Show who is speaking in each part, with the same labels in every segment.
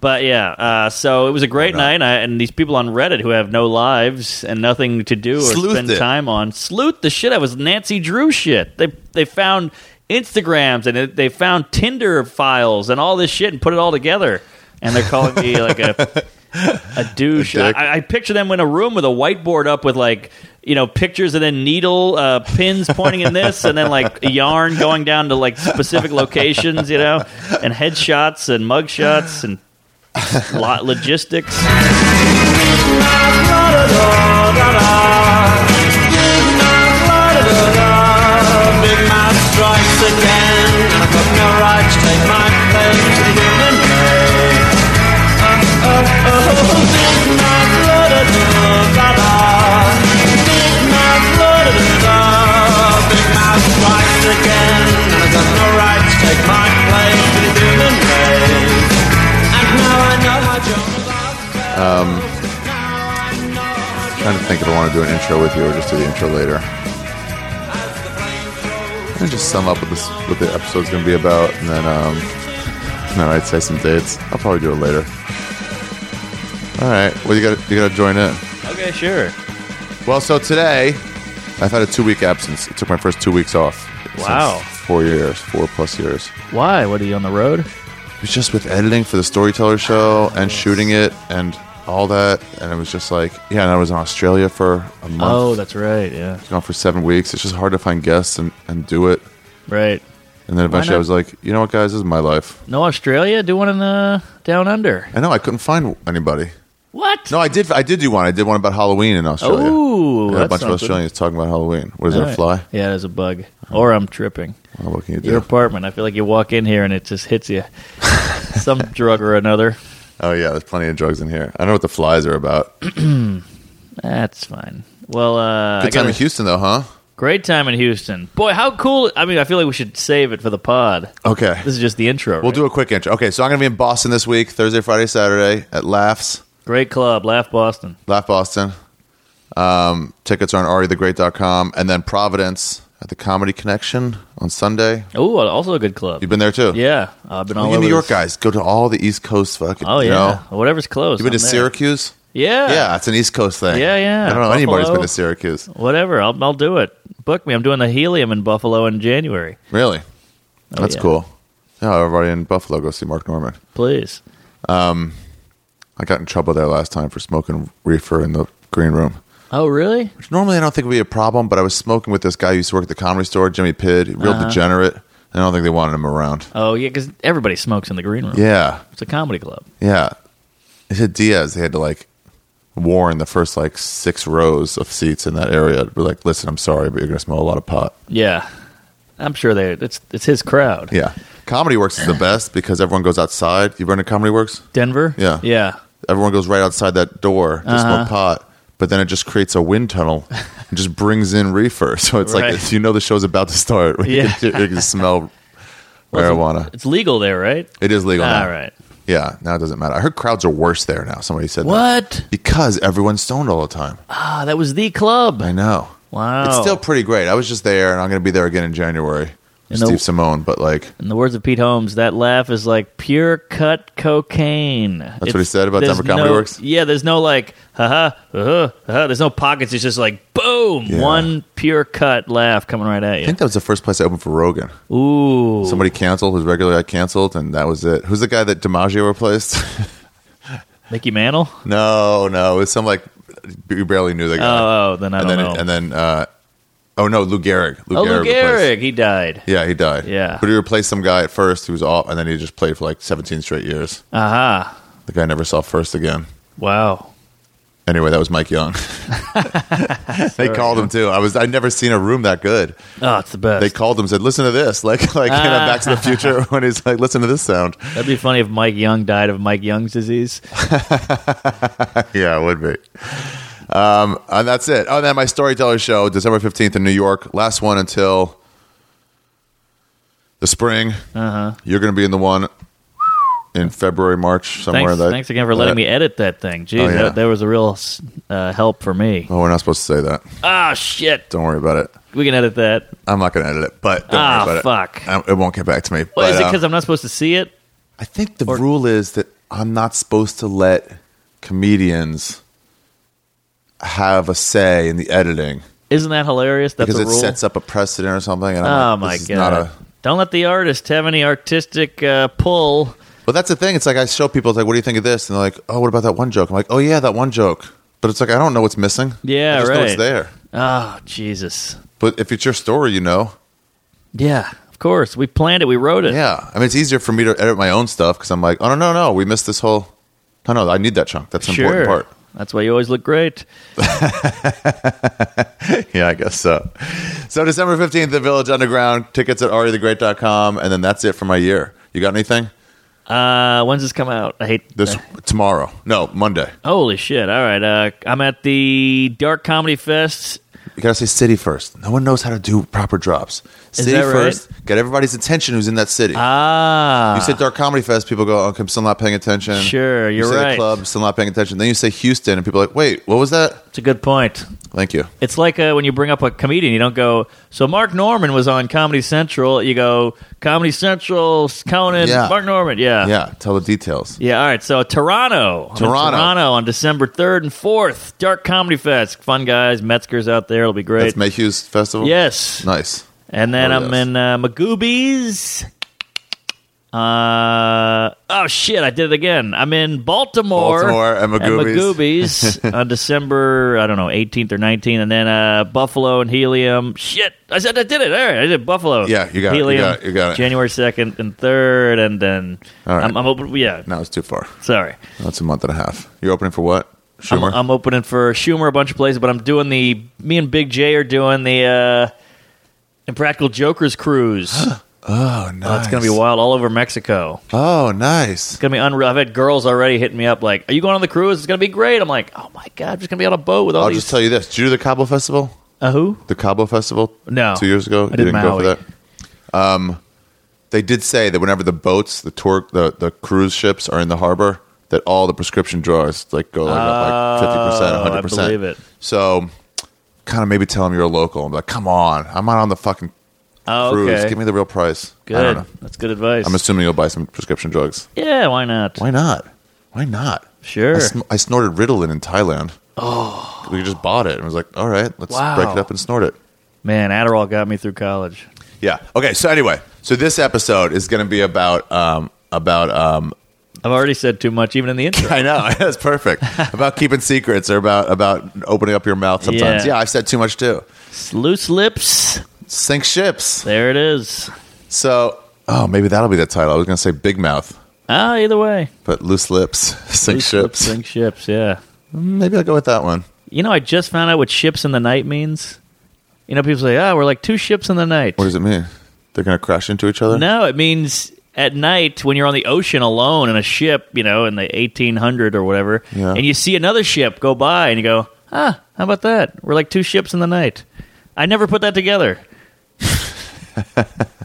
Speaker 1: But yeah, uh, so it was a great
Speaker 2: All right.
Speaker 1: night, I, and these people on Reddit who have no lives and nothing to do or
Speaker 2: Sleuthed
Speaker 1: spend
Speaker 2: it.
Speaker 1: time on sleuth the shit out was Nancy Drew shit. They they found Instagrams and it, they found Tinder files and all this shit and put it all together, and they're calling me like a a douche.
Speaker 2: A
Speaker 1: I,
Speaker 2: dick.
Speaker 1: I I picture them in a room with a whiteboard up with like you know pictures and then needle uh, pins pointing in this and then like yarn going down to like specific locations, you know, and headshots and mugshots and lot logistics.
Speaker 2: trying to think if I want to do an intro with you or just do the intro later. I'm gonna just sum up what this what the episode's gonna be about, and then um, and then I'd say some dates. I'll probably do it later. All right. Well, you got to you got to join in.
Speaker 1: Okay, sure.
Speaker 2: Well, so today I've had a two week absence. It took my first two weeks off. since
Speaker 1: Wow.
Speaker 2: Four years, four plus years.
Speaker 1: Why? What are you on the road?
Speaker 2: It was just with editing for the storyteller show and shooting it and all that, and it was just like yeah. And I was in Australia for a month.
Speaker 1: Oh, that's right. Yeah,
Speaker 2: gone for seven weeks. It's just hard to find guests and, and do it.
Speaker 1: right.
Speaker 2: And then eventually
Speaker 1: not?
Speaker 2: I was like, you know what, guys, this is my life.
Speaker 1: No Australia. Do one in the down under.
Speaker 2: I know I couldn't find anybody.
Speaker 1: What?
Speaker 2: No, I did. I did do one. I did one about Halloween in Australia.
Speaker 1: Ooh,
Speaker 2: I had
Speaker 1: that's
Speaker 2: a bunch
Speaker 1: something.
Speaker 2: of Australians talking about Halloween. What is
Speaker 1: All
Speaker 2: that, a
Speaker 1: right.
Speaker 2: fly?
Speaker 1: Yeah, there's a bug. Or I'm tripping.
Speaker 2: Oh, what can you do?
Speaker 1: Your apartment. I feel like you walk in here and it just hits you. Some drug or another.
Speaker 2: oh yeah, there's plenty of drugs in here. I know what the flies are about. Good
Speaker 1: That's fine. Well, uh, I
Speaker 2: time
Speaker 1: gotta-
Speaker 2: in Houston though, huh?
Speaker 1: great time in Houston. Boy, how cool! I mean, I feel like we should save it for the pod.
Speaker 2: Okay,
Speaker 1: This is just the intro.
Speaker 2: we'll do a quick intro. Okay, so I'm gonna be in Boston this week, Thursday, Friday, Saturday at Laughs,
Speaker 1: Great club, Laugh Boston.
Speaker 2: Laugh Boston. Um, tickets are on artythegreat.com, and then Providence at the Comedy Connection on Sunday.
Speaker 1: Oh, also a good club.
Speaker 2: You've been there too.
Speaker 1: Yeah, I've been all
Speaker 2: Look at
Speaker 1: over
Speaker 2: New York
Speaker 1: this-
Speaker 2: guys. Go to all the East Coast fucking.
Speaker 1: Oh
Speaker 2: you
Speaker 1: yeah,
Speaker 2: know?
Speaker 1: whatever's close.
Speaker 2: You been to Syracuse?
Speaker 1: Yeah,
Speaker 2: Yeah, it's an East Coast thing.
Speaker 1: Yeah, yeah.
Speaker 2: I don't know anybody's
Speaker 1: Buffalo.
Speaker 2: been to Syracuse.
Speaker 1: Whatever, I'll, I'll do it. Book me. I'm doing the Helium in Buffalo in January.
Speaker 2: Really? That's
Speaker 1: Oh, yeah.
Speaker 2: cool. Yeah, everybody in Buffalo go see Mark Norman.
Speaker 1: Please.
Speaker 2: I got in trouble there last time for smoking reefer in the green room.
Speaker 1: Oh really?
Speaker 2: Which normally I don't think would be a problem, but I was smoking with this guy who used to work at the comedy store, Jimmy Pidd, real
Speaker 1: Uh-huh.
Speaker 2: degenerate. And I don't think they wanted him around.
Speaker 1: Oh yeah, because everybody smokes in the green room.
Speaker 2: Yeah.
Speaker 1: It's a comedy club.
Speaker 2: Yeah. They said Diaz, they had to like warn the first like six rows of seats in that area. We're like, listen, I'm sorry, but you're gonna smell a lot of pot.
Speaker 1: Yeah, I'm sure they. It's it's his crowd.
Speaker 2: Yeah. Comedy Works is the best because everyone goes outside. You've been to Comedy Works?
Speaker 1: Denver.
Speaker 2: Yeah.
Speaker 1: yeah.
Speaker 2: Everyone goes right outside that door
Speaker 1: Uh-huh.
Speaker 2: to smoke pot, but then it just creates a wind tunnel and just brings in reefer. So it's
Speaker 1: Right.
Speaker 2: like if you know the show's about to start, you,
Speaker 1: Yeah.
Speaker 2: can, you can smell marijuana.
Speaker 1: It's legal there, right?
Speaker 2: It is legal now.
Speaker 1: All right.
Speaker 2: Yeah, now it doesn't matter. I heard crowds are worse there now. Somebody said that.
Speaker 1: What?
Speaker 2: Because everyone's stoned all the time.
Speaker 1: Ah, that was the club.
Speaker 2: I know.
Speaker 1: Wow.
Speaker 2: It's still pretty great. I was just there, and I'm going to be there again in January.
Speaker 1: You know-
Speaker 2: Steve Simone, but like,
Speaker 1: In the words of Pete Holmes, that laugh is like pure cut cocaine. That's
Speaker 2: what he said about Denver Comedy Works?
Speaker 1: Yeah, there's no like, haha, uh-huh, uh-huh. there's no pockets. It's just like, boom,
Speaker 2: Yeah.
Speaker 1: one pure cut laugh coming right at
Speaker 2: I
Speaker 1: you.
Speaker 2: think that was the first place I opened for Rogan.
Speaker 1: Ooh.
Speaker 2: Somebody canceled who's regularly I canceled, and that was it. Who's the guy that DiMaggio replaced?
Speaker 1: Mickey Mantle?
Speaker 2: no, no, it was some like you barely knew the guy.
Speaker 1: Oh, oh, then I
Speaker 2: and
Speaker 1: don't
Speaker 2: then
Speaker 1: know.
Speaker 2: and then uh, oh no, Lou Gehrig. Lou
Speaker 1: oh, Lou
Speaker 2: replaced-
Speaker 1: Gehrig, he died.
Speaker 2: Yeah, he died.
Speaker 1: Yeah.
Speaker 2: but he replaced some guy at first who was off, and then he just played for like 17 straight years.
Speaker 1: Aha.
Speaker 2: The guy I never saw first again.
Speaker 1: Uh-huh. Wow.
Speaker 2: Anyway, that was Mike Young. they called him too. I was I'd never seen a room that good.
Speaker 1: Oh, it's the best.
Speaker 2: They called him, said, "Listen to this," like like in a Back to the Future when he's like, "Listen to this sound."
Speaker 1: That'd be funny if Mike Young died of Mike Young's disease.
Speaker 2: Yeah, it would be. Um, and that's it. Oh, and then my storyteller show, December 15th in New York. Last one until the spring. Uh-huh. You're going to be in the one in February, March, somewhere.
Speaker 1: Thanks,
Speaker 2: that,
Speaker 1: thanks again for letting
Speaker 2: that-
Speaker 1: me edit that thing. Jeez,
Speaker 2: Oh, yeah.
Speaker 1: that, that was a real s- uh, help for me.
Speaker 2: Oh, we're not supposed to say that.
Speaker 1: Ah, shit.
Speaker 2: Don't worry about it.
Speaker 1: We can edit that.
Speaker 2: I'm not going to edit it, but don't
Speaker 1: Ah,
Speaker 2: worry about
Speaker 1: fuck.
Speaker 2: it. I- It won't get back to me.
Speaker 1: Well,
Speaker 2: but,
Speaker 1: is it
Speaker 2: um,
Speaker 1: because I'm not supposed to see it?
Speaker 2: I think the rule is that I'm not supposed to let comedians have a say in the editing
Speaker 1: Isn't that hilarious? That's
Speaker 2: because
Speaker 1: a
Speaker 2: it
Speaker 1: rule.
Speaker 2: sets up a precedent or something. And
Speaker 1: oh
Speaker 2: I'm
Speaker 1: my
Speaker 2: like, this is not
Speaker 1: god!
Speaker 2: a-
Speaker 1: Don't let the artist have any artistic uh, pull.
Speaker 2: But that's the thing. It's like I show people, it's like, what do you think of this? And they're like, oh, what about that one joke? I'm like, oh, yeah, that one joke. But it's like, I don't know what's missing.
Speaker 1: Yeah,
Speaker 2: I just know it's
Speaker 1: right.
Speaker 2: there.
Speaker 1: Oh Jesus!
Speaker 2: But if it's your story, you know.
Speaker 1: Yeah, of course. We planned it. We wrote it.
Speaker 2: Yeah. I mean, it's easier for me to edit my own stuff because I'm like, oh, no, no, no. We missed this whole. No, no, I need that chunk. That's an
Speaker 1: sure.
Speaker 2: important part.
Speaker 1: That's why you always look great.
Speaker 2: yeah, I guess so. So December 15th, the Village Underground. Tickets at arithegreat.com. And then that's it for my year. You got anything?
Speaker 1: Uh, when's this come out? I hate
Speaker 2: This tomorrow. No, Monday.
Speaker 1: Holy shit! All right, uh, I'm at the Dark Comedy Fest.
Speaker 2: You gotta say city first. No one knows how to do proper drops. City
Speaker 1: that right?
Speaker 2: first. Get everybody's attention who's in that city.
Speaker 1: Ah,
Speaker 2: You say Dark Comedy Fest, people go, "Okay, I'm still not paying attention."
Speaker 1: Sure,
Speaker 2: You
Speaker 1: you're
Speaker 2: say
Speaker 1: right.
Speaker 2: The club, still not paying attention. Then you say Houston, and people are like, "Wait, what was that?"
Speaker 1: it's a good point.
Speaker 2: Thank you.
Speaker 1: It's like uh, when you bring up a comedian, you don't go. So Mark Norman was on Comedy Central. You go Comedy Central, Conan,
Speaker 2: Yeah.
Speaker 1: Mark Norman. Yeah.
Speaker 2: Yeah, tell the details.
Speaker 1: Yeah, all right. So Toronto, I'm in
Speaker 2: Toronto.
Speaker 1: Toronto on December third and fourth, Dark Comedy Fest. Fun guys, Metzger's out there. It'll be great.
Speaker 2: That's Mayhew's festival.
Speaker 1: yes,
Speaker 2: nice.
Speaker 1: and then
Speaker 2: Oh,
Speaker 1: I'm
Speaker 2: yes.
Speaker 1: in uh, Magoobies. Uh oh shit! I did it again. I'm in Baltimore,
Speaker 2: Baltimore and Magoobies.
Speaker 1: Magoobies on December I don't know 18th or 19th, and then uh Buffalo and Helium. Shit! I said I did it. All right, I did Buffalo.
Speaker 2: Yeah, you got it, you
Speaker 1: Helium,
Speaker 2: got it, you got it.
Speaker 1: January 2nd and 3rd, and then
Speaker 2: All right.
Speaker 1: I'm, I'm open. Yeah,
Speaker 2: No, it's too far.
Speaker 1: sorry.
Speaker 2: That's a month and a half. You're opening for what?
Speaker 1: I'm,
Speaker 2: Schumer.
Speaker 1: I'm opening for Schumer a bunch of places, but I'm doing the me and Big J are doing the uh, Impractical Jokers cruise.
Speaker 2: oh, nice.
Speaker 1: It's gonna be wild all over Mexico.
Speaker 2: Oh, nice.
Speaker 1: It's gonna be unreal. I've had girls already hitting me up like, "Are you going on the cruise? It's gonna be great." I'm like, "Oh my god, I'm just gonna be on a boat with all
Speaker 2: I'll
Speaker 1: these."
Speaker 2: just tell you this: Did you do the Cabo Festival?
Speaker 1: uh, who?
Speaker 2: The Cabo Festival?
Speaker 1: No.
Speaker 2: two years ago.
Speaker 1: I did Maui.
Speaker 2: Um, they did say that whenever the boats, the tour, the, the cruise ships are in the harbor, that all the prescription draws like go like up like fifty percent,
Speaker 1: Oh, I
Speaker 2: hundred percent.
Speaker 1: believe it.
Speaker 2: So, kind of maybe tell them you're a local and be like, "Come on, I'm not on the fucking
Speaker 1: Oh,
Speaker 2: cruise.
Speaker 1: okay.
Speaker 2: Give me the real price." I don't
Speaker 1: good.
Speaker 2: know.
Speaker 1: That's good advice.
Speaker 2: I'm assuming you'll buy some prescription drugs.
Speaker 1: yeah, why not?
Speaker 2: Why not? Why not?
Speaker 1: Sure.
Speaker 2: I, sn- I snorted Ritalin in Thailand. Oh, we just bought it and was like, "All right, let's
Speaker 1: Wow.
Speaker 2: break it up and snort it."
Speaker 1: Man, Adderall got me through college.
Speaker 2: Yeah. Okay. So anyway, so this episode is going to be about um, about um,
Speaker 1: I've already said too much, even in the intro.
Speaker 2: I know that's perfect about keeping secrets or about about opening up your mouth sometimes.
Speaker 1: Yeah.
Speaker 2: Yeah, I've said too much too.
Speaker 1: Loose lips.
Speaker 2: Sink ships.
Speaker 1: There it is.
Speaker 2: So oh, maybe that'll be the title. I was going to say big mouth,
Speaker 1: Ah, either way.
Speaker 2: but loose lips sink
Speaker 1: Loose lips
Speaker 2: ships.
Speaker 1: sink ships. Yeah.
Speaker 2: Maybe I'll go with that one.
Speaker 1: You know, I just found out what ships in the night means. You know, people say, "Ah, we're like two ships in the night."
Speaker 2: What does it mean? They're going to crash into each other.
Speaker 1: No, it means at night when you're on the ocean alone in a ship, you know, in the 1800 or whatever,
Speaker 2: Yeah.
Speaker 1: and you see another ship go by and you go, ah, how about that? We're like two ships in the night. I never put that together.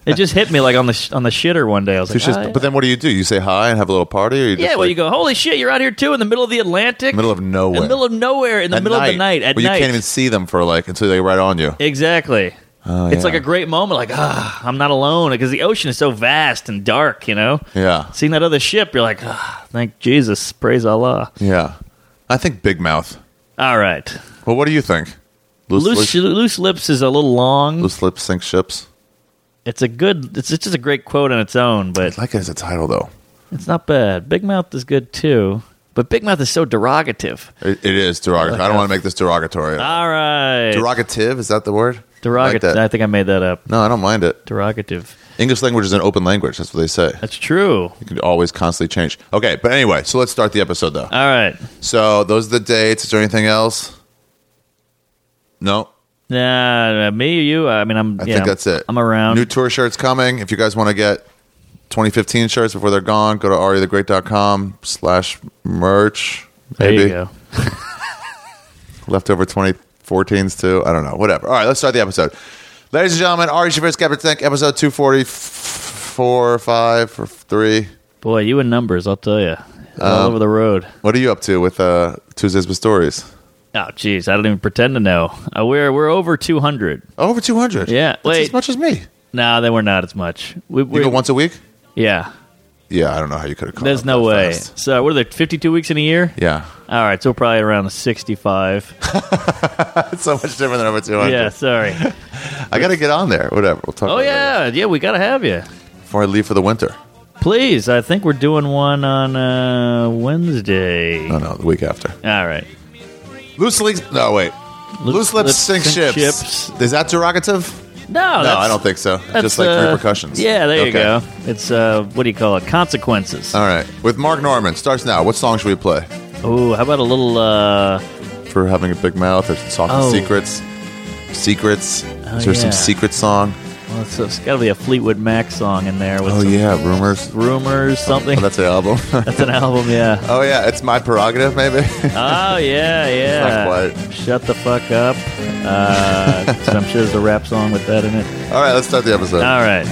Speaker 1: it just hit me like on the sh- on the shitter one day. I was
Speaker 2: Two
Speaker 1: like,
Speaker 2: ships-
Speaker 1: "Ah, yeah."
Speaker 2: But then what do you do? You say hi and have a little party, or you just
Speaker 1: yeah, well,
Speaker 2: like,
Speaker 1: you go, holy shit, you're out here too in the middle of the Atlantic,
Speaker 2: middle of
Speaker 1: in
Speaker 2: nowhere,
Speaker 1: the middle of nowhere, in the
Speaker 2: At
Speaker 1: middle of the night at
Speaker 2: Well,
Speaker 1: night.
Speaker 2: you can't even see them for like until they're right on you.
Speaker 1: Exactly.
Speaker 2: Oh,
Speaker 1: it's
Speaker 2: yeah.
Speaker 1: like a great moment, like, ah, I'm not alone, because the ocean is so vast and dark, you know?
Speaker 2: Yeah.
Speaker 1: Seeing that other ship, you're like, ah, thank Jesus, praise Allah.
Speaker 2: Yeah. I think Big Mouth.
Speaker 1: All right.
Speaker 2: Well, what do you think?
Speaker 1: Loose,
Speaker 2: lips,
Speaker 1: loose lips is a little long.
Speaker 2: loose lips sink ships.
Speaker 1: It's a good, it's, it's just a great quote on its own, but
Speaker 2: I like it as a title, though.
Speaker 1: it's not bad. Big Mouth is good too, but Big Mouth is so derogative.
Speaker 2: It, it is derogatory. I don't want to make this derogatory.
Speaker 1: All right.
Speaker 2: Derogative is that the word?
Speaker 1: Derogative.
Speaker 2: I like
Speaker 1: I
Speaker 2: that.
Speaker 1: think I made Ah, that up.
Speaker 2: No, I don't mind it.
Speaker 1: Derogative.
Speaker 2: English language is an open language. That's what they say.
Speaker 1: That's true.
Speaker 2: You can always constantly change. Okay, but anyway, so let's start the episode though.
Speaker 1: All right.
Speaker 2: So those are the dates. Is there anything else? No,
Speaker 1: Nah, me or you? I mean, I'm.
Speaker 2: I
Speaker 1: yeah,
Speaker 2: think that's it.
Speaker 1: I'm around.
Speaker 2: New tour shirts coming. If you guys want to get 2015 shirts before they're gone, go to arithegreat.com slash merch.
Speaker 1: there
Speaker 2: Maybe.
Speaker 1: you go.
Speaker 2: leftover 2014s too. I don't know. Whatever. All right, let's start the episode. Ladies and gentlemen, Ari Shaffir's Captain Tank, episode 244, 5, or 3.
Speaker 1: Boy, you in numbers, I'll tell you.
Speaker 2: Um,
Speaker 1: All over the road.
Speaker 2: What are you up to with uh, Tuesdays with Stories?
Speaker 1: Oh, jeez, I don't even pretend to know. Uh, we're we're over two hundred.
Speaker 2: Oh, over 200.
Speaker 1: Yeah,
Speaker 2: That's
Speaker 1: wait.
Speaker 2: as much as me.
Speaker 1: No, then we're not as much. We,
Speaker 2: You
Speaker 1: we're,
Speaker 2: go once a week?
Speaker 1: yeah,
Speaker 2: yeah, I don't know how you could have caught
Speaker 1: There's
Speaker 2: up
Speaker 1: no
Speaker 2: that
Speaker 1: way.
Speaker 2: fast.
Speaker 1: So what are there? 52 weeks in a year?
Speaker 2: Yeah.
Speaker 1: All right, so probably around 65.
Speaker 2: It's so much different than over 200.
Speaker 1: yeah, sorry.
Speaker 2: I got to get on there. Whatever. We'll talk
Speaker 1: Oh
Speaker 2: about it later.
Speaker 1: yeah, yeah, we gotta have you.
Speaker 2: Before I leave for the winter.
Speaker 1: Please, I think we're doing one on uh, Wednesday.
Speaker 2: No, no, the week after.
Speaker 1: All right.
Speaker 2: Loose lips. No, wait. Loose lips sink ships. Is that derogative?
Speaker 1: No,
Speaker 2: No, I don't think so.
Speaker 1: Oh, that's,
Speaker 2: Just like
Speaker 1: uh,
Speaker 2: repercussions.
Speaker 1: Yeah, there
Speaker 2: Okay. Uh,
Speaker 1: you go. It's uh, what do you call it? Consequences.
Speaker 2: All right. With Mark Norman starts now. What song should we play
Speaker 1: Ooh, how about a little? Uh,
Speaker 2: for having a big mouth or soften
Speaker 1: Oh.
Speaker 2: secrets? Secrets. Is there
Speaker 1: yeah.
Speaker 2: some secret song?
Speaker 1: well, it's, it's got to be a Fleetwood Mac song in there with
Speaker 2: Oh
Speaker 1: some
Speaker 2: yeah, rumors.
Speaker 1: rumors, something.
Speaker 2: Oh, that's an album.
Speaker 1: that's an album, yeah.
Speaker 2: oh yeah, it's my prerogative maybe.
Speaker 1: Oh yeah, yeah.
Speaker 2: Not quite.
Speaker 1: Shut the fuck up. Uh, 'cause I'm sure there's a rap song with that in it.
Speaker 2: All right, let's start the episode.
Speaker 1: All right.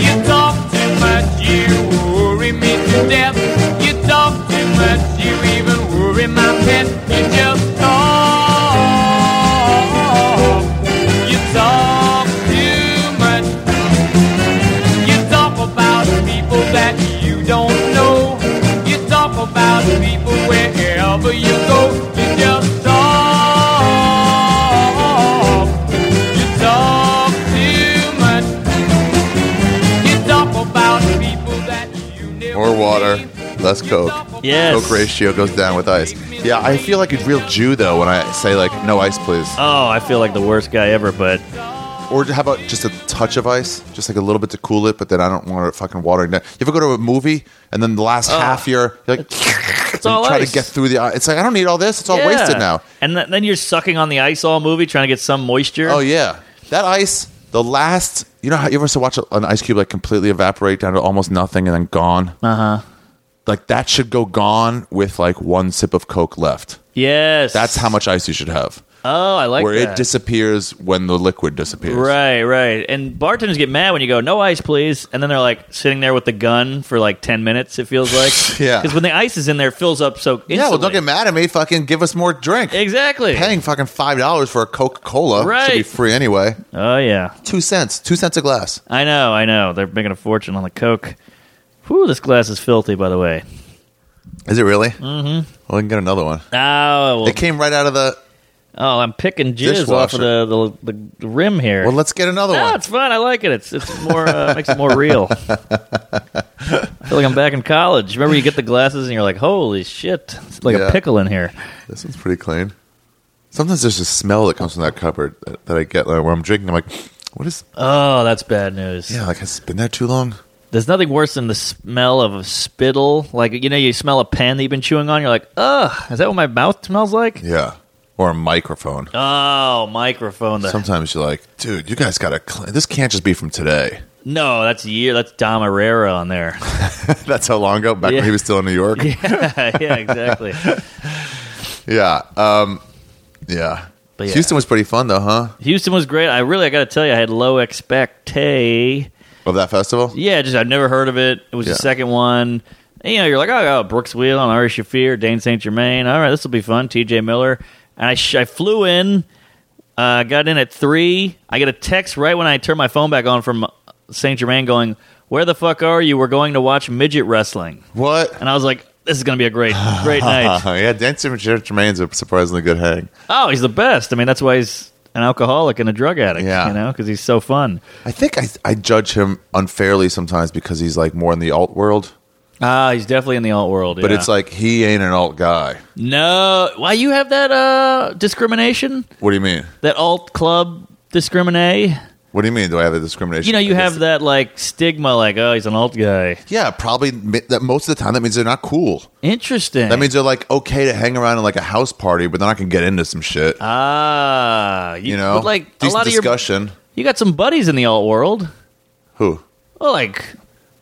Speaker 3: You talk too much, you worry me to death. You talk too much, you even worry my pet. You just talk. You talk too much. You talk about people that you don't know. You talk about people wherever you go. You just talk. You talk too much. You talk about people that you never
Speaker 2: More water,
Speaker 3: meet.
Speaker 2: less
Speaker 3: You
Speaker 2: Coke.
Speaker 3: talk about
Speaker 1: Yes.
Speaker 2: Coke ratio goes down with ice. Yeah, I feel like a real Jew though when I say like no ice, please.
Speaker 1: Oh, I feel like the worst guy ever, but
Speaker 2: Or how about just a touch of ice, just like a little bit to cool it, but then I don't want it fucking watering down. You ever go to a movie and then the last half you're, you're like, it's
Speaker 1: Uh. all
Speaker 2: try
Speaker 1: ice.
Speaker 2: to get through the. It's like I don't need all this. It's all
Speaker 1: Yeah.
Speaker 2: Oh, wasted now.
Speaker 1: And th- then you're sucking on the ice all movie, trying to get some moisture.
Speaker 2: Oh yeah, that ice. The last, you know how you ever so watch an ice cube like completely evaporate down to almost nothing and then gone. Uh
Speaker 1: Uh-huh.
Speaker 2: huh. Like that should go gone with like one sip of Coke left.
Speaker 1: yes.
Speaker 2: That's how much ice you should have.
Speaker 1: Oh, I like
Speaker 2: Where
Speaker 1: that.
Speaker 2: it disappears when the liquid disappears.
Speaker 1: Right, right. And bartenders get mad when you go, no ice, please. And then they're like sitting there with the gun for like 10 minutes, it feels like.
Speaker 2: Yeah.
Speaker 1: Because when the ice is in there, it fills up so instantly.
Speaker 2: Yeah, well, don't get mad at me. Fucking give us more drink.
Speaker 1: Exactly.
Speaker 2: paying fucking five dollars for a Coca Cola should be
Speaker 1: Right.
Speaker 2: free anyway.
Speaker 1: Oh, yeah.
Speaker 2: Two cents, two cents a glass.
Speaker 1: I know, I know. They're making a fortune on the Coke. Whew, this glass is filthy, by the way.
Speaker 2: Is it really? Mm-hmm. Well, we can get another one.
Speaker 1: Oh, well-
Speaker 2: It came right out of the.
Speaker 1: oh I'm picking jizz off of the, the, the rim here.
Speaker 2: Well, let's get another
Speaker 1: No,
Speaker 2: one.
Speaker 1: it's fun. I like it. It's it's more uh, makes it more real. I feel like I'm back in college. Remember, you get the glasses and you're like, "Holy shit!" It's like
Speaker 2: Yeah.
Speaker 1: a pickle in here.
Speaker 2: This one's pretty clean. Sometimes there's a smell that comes from that cupboard that, that I get like, where I'm drinking. I'm like, what is?
Speaker 1: Oh, that's bad news.
Speaker 2: Yeah, like has it been there too long?
Speaker 1: There's nothing worse than the smell of a spittle. Like you know, you smell a pen that you've been chewing on. You're like, "Ugh, is that what my mouth smells like?"
Speaker 2: Yeah, or a microphone.
Speaker 1: Oh, microphone. The,
Speaker 2: Sometimes you're like, dude, you guys gotta. Clean. This can't just be from today.
Speaker 1: no, that's year. That's Dom Herrera on there.
Speaker 2: That's how long ago. Back
Speaker 1: Yeah.
Speaker 2: when he was still in New York.
Speaker 1: yeah, yeah, exactly.
Speaker 2: Yeah. Um, yeah.
Speaker 1: But yeah.
Speaker 2: Houston was pretty fun though, huh?
Speaker 1: Houston was great. I really, I got to tell you, I had low expectae.
Speaker 2: Of that festival.
Speaker 1: Yeah, just I've never heard of it. It was
Speaker 2: Yeah.
Speaker 1: the second one. And, you know, you're like, oh, oh Brooks Wheel and Ari Shafir, Dane St. Germain. All right, this will be fun. TJ Miller. And I, sh- I flew in, uh, got in at three. I get a text right when I turn my phone back on from St. Germain going, where the fuck are you? We're going to watch midget wrestling.
Speaker 2: What?
Speaker 1: And I was like, this is going to be a great, great night.
Speaker 2: Uh, yeah, Dancing with Jared Germain's a surprisingly good hang.
Speaker 1: Oh, he's the best. I mean, that's why he's an alcoholic and a drug addict,
Speaker 2: Yeah.
Speaker 1: you know, because he's so fun.
Speaker 2: I think I, I judge him unfairly sometimes because he's like more in the alt world,
Speaker 1: Ah, he's definitely in the alt world.
Speaker 2: but
Speaker 1: yeah.
Speaker 2: it's like he ain't an alt guy.
Speaker 1: No, why you have that uh discrimination?
Speaker 2: What do you mean?
Speaker 1: That alt club discriminate?
Speaker 2: What do you mean? Do I have a discrimination?
Speaker 1: You know, you
Speaker 2: against
Speaker 1: have
Speaker 2: it?
Speaker 1: that like stigma, like oh, he's an alt guy.
Speaker 2: Yeah, probably mi- that most of the time that means they're not cool.
Speaker 1: Interesting.
Speaker 2: That means they're like okay to hang around in like a house party, but they're not gonna get into some shit.
Speaker 1: ah,
Speaker 2: you know,
Speaker 1: Uh, but, like a
Speaker 2: Decent
Speaker 1: lot of your
Speaker 2: discussion.
Speaker 1: you got some buddies in the alt world.
Speaker 2: Who?
Speaker 1: Well, like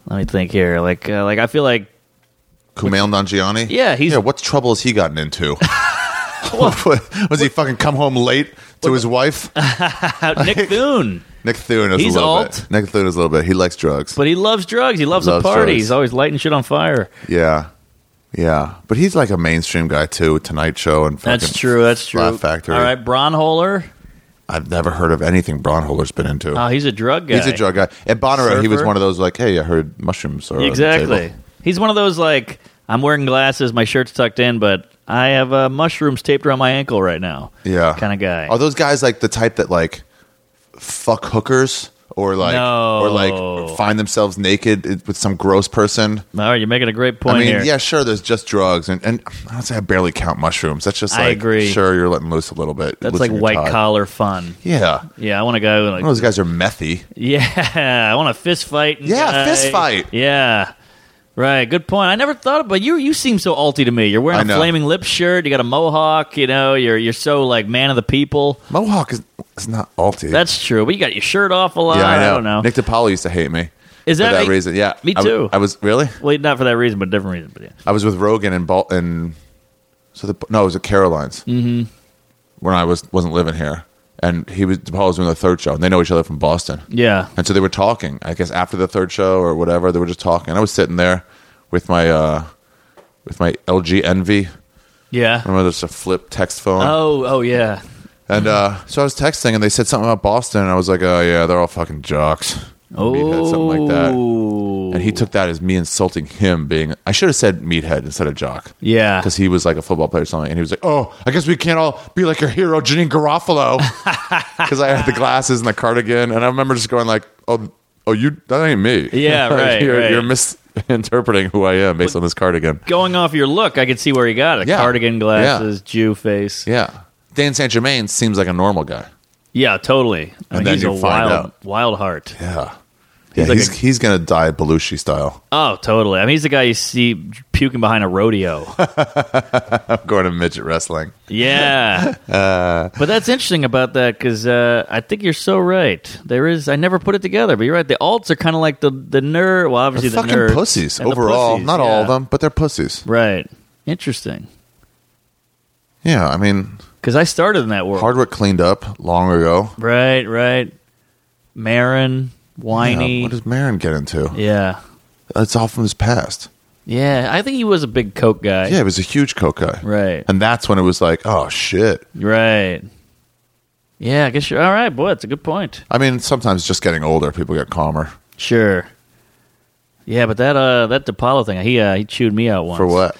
Speaker 1: let me think here. Like uh, like I feel like
Speaker 2: Kumail Nanjiani?
Speaker 1: Yeah, he's-
Speaker 2: yeah. What trouble has he gotten into? was he fucking come home late to his wife?
Speaker 1: uh, Nick Thune,
Speaker 2: Nick Thune is
Speaker 1: He's
Speaker 2: a little
Speaker 1: alt.
Speaker 2: bit. Nick Thune is a little bit. He likes drugs.
Speaker 1: but he loves drugs. He loves,
Speaker 2: Loves
Speaker 1: a party.
Speaker 2: drugs.
Speaker 1: He's always lighting shit on fire.
Speaker 2: Yeah, yeah, but he's like a mainstream guy too. Tonight Show and fucking
Speaker 1: That's true. That's true.
Speaker 2: Laugh Factory.
Speaker 1: All right, Bronholer.
Speaker 2: I've never heard of anything Braunholer's been into.
Speaker 1: Oh, he's a drug guy.
Speaker 2: He's a drug guy. At Bonnaroo, he was
Speaker 1: Surfer.
Speaker 2: one of those like, hey, I heard mushrooms are on the
Speaker 1: Exactly.
Speaker 2: table.
Speaker 1: He's one of those like I'm wearing glasses, my shirt's tucked in, but I have uh, mushrooms taped around my ankle right now.
Speaker 2: Yeah,
Speaker 1: kind of guy.
Speaker 2: Are those guys like the type that like fuck hookers or like
Speaker 1: No.
Speaker 2: or like find themselves naked i- with some gross person?
Speaker 1: All right, you're making a great point
Speaker 2: I mean,
Speaker 1: here.
Speaker 2: yeah, sure. There's just drugs, and and I would say I barely count mushrooms. That's just like
Speaker 1: I agree.
Speaker 2: sure you're letting loose a little bit.
Speaker 1: That's
Speaker 2: loosening
Speaker 1: like
Speaker 2: your
Speaker 1: white
Speaker 2: tie.
Speaker 1: collar fun.
Speaker 2: Yeah, one
Speaker 1: Yeah, I want to go.
Speaker 2: of
Speaker 1: Like,
Speaker 2: those guys are methy.
Speaker 1: yeah, I want to fist fight. and
Speaker 2: Yeah,
Speaker 1: guy.
Speaker 2: fist fight.
Speaker 1: Yeah, right. Good point. I never thought about you. You seem so alty to me. You're
Speaker 2: I
Speaker 1: wearing a
Speaker 2: know.
Speaker 1: flaming lip shirt. You got a mohawk. You know, you're you're so like man of the people.
Speaker 2: Mohawk is is not alty.
Speaker 1: That's true. But you got your shirt off a lot.
Speaker 2: yeah, I know.
Speaker 1: don't know.
Speaker 2: Nick DiPaolo used to hate me.
Speaker 1: Is that
Speaker 2: for that
Speaker 1: a-
Speaker 2: reason? Yeah,
Speaker 1: Me
Speaker 2: I w-
Speaker 1: too.
Speaker 2: I was really.
Speaker 1: well, not for that reason, but different reason. But yeah.
Speaker 2: I was with Rogan and Bal- and so the no, it was at Caroline's mm-hmm. when I was wasn't living here, and he was Paul was doing the third show, and they know each other from Boston,
Speaker 1: Yeah.
Speaker 2: and so they were talking. I guess after the third show or whatever, they were just talking. I was sitting there with my uh, with my LG Envy.
Speaker 1: Yeah.
Speaker 2: Remember, there's a flip text phone,
Speaker 1: Oh, oh yeah.
Speaker 2: and uh, so I was texting, and they said something about Boston, and I was like, "Oh yeah, they're all fucking jocks."
Speaker 1: Oh,
Speaker 2: Meathead, something like that. And he took that as me insulting him. Being, I should have said meathead instead of jock.
Speaker 1: Yeah.
Speaker 2: because he was like a football player or something, and he was like, "Oh, I guess we can't all be like your hero, Janine Garofalo," because I had the glasses and the cardigan, and I remember just going like, "Oh, oh, you that ain't me."
Speaker 1: Yeah,
Speaker 2: Like,
Speaker 1: right,
Speaker 2: You're,
Speaker 1: right.
Speaker 2: you're misinterpreting who I am based on this cardigan.
Speaker 1: Going off your look, I could see where he got it.
Speaker 2: Yeah.
Speaker 1: Cardigan glasses, Jew face. Yeah,
Speaker 2: Yeah, Dan Saint Germain seems like a normal guy.
Speaker 1: totally. I
Speaker 2: And
Speaker 1: mean,
Speaker 2: then
Speaker 1: he's a
Speaker 2: you find
Speaker 1: wild,
Speaker 2: out.
Speaker 1: wild heart.
Speaker 2: Yeah, yeah, he's
Speaker 1: like
Speaker 2: he's,
Speaker 1: a-
Speaker 2: gonna die Belushi style.
Speaker 1: Oh, totally. I mean, he's the guy you see puking behind a rodeo.
Speaker 2: I'm going to midget wrestling.
Speaker 1: yeah.
Speaker 2: Uh,
Speaker 1: but that's interesting about that because uh, I think you're so right. There is. I never put it together, but you're right. The alts are kind of like the the nerd. Well, obviously
Speaker 2: They're
Speaker 1: the
Speaker 2: fucking
Speaker 1: nerds
Speaker 2: pussies
Speaker 1: and the
Speaker 2: overall.
Speaker 1: pussies,
Speaker 2: Not all
Speaker 1: yeah.
Speaker 2: of them, but they're pussies.
Speaker 1: Right. Interesting.
Speaker 2: Yeah, I mean,
Speaker 1: Because I started in that world.
Speaker 2: Hardwick cleaned up long ago.
Speaker 1: Right, right. Marin,
Speaker 2: Yeah,
Speaker 1: whiny. Yeah,
Speaker 2: what does Marin get into?
Speaker 1: yeah.
Speaker 2: It's all from his past.
Speaker 1: I think he was a big coke guy.
Speaker 2: Yeah, it was a huge coke guy.
Speaker 1: Right.
Speaker 2: And that's when it was like, oh shit.
Speaker 1: Right. Yeah, I guess you're all right, boy. That's a good point.
Speaker 2: I mean, sometimes just getting older, people get calmer.
Speaker 1: Sure. Yeah, but that uh that DePaulo thing, he uh, he chewed me out once.
Speaker 2: For what?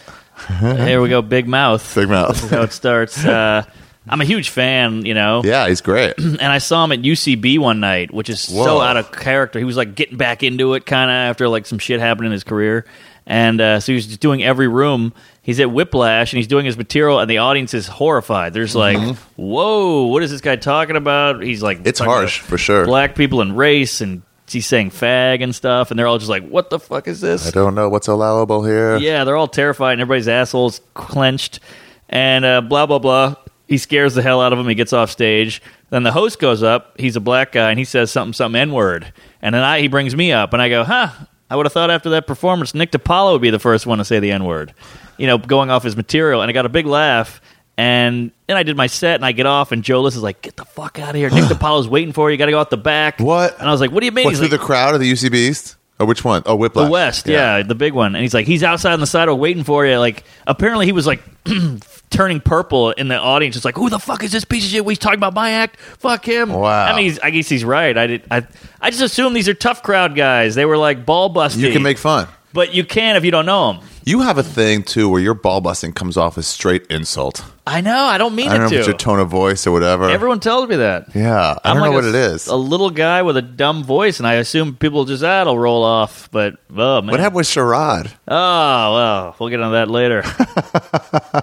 Speaker 1: Here we go, big mouth.
Speaker 2: Big
Speaker 1: That's
Speaker 2: mouth.
Speaker 1: how it starts. Uh, I'm a huge fan, you know.
Speaker 2: yeah, he's great.
Speaker 1: and I saw him at UCB one night, which is so
Speaker 2: Whoa.
Speaker 1: out of character. He was like getting back into it, kind of after like some shit happened in his career, and uh, so he was just doing every room. He's at Whiplash and he's doing his material, and the audience is horrified. There's like, "Whoa, what is this guy talking about?" He's like,
Speaker 2: Mm-hmm. It's
Speaker 1: talking
Speaker 2: harsh
Speaker 1: about
Speaker 2: for sure.
Speaker 1: Black people and race, and he's saying "fag" and stuff, and they're all just like, "What the fuck is this?"
Speaker 2: I don't know what's allowable here.
Speaker 1: Yeah, they're all terrified, and everybody's assholes clenched, and uh, blah blah blah. He scares the hell out of him. He gets off stage. Then the host goes up. He's a black guy, and he says something, something n word. And then I, he brings me up, and I go, "Huh? I would have thought after that performance, Nick DiPaolo would be the first one to say the n word." You know, going off his material, and I got a big laugh. And then I did my set, and I get off, and Joe Liss is like, "Get the fuck out of here! Nick DiPaolo's waiting for you. You got to go out the back."
Speaker 2: What?
Speaker 1: And I was like, "What do you mean?"
Speaker 2: What,
Speaker 1: He's
Speaker 2: through
Speaker 1: like,
Speaker 2: the crowd of the UCB East? Or which one? Oh, Whiplash.
Speaker 1: the West, yeah. the big one. And he's like, he's outside on the sidewalk waiting for you. Like, apparently he was like turning purple in the audience. It's like, who the fuck is this piece of shit? We talking about my act? Fuck him.
Speaker 2: Wow.
Speaker 1: I mean, he's, I guess he's right. I did. I, I just assume these are tough crowd guys. They were like ball busting.
Speaker 2: You can make fun.
Speaker 1: but you can if you don't know them.
Speaker 2: You have a thing too where your ball busting comes off as straight insult.
Speaker 1: I know. I don't mean
Speaker 2: I don't
Speaker 1: it
Speaker 2: know if it's
Speaker 1: to.
Speaker 2: your tone of voice or whatever.
Speaker 1: Everyone tells me that.
Speaker 2: yeah, I don't know what
Speaker 1: a,
Speaker 2: it is.
Speaker 1: A little guy with a dumb voice, and I assume people just ah, it'll roll off. But oh man,
Speaker 2: what happened with Sherrod?
Speaker 1: Oh well, we'll get on that later.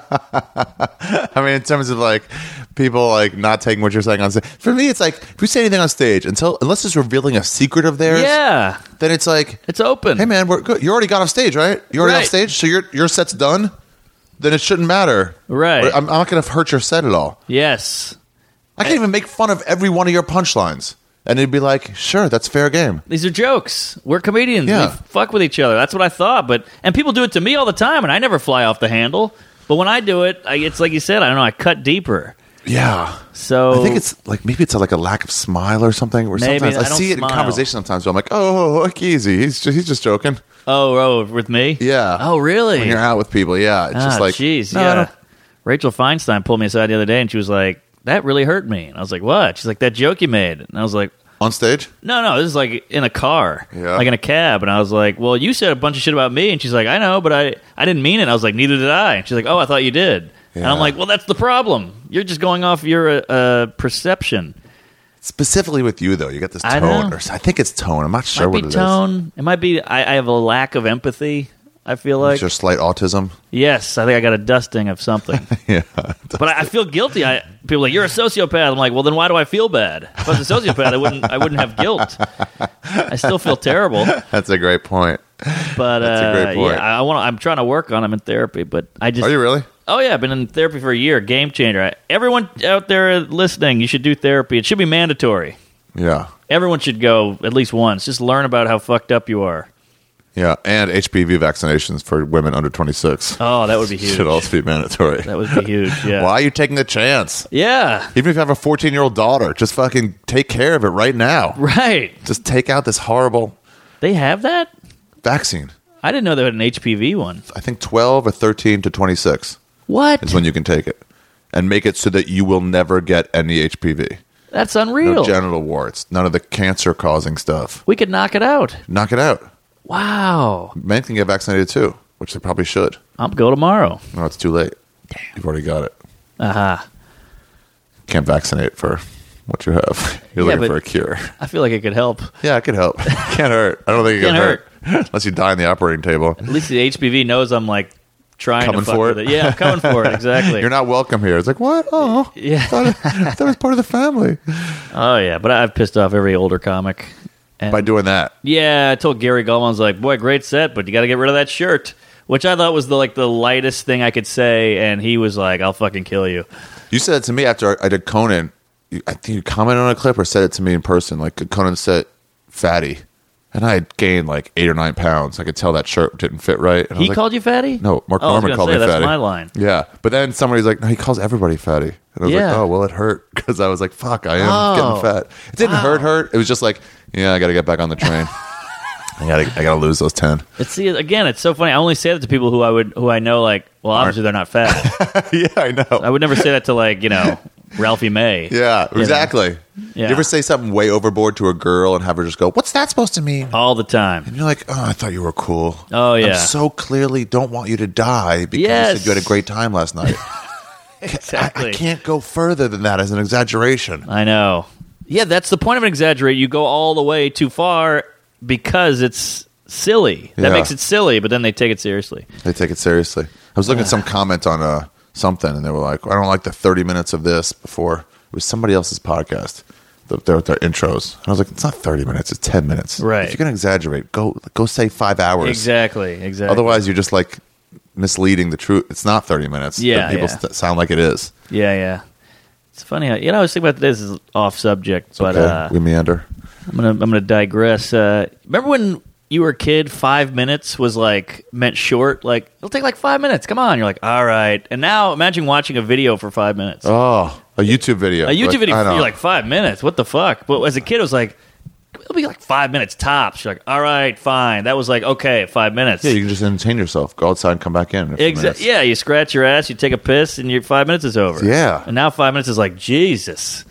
Speaker 2: I mean, in terms of like people like not taking what you're saying on stage. For me, it's like if you say anything on stage until unless it's revealing a secret of theirs,
Speaker 1: yeah,
Speaker 2: then it's like,
Speaker 1: it's open.
Speaker 2: hey man, we're good. You already got off stage, right? You already
Speaker 1: Right.
Speaker 2: off stage, so your your set's done. Then it shouldn't matter,
Speaker 1: Right.
Speaker 2: I'm, I'm not going to hurt your set at all.
Speaker 1: Yes.
Speaker 2: I can't even make fun of every one of your punchlines, and it'd be like, sure, that's fair game.
Speaker 1: These are jokes. We're comedians.
Speaker 2: Yeah.
Speaker 1: We fuck with each other. That's what I thought. But and people do it to me all the time, and I never fly off the handle. But when I do it, I, it's like you said. I don't know. I cut deeper.
Speaker 2: Yeah,
Speaker 1: So
Speaker 2: I think it's like maybe it's like a lack of smile or something. Where
Speaker 1: Oh. Maybe.
Speaker 2: sometimes I,
Speaker 1: I don't
Speaker 2: see it
Speaker 1: smile.
Speaker 2: in conversation sometimes. Where I'm like, oh, look easy. He's just, he's just joking.
Speaker 1: oh, oh, with me.
Speaker 2: Yeah.
Speaker 1: Oh, really?
Speaker 2: When you're out with people, yeah, it's
Speaker 1: Ah,
Speaker 2: just like,
Speaker 1: jeez.
Speaker 2: no, I
Speaker 1: yeah.
Speaker 2: don't-
Speaker 1: Rachel Feinstein pulled me aside the other day, and she was like, that really hurt me. And I was like, what? She's like, that joke you made. And I was like,
Speaker 2: on stage.
Speaker 1: no, no, this is like in a car,
Speaker 2: Yeah.
Speaker 1: like in a cab. And I was like, well, you said a bunch of shit about me. And she's like, I know, but I, I didn't mean it. And I was like, neither did I. And she's like, oh, I thought you did. And I'm
Speaker 2: Yeah.
Speaker 1: like, well, that's the problem. You're just going off your uh, uh, perception.
Speaker 2: Specifically with you though, you got this
Speaker 1: I
Speaker 2: tone.
Speaker 1: know.
Speaker 2: or s- I think it's tone. I'm not
Speaker 1: Might
Speaker 2: sure
Speaker 1: be
Speaker 2: what it is.
Speaker 1: tone. It might be I, I have a lack of empathy. I feel like
Speaker 2: It's your slight autism.
Speaker 1: yes, I think I got a dusting of something.
Speaker 2: yeah.
Speaker 1: But I, I feel guilty. I people are like you're a sociopath. I'm like, well, then why do I feel bad? If I was a sociopath, I wouldn't. I wouldn't have guilt. I still feel terrible.
Speaker 2: That's a great point.
Speaker 1: But
Speaker 2: a
Speaker 1: uh,
Speaker 2: great point.
Speaker 1: yeah, I want. I'm trying to work on. it. I'm in therapy, but I just.
Speaker 2: Are you really?
Speaker 1: Oh yeah, I've been in therapy for a year. Game changer. I, everyone out there listening, you should do therapy. It should be mandatory.
Speaker 2: Yeah.
Speaker 1: Everyone should go at least once. Just learn about how fucked up you are.
Speaker 2: Yeah. And HPV vaccinations for women under 26
Speaker 1: Oh, that would be huge.
Speaker 2: should also be mandatory.
Speaker 1: That would be huge. Yeah.
Speaker 2: Why are you taking the chance?
Speaker 1: Yeah.
Speaker 2: Even if you have a 14 year old daughter, just fucking take care of it right now.
Speaker 1: Right.
Speaker 2: Just take out this horrible
Speaker 1: They have that?
Speaker 2: vaccine.
Speaker 1: I didn't know they had an HPV one.
Speaker 2: I think 12 or 13 to 26
Speaker 1: What?
Speaker 2: is when you can take it and make it so that you will never get any HPV.
Speaker 1: That's
Speaker 2: No
Speaker 1: unreal.
Speaker 2: genital warts, none of the cancer causing stuff.
Speaker 1: we could knock it out.
Speaker 2: Knock it out.
Speaker 1: Wow.
Speaker 2: Men can get vaccinated too, which they probably should.
Speaker 1: I'll go tomorrow.
Speaker 2: No, it's too late. Damn. You've already got it.
Speaker 1: Uh-huh.
Speaker 2: Can't vaccinate for what you have. You're
Speaker 1: Yeah, but-
Speaker 2: looking for a cure.
Speaker 1: I feel like it could help. At
Speaker 2: Yeah, it could help. Can't hurt. I don't think it can
Speaker 1: Can't
Speaker 2: hurt. Unless you die on the operating table.
Speaker 1: least the HPV knows I'm like trying
Speaker 2: Coming
Speaker 1: to fuck
Speaker 2: for
Speaker 1: with
Speaker 2: it?
Speaker 1: it. Yeah, I'm coming for it. Exactly.
Speaker 2: You're not welcome here. It's like, what? Oh,
Speaker 1: Yeah.
Speaker 2: thought, that was part of the family.
Speaker 1: oh yeah, but I've pissed off every older comic. And
Speaker 2: By doing that,
Speaker 1: yeah, I told Gary Goldman, I was like, "Boy, great set, but you got to get rid of that shirt." Which I thought was the like the lightest thing I could say, and he was like, "I'll fucking kill you."
Speaker 2: You said it to me after I did Conan. You- I think you commented on a clip or said it to me in person. Like Conan said, fatty, and I had gained like eight or nine pounds. I could tell that shirt didn't fit right. And I was
Speaker 1: He
Speaker 2: like,
Speaker 1: called you fatty?
Speaker 2: No, Mark
Speaker 1: oh, I was
Speaker 2: Norman
Speaker 1: gonna
Speaker 2: called
Speaker 1: say,
Speaker 2: me
Speaker 1: that's
Speaker 2: fatty.
Speaker 1: my line.
Speaker 2: Yeah, but then somebody's like, no, he calls everybody fatty, and I was like,
Speaker 1: Yeah.
Speaker 2: oh well, it hurt because I was like, fuck, I am
Speaker 1: Oh.
Speaker 2: getting fat. It didn't hurt, hurt. It was just like, yeah, I got to get back on the train. I gotta, I gotta lose those ten.
Speaker 1: It's see again. It's so funny. I only say that to people who I would, who I know. Like, well, obviously they're not fat.
Speaker 2: yeah, I know.
Speaker 1: I would never say that to like you know Ralphie May.
Speaker 2: yeah,
Speaker 1: know.
Speaker 2: exactly.
Speaker 1: Yeah.
Speaker 2: You ever say something way overboard to a girl and have her just go, "What's that supposed to mean?"
Speaker 1: all the time.
Speaker 2: And you're like, oh, I thought you were cool.
Speaker 1: Oh, yeah.
Speaker 2: I'm so clearly don't want you to die because you
Speaker 1: Yes.
Speaker 2: said you had a great time last night. I,
Speaker 1: Exactly.
Speaker 2: I can't go further than that as an exaggeration.
Speaker 1: I know. Yeah, that's the point of an exaggerate. You go all the way too far because it's silly. That
Speaker 2: Yeah.
Speaker 1: makes it silly, but then they take it seriously.
Speaker 2: They take it seriously. I was looking at some comment on uh, something, and they were like, I don't like the 30 minutes of this before. It was somebody else's podcast. the- Their, their intros. And I was like, it's not 30 minutes, it's 10 minutes.
Speaker 1: Right.
Speaker 2: If you're going to exaggerate, go go say five hours.
Speaker 1: Exactly. Exactly.
Speaker 2: Otherwise, you're just like misleading the truth. It's not 30 minutes. but
Speaker 1: Yeah,
Speaker 2: People
Speaker 1: yeah.
Speaker 2: st- sound like it is.
Speaker 1: yeah, yeah. It's funny. How, you know, I was thinking about this is off subject, but
Speaker 2: Okay,
Speaker 1: uh,
Speaker 2: we meander.
Speaker 1: I'm gonna I'm gonna digress. Uh, remember when you were a kid? Five minutes was like meant short. Like it'll take like five minutes. Come on. You're like, all right. And now imagine watching a video for five minutes.
Speaker 2: Oh, a YouTube video.
Speaker 1: a YouTube
Speaker 2: Like,
Speaker 1: video.
Speaker 2: I know.
Speaker 1: You're like five minutes. What the fuck? But as a kid, it was like it'll be like five minutes tops. You're like, all right, fine. That was like okay, five minutes.
Speaker 2: yeah, you can just entertain yourself. Go outside and come back in. in a few minutes.
Speaker 1: Exactly. Yeah, you scratch your ass, you take a piss, and your five minutes is over.
Speaker 2: Yeah.
Speaker 1: And now five minutes is like Jesus.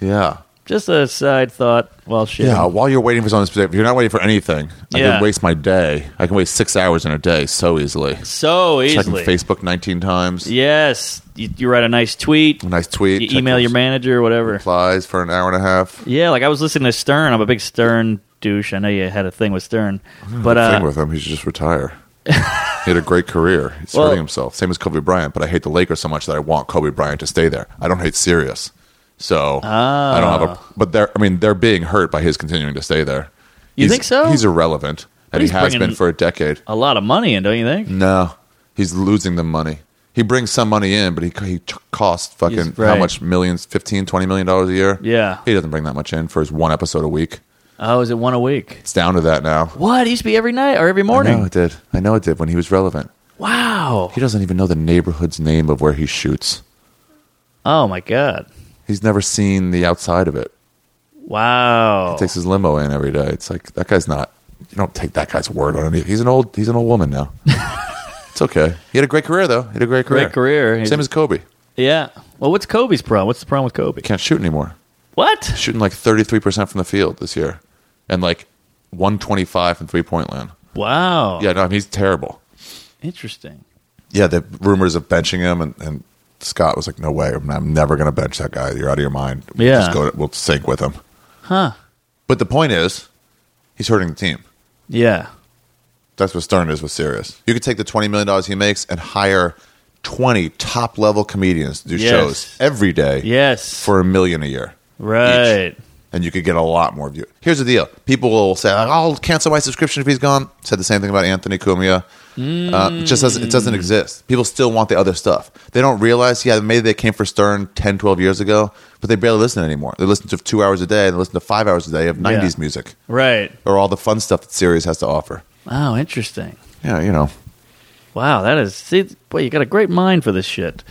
Speaker 2: yeah,
Speaker 1: Just a side thought. Well, shit.
Speaker 2: yeah. While you're waiting for something specific, if you're not waiting for anything, I
Speaker 1: Yeah.
Speaker 2: can waste my day. I can waste six hours in a day so easily.
Speaker 1: So
Speaker 2: Checking
Speaker 1: easily.
Speaker 2: Facebook 19 times.
Speaker 1: Yes, you, you write a nice tweet,
Speaker 2: Nice tweet.
Speaker 1: you
Speaker 2: Check
Speaker 1: email
Speaker 2: those
Speaker 1: your manager, or whatever.
Speaker 2: replies for an hour and a half.
Speaker 1: Yeah, like I was listening to Stern. I'm a big Stern douche. I know you had a thing with Stern, but
Speaker 2: Thing
Speaker 1: uh,
Speaker 2: with him, he should just retire. he had a great career. He's
Speaker 1: Well-
Speaker 2: hurting himself. Same as Kobe Bryant, but I hate the Lakers so much that I want Kobe Bryant to stay there. I don't hate Sirius, so I don't have a.
Speaker 1: Ah.
Speaker 2: But they're, I mean, they're being hurt by his continuing to stay there.
Speaker 1: You
Speaker 2: He's-
Speaker 1: think so?
Speaker 2: He's irrelevant, and
Speaker 1: he's
Speaker 2: he has
Speaker 1: bringing-
Speaker 2: been for a decade.
Speaker 1: a lot of money in, don't you think?
Speaker 2: No, he's losing them money. He brings some money in, but he he ch- costs fucking
Speaker 1: He's-
Speaker 2: how
Speaker 1: right.
Speaker 2: much millions, 15, 20 million dollars a year.
Speaker 1: Yeah.
Speaker 2: he doesn't bring that much in for his one episode a week.
Speaker 1: Oh, is it one a week?
Speaker 2: It's down to that now.
Speaker 1: What? It used to be every night or every
Speaker 2: I know
Speaker 1: morning.
Speaker 2: it did. I know it did when he was relevant.
Speaker 1: Wow.
Speaker 2: He doesn't even know the neighborhood's name of where he shoots.
Speaker 1: Oh my god.
Speaker 2: He's never seen the outside of it.
Speaker 1: Wow.
Speaker 2: Takes his limo in every day. It's like that guy's not. You don't take that guy's word on it. He's an old. He's an old woman now. it's okay. He had a great career though. He had a great career.
Speaker 1: Great career. He's-
Speaker 2: Same as Kobe.
Speaker 1: Yeah. Well, what's Kobe's problem? What's the problem with Kobe?
Speaker 4: Can't shoot anymore.
Speaker 1: What?
Speaker 4: Shooting like 33% from the field this year and like 125 from three point land.
Speaker 1: Wow.
Speaker 4: Yeah, no, I mean, he's terrible.
Speaker 1: Interesting.
Speaker 2: Yeah, the rumors of benching him, and, and Scott was like, "No way, I'm, I'm never going to bench that guy. You're out of your mind. We'll
Speaker 1: Yeah.
Speaker 2: just go. We'll sync with him."
Speaker 1: Huh.
Speaker 2: But the point is, he's hurting the team.
Speaker 1: Yeah.
Speaker 2: That's what Stern is with Sirius. You could take the twenty million dollars he makes and hire twenty top level comedians to do
Speaker 1: Yes.
Speaker 2: shows every day
Speaker 1: Yes.
Speaker 2: for a million a year.
Speaker 1: right.
Speaker 2: and you could get a lot more view. Here's the deal: people will say, "I'll cancel my subscription if he's gone." Said the same thing about Anthony Cumia. Uh, it just doesn't, it doesn't exist. People still want the other stuff. They don't realize, yeah, maybe they came for Stern 10, 12 years ago, but they barely listen anymore. They listen to two hours a day. They listen to five hours a day of 90s music
Speaker 1: Right.
Speaker 2: or all the fun stuff that Sirius has to offer.
Speaker 1: Wow. Interesting.
Speaker 2: Yeah, you know.
Speaker 1: Wow. That is. See, boy, you got a great mind for this shit.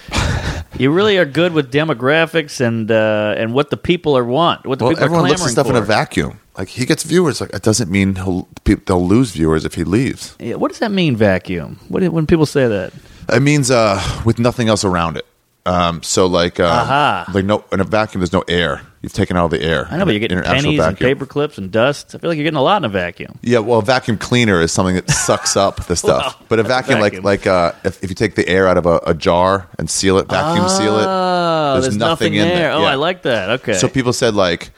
Speaker 1: you really are good with demographics and uh, and what the people are want. What the
Speaker 2: Well,
Speaker 1: people are
Speaker 2: everyone
Speaker 1: clamoring
Speaker 2: looks at stuff
Speaker 1: for.
Speaker 2: in a vacuum. Like he gets viewers. Like it doesn't mean he'll, pe- they'll lose viewers if he leaves.
Speaker 1: Yeah, what does that mean? Vacuum. What do- when people say that?
Speaker 2: It means uh, with nothing else around it. Um, so like, um,
Speaker 1: Aha.
Speaker 2: like no, in a vacuum, there's no air. You've taken all the air.
Speaker 1: I know, but you're
Speaker 2: In
Speaker 1: getting
Speaker 2: an actual
Speaker 1: pennies and
Speaker 2: vacuum.
Speaker 1: paper clips and dust. I feel like you're getting a lot in a vacuum.
Speaker 2: Yeah, well, a vacuum cleaner is something that sucks up the stuff.
Speaker 1: Wow,
Speaker 2: but a
Speaker 1: that's a
Speaker 2: vacuum,
Speaker 1: vacuum.
Speaker 2: like like uh, if, if you take the air out of a, a jar and seal it, vacuum seal it.
Speaker 1: Oh, there's, nothing, there. Oh,
Speaker 2: Yeah.
Speaker 1: I like that. Okay.
Speaker 2: So people said like,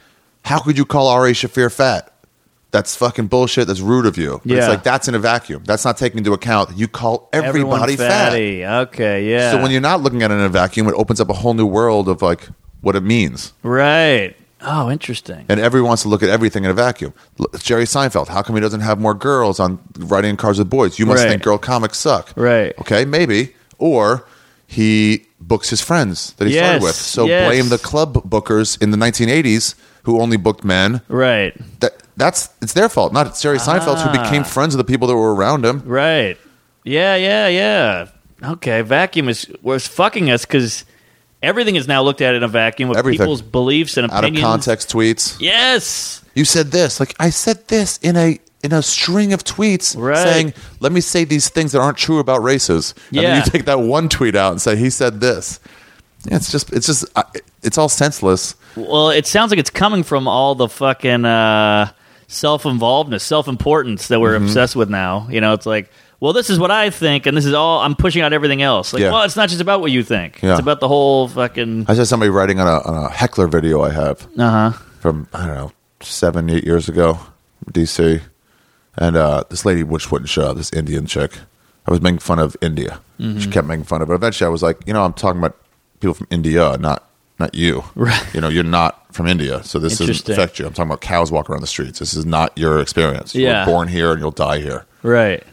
Speaker 2: how could you call Ari Shafir fat? That's fucking bullshit. That's rude of you. But
Speaker 1: Yeah.
Speaker 2: It's like that's in a vacuum. That's not taking into account that you call everybody
Speaker 1: Everyone's
Speaker 2: fat.
Speaker 1: fatty. Okay, yeah.
Speaker 2: So when you're not looking at it in a vacuum, it opens up a whole new world of like what it means.
Speaker 1: right. Oh, interesting.
Speaker 2: And everyone wants to look at everything in a vacuum. L- Jerry Seinfeld, how come he doesn't have more girls on writing in cars with boys? You must
Speaker 1: Right.
Speaker 2: think girl comics suck.
Speaker 1: Right.
Speaker 2: Okay, maybe. Or he books his friends that he
Speaker 1: Yes,
Speaker 2: started with. So
Speaker 1: yes.
Speaker 2: blame the club bookers in the 1980s who only booked men.
Speaker 1: Right.
Speaker 2: That that's it's their fault, not Jerry Seinfeld's
Speaker 1: Ah.
Speaker 2: who became friends with the people that were around him.
Speaker 1: Right. Yeah, yeah, yeah. Okay, vacuum is was fucking us cuz everything is now looked at in a vacuum with
Speaker 2: Everything.
Speaker 1: people's beliefs and
Speaker 2: Out of
Speaker 1: opinions.
Speaker 2: context tweets.
Speaker 1: Yes.
Speaker 2: you said this like i said this in a in a string of tweets
Speaker 1: Right.
Speaker 2: saying let me say these things that aren't true about races and then
Speaker 1: Yeah.
Speaker 2: you take that one tweet out and say he said this Yeah, it's just it's just I- it's all senseless
Speaker 1: Well, it sounds like it's coming from all the fucking uh, self-involvedness, self-importance that
Speaker 2: Mm-hmm.
Speaker 1: we're obsessed with now. You know, it's like, well, this is what I think, and this is all I'm pushing out everything else. Like,
Speaker 2: Yeah.
Speaker 1: well, it's not just about what you think;
Speaker 2: Yeah.
Speaker 1: it's about the whole fucking.
Speaker 2: i saw somebody writing on a, on a heckler video i have
Speaker 1: Uh huh.
Speaker 2: from i don't know seven eight years ago dc and uh this lady which wouldn't shut up this indian chick i was making fun of india she
Speaker 1: Mm-hmm.
Speaker 2: kept making fun of it eventually i was like you know i'm talking about people from india not not you
Speaker 1: Right.
Speaker 2: you know you're not from india so this doesn't
Speaker 1: Interesting.
Speaker 2: affect you i'm talking about cows walking around the streets this is not your experience you
Speaker 1: Yeah.
Speaker 2: were born here and you'll die here
Speaker 1: Right.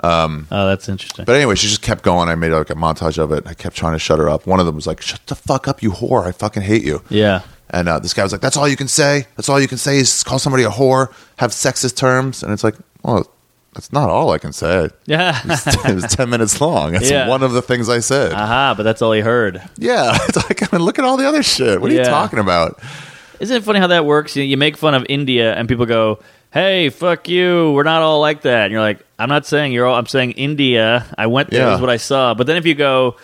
Speaker 1: Um. Oh, that's interesting.
Speaker 2: but anyway, she just kept going. I made like a montage of it. I kept trying to shut her up. One of them was like, "Shut the fuck up, you whore! I fucking hate you."
Speaker 1: yeah.
Speaker 2: And uh, this guy was like, "That's all you can say. That's all you can say is call somebody a whore, have sexist terms." And it's like, well, that's not all I can say.
Speaker 1: Yeah.
Speaker 2: It was, it was ten minutes long. That's
Speaker 1: Yeah. Uh.
Speaker 2: one of the things I said.
Speaker 1: Aha! But that's all he heard.
Speaker 2: yeah, it's like, I mean, look at all the other shit. What are you
Speaker 1: Yeah.
Speaker 2: talking about?
Speaker 1: Isn't it funny how that works? You, you make fun of India, and people go, "Hey, fuck you! We're not all like that." And you're like, "I'm not saying you're all. I'm saying India. I went there.
Speaker 2: Yeah.
Speaker 1: Is what I saw." But then if you go,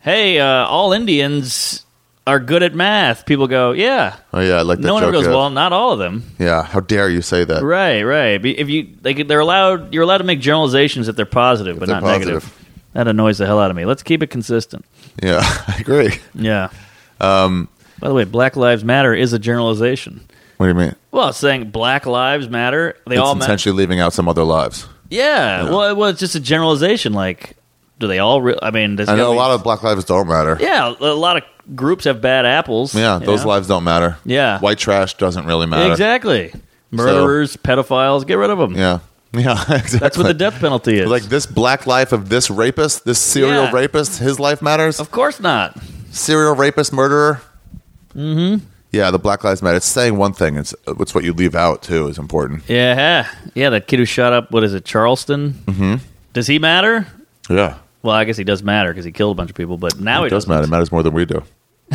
Speaker 1: "Hey, uh, all Indians are good at math," people go, "Yeah."
Speaker 2: Oh yeah, I like that
Speaker 1: No one ever
Speaker 2: joke,
Speaker 1: goes,
Speaker 2: yeah.
Speaker 1: "Well, not all of them."
Speaker 2: Yeah, how dare you say that?
Speaker 1: Right, right. Be- If you like, they're allowed. You're allowed to make generalizations if they're positive, but
Speaker 2: they're
Speaker 1: not negative.
Speaker 2: positive.
Speaker 1: That annoys the hell out of me. Let's keep it consistent.
Speaker 2: Yeah, I agree.
Speaker 1: Yeah. Um. By the way, Black Lives Matter is a generalization.
Speaker 2: What do you mean?
Speaker 1: Well, it's saying Black Lives Matter. They
Speaker 2: It's
Speaker 1: all matter.
Speaker 2: intentionally leaving out some other lives.
Speaker 1: Yeah. Well, it- well, it's just a generalization. Like, do they all? Re- I mean, there's
Speaker 2: I
Speaker 1: gotta
Speaker 2: know a
Speaker 1: be-
Speaker 2: lot of black lives don't matter.
Speaker 1: Yeah, a lot of groups have bad apples.
Speaker 2: Yeah,
Speaker 1: you
Speaker 2: those
Speaker 1: know?
Speaker 2: lives don't matter.
Speaker 1: Yeah.
Speaker 2: white trash doesn't really matter.
Speaker 1: Exactly. Murderers, pedophiles, get rid of them.
Speaker 2: Yeah, yeah, exactly.
Speaker 1: That's what the death penalty is.
Speaker 2: like this black life of this rapist, this serial
Speaker 1: Yeah.
Speaker 2: rapist, his life matters.
Speaker 1: of course not.
Speaker 2: serial rapist murderer. Mm-hmm.
Speaker 1: Mm-hmm.
Speaker 2: Yeah, the Black Lives Matter. It's saying one thing. It's it's what you leave out too is important.
Speaker 1: Yeah, yeah. That kid who shot up. What is it, Charleston? Mm-hmm. Does he matter?
Speaker 2: Yeah,
Speaker 1: Well, I guess he does matter because he killed a bunch of people. But now
Speaker 2: it
Speaker 1: he
Speaker 2: does
Speaker 1: doesn't.
Speaker 2: matter. It matters more than we do.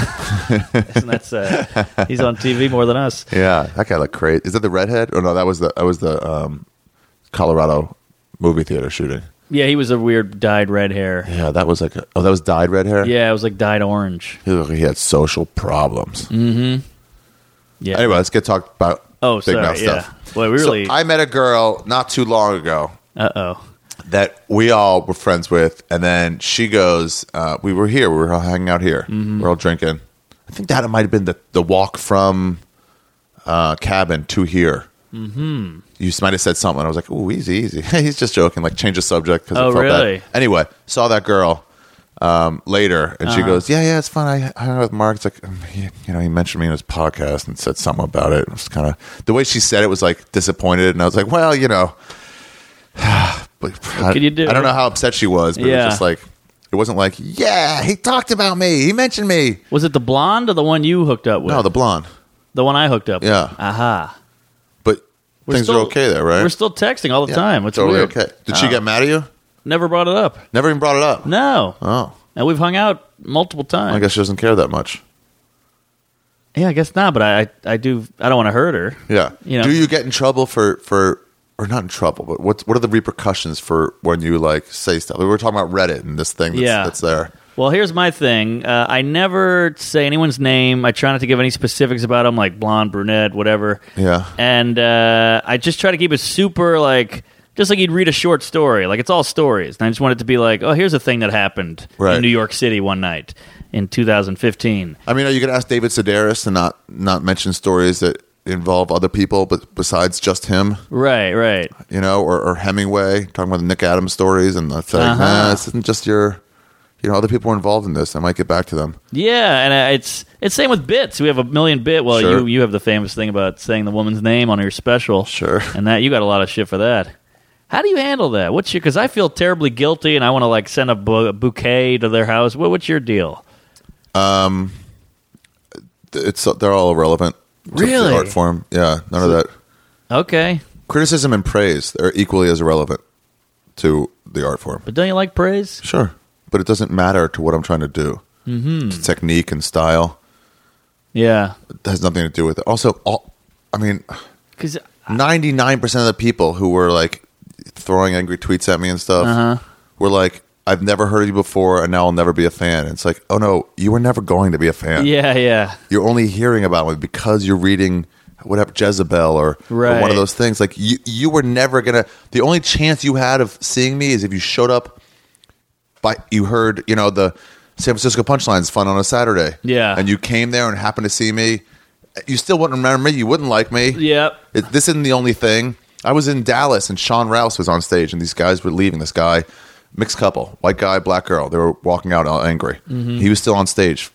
Speaker 1: And that's uh, he's on TV more than us.
Speaker 2: Yeah, that guy looked crazy. Is that the redhead? Oh no, that was the that was the um, Colorado movie theater shooting.
Speaker 1: Yeah, he was a weird dyed red hair. Yeah,
Speaker 2: Yeah, that was like, a, oh, that was dyed red hair.
Speaker 1: it was like dyed orange.
Speaker 2: he, looked like he had social problems.
Speaker 1: Yeah.
Speaker 2: Anyway, let's get talked about
Speaker 1: Mm. oh,
Speaker 2: big
Speaker 1: sorry.
Speaker 2: mouth
Speaker 1: yeah.
Speaker 2: stuff.
Speaker 1: Boy, we really.
Speaker 2: So I met a girl not too long ago
Speaker 1: uh oh.
Speaker 2: that we all were friends with, and then she goes, uh, "We were here. We were all hanging out here.
Speaker 1: Mm-hmm.
Speaker 2: We are all drinking. I think that might have been the the walk from uh, cabin to here." Mm-hmm. You s- might have said something. I was like, "Ooh, easy, easy." He's just joking. Like, change the subject because
Speaker 1: Oh,
Speaker 2: I felt bad.
Speaker 1: really?
Speaker 2: Anyway, saw that girl um, later, and
Speaker 1: Uh-huh.
Speaker 2: she goes, "Yeah, yeah, it's fun. I I hung out with Mark. It's like, um, he, you know, he mentioned me in his podcast and said something about it. It was kind of the way she said it was like disappointed, and I was like, well, you know." But I,
Speaker 1: can you do?
Speaker 2: I don't know how upset she was, but it
Speaker 1: Yeah.
Speaker 2: was just like it wasn't like, yeah, he talked about me, he mentioned me.
Speaker 1: Was it the blonde or the one you hooked up with?
Speaker 2: No, the blonde.
Speaker 1: the one I hooked up
Speaker 2: Yeah.
Speaker 1: with. Aha.
Speaker 2: But
Speaker 1: We're
Speaker 2: things
Speaker 1: still-
Speaker 2: are okay there, right?
Speaker 1: We're still texting all the
Speaker 2: Yeah,
Speaker 1: time. It's
Speaker 2: totally
Speaker 1: weird.
Speaker 2: okay. Did she
Speaker 1: Oh.
Speaker 2: get mad at you?
Speaker 1: Never brought it up.
Speaker 2: Never even brought it up.
Speaker 1: No.
Speaker 2: Oh,
Speaker 1: And we've hung out multiple times.
Speaker 2: I guess she doesn't care that much.
Speaker 1: Yeah, I guess not, but I, I, I do. I don't want to hurt her.
Speaker 2: Yeah.
Speaker 1: You know.
Speaker 2: Do you get in trouble for for or not in trouble, but what what are the repercussions for when you like say stuff? We were talking about Reddit and this thing that's,
Speaker 1: Yeah.
Speaker 2: that's there.
Speaker 1: Well, here's my thing. Uh, I never say anyone's name. I try not to give any specifics about them, like blonde, brunette, whatever.
Speaker 2: Yeah.
Speaker 1: And uh, I just try to keep it super, like, just like you'd read a short story. Like, it's all stories. And I just want it to be like, oh, here's a thing that happened
Speaker 2: Right.
Speaker 1: in New York City one night in 2015.
Speaker 2: I mean, are you going to ask David Sedaris to not not mention stories that involve other people, but besides just him?
Speaker 1: Right, right.
Speaker 2: you know, or, or Hemingway talking about the Nick Adams stories, and that's like,
Speaker 1: Uh-huh.
Speaker 2: nah, this isn't just your, you know, other people were involved in this. I might get back to them.
Speaker 1: Yeah, and uh, it's it's same with bits. We have a million bit. Well,
Speaker 2: Sure.
Speaker 1: you you have the famous thing about saying the woman's name on your special.
Speaker 2: Sure.
Speaker 1: And that you got a lot of shit for that. How do you handle that? What's your? Because I feel terribly guilty, and I want to like send a, bu- a bouquet to their house. What, what's your deal?
Speaker 2: It's they're all irrelevant. to the
Speaker 1: Really?
Speaker 2: art form, yeah. None of that
Speaker 1: Okay,
Speaker 2: criticism and praise are equally as irrelevant to the art form.
Speaker 1: but don't you like praise?
Speaker 2: Sure, but it doesn't matter to what I'm trying to do. Mm-hmm. technique and style
Speaker 1: Yeah,
Speaker 2: it has nothing to do with it. Also, all, I mean,
Speaker 1: because
Speaker 2: 99% of the people who were like throwing angry tweets at me and stuff were like, I've never heard of you before and now I'll never be a fan. And it's like, oh no, you were never going to be a fan.
Speaker 1: yeah, yeah,
Speaker 2: You're only hearing about me because you're reading whatever Jezebel or, or one
Speaker 1: Right.
Speaker 2: of those things. Like you, you were never going to, the only chance you had of seeing me is if you showed up by, you heard, you know, the San Francisco Punchline's fun on a Saturday.
Speaker 1: Yeah.
Speaker 2: And you came there and happened to see me. You still wouldn't remember me. You wouldn't like me.
Speaker 1: yep.
Speaker 2: It, this isn't the only thing. I was in Dallas and Sean Rouse was on stage and these guys were leaving. This guy, mixed couple, white guy, black girl. They were walking out all angry. He was still on stage.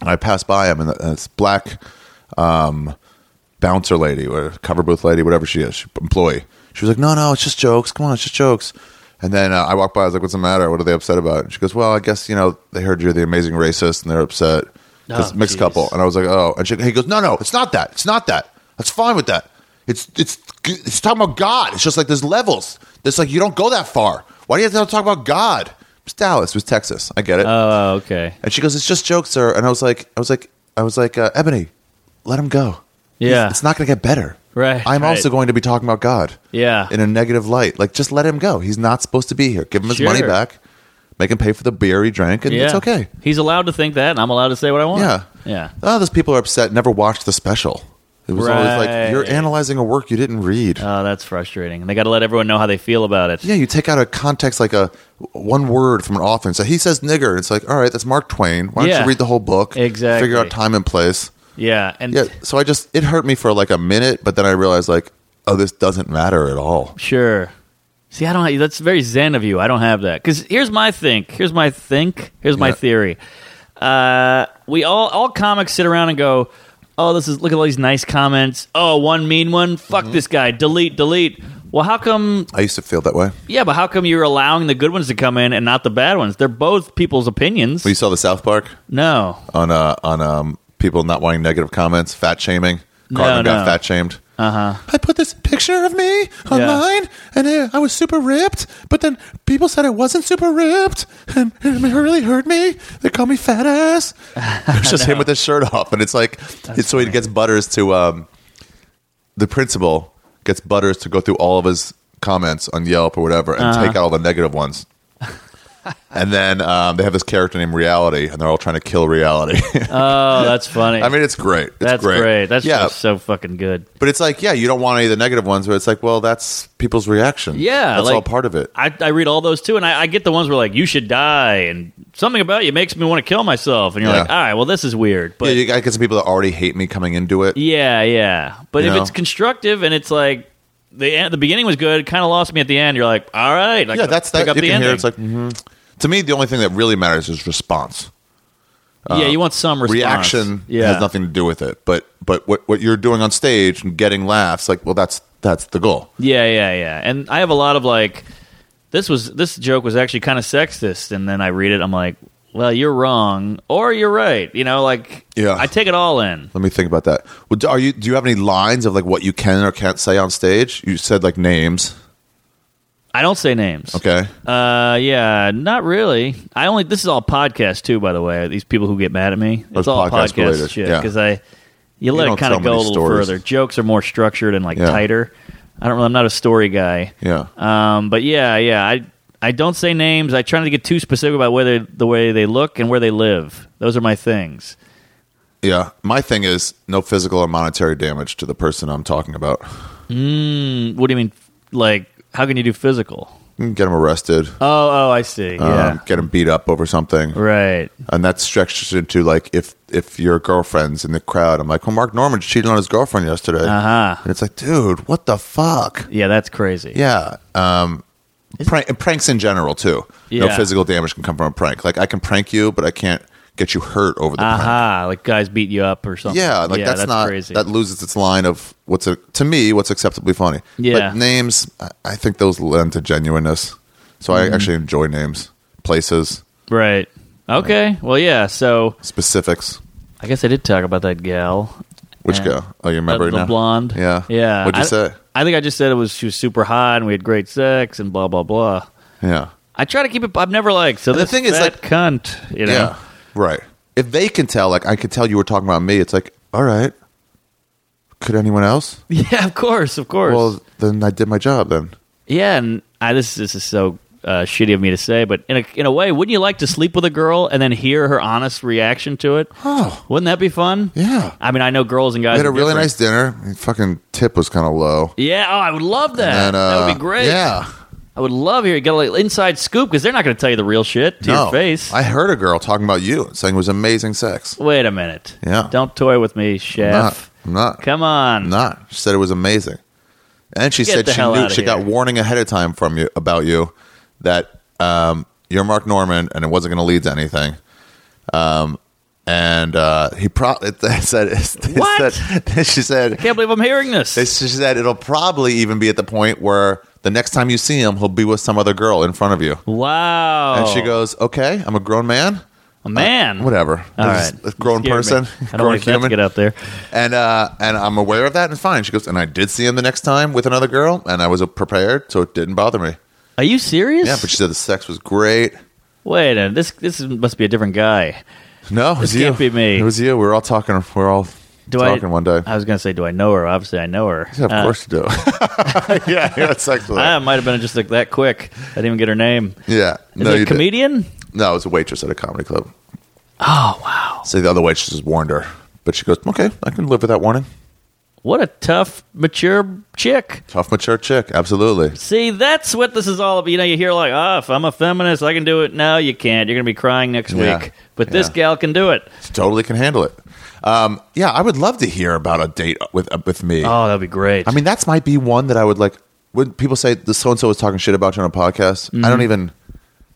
Speaker 2: And I passed by him and, and this black um, bouncer lady or cover booth lady, whatever she is, she, employee. She was like, no, no, it's just jokes. Come on, it's just jokes. And then uh, I walked by. I was like, what's the matter? What are they upset about? And she goes, well, I guess, you know, they heard you're the amazing racist and they're upset. This
Speaker 1: Oh,
Speaker 2: mixed
Speaker 1: geez.
Speaker 2: couple. And I was like, oh. And she, he goes, no, no, it's not that. It's not that. That's fine with that. It's it's it's talking about God. It's just like there's levels. There's like you don't go that far. Why do you have to talk about God? It's Dallas. It was Texas. I get it.
Speaker 1: Oh, okay.
Speaker 2: and she goes, it's just jokes, sir. And I was like, I was like, I was like, uh, Ebony, let him go.
Speaker 1: Yeah.
Speaker 2: He's- it's not going to get better.
Speaker 1: Right,
Speaker 2: I'm
Speaker 1: right.
Speaker 2: also going to be talking about God.
Speaker 1: Yeah.
Speaker 2: In a negative light. Like just let him go. He's not supposed to be here. Give him his
Speaker 1: Sure.
Speaker 2: money back. Make him pay for the beer he drank, and
Speaker 1: Yeah.
Speaker 2: it's okay.
Speaker 1: He's allowed to think that, and I'm allowed to say what I want.
Speaker 2: Yeah.
Speaker 1: yeah.
Speaker 2: Oh, those people are upset. Never watched the special. It was always like
Speaker 1: Right.
Speaker 2: you're analyzing a work you didn't read.
Speaker 1: Oh, that's frustrating. And they got to let everyone know how they feel about it.
Speaker 2: yeah, you take out a context like a one word from an author and say he says nigger. It's like, all right, that's Mark Twain. Why don't
Speaker 1: Yeah.
Speaker 2: you read the whole book?
Speaker 1: Exactly.
Speaker 2: Figure out time and place.
Speaker 1: Yeah, and
Speaker 2: Yeah. So I just it hurt me for like a minute, but then I realized like, oh, this doesn't matter at all.
Speaker 1: Sure. See, I don't. That's very zen of you. I don't have that. Because here's my think. Here's my think. Here's my
Speaker 2: Yeah.
Speaker 1: theory. Uh, we all all comics sit around and go, "Oh, this is look at all these nice comments. Oh, one mean one. Fuck
Speaker 2: Mm-hmm.
Speaker 1: this guy. Delete, delete." Well, how come?
Speaker 2: I used to feel that way.
Speaker 1: Yeah, but how come you're allowing the good ones to come in and not the bad ones? They're both people's opinions.
Speaker 2: Well, you saw the South Park
Speaker 1: no.
Speaker 2: on uh, on um, people not wanting negative comments, fat shaming.
Speaker 1: No,
Speaker 2: Cartman got
Speaker 1: no.
Speaker 2: fat shamed. Uh huh. I put this picture of me online, and uh, I was super ripped. But then people said I wasn't super ripped, and, and it really hurt me. They call me fat ass. It was just him with his shirt off, and it's like, it's, so he gets Butters to um, the principal gets Butters to go through all of his comments on Yelp or whatever and
Speaker 1: Uh-huh.
Speaker 2: take out all the negative ones. and then um, they have this character named Reality, and they're all trying to kill Reality.
Speaker 1: Oh, that's funny.
Speaker 2: I mean, it's great. It's
Speaker 1: that's
Speaker 2: great.
Speaker 1: That's
Speaker 2: yeah,
Speaker 1: just so fucking good.
Speaker 2: but it's like yeah, you don't want any of the negative ones, but it's like well, that's people's reaction.
Speaker 1: Yeah,
Speaker 2: that's
Speaker 1: like-
Speaker 2: all part of it.
Speaker 1: I, I read all those too, and I, I get the ones where like you should die, and something about you makes me want to kill myself, and you're
Speaker 2: Yeah.
Speaker 1: like, all right, well, this is weird, but
Speaker 2: yeah, you, I get some people that already hate me coming into it.
Speaker 1: Yeah, yeah. But
Speaker 2: You
Speaker 1: if
Speaker 2: know?
Speaker 1: it's constructive and it's like the end, the beginning was good, kind of lost me at the end. You're like, all right, I
Speaker 2: yeah,
Speaker 1: gotta
Speaker 2: that's
Speaker 1: pick
Speaker 2: that. You
Speaker 1: up
Speaker 2: can
Speaker 1: the
Speaker 2: hear
Speaker 1: ending.
Speaker 2: it's like mhm. to me the only thing that really matters is response.
Speaker 1: yeah, you want some response.
Speaker 2: uh, Reaction
Speaker 1: Yeah,
Speaker 2: has nothing to do with it, but but what what you're doing on stage and getting laughs, like well, that's that's the goal.
Speaker 1: Yeah, yeah, yeah. And I have a lot of like, this was this joke was actually kind of sexist, and then I read it, I'm like, well, you're wrong, or you're right. You know, like,
Speaker 2: Yeah.
Speaker 1: I take it all in.
Speaker 2: Let me think about that. Well, do- Are you do you have any lines of like what you can or can't say on stage? You said like names.
Speaker 1: I don't say names.
Speaker 2: Okay.
Speaker 1: Uh, yeah, not really. I only this is all podcast too, by the way. These people who get mad at me, it's
Speaker 2: That's
Speaker 1: all
Speaker 2: podcast
Speaker 1: podcast
Speaker 2: related,
Speaker 1: shit
Speaker 2: yeah.
Speaker 1: because I you let
Speaker 2: don't
Speaker 1: it kind
Speaker 2: tell
Speaker 1: of go a
Speaker 2: many
Speaker 1: little
Speaker 2: stories.
Speaker 1: further. Jokes are more structured and like
Speaker 2: Yeah.
Speaker 1: tighter. I don't really. I'm not a story guy.
Speaker 2: Yeah.
Speaker 1: Um, but yeah, yeah. I I don't say names. I try not to get too specific about whether the way they look and where they live. Those are my things.
Speaker 2: Yeah. My thing is no physical or monetary damage to the person I'm talking about.
Speaker 1: What do you mean? Like, how can you do physical?
Speaker 2: You can Get them arrested.
Speaker 1: Oh, oh, I see. Yeah.
Speaker 2: Um, get them beat up over something.
Speaker 1: right.
Speaker 2: and that stretches into like if if your girlfriend's in the crowd, I'm like, well, Mark Norman cheated on his girlfriend yesterday,
Speaker 1: Uh huh.
Speaker 2: and it's like, dude, what the fuck?
Speaker 1: Yeah, that's crazy.
Speaker 2: Yeah, um, prank, and pranks in general too. No
Speaker 1: Yeah.
Speaker 2: physical damage can come from a prank. Like I can prank you, but I can't get you hurt over the prank.
Speaker 1: Aha, like guys beat you up or something.
Speaker 2: Yeah, like that's, not
Speaker 1: Uh-huh. crazy.
Speaker 2: that loses its line of what's a, to me what's acceptably funny.
Speaker 1: Yeah.
Speaker 2: but names, I, I think those lend to genuineness. So
Speaker 1: Mm-hmm.
Speaker 2: I actually enjoy names, places,
Speaker 1: right. Okay. Well, yeah. So
Speaker 2: specifics.
Speaker 1: I guess I did talk about that gal,
Speaker 2: Which
Speaker 1: Yeah.
Speaker 2: go? Oh, you
Speaker 1: the,
Speaker 2: remember it
Speaker 1: the
Speaker 2: now?
Speaker 1: blonde.
Speaker 2: Yeah.
Speaker 1: Yeah.
Speaker 2: What'd you
Speaker 1: I-
Speaker 2: say?
Speaker 1: I think I just said it was she was super hot and we had great sex and blah blah blah.
Speaker 2: Yeah.
Speaker 1: I try to keep it. I've never like so.
Speaker 2: And
Speaker 1: The
Speaker 2: the
Speaker 1: thing
Speaker 2: thing is,
Speaker 1: is,
Speaker 2: like-
Speaker 1: cunt. You know.
Speaker 2: Yeah. Right. If they can tell, like I could tell you were talking about me, it's like, all right. Could anyone else?
Speaker 1: Yeah, Of course. Of course.
Speaker 2: Well, then I did my job then.
Speaker 1: yeah. And I, this this is so uh, shitty of me to say, but in a in a way, wouldn't you like to sleep with a girl and then hear her honest reaction to it?
Speaker 2: Oh.
Speaker 1: Wouldn't that be fun?
Speaker 2: Yeah.
Speaker 1: I mean, I know girls and guys
Speaker 2: We had a
Speaker 1: are
Speaker 2: really
Speaker 1: different.
Speaker 2: nice dinner. The fucking tip was kind of low.
Speaker 1: Yeah, oh, I would love that.
Speaker 2: And, uh,
Speaker 1: that would be great.
Speaker 2: Yeah.
Speaker 1: I would love here. You Get a little inside scoop because they're not going to tell you the real shit to your
Speaker 2: No.
Speaker 1: face.
Speaker 2: I heard a girl talking about you, saying it was amazing sex.
Speaker 1: Wait a minute.
Speaker 2: Yeah.
Speaker 1: Don't toy with me, chef.
Speaker 2: I'm not.
Speaker 1: Come on.
Speaker 2: I'm not. She said it was amazing. And she
Speaker 1: Get
Speaker 2: said
Speaker 1: the
Speaker 2: she
Speaker 1: hell
Speaker 2: knew
Speaker 1: outta
Speaker 2: she got
Speaker 1: here.
Speaker 2: warning ahead of time from you about you that um, you're Mark Norman and it wasn't going to lead to anything. Um, and uh, he pro- it, it said, it
Speaker 1: What?
Speaker 2: said- she said
Speaker 1: Can't believe I'm hearing this.
Speaker 2: it- she said it'll probably even be at the point where the next time you see him he'll be with some other girl in front of you.
Speaker 1: wow.
Speaker 2: And she goes, "Okay, I'm a grown man."
Speaker 1: A Oh. man.
Speaker 2: Whatever.
Speaker 1: All
Speaker 2: This
Speaker 1: right.
Speaker 2: is A grown
Speaker 1: You scared
Speaker 2: person,
Speaker 1: me. I don't
Speaker 2: grown
Speaker 1: like that to
Speaker 2: human
Speaker 1: get out there.
Speaker 2: and uh, and I'm aware of that, and fine. She goes, and I did see him the next time with another girl, and I was prepared, so it didn't bother me.
Speaker 1: Are you serious?
Speaker 2: Yeah, but she said the sex was great.
Speaker 1: Wait a minute. This, this is- must be a different guy.
Speaker 2: No, it was
Speaker 1: This
Speaker 2: you.
Speaker 1: can't be me.
Speaker 2: It was you. We were all talking. We we're all
Speaker 1: Do
Speaker 2: talking
Speaker 1: I,
Speaker 2: one day.
Speaker 1: I was going to say, do I know her? Obviously, I know her.
Speaker 2: yeah, of
Speaker 1: Uh,
Speaker 2: course you do. yeah, you had sex with her.
Speaker 1: I might have been just like that quick. I didn't even get her name.
Speaker 2: yeah,
Speaker 1: Is
Speaker 2: no,
Speaker 1: it
Speaker 2: you
Speaker 1: a
Speaker 2: did.
Speaker 1: comedian?
Speaker 2: No, it was a waitress at a comedy club.
Speaker 1: Oh, wow.
Speaker 2: So the other waitress just warned her, but she goes, "Okay, I can live with that warning."
Speaker 1: What a tough, mature chick.
Speaker 2: Tough, mature chick. Absolutely.
Speaker 1: See, that's what this is all about. You know, you hear like, oh, if I'm a feminist, I can do it. No, you can't. You're going to be crying next
Speaker 2: Yeah.
Speaker 1: week. But this
Speaker 2: Yeah.
Speaker 1: gal can do it.
Speaker 2: Totally can handle it. Um, yeah, I would love to hear about a date with uh, with me.
Speaker 1: Oh, that'd be great.
Speaker 2: I mean, that's might be one that I would like. When people say the so and so was talking shit about you on a podcast, I
Speaker 1: Mm-hmm.
Speaker 2: don't even,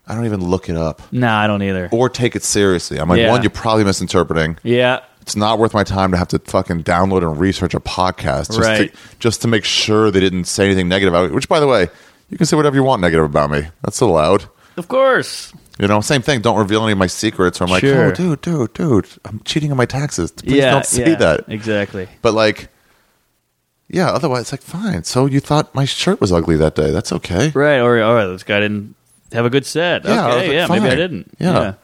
Speaker 2: I don't even look it up
Speaker 1: no, I don't either.
Speaker 2: or take it seriously. I'm like,
Speaker 1: Yeah.
Speaker 2: one, you're probably misinterpreting.
Speaker 1: Yeah.
Speaker 2: It's not worth my time to have to fucking download and research a podcast just
Speaker 1: Right.
Speaker 2: to, just to make sure they didn't say anything negative about me. Which, by the way, you can say whatever you want negative about me. That's allowed.
Speaker 1: Of course.
Speaker 2: You know, same thing. Don't reveal any of my secrets. Or I'm like,
Speaker 1: Sure.
Speaker 2: oh, dude, dude, dude, I'm cheating on my taxes. Please
Speaker 1: yeah.
Speaker 2: don't say
Speaker 1: yeah,
Speaker 2: that.
Speaker 1: Exactly.
Speaker 2: But like, yeah. Otherwise, like, fine. So you thought my shirt was ugly that day? That's okay.
Speaker 1: Right. Or, or this guy didn't have a good set.
Speaker 2: Yeah, I was
Speaker 1: okay.
Speaker 2: like,
Speaker 1: yeah. Maybe I
Speaker 2: fine.
Speaker 1: didn't.
Speaker 2: Yeah.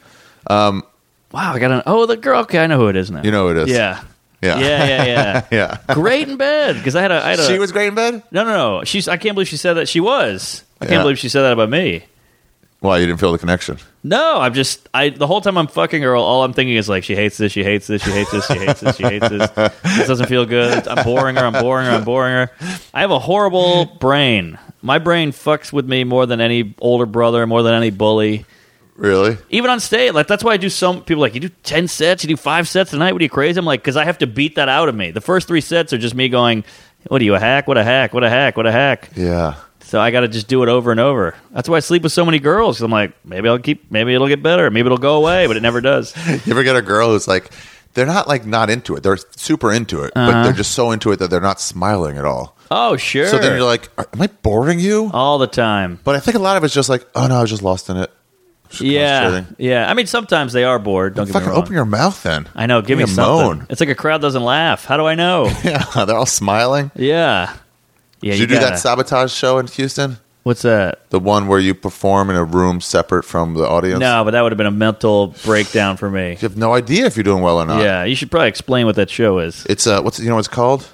Speaker 1: Um, wow. I got an. Oh, the girl. Okay. I know who it is now.
Speaker 2: You know who it is.
Speaker 1: Yeah.
Speaker 2: Yeah.
Speaker 1: Yeah, yeah, yeah.
Speaker 2: Yeah.
Speaker 1: Great in bed because I had a. I had a
Speaker 2: She was great in bed?
Speaker 1: no, no, no. She's. I can't believe she said that. She was. I can't
Speaker 2: Yeah.
Speaker 1: believe she said that about me.
Speaker 2: Why? You didn't feel the connection.
Speaker 1: No, I'm just I the whole time I'm fucking her, all I'm thinking is like she hates this, she hates this, she hates this, she hates this, she hates this. This doesn't feel good. I'm boring her, I'm boring her, I'm boring her. I have a horrible brain. My brain fucks with me more than any older brother, more than any bully.
Speaker 2: Really?
Speaker 1: Even on stage, like that's why I do some people are like you do ten sets, you do five sets tonight. What are you crazy? I'm like because I have to beat that out of me. The first three sets are just me going, "What are you a hack? What a hack? What a hack? What a hack?"
Speaker 2: Yeah.
Speaker 1: So I got to just do it over and over. That's why I sleep with so many girls. 'cause I'm like, maybe I'll keep, maybe it'll get better, maybe it'll go away, but it never does.
Speaker 2: You ever get a girl who's like, they're not like not into it. They're super into it,
Speaker 1: Uh-huh.
Speaker 2: but they're just so into it that they're not smiling at all.
Speaker 1: Oh sure,
Speaker 2: So then you're like, "Are- am I boring you?
Speaker 1: all the time.
Speaker 2: But I think a lot of it's just like, oh no, I was just lost in it. Just
Speaker 1: Yeah,
Speaker 2: concentrating.
Speaker 1: yeah. I mean, sometimes they are bored. Don't get me
Speaker 2: Fucking
Speaker 1: wrong.
Speaker 2: open your mouth then.
Speaker 1: I know. Give me
Speaker 2: a
Speaker 1: something.
Speaker 2: moan.
Speaker 1: It's like a crowd doesn't laugh. How do I know?
Speaker 2: Yeah, they're all smiling.
Speaker 1: yeah, yeah.
Speaker 2: Did you, do
Speaker 1: gotta-
Speaker 2: that sabotage show in Houston?
Speaker 1: What's that?
Speaker 2: The one where you perform in a room separate from the audience?
Speaker 1: No, but that would have been a mental breakdown for me.
Speaker 2: You have no idea if you're doing well or not.
Speaker 1: Yeah, you should probably explain what that show is.
Speaker 2: It's uh what's you know what it's called?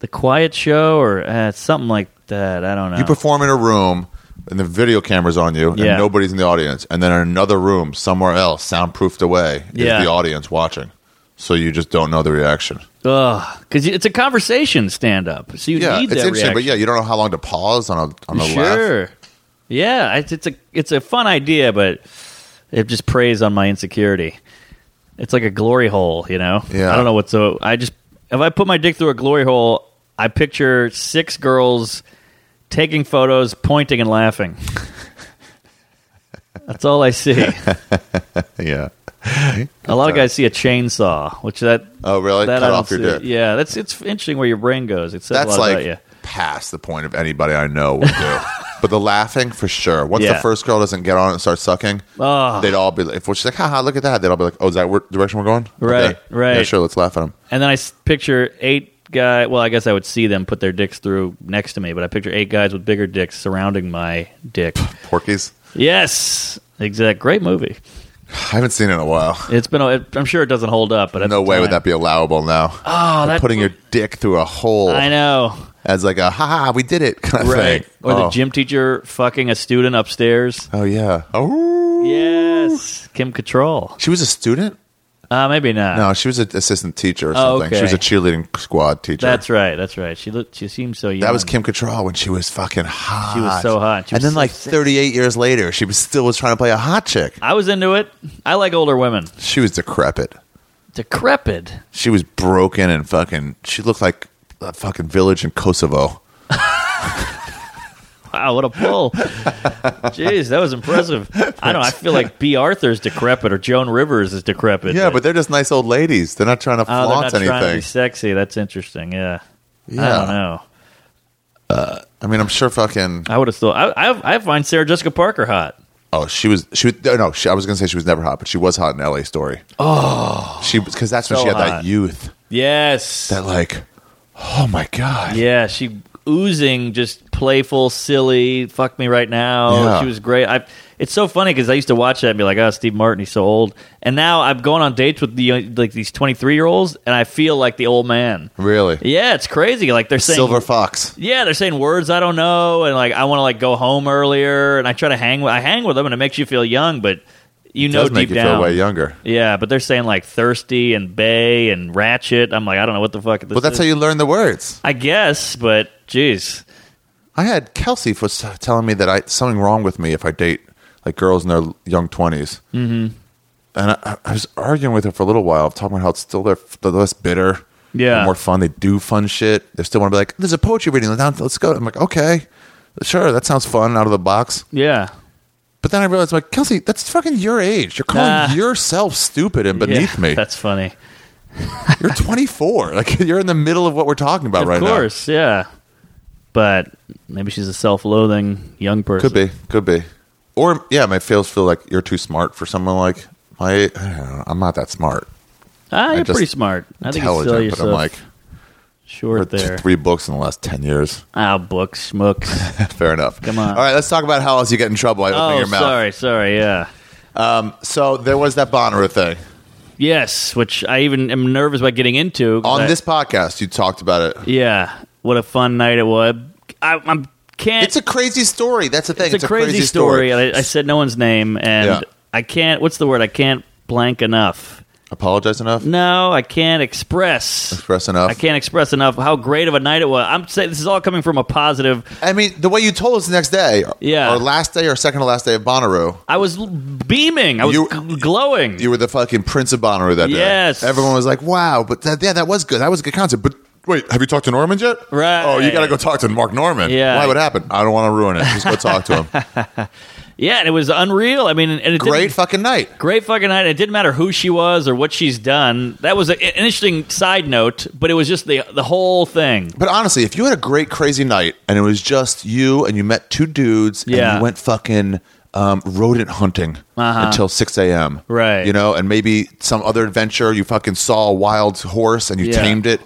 Speaker 1: The Quiet Show or uh, something like that. I don't know.
Speaker 2: You perform in a room and the video camera's on you and
Speaker 1: Yeah.
Speaker 2: nobody's in the audience. And then in another room somewhere else, soundproofed away, is
Speaker 1: Yeah.
Speaker 2: the audience watching. So you just don't know the reaction.
Speaker 1: because it's a conversation stand up, so you
Speaker 2: Yeah,
Speaker 1: need
Speaker 2: it's
Speaker 1: that
Speaker 2: interesting,
Speaker 1: reaction.
Speaker 2: but yeah, you don't know how long to pause on a on a laugh.
Speaker 1: sure, yeah, it's, it's a it's a fun idea, but it just preys on my insecurity. It's like a glory hole, you know.
Speaker 2: Yeah.
Speaker 1: I don't know what so I just if I put my dick through a glory hole, I picture six girls taking photos, pointing and laughing. That's all I see.
Speaker 2: Yeah.
Speaker 1: A lot of guys see a chainsaw, which that
Speaker 2: Oh really?
Speaker 1: that I
Speaker 2: Cut
Speaker 1: don't
Speaker 2: off your
Speaker 1: see.
Speaker 2: dick.
Speaker 1: Yeah, uh, that's it's interesting where your brain goes. It says a
Speaker 2: That's
Speaker 1: lot about you.
Speaker 2: like past the point of anybody I know will do. but the laughing for sure. Once
Speaker 1: Yeah.
Speaker 2: the first girl doesn't get on and start sucking,
Speaker 1: Oh.
Speaker 2: they'd all be like, if she's like, haha, look at that, they'd all be like, oh, is that where direction we're going?
Speaker 1: Right, right.
Speaker 2: Yeah, sure, let's laugh at him.
Speaker 1: And then I s- picture eight guy. Well, I guess I would see them put their dicks through next to me, but I picture eight guys with bigger dicks surrounding my dick.
Speaker 2: Porkies.
Speaker 1: yes, exact. Great movie.
Speaker 2: I haven't seen it in a while.
Speaker 1: It's been. a- it- I'm sure it doesn't hold up, but at
Speaker 2: No
Speaker 1: the
Speaker 2: way would
Speaker 1: time-
Speaker 2: that be allowable now.
Speaker 1: Oh, that
Speaker 2: Putting your dick through a hole
Speaker 1: I know.
Speaker 2: as like a haha, we did it kind of
Speaker 1: Right.
Speaker 2: thing.
Speaker 1: Or
Speaker 2: oh.
Speaker 1: the gym teacher fucking a student upstairs.
Speaker 2: Oh yeah. Oh.
Speaker 1: Yes, Kim Cattrall.
Speaker 2: She was a student?
Speaker 1: Uh, maybe not.
Speaker 2: No, she was an assistant teacher or
Speaker 1: Oh,
Speaker 2: something. She was a
Speaker 1: okay.
Speaker 2: cheerleading squad teacher.
Speaker 1: That's right. That's right. She looked. She seemed so young.
Speaker 2: That was Kim Cattrall when she was fucking hot.
Speaker 1: She was so hot. She was
Speaker 2: and then,
Speaker 1: so
Speaker 2: like
Speaker 1: sexy.
Speaker 2: 38 years later, she was still was trying to play a hot chick.
Speaker 1: I was into it. I like older women.
Speaker 2: She was decrepit.
Speaker 1: Decrepit.
Speaker 2: She was broken and fucking. She looked like a fucking village in Kosovo.
Speaker 1: Wow, what a pull! Jeez, that was impressive. I don't. know, I feel like B. Arthur's decrepit or Joan Rivers is decrepit.
Speaker 2: Yeah, but they're just nice old ladies. They're not trying to
Speaker 1: oh, they're not
Speaker 2: flaunt
Speaker 1: trying to be
Speaker 2: anything.
Speaker 1: sexy. That's interesting. Yeah. I
Speaker 2: Yeah.
Speaker 1: don't know.
Speaker 2: I mean, I'm sure fucking.
Speaker 1: I would have still. I, I I find Sarah Jessica Parker hot.
Speaker 2: Oh, she was. She was- no. no, She, I was gonna say she was never hot, but she was hot in L.A. Story. Oh, she because that's when
Speaker 1: So
Speaker 2: she had
Speaker 1: hot.
Speaker 2: that youth.
Speaker 1: Yes.
Speaker 2: That like, oh my god.
Speaker 1: yeah, she oozing just playful, silly. Fuck me right now.
Speaker 2: Yeah.
Speaker 1: She was great. I. It's so funny because I used to watch that and be like, "Oh, Steve Martin, he's so old." And now I'm going on dates with the uh, like these 23 year olds, and I feel like the old man.
Speaker 2: Really.
Speaker 1: Yeah, it's crazy. Like they're saying
Speaker 2: Silver fox.
Speaker 1: Yeah, they're saying words I don't know, and like I want to like go home earlier, and I try to hang with I hang with them, and it makes you feel young, but you know
Speaker 2: does
Speaker 1: deep
Speaker 2: make you
Speaker 1: down,
Speaker 2: feel way younger.
Speaker 1: yeah. But they're saying like thirsty and bay and ratchet. I'm like I don't know what the fuck. This
Speaker 2: But that's how you learn the words.
Speaker 1: I guess, but jeez,
Speaker 2: I had Kelsey for s- telling me that I something wrong with me if I date like girls in their young 20s Mm-hmm. And I- I, I was arguing with her for a little while, talking about how it's still they're, they're less bitter,
Speaker 1: Yeah.
Speaker 2: they're more fun. They do fun shit. They still want to be like, "There's a poetry reading. Let's let's go." I'm like, "Okay, sure, that sounds fun out of the box."
Speaker 1: yeah,
Speaker 2: But then I realized, like, Kelsey, that's fucking your age. You're calling
Speaker 1: Nah.
Speaker 2: yourself stupid and beneath
Speaker 1: Yeah,
Speaker 2: me.
Speaker 1: That's funny.
Speaker 2: You're 24. like, you're in the middle of what we're talking about
Speaker 1: Of
Speaker 2: right
Speaker 1: course, yeah. But maybe she's a self-loathing young
Speaker 2: now.
Speaker 1: person.
Speaker 2: Could be, could be, or yeah, my feels feel like you're too smart for someone like my. I don't know, I'm not that smart.
Speaker 1: Ah, you're
Speaker 2: just-
Speaker 1: pretty smart. I think you
Speaker 2: intelligent,
Speaker 1: sell
Speaker 2: but
Speaker 1: yourself
Speaker 2: I'm like
Speaker 1: short
Speaker 2: read
Speaker 1: there.
Speaker 2: three books in the last ten years.
Speaker 1: Ah, books, schmooks.
Speaker 2: Fair enough.
Speaker 1: Come on.
Speaker 2: All right, let's talk about how else you get in trouble by opening
Speaker 1: oh,
Speaker 2: your mouth.
Speaker 1: sorry, sorry, yeah.
Speaker 2: So there was that Bonnaroo thing.
Speaker 1: Yes, which I even am nervous about getting into. 'cause
Speaker 2: On
Speaker 1: I-
Speaker 2: this podcast, you talked about it.
Speaker 1: yeah, what a fun night it was. I, I'm can't.
Speaker 2: It's a crazy story. That's the thing.
Speaker 1: it's a crazy, story. and I, I said no one's name, and
Speaker 2: Yeah.
Speaker 1: I can't. What's the word? I can't blank enough.
Speaker 2: Apologize enough.
Speaker 1: No, I can't express.
Speaker 2: Express enough.
Speaker 1: Mm. I can't express enough how great of a night it was. I'm saying this is all coming from a positive.
Speaker 2: I mean, the way you told us the next day,
Speaker 1: Yeah.
Speaker 2: or last day, or second to last day of Bonnaroo,
Speaker 1: I was l- beaming. I was
Speaker 2: You-
Speaker 1: gl- glowing.
Speaker 2: you were the fucking Prince of Bonnaroo that day.
Speaker 1: Yes.
Speaker 2: everyone was like, "Wow!" But that, yeah, that was good. That was a good concert. But wait, have you talked to Norman yet?
Speaker 1: Right.
Speaker 2: Oh, you got to go talk to Mark Norman.
Speaker 1: Yeah.
Speaker 2: Why would happen? I don't want to ruin it. Just go talk to him.
Speaker 1: yeah, and it was unreal. I mean, and it
Speaker 2: Great
Speaker 1: didn't-
Speaker 2: fucking night.
Speaker 1: Great fucking night. It didn't matter who she was or what she's done. That was a, an interesting side note, but it was just the the whole thing.
Speaker 2: But honestly, if you had a great crazy night and it was just you and you met two dudes and
Speaker 1: Yeah. Uh-huh.
Speaker 2: you went fucking um, rodent hunting until six a.m.
Speaker 1: Right.
Speaker 2: You know, and maybe some other adventure. You fucking saw a wild horse and you
Speaker 1: Yeah.
Speaker 2: tamed it.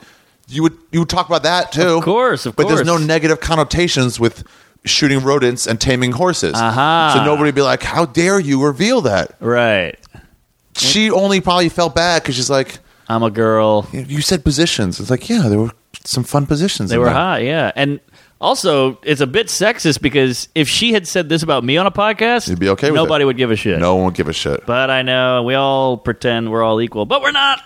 Speaker 2: You would you would talk about that too,
Speaker 1: Of course, of
Speaker 2: but there's no
Speaker 1: course.
Speaker 2: negative connotations with shooting rodents and taming horses.
Speaker 1: Aha.
Speaker 2: So nobody'd be like, "How dare you reveal that?"
Speaker 1: Right.
Speaker 2: She only probably felt bad because she's like,
Speaker 1: I'm a girl.
Speaker 2: "You said positions." It's like, yeah, there were some fun positions.
Speaker 1: They
Speaker 2: in
Speaker 1: were
Speaker 2: there.
Speaker 1: hot, yeah. And also, it's a bit sexist because if she had said this about me on a podcast,
Speaker 2: You'd be okay with
Speaker 1: nobody
Speaker 2: it.
Speaker 1: would give a shit.
Speaker 2: No one would give a shit.
Speaker 1: But I know we all pretend we're all equal, but we're not.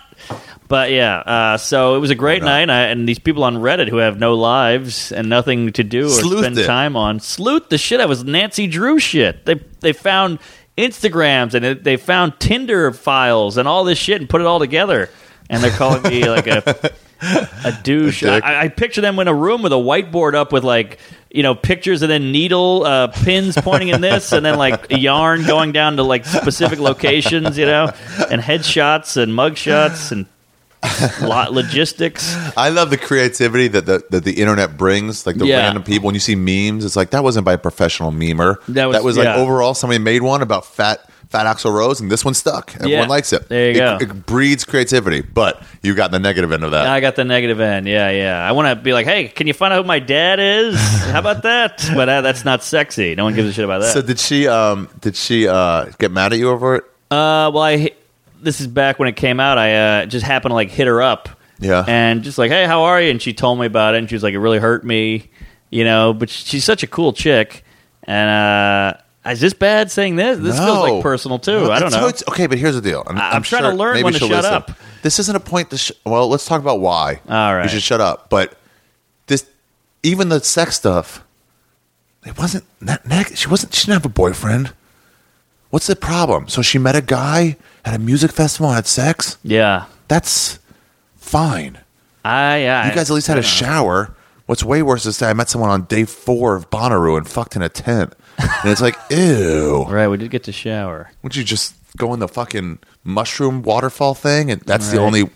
Speaker 1: But yeah, uh, so it was a great night, and, I, and these people on Reddit who have no lives and nothing to do or
Speaker 2: Sleuthed
Speaker 1: spend
Speaker 2: it.
Speaker 1: time on sleuthed the shit. I was Nancy Drew shit. They they found Instagrams and it, they found Tinder files and all this shit and put it all together, and they're calling me like a a douche.
Speaker 2: A dick.
Speaker 1: I, I picture them in a room with a whiteboard up with like you know pictures and then needle uh, pins pointing in this and then like yarn going down to like specific locations, you know, and headshots and mugshots and lot logistics.
Speaker 2: I love the creativity that the, that the internet brings, like the
Speaker 1: Yeah.
Speaker 2: random people. When you see memes, it's like that wasn't by a professional memer.
Speaker 1: That was-
Speaker 2: like
Speaker 1: yeah.
Speaker 2: overall somebody made one about fat fat Axl Rose, and this one stuck. Everyone
Speaker 1: Yeah.
Speaker 2: likes it.
Speaker 1: There you
Speaker 2: it,
Speaker 1: go.
Speaker 2: It breeds creativity, but you got the negative end of that.
Speaker 1: I got the negative end. Yeah, yeah. I want to be like, hey, can you find out who my dad is? How about that? But uh, that's not sexy. No one gives a shit about that.
Speaker 2: so did she? Um, did she uh, get mad at you over it?
Speaker 1: Uh, well, I hi- this is back when it came out. I uh, just happened to like hit her up.
Speaker 2: Yeah.
Speaker 1: And just like, hey, how are you? And she told me about it, and she was like, it really hurt me, you know. But sh- she's such a cool chick, and uh, is this bad saying this? This feels like personal too.
Speaker 2: No,
Speaker 1: I don't
Speaker 2: that's how
Speaker 1: know.
Speaker 2: it's- okay, but here's the deal. I'm,
Speaker 1: I'm trying to learn
Speaker 2: maybe
Speaker 1: when to
Speaker 2: she'll
Speaker 1: shut up.
Speaker 2: This isn't a point to. Sh- well, let's talk about why.
Speaker 1: All
Speaker 2: you
Speaker 1: right.
Speaker 2: should shut up. But this, even the sex stuff, it wasn't that. Neg- she wasn't. She didn't have a boyfriend. What's the problem? So she met a guy at a music festival and had sex.
Speaker 1: Yeah.
Speaker 2: That's fine.
Speaker 1: I, I
Speaker 2: You guys at least had a shower. What's way worse is that I met someone on day four of Bonnaroo and fucked in a tent, and it's like, ew.
Speaker 1: Right. We did get to shower.
Speaker 2: Would you just go in the fucking mushroom waterfall thing and that's the
Speaker 1: Right.
Speaker 2: only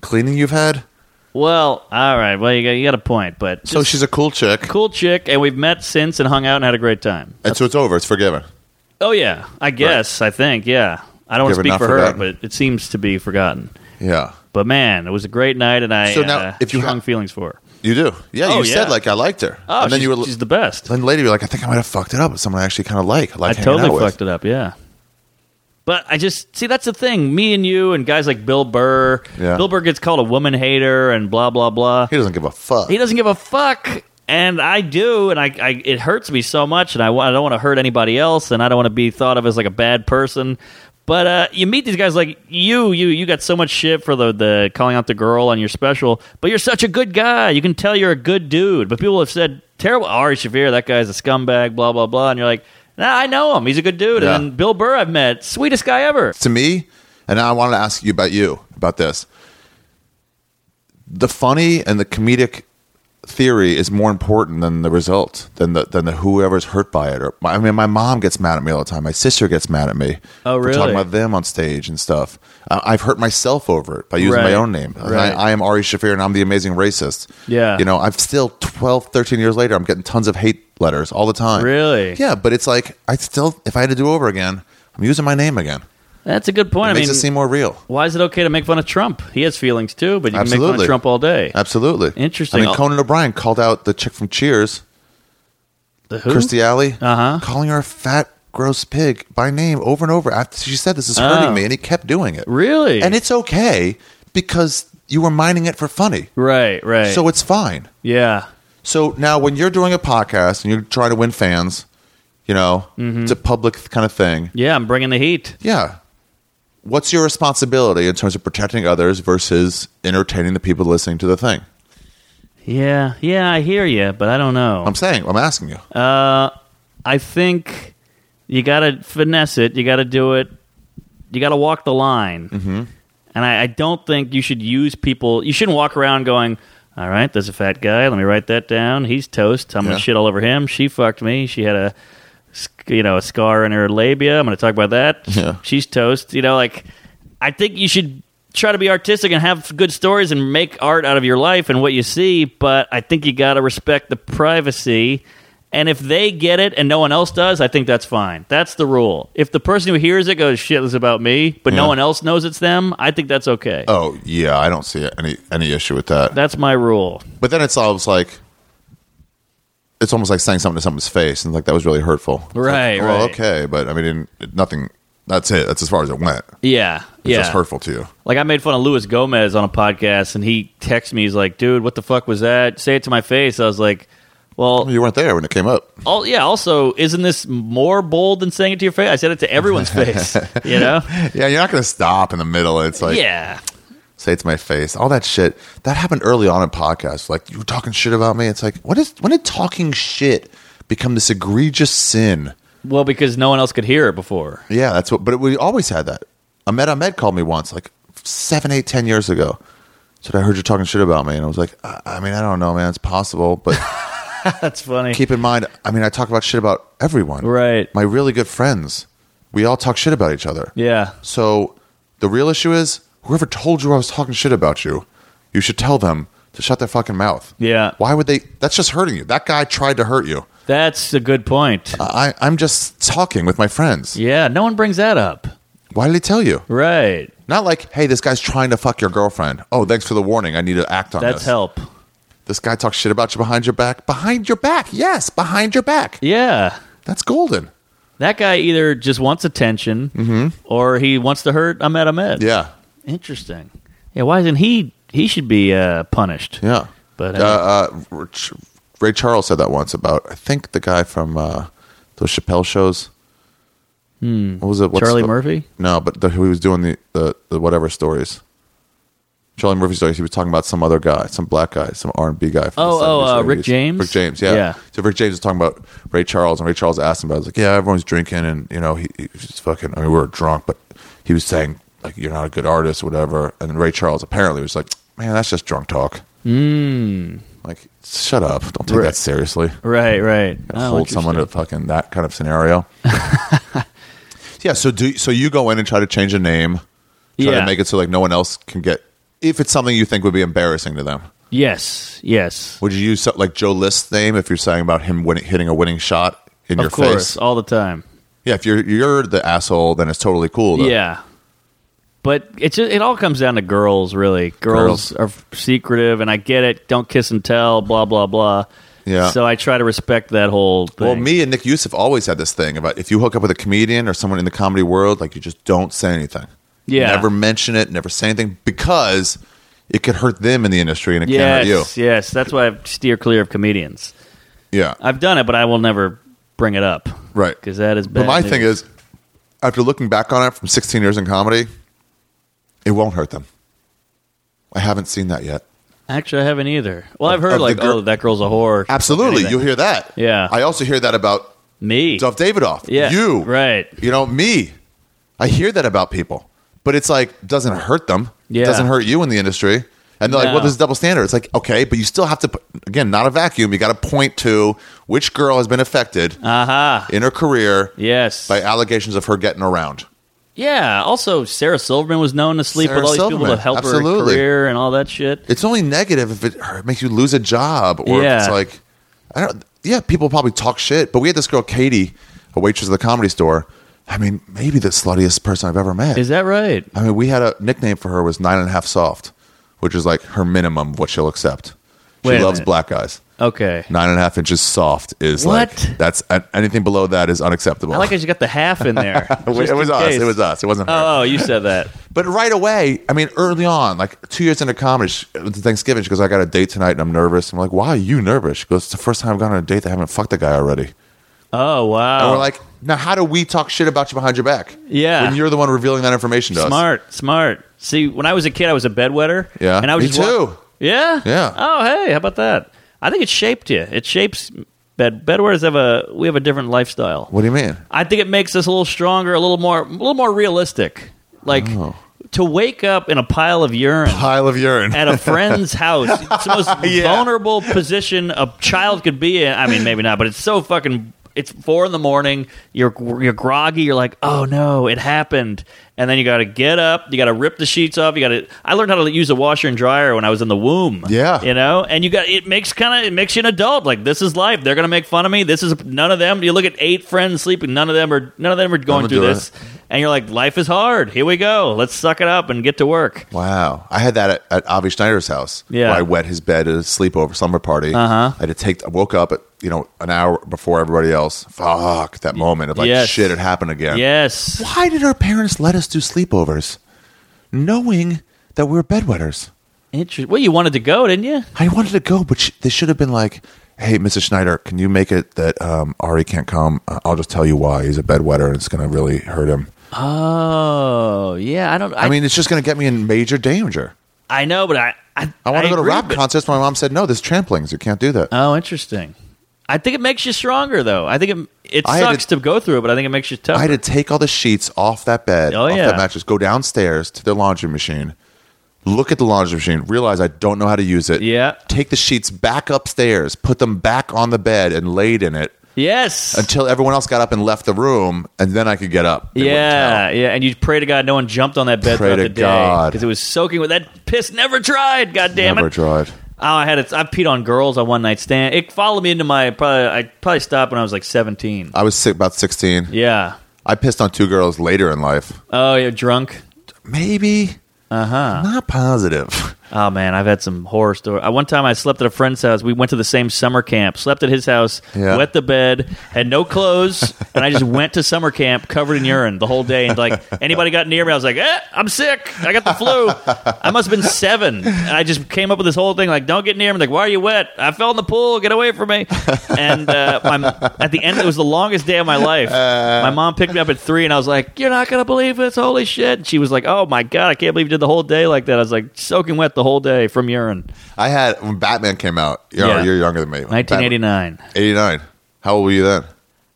Speaker 2: cleaning you've had?
Speaker 1: Well, all right. Well, you got you got a point, but
Speaker 2: So
Speaker 1: just
Speaker 2: she's a cool chick.
Speaker 1: cool chick, and we've met since and hung out and had a great time.
Speaker 2: And so it's over. It's forgiven.
Speaker 1: Oh yeah, I guess I think yeah. I don't want
Speaker 2: Give
Speaker 1: to
Speaker 2: her
Speaker 1: speak
Speaker 2: not
Speaker 1: for her,
Speaker 2: forgotten.
Speaker 1: but it seems to be forgotten.
Speaker 2: Yeah.
Speaker 1: But man, it was a great night, and I
Speaker 2: So now,
Speaker 1: uh,
Speaker 2: if you
Speaker 1: strong
Speaker 2: ha-
Speaker 1: feelings for her.
Speaker 2: You do. Yeah,
Speaker 1: Oh,
Speaker 2: you
Speaker 1: yeah.
Speaker 2: said like I liked her.
Speaker 1: Oh,
Speaker 2: and then
Speaker 1: she's,
Speaker 2: you were
Speaker 1: she's the best.
Speaker 2: then later you're like, I think I might have fucked it up with someone I actually kinda
Speaker 1: I
Speaker 2: like. like hanging
Speaker 1: totally
Speaker 2: out with.
Speaker 1: fucked it up. Yeah. But I just see that's the thing. Me and you and guys like Bill Burr.
Speaker 2: Yeah.
Speaker 1: Bill Burr gets called a woman hater and blah blah blah.
Speaker 2: He doesn't give a fuck.
Speaker 1: He doesn't give a fuck, and I do, and I, I it hurts me so much, and I, wa- I don't want to hurt anybody else, and I don't want to be thought of as like a bad person. But uh, you meet these guys like you, you, you got so much shit for the the calling out the girl on your special, but you're such a good guy. You can tell you're a good dude. But people have said terrible Ari Shavir, that guy's a scumbag, blah blah blah, and you're like, nah, I know him. He's a good dude.
Speaker 2: Yeah.
Speaker 1: And then Bill Burr, I've met, sweetest guy ever.
Speaker 2: to me, and I wanted to ask you about you about this. The funny and the comedic theory is more important than the result, than the than the whoever's hurt by it. Or I mean, my mom gets mad at me all the time. My sister gets mad at me.
Speaker 1: Oh,
Speaker 2: For
Speaker 1: really?
Speaker 2: talking about them on stage and stuff. I, I've hurt myself over it by using
Speaker 1: Right.
Speaker 2: my own name. And
Speaker 1: Right.
Speaker 2: I, I am Ari Shafir, and I'm the amazing racist.
Speaker 1: Yeah.
Speaker 2: You know, I've still 12, 13 years later, I'm getting tons of hate letters all the time.
Speaker 1: Really?
Speaker 2: Yeah, but it's like I still, if I had to do over again, I'm using my name again.
Speaker 1: That's a good point.
Speaker 2: It
Speaker 1: I
Speaker 2: makes
Speaker 1: mean,
Speaker 2: it seem more real.
Speaker 1: why is it okay to make fun of Trump? He has feelings too, but you can make fun of
Speaker 2: Absolutely.
Speaker 1: Trump all day.
Speaker 2: Absolutely.
Speaker 1: Interesting.
Speaker 2: I mean, Conan O'Brien called out the chick from Cheers,
Speaker 1: The who?
Speaker 2: Kirstie Alley,
Speaker 1: Uh-huh.
Speaker 2: calling her a fat gross pig by name over and over. After she said this is hurting
Speaker 1: Oh.
Speaker 2: me, and he kept doing it.
Speaker 1: Really?
Speaker 2: And it's okay because you were mining it for funny,
Speaker 1: right, right.
Speaker 2: so it's fine.
Speaker 1: yeah,
Speaker 2: So now, when you're doing a podcast and you're trying to win fans, you know,
Speaker 1: Mm-hmm.
Speaker 2: it's a public kind of thing.
Speaker 1: yeah. I'm bringing the heat.
Speaker 2: Yeah. What's your responsibility in terms of protecting others versus entertaining the people listening to the thing?
Speaker 1: Yeah, yeah. I hear you, but I don't know.
Speaker 2: I'm saying, I'm asking you.
Speaker 1: Uh, I think you got to finesse it. You got to do it. You got to walk the line. Mm-hmm. And I, I don't think you should use people. You shouldn't walk around going, "All right, there's a fat guy. Let me write that down. He's toast. I'm
Speaker 2: Yeah.
Speaker 1: gonna shit all over him. She fucked me. She had a, sc- you know, a scar in her labia. I'm gonna talk about that.
Speaker 2: Yeah.
Speaker 1: She's toast. You know, like I think you should try to be artistic and have good stories and make art out of your life and what you see, but I think you got to respect the privacy. And if they get it and no one else does, I think that's fine. That's the rule. If the person who hears it goes, shit, this is about me, but no
Speaker 2: Yeah.
Speaker 1: one else knows it's them, I think that's okay.
Speaker 2: Oh, yeah, I don't see any any issue with that.
Speaker 1: That's my rule.
Speaker 2: But then it's always like, it's almost like saying something to someone's face, and like that was really hurtful. It's like,
Speaker 1: Right,
Speaker 2: Well,
Speaker 1: right.
Speaker 2: okay, but I mean, it- nothing. That's it. That's as far as it went. It's
Speaker 1: Yeah. yeah.
Speaker 2: just hurtful to you.
Speaker 1: Like I made fun of Luis Gomez on a podcast and he texts me, he's like, dude, what the fuck was that? Say it to my face. I was like, well,
Speaker 2: Well, Oh, you weren't there when it came up.
Speaker 1: Al yeah. Also, isn't this more bold than saying it to your face? I said it to everyone's face. You know?
Speaker 2: Yeah, you're not going to stop in the middle. It's like,
Speaker 1: yeah.
Speaker 2: say it to my face. All that shit that happened early on in podcasts. Like you were talking shit about me. It's like, what is when did talking shit become this egregious sin?
Speaker 1: Well, because no one else could hear it before.
Speaker 2: Yeah, that's what. But we always had that. Ahmed Ahmed called me once, like seven, eight, ten years ago. Said I heard you talking shit about me, and I was like, I, I mean, I don't know, man. It's possible, but
Speaker 1: That's funny.
Speaker 2: keep in mind, I mean, I talk about shit about everyone.
Speaker 1: Right.
Speaker 2: My really good friends, we all talk shit about each other.
Speaker 1: yeah.
Speaker 2: So the real issue is whoever told you I was talking shit about you, you should tell them to shut their fucking mouth.
Speaker 1: Yeah.
Speaker 2: Why would they? That's just hurting you. That guy tried to hurt you.
Speaker 1: That's a good point.
Speaker 2: I, I'm just talking with my friends.
Speaker 1: Yeah. No one brings that up.
Speaker 2: Why did he tell you?
Speaker 1: Right.
Speaker 2: Not like, hey, this guy's trying to fuck your girlfriend. Oh, thanks for the warning. I need to act on
Speaker 1: That's
Speaker 2: this.
Speaker 1: help.
Speaker 2: This guy talks shit about you behind your back. Behind your back. Yes, behind your back.
Speaker 1: Yeah.
Speaker 2: That's golden.
Speaker 1: That guy either just wants attention or he wants to hurt Ahmed Ahmed.
Speaker 2: Mm-hmm. Yeah.
Speaker 1: Interesting. Yeah. Why isn't he? He should be uh, punished.
Speaker 2: Yeah.
Speaker 1: But
Speaker 2: uh, uh, Rich- Ray Charles said that once about I think the guy from uh, those Chappelle shows. Hmm. What was it? What's
Speaker 1: Charlie
Speaker 2: the-
Speaker 1: Murphy?
Speaker 2: No, but the, who he was doing the, the the whatever stories. Charlie Murphy stories. He was talking about some other guy, some black guy, some R and B guy. From the
Speaker 1: Oh, oh,
Speaker 2: 70s,
Speaker 1: uh,
Speaker 2: 80s.
Speaker 1: Rick James?
Speaker 2: Rick James. Yeah.
Speaker 1: Yeah.
Speaker 2: So Rick James was talking about Ray Charles, and Ray Charles asked him about. It. I was like, yeah, everyone's drinking, and you know, he, he was just fucking. I mean, we were drunk, but he was saying like, you're not a good artist, whatever. And Ray Charles apparently was like, man, that's just drunk talk. Like, shut up. Don't take that seriously.
Speaker 1: right. Right. Oh,
Speaker 2: Hold someone to fucking that kind of scenario. yeah, so do so you go in and try to change a name, try
Speaker 1: Yeah.
Speaker 2: to make it so like no one else can get if it's something you think would be embarrassing to them.
Speaker 1: Yes. Yes.
Speaker 2: Would you use so- like Joe List's name if you're saying about him winning, hitting a winning shot in your
Speaker 1: of course,
Speaker 2: face?
Speaker 1: all the time.
Speaker 2: Yeah, if you're you're the asshole, then it's totally cool. Though.
Speaker 1: Yeah, but it's ju- it all comes down to girls, really. Girls,
Speaker 2: Girls.
Speaker 1: are f- secretive, and I get it. Don't kiss and tell. Blah blah blah.
Speaker 2: Yeah.
Speaker 1: So I try to respect that whole. Thing.
Speaker 2: Well, me and Nick Youssef always had this thing about if you hook up with a comedian or someone in the comedy world, like you just don't say anything.
Speaker 1: Yeah.
Speaker 2: Never mention it, never say anything because it could hurt them in the industry and it can hurt you.
Speaker 1: Yes. Yes. That's why I steer clear of comedians.
Speaker 2: Yeah.
Speaker 1: I've done it, but I will never bring it up.
Speaker 2: Right.
Speaker 1: Because that is bad.
Speaker 2: But my
Speaker 1: news.
Speaker 2: thing is, after looking back on it from 16 years in comedy, it won't hurt them. I haven't seen that yet.
Speaker 1: actually, I haven't either. Well, I've
Speaker 2: of
Speaker 1: heard
Speaker 2: the
Speaker 1: like,
Speaker 2: gir-
Speaker 1: oh, that girl's a whore.
Speaker 2: Absolutely.
Speaker 1: Anything.
Speaker 2: You'll hear that.
Speaker 1: Yeah.
Speaker 2: I also hear that about
Speaker 1: me.
Speaker 2: Duff Davidoff.
Speaker 1: Yeah,
Speaker 2: You.
Speaker 1: right.
Speaker 2: You know, me. I hear that about people. But it's like, doesn't hurt them.
Speaker 1: Yeah.
Speaker 2: doesn't hurt you in the industry. And they're like,
Speaker 1: No.
Speaker 2: well, this is double standard. It's like, okay, but you still have to, again, not a vacuum. You got to point to which girl has been affected
Speaker 1: Uh. Aha.
Speaker 2: in her career
Speaker 1: Uh-huh. Yes.
Speaker 2: by allegations of her getting around.
Speaker 1: Yeah. Also, Sarah Silverman was known to sleep
Speaker 2: Sarah
Speaker 1: with all these people
Speaker 2: Silverman,
Speaker 1: to help her
Speaker 2: absolutely.
Speaker 1: career and all that shit.
Speaker 2: it's only negative if it hurt- makes you lose a job or if it's
Speaker 1: Yeah.
Speaker 2: like I don't yeah, people probably talk shit, but we had this girl Katie, a waitress at the comedy store. I mean, maybe the sluttiest person I've ever met.
Speaker 1: Is that right?
Speaker 2: I mean, we had a nickname for her was nine and a half soft, which is like her minimum of what she'll accept. She
Speaker 1: Wait a
Speaker 2: loves
Speaker 1: minute.
Speaker 2: black guys.
Speaker 1: Okay.
Speaker 2: Nine and a half inches soft is
Speaker 1: What?
Speaker 2: like that's uh, anything below that is unacceptable.
Speaker 1: I like how you got the half in there. just
Speaker 2: it was
Speaker 1: in
Speaker 2: us.
Speaker 1: case.
Speaker 2: It was us. It wasn't her.
Speaker 1: Oh, you said that.
Speaker 2: But right away, I mean, early on, like two years into comedy, she, uh, Thanksgiving, she goes, "I got a date tonight, and I'm nervous." I'm like, "Why are you nervous?" She goes, "It's the first time I've gone on a date that I haven't fucked a guy already."
Speaker 1: Oh wow.
Speaker 2: And we're like, "Now, how do we talk shit about you behind your back?"
Speaker 1: Yeah.
Speaker 2: when you're the one revealing that information to us.
Speaker 1: smart, smart. See, when I was a kid, I was a bedwetter.
Speaker 2: Yeah.
Speaker 1: and I was
Speaker 2: Me
Speaker 1: just wa-
Speaker 2: too.
Speaker 1: yeah,
Speaker 2: Yeah.
Speaker 1: Oh, hey, how about that? I think it shaped you. It shapes bed bedwetters have a we have a different lifestyle.
Speaker 2: What do you mean?
Speaker 1: I think it makes us a little stronger, a little more, a little more realistic. Like
Speaker 2: Oh.
Speaker 1: to wake up in a pile of urine
Speaker 2: Pile of urine.
Speaker 1: at a friend's house. It's the most vulnerable position a child could be in. I mean, maybe not, but it's so fucking. It's four in the morning. You're you're groggy. You're like, oh no, it happened. And then you got to get up. You got to rip the sheets off. You got to. I learned how to use a washer and dryer when I was in the womb.
Speaker 2: Yeah.
Speaker 1: you know. And you got it makes kind of it makes you an adult. Like this is life. They're gonna make fun of me. This is none of them. You look at eight friends sleeping. None of them are none of them are going
Speaker 2: I'ma
Speaker 1: through
Speaker 2: do it.
Speaker 1: this. And you're like, life is hard. Here we go. Let's suck it up and get to work.
Speaker 2: Wow, I had that at, at Avi Schneider's house.
Speaker 1: Yeah.
Speaker 2: where I wet his bed at a sleepover summer party.
Speaker 1: Uh-huh.
Speaker 2: I had to take. I woke up at you know an hour before everybody else. Fuck that moment of like
Speaker 1: Yes.
Speaker 2: shit, it happened again.
Speaker 1: Yes.
Speaker 2: Why did our parents let us do sleepovers, knowing that we were bedwetters?
Speaker 1: Interesting. Well, you wanted to go, didn't you?
Speaker 2: I wanted to go, but sh- they should have been like, "Hey, Mrs. Schneider, can you make it that um, Ari can't come? Uh, I'll just tell you why. He's a bedwetter, and it's going to really hurt him.
Speaker 1: Oh, yeah. I don't. I,
Speaker 2: I mean, it's just going to get me in major danger.
Speaker 1: I know, but I. I,
Speaker 2: I want to go to
Speaker 1: agree,
Speaker 2: rap
Speaker 1: but-
Speaker 2: concerts. My mom said, "No, there's tramplings. You can't do that."
Speaker 1: Oh, interesting. I think it makes you stronger, though. I think it it
Speaker 2: I had
Speaker 1: sucks
Speaker 2: to-
Speaker 1: to, go through it, but I think it makes you tough.
Speaker 2: I had to take all the sheets off that bed,
Speaker 1: Oh,
Speaker 2: off
Speaker 1: yeah.
Speaker 2: that mattress, go downstairs to the laundry machine, look at the laundry machine, realize I don't know how to use it.
Speaker 1: Yeah.
Speaker 2: Take the sheets back upstairs, put them back on the bed and laid in it
Speaker 1: yes.
Speaker 2: until everyone else got up and left the room, and then I could get up. They wouldn't
Speaker 1: yeah, yeah, and you pray to God no one jumped on that bed
Speaker 2: Pray
Speaker 1: throughout
Speaker 2: to
Speaker 1: the day
Speaker 2: God.
Speaker 1: because it was soaking with that piss. Never tried, God
Speaker 2: tell.
Speaker 1: damn
Speaker 2: Never
Speaker 1: it!
Speaker 2: tried.
Speaker 1: Oh, I had it. I peed on girls on one night stand. It followed me into my probably. I probably stopped when I was like seventeen.
Speaker 2: I was sick about 16.
Speaker 1: Yeah.
Speaker 2: I pissed on two girls later in life.
Speaker 1: Oh, you're drunk.
Speaker 2: Maybe.
Speaker 1: Uh-huh.
Speaker 2: Uh huh. Not positive.
Speaker 1: Oh man, I've had some horror stories. Uh, One time, I slept at a friend's house. We went to the same summer camp. Slept at his house,
Speaker 2: Yeah.
Speaker 1: wet the bed, had no clothes, and I just went to summer camp covered in urine the whole day. And like anybody got near me, I was like, eh, "I'm sick. I got the flu. I must have been seven. And I just came up with this whole thing like, "Don't get near me." Like, why are you wet? I fell in the pool. Get away from me. And uh, my, at the end, it was the longest day of my life. my mom picked me up at three, and I was like, "You're not gonna believe this. Holy shit!" And she was like, "Oh my god, I can't believe you did the whole day like that." I was like, soaking wet the whole day from urine.
Speaker 2: I had, when Batman came out, you
Speaker 1: Yeah.
Speaker 2: you're younger than me.
Speaker 1: 1989.
Speaker 2: Batman- 89. How old were you then?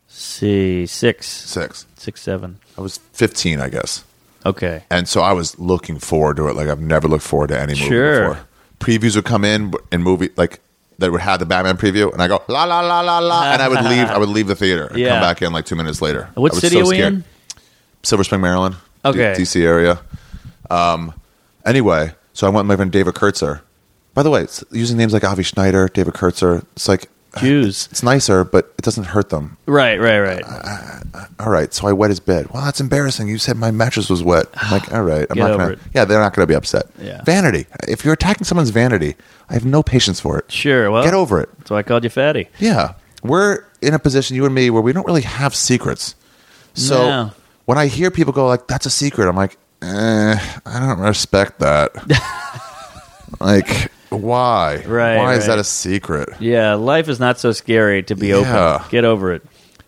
Speaker 1: See, six,
Speaker 2: Six.
Speaker 1: six, seven.
Speaker 2: I was 15, I guess.
Speaker 1: Okay.
Speaker 2: And so I was looking forward to it. Like I've never looked forward to any movie
Speaker 1: Sure.
Speaker 2: before. Previews would come in and movie like that would have the Batman preview, and I go la la la la la, and I would leave. I would leave the theater and
Speaker 1: Yeah.
Speaker 2: come back in like two minutes later.
Speaker 1: What
Speaker 2: I was
Speaker 1: city
Speaker 2: so
Speaker 1: are we
Speaker 2: scared.
Speaker 1: in?
Speaker 2: Silver Spring, Maryland. D-
Speaker 1: Okay.
Speaker 2: DC area. Um. Anyway, so I went with my friend David Kurtzer. By the way, it's using names like Avi Schneider, David Kurtzer, it's like
Speaker 1: Jews.
Speaker 2: it's nicer, but it doesn't hurt them.
Speaker 1: Right, right, right.
Speaker 2: all right, so I wet his bed. Well, that's embarrassing. You said my mattress was wet. I'm like, all right, I'm
Speaker 1: Get
Speaker 2: not
Speaker 1: over
Speaker 2: gonna.
Speaker 1: it.
Speaker 2: Yeah, they're not gonna be upset.
Speaker 1: Yeah.
Speaker 2: Vanity. If you're attacking someone's vanity, I have no patience for it.
Speaker 1: Sure. Well,
Speaker 2: Get over it.
Speaker 1: That's why I called you fatty.
Speaker 2: Yeah, we're in a position, you and me, where we don't really have secrets. So
Speaker 1: No.
Speaker 2: when I hear people go like, "That's a secret," I'm like, eh, I don't respect that. like, why?
Speaker 1: Right,
Speaker 2: Why is
Speaker 1: right.
Speaker 2: that a secret?
Speaker 1: Yeah, life is not so scary to be
Speaker 2: Yeah.
Speaker 1: open. Get over it.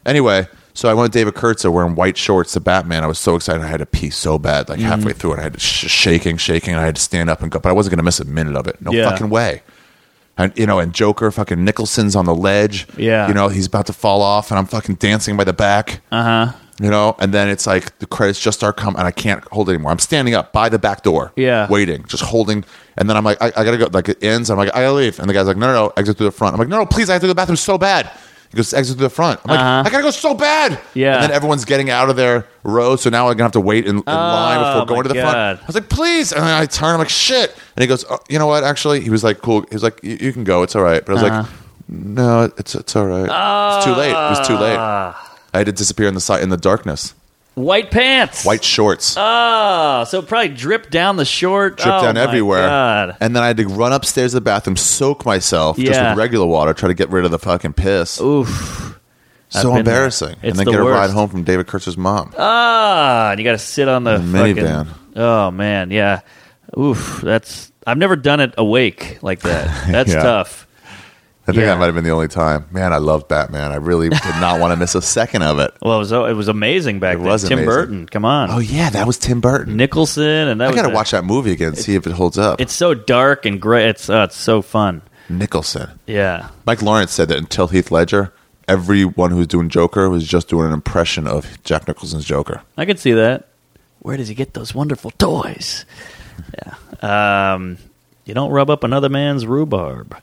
Speaker 2: Anyway, so I went with David Kurtzer wearing white shorts to Batman. I was so excited. I had to pee so bad,
Speaker 1: Mm.
Speaker 2: like halfway through, and I had to sh- shaking, shaking, and I had to stand up and go. But I wasn't going to miss a minute of it. No
Speaker 1: Yeah.
Speaker 2: fucking way. And you know, and Joker, fucking Nicholson's on the ledge.
Speaker 1: Yeah.
Speaker 2: you know, he's about to fall off, and I'm fucking dancing by the back. Uh huh. You know, and then it's like the credits just start coming, and I can't hold it anymore. I'm standing up by the back door.
Speaker 1: Yeah.
Speaker 2: waiting, just holding. And then I'm like, I, I gotta go. Like it ends. I'm like, I gotta leave. And the guy's like, No, no, no, exit through the front. I'm like, No, no, please, I have to go to the bathroom so bad. He goes, Exit through the front. I'm like, I gotta go so bad.
Speaker 1: Uh-huh. Yeah. Oh
Speaker 2: And then everyone's getting out of their row, so now I'm gonna have to wait in, in line
Speaker 1: my
Speaker 2: before going to the
Speaker 1: God.
Speaker 2: front. I was like, Please. And then I turn. I'm like, Shit. And he goes, oh, You know what? Actually, he was like, Cool. He was like, You you can go. It's all right. But I was like,
Speaker 1: Uh-huh. Ah.
Speaker 2: No, it's it's all right. it's too late. It was too late. I had to disappear in the si- in the darkness.
Speaker 1: White pants.
Speaker 2: White shorts.
Speaker 1: Ah, so it probably dripped down the short.
Speaker 2: dripped
Speaker 1: Oh,
Speaker 2: down
Speaker 1: my
Speaker 2: everywhere.
Speaker 1: God.
Speaker 2: And then I had to run upstairs to the bathroom, soak myself just
Speaker 1: Yeah.
Speaker 2: with regular water, try to get rid of the fucking piss.
Speaker 1: Oof. I've been
Speaker 2: so
Speaker 1: there.
Speaker 2: embarrassing.
Speaker 1: It's
Speaker 2: And then
Speaker 1: the
Speaker 2: get a ride
Speaker 1: worst.
Speaker 2: home from David Kurtz's mom.
Speaker 1: Ah, and you got to sit on the fucking-
Speaker 2: minivan.
Speaker 1: oh man, yeah. Oof, that's. I've never done it awake like that. That's
Speaker 2: Yeah.
Speaker 1: tough.
Speaker 2: I think
Speaker 1: yeah.
Speaker 2: that might have been the only time. Man, I love Batman. I really did not want to miss a second of it.
Speaker 1: Well, it was it was amazing back
Speaker 2: It
Speaker 1: then.
Speaker 2: was
Speaker 1: Tim
Speaker 2: amazing.
Speaker 1: Burton, come on,
Speaker 2: Oh yeah, that was Tim Burton.
Speaker 1: Nicholson, and that
Speaker 2: I
Speaker 1: was
Speaker 2: gotta
Speaker 1: a-
Speaker 2: watch that movie again, see if it holds up.
Speaker 1: It's so dark and gray. It's uh, it's so fun.
Speaker 2: Nicholson.
Speaker 1: Yeah,
Speaker 2: Mike Lawrence said that until Heath Ledger, everyone who was doing Joker was just doing an impression of Jack Nicholson's Joker.
Speaker 1: I could see that. Where does he get those wonderful toys? Yeah. Um, you don't rub up another man's rhubarb.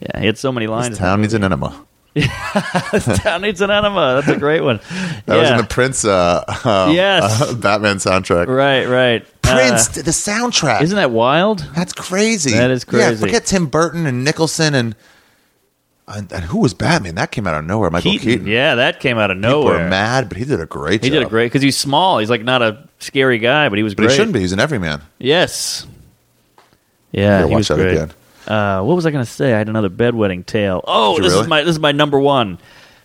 Speaker 1: Yeah, he had so many lines.
Speaker 2: This town needs an enema.
Speaker 1: This town needs an enema. That's a great one.
Speaker 2: That
Speaker 1: yeah.
Speaker 2: was in the Prince uh, um,
Speaker 1: Yes.
Speaker 2: uh, Batman soundtrack.
Speaker 1: right, right. Uh,
Speaker 2: Prince did the soundtrack.
Speaker 1: isn't that wild?
Speaker 2: That's crazy.
Speaker 1: That is
Speaker 2: Yeah,
Speaker 1: crazy.
Speaker 2: forget Tim Burton and Nicholson and, and and who was Batman? That came out of nowhere. Michael
Speaker 1: Keaton.
Speaker 2: Keaton.
Speaker 1: Yeah, that came out of
Speaker 2: People
Speaker 1: nowhere.
Speaker 2: were mad, but he did a great
Speaker 1: he
Speaker 2: job.
Speaker 1: did a great because he's small. He's like not a scary guy, but he was
Speaker 2: But
Speaker 1: great.
Speaker 2: he shouldn't be. He's an everyman.
Speaker 1: Yes. Yeah,
Speaker 2: Yeah,
Speaker 1: he
Speaker 2: watch
Speaker 1: was
Speaker 2: that
Speaker 1: great.
Speaker 2: again.
Speaker 1: Uh, what was I going to say? I had another bedwetting tale. Oh,
Speaker 2: Did you
Speaker 1: this is
Speaker 2: really?
Speaker 1: my this is my number one.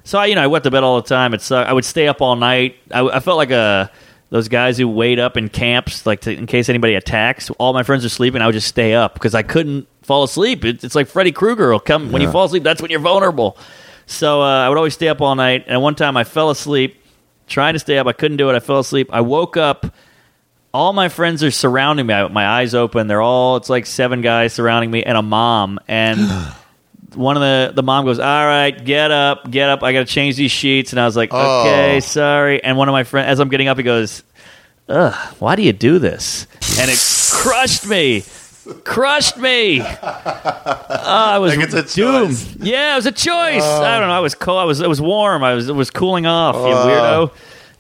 Speaker 1: So I, you know, I went to bed all the time. It sucked. I would stay up all night. I, I felt like a those guys who wait up in camps, like to, in case anybody attacks. All my friends are sleeping. I would just stay up because I couldn't fall asleep. It, it's like Freddy Krueger will come when you fall asleep. That's when you're vulnerable. So uh, I would always stay up all night. And one time I fell asleep trying to stay up. I couldn't do it. I fell asleep. I woke up all my friends are surrounding me. I, my eyes open. They're all. It's like seven guys surrounding me and a mom. And one of the the mom goes, "All right, get up, get up. I got to change these sheets." And I was like,
Speaker 2: Oh.
Speaker 1: "Okay, sorry." And one of my friends, as I'm getting up, he goes, "Ugh, why do you do this?" And it crushed me. Crushed me. Oh, I was
Speaker 2: Like it's a
Speaker 1: doomed.
Speaker 2: choice. Oh.
Speaker 1: Yeah, it was a choice. I don't know. I was cold. I was. It was warm. I was. It was cooling off. you
Speaker 2: Oh.
Speaker 1: weirdo.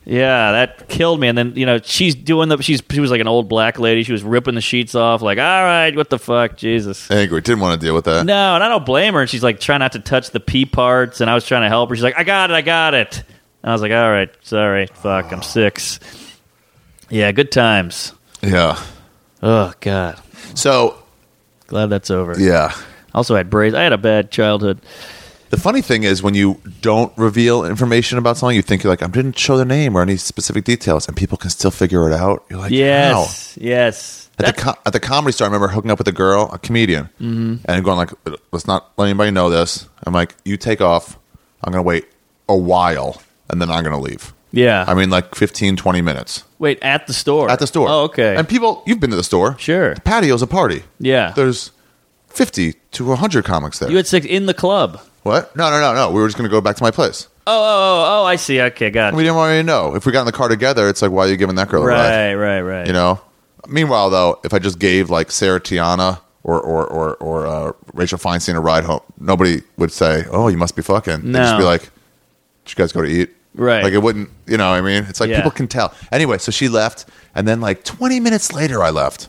Speaker 1: Yeah, that killed me. And then you know she's doing the. She's she was like an old black lady. She was ripping the sheets off. Like, all right, what the fuck, Jesus.
Speaker 2: Angry. Didn't want to deal with that.
Speaker 1: No, and I don't blame her. And she's like trying not to touch the pee parts. And I was trying to help her. She's like, I got it, I got it. And I was like, all right, sorry, fuck, I'm six. Yeah, good times.
Speaker 2: Yeah.
Speaker 1: Oh God,
Speaker 2: So
Speaker 1: glad that's over.
Speaker 2: yeah.
Speaker 1: Also, I had braids. I had a bad childhood.
Speaker 2: The funny thing is when you don't reveal information about someone, you think you're like, I didn't show their name or any specific details, and people can still figure it out. You're like, how?
Speaker 1: Yes, yes.
Speaker 2: At the, co- at the comedy store, I remember hooking up with a girl, a comedian,
Speaker 1: Mm-hmm.
Speaker 2: and going like, "Let's not let anybody know this." I'm like, "You take off. I'm gonna wait a while, and then I'm gonna leave."
Speaker 1: Yeah.
Speaker 2: I mean, like 15, 20 minutes
Speaker 1: Wait, at the store.
Speaker 2: at the store.
Speaker 1: Oh, okay.
Speaker 2: And people, you've been to the store.
Speaker 1: Sure.
Speaker 2: The patio's a party.
Speaker 1: Yeah.
Speaker 2: There's fifty to hundred comics there.
Speaker 1: you had six in the club.
Speaker 2: what? No, no, no, no. We were just gonna go back to my place.
Speaker 1: Oh, oh, oh, oh I see. Okay, got
Speaker 2: We
Speaker 1: it.
Speaker 2: didn't want anybody to know. If we got in the car together, it's like, why are you giving that girl a
Speaker 1: Right,
Speaker 2: ride?
Speaker 1: right, right.
Speaker 2: you know. Meanwhile, though, if I just gave like Sarah Tiana or or or, or uh, Rachel Feinstein a ride home, nobody would say, "Oh, you must be fucking." They'd just
Speaker 1: No.
Speaker 2: be like, "Did you guys go to eat?"
Speaker 1: Right.
Speaker 2: Like it wouldn't. You know, what I mean, it's like
Speaker 1: Yeah.
Speaker 2: people can tell. Anyway, so she left, and then like 20 minutes later, I left.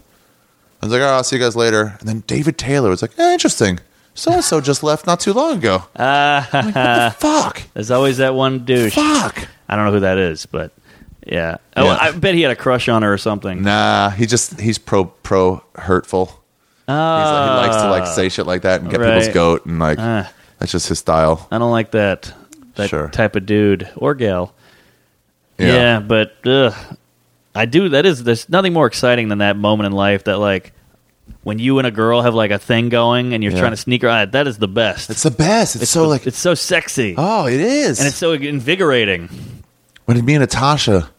Speaker 2: I was like, "All right, I'll see you guys later." And then David Taylor was like, eh, "Interesting." So and so just left not too long ago. I'm like, what the
Speaker 1: Uh, There's always that one douche.
Speaker 2: fuck? Fuck.
Speaker 1: I don't know who that is, but yeah. Oh,
Speaker 2: Yeah.
Speaker 1: I bet he had a crush on her or something.
Speaker 2: Nah, he just he's pro pro hurtful. He's like, he likes to like say shit like that and get people's
Speaker 1: Ah. Right.
Speaker 2: goat and like
Speaker 1: Ah.
Speaker 2: that's just his style.
Speaker 1: I don't like that that
Speaker 2: Sure.
Speaker 1: type of dude or gal. Yeah,
Speaker 2: Yeah.
Speaker 1: but ugh, I do. That is there's nothing more exciting than that moment in life that like when you and a girl have like a thing going and you're
Speaker 2: Yeah.
Speaker 1: trying to sneak her on. That is the best.
Speaker 2: It's the best. It's, so like
Speaker 1: it's so sexy
Speaker 2: oh, it is.
Speaker 1: and it's so invigorating.
Speaker 2: when me and Natasha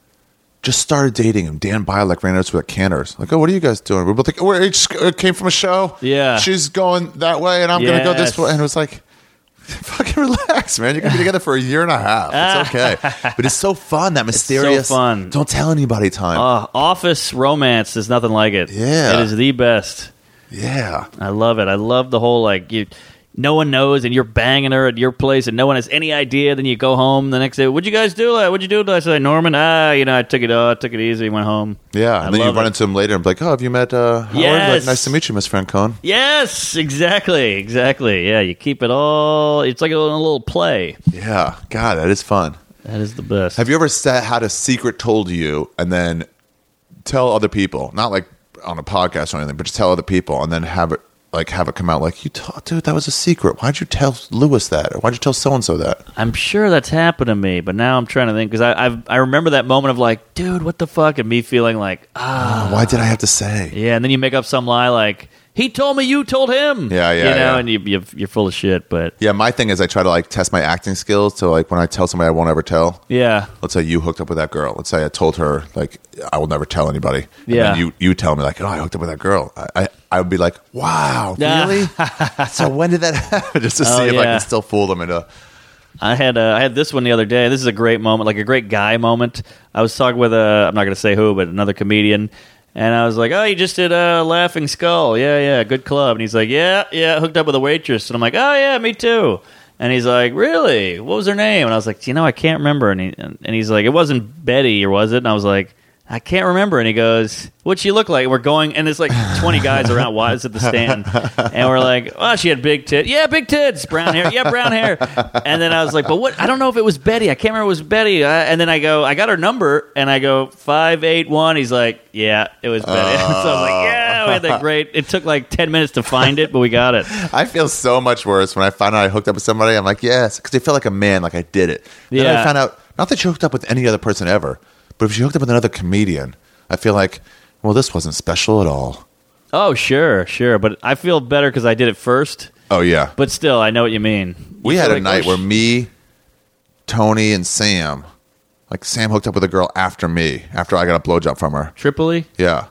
Speaker 2: just started dating him, Dan Bilek ran into us with Canners. Like, oh, what are you guys doing? We're both like, oh, we just uh, came from a show.
Speaker 1: Yeah.
Speaker 2: she's going that way, and I'm gonna go this
Speaker 1: Yes.
Speaker 2: way. And it was like. Fucking relax, man. You're gonna be together for a year and a half. It's okay, but it's so fun. That mysterious,
Speaker 1: fun.
Speaker 2: Don't tell anybody time.
Speaker 1: Uh, office romance is nothing like it.
Speaker 2: Yeah.
Speaker 1: it is the best.
Speaker 2: yeah,
Speaker 1: I love it. I love the whole like you. No one knows, and you're banging her at your place, and no one has any idea. Then you go home the next day. What'd you guys do? Like, What'd you do last night, Norman? Ah, you know, I took it. Uh, I took it easy. Went home.
Speaker 2: Yeah,
Speaker 1: I
Speaker 2: and then you
Speaker 1: love
Speaker 2: run
Speaker 1: it.
Speaker 2: into him later and be like, "Oh, have you met uh, Howard?
Speaker 1: Yes.
Speaker 2: Like, nice to meet you, Miss Francone."
Speaker 1: Yes, exactly, exactly. Yeah, you keep it all. It's like a little play.
Speaker 2: Yeah, God, that is fun.
Speaker 1: That is the best.
Speaker 2: Have you ever sat, had a secret told to you and then tell other people? Not like on a podcast or anything, but just tell other people and then have it like have it come out like you, t- dude, that was a secret. Why'd you tell Lewis that? Or why'd you tell so and so that?
Speaker 1: I'm sure that's happened to me, but now I'm trying to think because I I've, I remember that moment of like, dude, what the fuck, and me feeling like, ah,
Speaker 2: Why did I have to say?
Speaker 1: yeah, and then you make up some lie like, he told me, you told him,
Speaker 2: Yeah, yeah,
Speaker 1: you know,
Speaker 2: yeah.
Speaker 1: and you, you you're full of shit, but
Speaker 2: Yeah, my thing is I try to like test my acting skills. So like when I tell somebody I won't ever tell,
Speaker 1: yeah,
Speaker 2: let's say you hooked up with that girl. Let's say I told her like I will never tell anybody. And
Speaker 1: Yeah.
Speaker 2: then you you tell me like, oh, I hooked up with that girl. I I, I would be like, wow,
Speaker 1: Nah.
Speaker 2: really? so when did that happen? Just to see if I
Speaker 1: Oh, yeah.
Speaker 2: can still fool them into.
Speaker 1: I had uh, I had this one the other day. This is a great moment, like a great guy moment. I was talking with a I'm not going to say who, but another comedian, and I was like, "Oh, you just did uh, Laughing Skull, yeah, yeah, good club." And he's like, "Yeah, yeah, hooked up with a waitress," and I'm like, "Oh yeah, me too." And he's like, "Really? What was her name?" And I was like, "You know, I can't remember." And, he, and and he's like, "It wasn't Betty, or was it?" And I was like. I can't remember. And he goes, What'd she look like? We're going, and there's like 20 guys around wise at the stand. And we're like, Oh, she had big tits. Yeah, big tits. Brown hair. Yeah, brown hair. And then I was like, But what? I don't know if it was Betty. I can't remember if it was Betty. Uh, and then I go, I got her number, and I go, 581. He's like, Yeah, it was Betty. so I was like, Yeah, we had that great. It took like 10 minutes to find it, but we got it.
Speaker 2: I feel so much worse when I find out I hooked up with somebody. I'm like, yes, because they feel like a man, like I did it. Then
Speaker 1: Yeah.
Speaker 2: I found out not that you hooked up with any other person ever, but if you hooked up with another comedian, I feel like, well, this wasn't special at all.
Speaker 1: Oh, sure, sure. But I feel better because I did it first.
Speaker 2: Oh yeah,
Speaker 1: But still, I know what you mean.
Speaker 2: we
Speaker 1: You
Speaker 2: had
Speaker 1: feel
Speaker 2: a
Speaker 1: like,
Speaker 2: night
Speaker 1: oh,
Speaker 2: where
Speaker 1: sh-
Speaker 2: me, Tony, and Sam, like Sam hooked up with a girl after me, after I got a blowjob from her.
Speaker 1: Tripoli?
Speaker 2: Yeah,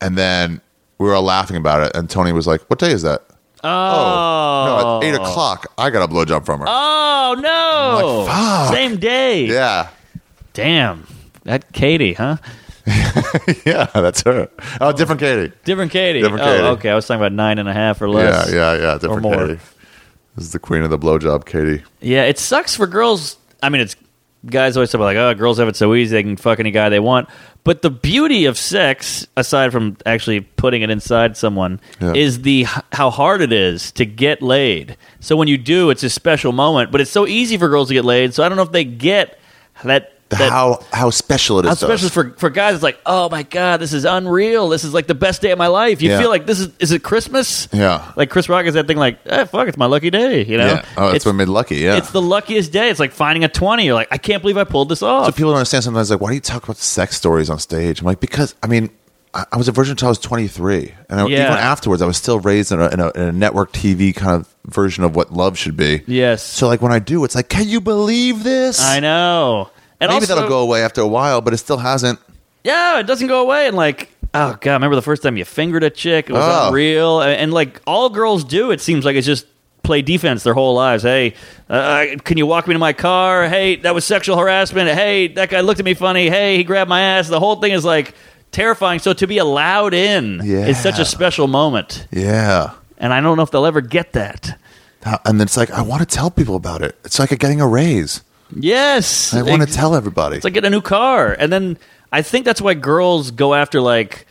Speaker 2: and then we were all laughing about it, and Tony was like, "What day is that?" no,
Speaker 1: Oh.
Speaker 2: at eight o'clock, I got a blowjob from her.
Speaker 1: Oh no!
Speaker 2: I'm like, fuck.
Speaker 1: Same day.
Speaker 2: Yeah,
Speaker 1: Damn. That Katie, huh?
Speaker 2: yeah, that's her. Oh, different Katie.
Speaker 1: Different Katie.
Speaker 2: Different
Speaker 1: oh,
Speaker 2: Katie.
Speaker 1: okay. I was talking about nine and a half or less.
Speaker 2: Yeah, yeah, yeah. Different
Speaker 1: more.
Speaker 2: Katie. This is the queen of the blowjob, Katie.
Speaker 1: Yeah, it sucks for girls. I mean, it's guys always talk about like, oh, girls have it so easy; they can fuck any guy they want. But the beauty of sex, aside from actually putting it inside someone,
Speaker 2: Yeah.
Speaker 1: is the how hard it is to get laid. So when you do, it's a special moment. But it's so easy for girls to get laid. So I don't know if they get that. that
Speaker 2: how how special it is. to us.
Speaker 1: especially for for guys it's like oh my god this is unreal this is like the best day of my life you
Speaker 2: Yeah.
Speaker 1: feel like this is is it christmas
Speaker 2: Yeah.
Speaker 1: like chris rock is that thing like eh, fuck it's my lucky day you know
Speaker 2: yeah. Oh, that's
Speaker 1: it's,
Speaker 2: what made lucky. Yeah.
Speaker 1: it's the luckiest day it's like finding a 20 you're like i can't believe i pulled this
Speaker 2: so
Speaker 1: off
Speaker 2: people don't understand sometimes. Like, why do you talk about sex stories on stage? I'm like, because I mean, I, I was a virgin until I was 23, and I,
Speaker 1: Yeah.
Speaker 2: even afterwards, I was still raised in a, in, a, in a network TV kind of version of what love should be.
Speaker 1: Yes.
Speaker 2: So like when I do, it's like, can you believe this?
Speaker 1: i know and
Speaker 2: Maybe
Speaker 1: also,
Speaker 2: that'll go away after a while, but it still hasn't.
Speaker 1: yeah it doesn't go away and like oh god remember the first time you fingered a chick it was
Speaker 2: Oh.
Speaker 1: unreal and, and, like all girls do it seems like it's just play defense their whole lives hey uh, can you walk me to my car hey that was sexual harassment hey that guy looked at me funny hey he grabbed my ass the whole thing is like terrifying so to be allowed in is such
Speaker 2: Yeah.
Speaker 1: a special moment
Speaker 2: Yeah.
Speaker 1: and i don't know if they'll ever get that
Speaker 2: And it's like I want to tell people about it. It's like getting a raise.
Speaker 1: yes
Speaker 2: I want to
Speaker 1: Ex-
Speaker 2: tell everybody.
Speaker 1: It's like get a new car. And then I think that's why girls go after like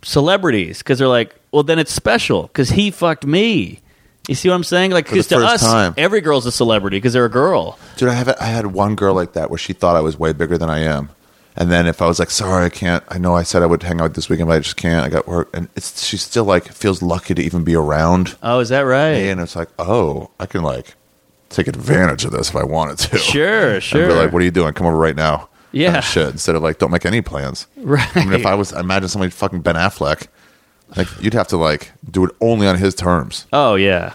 Speaker 1: celebrities because they're like, well, then it's special because he fucked me. You see what I'm saying? Like,
Speaker 2: the
Speaker 1: because to
Speaker 2: first
Speaker 1: us,
Speaker 2: time.
Speaker 1: every girl's a celebrity because they're a girl.
Speaker 2: Dude, I have I had one girl like that where she thought I was way bigger than I am. And then if I was like, sorry, I can't. I know I said I would hang out this weekend, but I just can't. I got work, and it's she still like feels lucky to even be around
Speaker 1: Oh, is that
Speaker 2: me.
Speaker 1: right?
Speaker 2: And it's like, oh, I can like take advantage of this if I wanted to.
Speaker 1: Sure, sure.
Speaker 2: And be like, what are you doing? Come over right now.
Speaker 1: Yeah.
Speaker 2: Kinda shit. Instead of like, don't make any plans.
Speaker 1: Right.
Speaker 2: I mean, if I was, imagine somebody fucking Ben Affleck, like you'd have to like do it only on his terms.
Speaker 1: oh, yeah.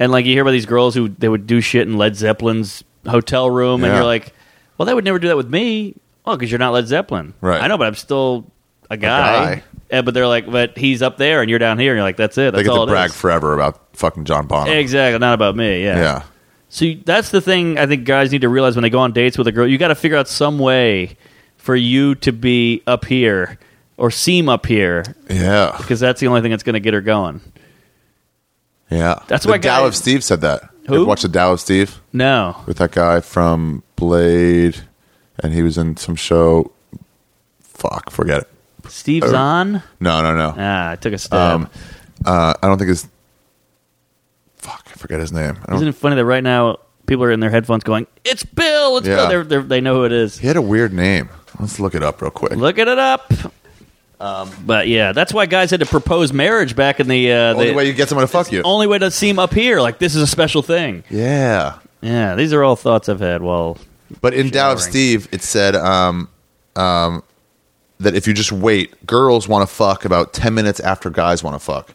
Speaker 1: And like, you hear about these girls who they would do shit in Led Zeppelin's hotel room, and
Speaker 2: Yeah.
Speaker 1: you're like, well, they would never do that with me. Well, because you're not Led Zeppelin.
Speaker 2: Right.
Speaker 1: I know, but I'm still a guy.
Speaker 2: guy.
Speaker 1: Yeah, but they're like, but he's up there and you're down here, and you're like, that's it. That's
Speaker 2: They get
Speaker 1: all
Speaker 2: to
Speaker 1: it
Speaker 2: brag
Speaker 1: is."
Speaker 2: forever about fucking John Bonham.
Speaker 1: Exactly, not about me. Yeah.
Speaker 2: Yeah.
Speaker 1: So you- that's the thing I think guys need to realize when they go on dates with a girl, you got to figure out some way for you to be up here or seem up here
Speaker 2: Yeah.
Speaker 1: because that's the only thing that's going to get her going.
Speaker 2: Yeah,
Speaker 1: That's
Speaker 2: the
Speaker 1: why
Speaker 2: Dow
Speaker 1: guys-
Speaker 2: of Steve said that.
Speaker 1: Who?
Speaker 2: Watch the Dow of Steve
Speaker 1: No.
Speaker 2: with that guy from Blade, and he was in some show. Fuck, forget it.
Speaker 1: Steve
Speaker 2: Oh.
Speaker 1: Zahn?
Speaker 2: No, no, no.
Speaker 1: Ah, I took a stab.
Speaker 2: Um, uh, I don't think his. Fuck, I forget his name. I don't,
Speaker 1: Isn't it funny that right now people are in their headphones going, "It's Bill, it's
Speaker 2: Yeah.
Speaker 1: Bill." They're, they're, they know who it is.
Speaker 2: He had a weird name. Let's look it up real quick.
Speaker 1: Looking it up.
Speaker 2: Um,
Speaker 1: but yeah, that's why guys had to propose marriage back in the uh,
Speaker 2: Only
Speaker 1: the
Speaker 2: way you get someone to fuck you.
Speaker 1: only way to seem up here. Like this is a special thing.
Speaker 2: yeah.
Speaker 1: Yeah, these are all thoughts I've had. Well,
Speaker 2: But in Doubt of
Speaker 1: Showering.
Speaker 2: Steve, it said um, um, that if you just wait, girls want to fuck about 10 minutes after guys want to fuck.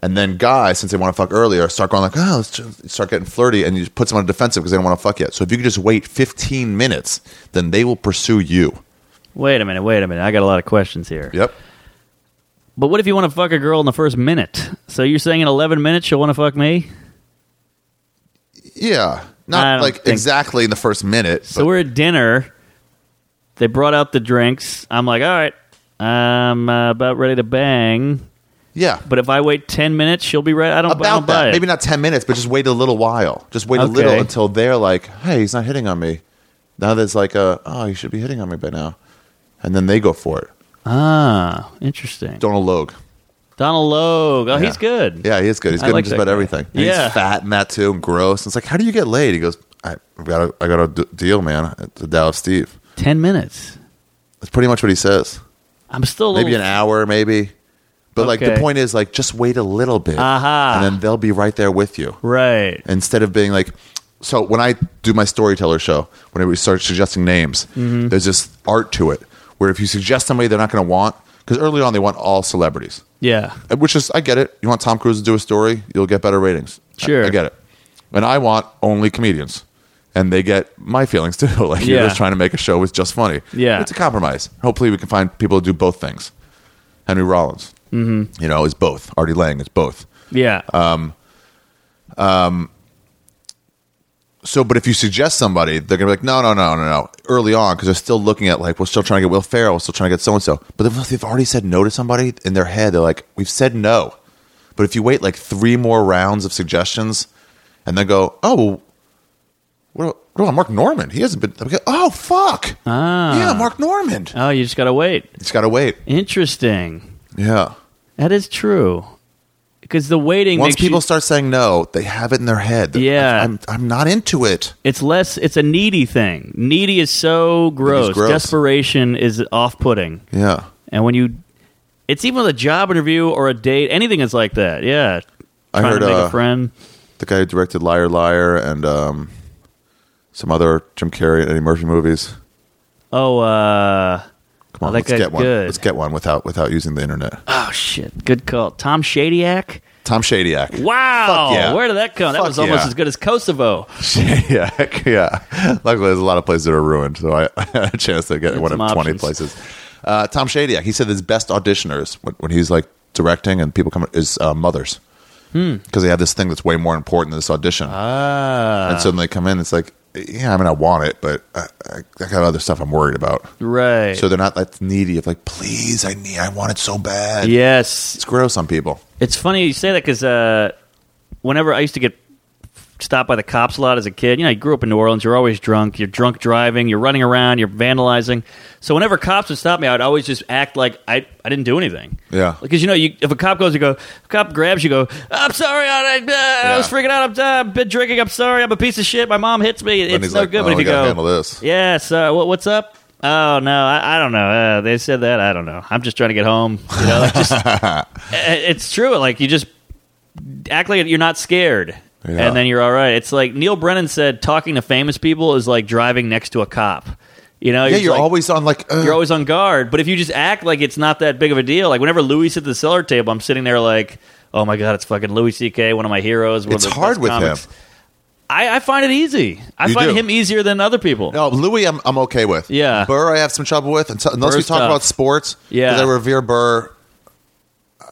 Speaker 2: And then guys, since they want to fuck earlier, start going like, oh, let's just start getting flirty. And you just put them on defensive because they don't want to fuck yet. So if you could just wait 15 minutes, then they will pursue you.
Speaker 1: wait a minute, wait a minute. I got a lot of questions here.
Speaker 2: Yep.
Speaker 1: But what if you want to fuck a girl in the first minute? So you're saying in 11 minutes she'll want to fuck me?
Speaker 2: Yeah.
Speaker 1: I
Speaker 2: Not
Speaker 1: don't
Speaker 2: like
Speaker 1: think-
Speaker 2: exactly in the first minute.
Speaker 1: So we're at dinner. They brought out the drinks. I'm like, all right, I'm uh, about ready to bang.
Speaker 2: yeah.
Speaker 1: But if I wait 10 minutes, she'll be right. I don't, I
Speaker 2: about
Speaker 1: don't buy
Speaker 2: that.
Speaker 1: it.
Speaker 2: Maybe not 10 minutes, but just wait a little while. Just wait
Speaker 1: Okay.
Speaker 2: a little until they're like, hey, he's not hitting on me. Now there's like a, oh, he should be hitting on me by now. And then they go for it.
Speaker 1: Ah, interesting.
Speaker 2: Donald Logue.
Speaker 1: Donald Logue. Oh, he's good.
Speaker 2: Yeah, he is good. He's
Speaker 1: I
Speaker 2: good
Speaker 1: like
Speaker 2: in just
Speaker 1: that
Speaker 2: about
Speaker 1: guy.
Speaker 2: everything. And
Speaker 1: Yeah.
Speaker 2: He's fat in that too and gross. It's like, how do you get laid? He goes, I I got a, I got a d- deal, man, at the Dallas Steve.
Speaker 1: 10 minutes.
Speaker 2: That's pretty much what he says.
Speaker 1: I'm still a
Speaker 2: Maybe an
Speaker 1: little,
Speaker 2: hour, maybe. But like the
Speaker 1: Okay. Uh-huh.
Speaker 2: point is like just wait a little bit.
Speaker 1: Aha.
Speaker 2: And then they'll be right there with you.
Speaker 1: Right.
Speaker 2: instead of being like so when i do my storyteller show when we start suggesting names
Speaker 1: Mm-hmm.
Speaker 2: there's this art to it where if you suggest somebody they're not going to want because early on they want all celebrities
Speaker 1: Yeah.
Speaker 2: And which is i get it you want tom cruise to do a story you'll get better ratings I-
Speaker 1: Sure.
Speaker 2: i, get it and i want only comedians and they get my feelings too like
Speaker 1: Yeah.
Speaker 2: you're just trying to make a show with just funny
Speaker 1: Yeah.
Speaker 2: it's a compromise hopefully we can find people to do both things henry rollins mm-hmm. you know is both artie lang is both
Speaker 1: Yeah.
Speaker 2: Uh, So, but if you suggest somebody, they're gonna be like, no, no, no, no, no. Early on, because they're still looking at like, we're still trying to get Will Ferrell, we're still trying to get so and so. But if they've already said no to somebody in their head, they're like, we've said no. But if you wait like three more rounds of suggestions, and then go, oh, well, what, about- what about Mark Norman? He hasn't been. okay, Oh fuck!
Speaker 1: Ah.
Speaker 2: Yeah, Mark Norman.
Speaker 1: oh, you just got to wait.
Speaker 2: It's got to wait.
Speaker 1: Interesting.
Speaker 2: Yeah.
Speaker 1: That is true. Because the waiting
Speaker 2: Once
Speaker 1: makes you-
Speaker 2: people start saying no, they have it in their head. They're-
Speaker 1: Yeah.
Speaker 2: I'm, I'm not into it.
Speaker 1: It's less. It's a needy thing. Needy is so gross.
Speaker 2: gross.
Speaker 1: Desperation is off-putting.
Speaker 2: Yeah.
Speaker 1: And when you, it's even with a job interview or a date, anything is like that. Yeah,
Speaker 2: I
Speaker 1: trying
Speaker 2: heard,
Speaker 1: to make
Speaker 2: uh,
Speaker 1: a friend.
Speaker 2: the guy who directed Liar Liar and um, some other Jim Carrey and Eddie Murphy movies.
Speaker 1: Oh, uh,
Speaker 2: Come on,
Speaker 1: Oh, that
Speaker 2: let's
Speaker 1: guy's
Speaker 2: get one.
Speaker 1: good.
Speaker 2: Let's get one without without using the internet.
Speaker 1: oh shit, good call. Tom Shadyac.
Speaker 2: Tom Shadyac.
Speaker 1: Wow,
Speaker 2: Fuck yeah.
Speaker 1: where did that come? that
Speaker 2: Fuck
Speaker 1: was almost
Speaker 2: yeah.
Speaker 1: as good as Kosovo.
Speaker 2: Shadyac. Yeah. Luckily, there's a lot of places that are ruined, so I, I had a chance to get one of
Speaker 1: some
Speaker 2: twenty
Speaker 1: options.
Speaker 2: places. Uh, Tom Shadyac. He said his best auditioners when, when he's like directing and people come is uh, mothers
Speaker 1: Hmm.
Speaker 2: because they have this thing that's way more important than this audition.
Speaker 1: Ah,
Speaker 2: and suddenly they come in, it's like, yeah, I mean, I want it, but I, I, I got other stuff I'm worried about.
Speaker 1: right.
Speaker 2: So they're not that needy of like, please, I need, I want it so bad.
Speaker 1: yes,
Speaker 2: It's gross on people.
Speaker 1: It's funny you say that because uh, whenever I used to get stopped by the cops a lot as a kid, you know, you grew up in New Orleans, you're always drunk, you're drunk driving, you're running around, you're vandalizing. So whenever cops would stop me, I would always just act like I, I didn't do anything.
Speaker 2: Yeah.
Speaker 1: Because, you know, you, if a cop goes, you go, a cop grabs you, go, I'm sorry, I, I, uh, I was
Speaker 2: Yeah.
Speaker 1: freaking out, I'm, uh, I've been drinking, I'm sorry, I'm a piece of shit, my mom hits me,
Speaker 2: And
Speaker 1: it's
Speaker 2: he's
Speaker 1: no
Speaker 2: like,
Speaker 1: good.
Speaker 2: "Oh,
Speaker 1: but if
Speaker 2: we
Speaker 1: you
Speaker 2: gotta
Speaker 1: go,
Speaker 2: handle this.
Speaker 1: yeah, so what, what's up? Oh no, I, I don't know. Uh, they said that. I don't know. I'm just trying to get home. You know, like, just- Uh, it's true. Like you just act like you're not scared,
Speaker 2: Yeah.
Speaker 1: and then you're all right. It's like Neil Brennan said: talking to famous people is like driving next to a cop. You know,
Speaker 2: Yeah, you're
Speaker 1: like-
Speaker 2: always on like, uh,
Speaker 1: you're always on guard. But if you just act like it's not that big of a deal, like whenever Louis at the cellar table, I'm sitting there like, oh my god, it's fucking Louis C.K., one of my heroes. One
Speaker 2: It's
Speaker 1: of the
Speaker 2: hard
Speaker 1: best
Speaker 2: with him.
Speaker 1: comics. I, I find it easy. I
Speaker 2: You
Speaker 1: find
Speaker 2: do.
Speaker 1: him easier than other people.
Speaker 2: no, Louis, I'm, I'm okay with.
Speaker 1: Yeah.
Speaker 2: Burr, I have some trouble with. Until, unless we
Speaker 1: Burr's
Speaker 2: talk
Speaker 1: tough.
Speaker 2: about sports.
Speaker 1: Yeah.
Speaker 2: Because I revere Burr. I-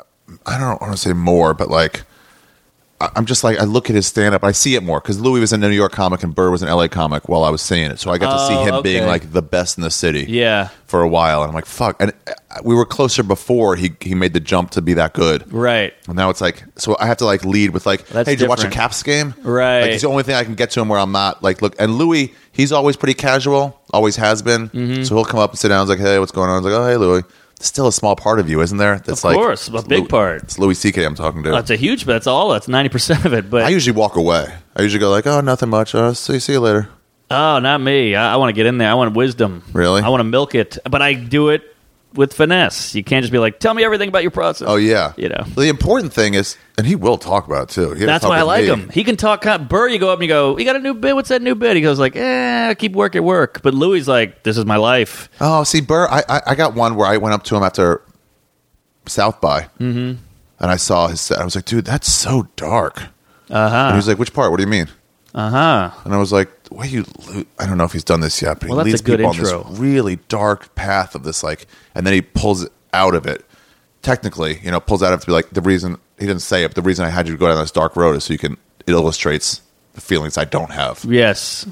Speaker 2: I don't want to say more, but like, I- I'm just like, I look at his stand up, I see it more because Louis was a New York comic and Burr was an LA comic while I was seeing it. So I got to
Speaker 1: Oh,
Speaker 2: see him being
Speaker 1: okay.
Speaker 2: like the best in the city.
Speaker 1: Yeah.
Speaker 2: For a while, and I'm like, "Fuck!" And uh, we were closer before he he made the jump to be that good,
Speaker 1: Right.
Speaker 2: And now it's like, so I have to like lead with like,
Speaker 1: That's
Speaker 2: hey, did you watch a
Speaker 1: different.
Speaker 2: Caps game?
Speaker 1: Right.
Speaker 2: Like, it's the only thing I can get to him where I'm not like, look. And Louis,
Speaker 1: Mm-hmm.
Speaker 2: he's always pretty casual, always has been. So he'll come up and sit down. He's like, hey, what's going on? I was like, oh, hey, Louis. still a small part of you, isn't there? That's
Speaker 1: Of course, a big
Speaker 2: Lou-
Speaker 1: part. Oh,
Speaker 2: It's Louis C.K. I'm talking to.
Speaker 1: That's a huge. That's all. That's ninety percent of it.
Speaker 2: I
Speaker 1: But
Speaker 2: usually walk away. I usually go like, "Oh, nothing much. Uh, see, see you later."
Speaker 1: oh, not me. I, I want to get in there. I want wisdom.
Speaker 2: Really?
Speaker 1: I want to milk it. But I do it with finesse. You can't just be like, "Tell me everything about your process."
Speaker 2: Oh yeah.
Speaker 1: You know.
Speaker 2: The important thing is, and he will talk about it too. He had a
Speaker 1: That's
Speaker 2: talk
Speaker 1: why I
Speaker 2: with
Speaker 1: like
Speaker 2: me.
Speaker 1: him. He can talk. Kind Burr, you go up and you go, "You got a new bit? What's that new bit?" He goes like, "Eh, keep work at work." But Louis is like, "This is my life."
Speaker 2: Oh, see, Burr, I, I, I got one where I went up to him after South by, mm-hmm. and I saw his set. I was like, dude, that's so dark. Uh-huh. And he was like, which part? What do you mean?
Speaker 1: Uh huh.
Speaker 2: And I was like, the way you, lo- I don't know if he's done this yet, but
Speaker 1: Well, that's
Speaker 2: he
Speaker 1: a
Speaker 2: leads
Speaker 1: good
Speaker 2: people
Speaker 1: intro.
Speaker 2: on this really dark path of this, like, and then he pulls it out of it. Technically, you know, pulls out of it to be like the reason he didn't say it. But the reason I had you go down this dark road is so you can. It illustrates the feelings I don't have.
Speaker 1: Yes.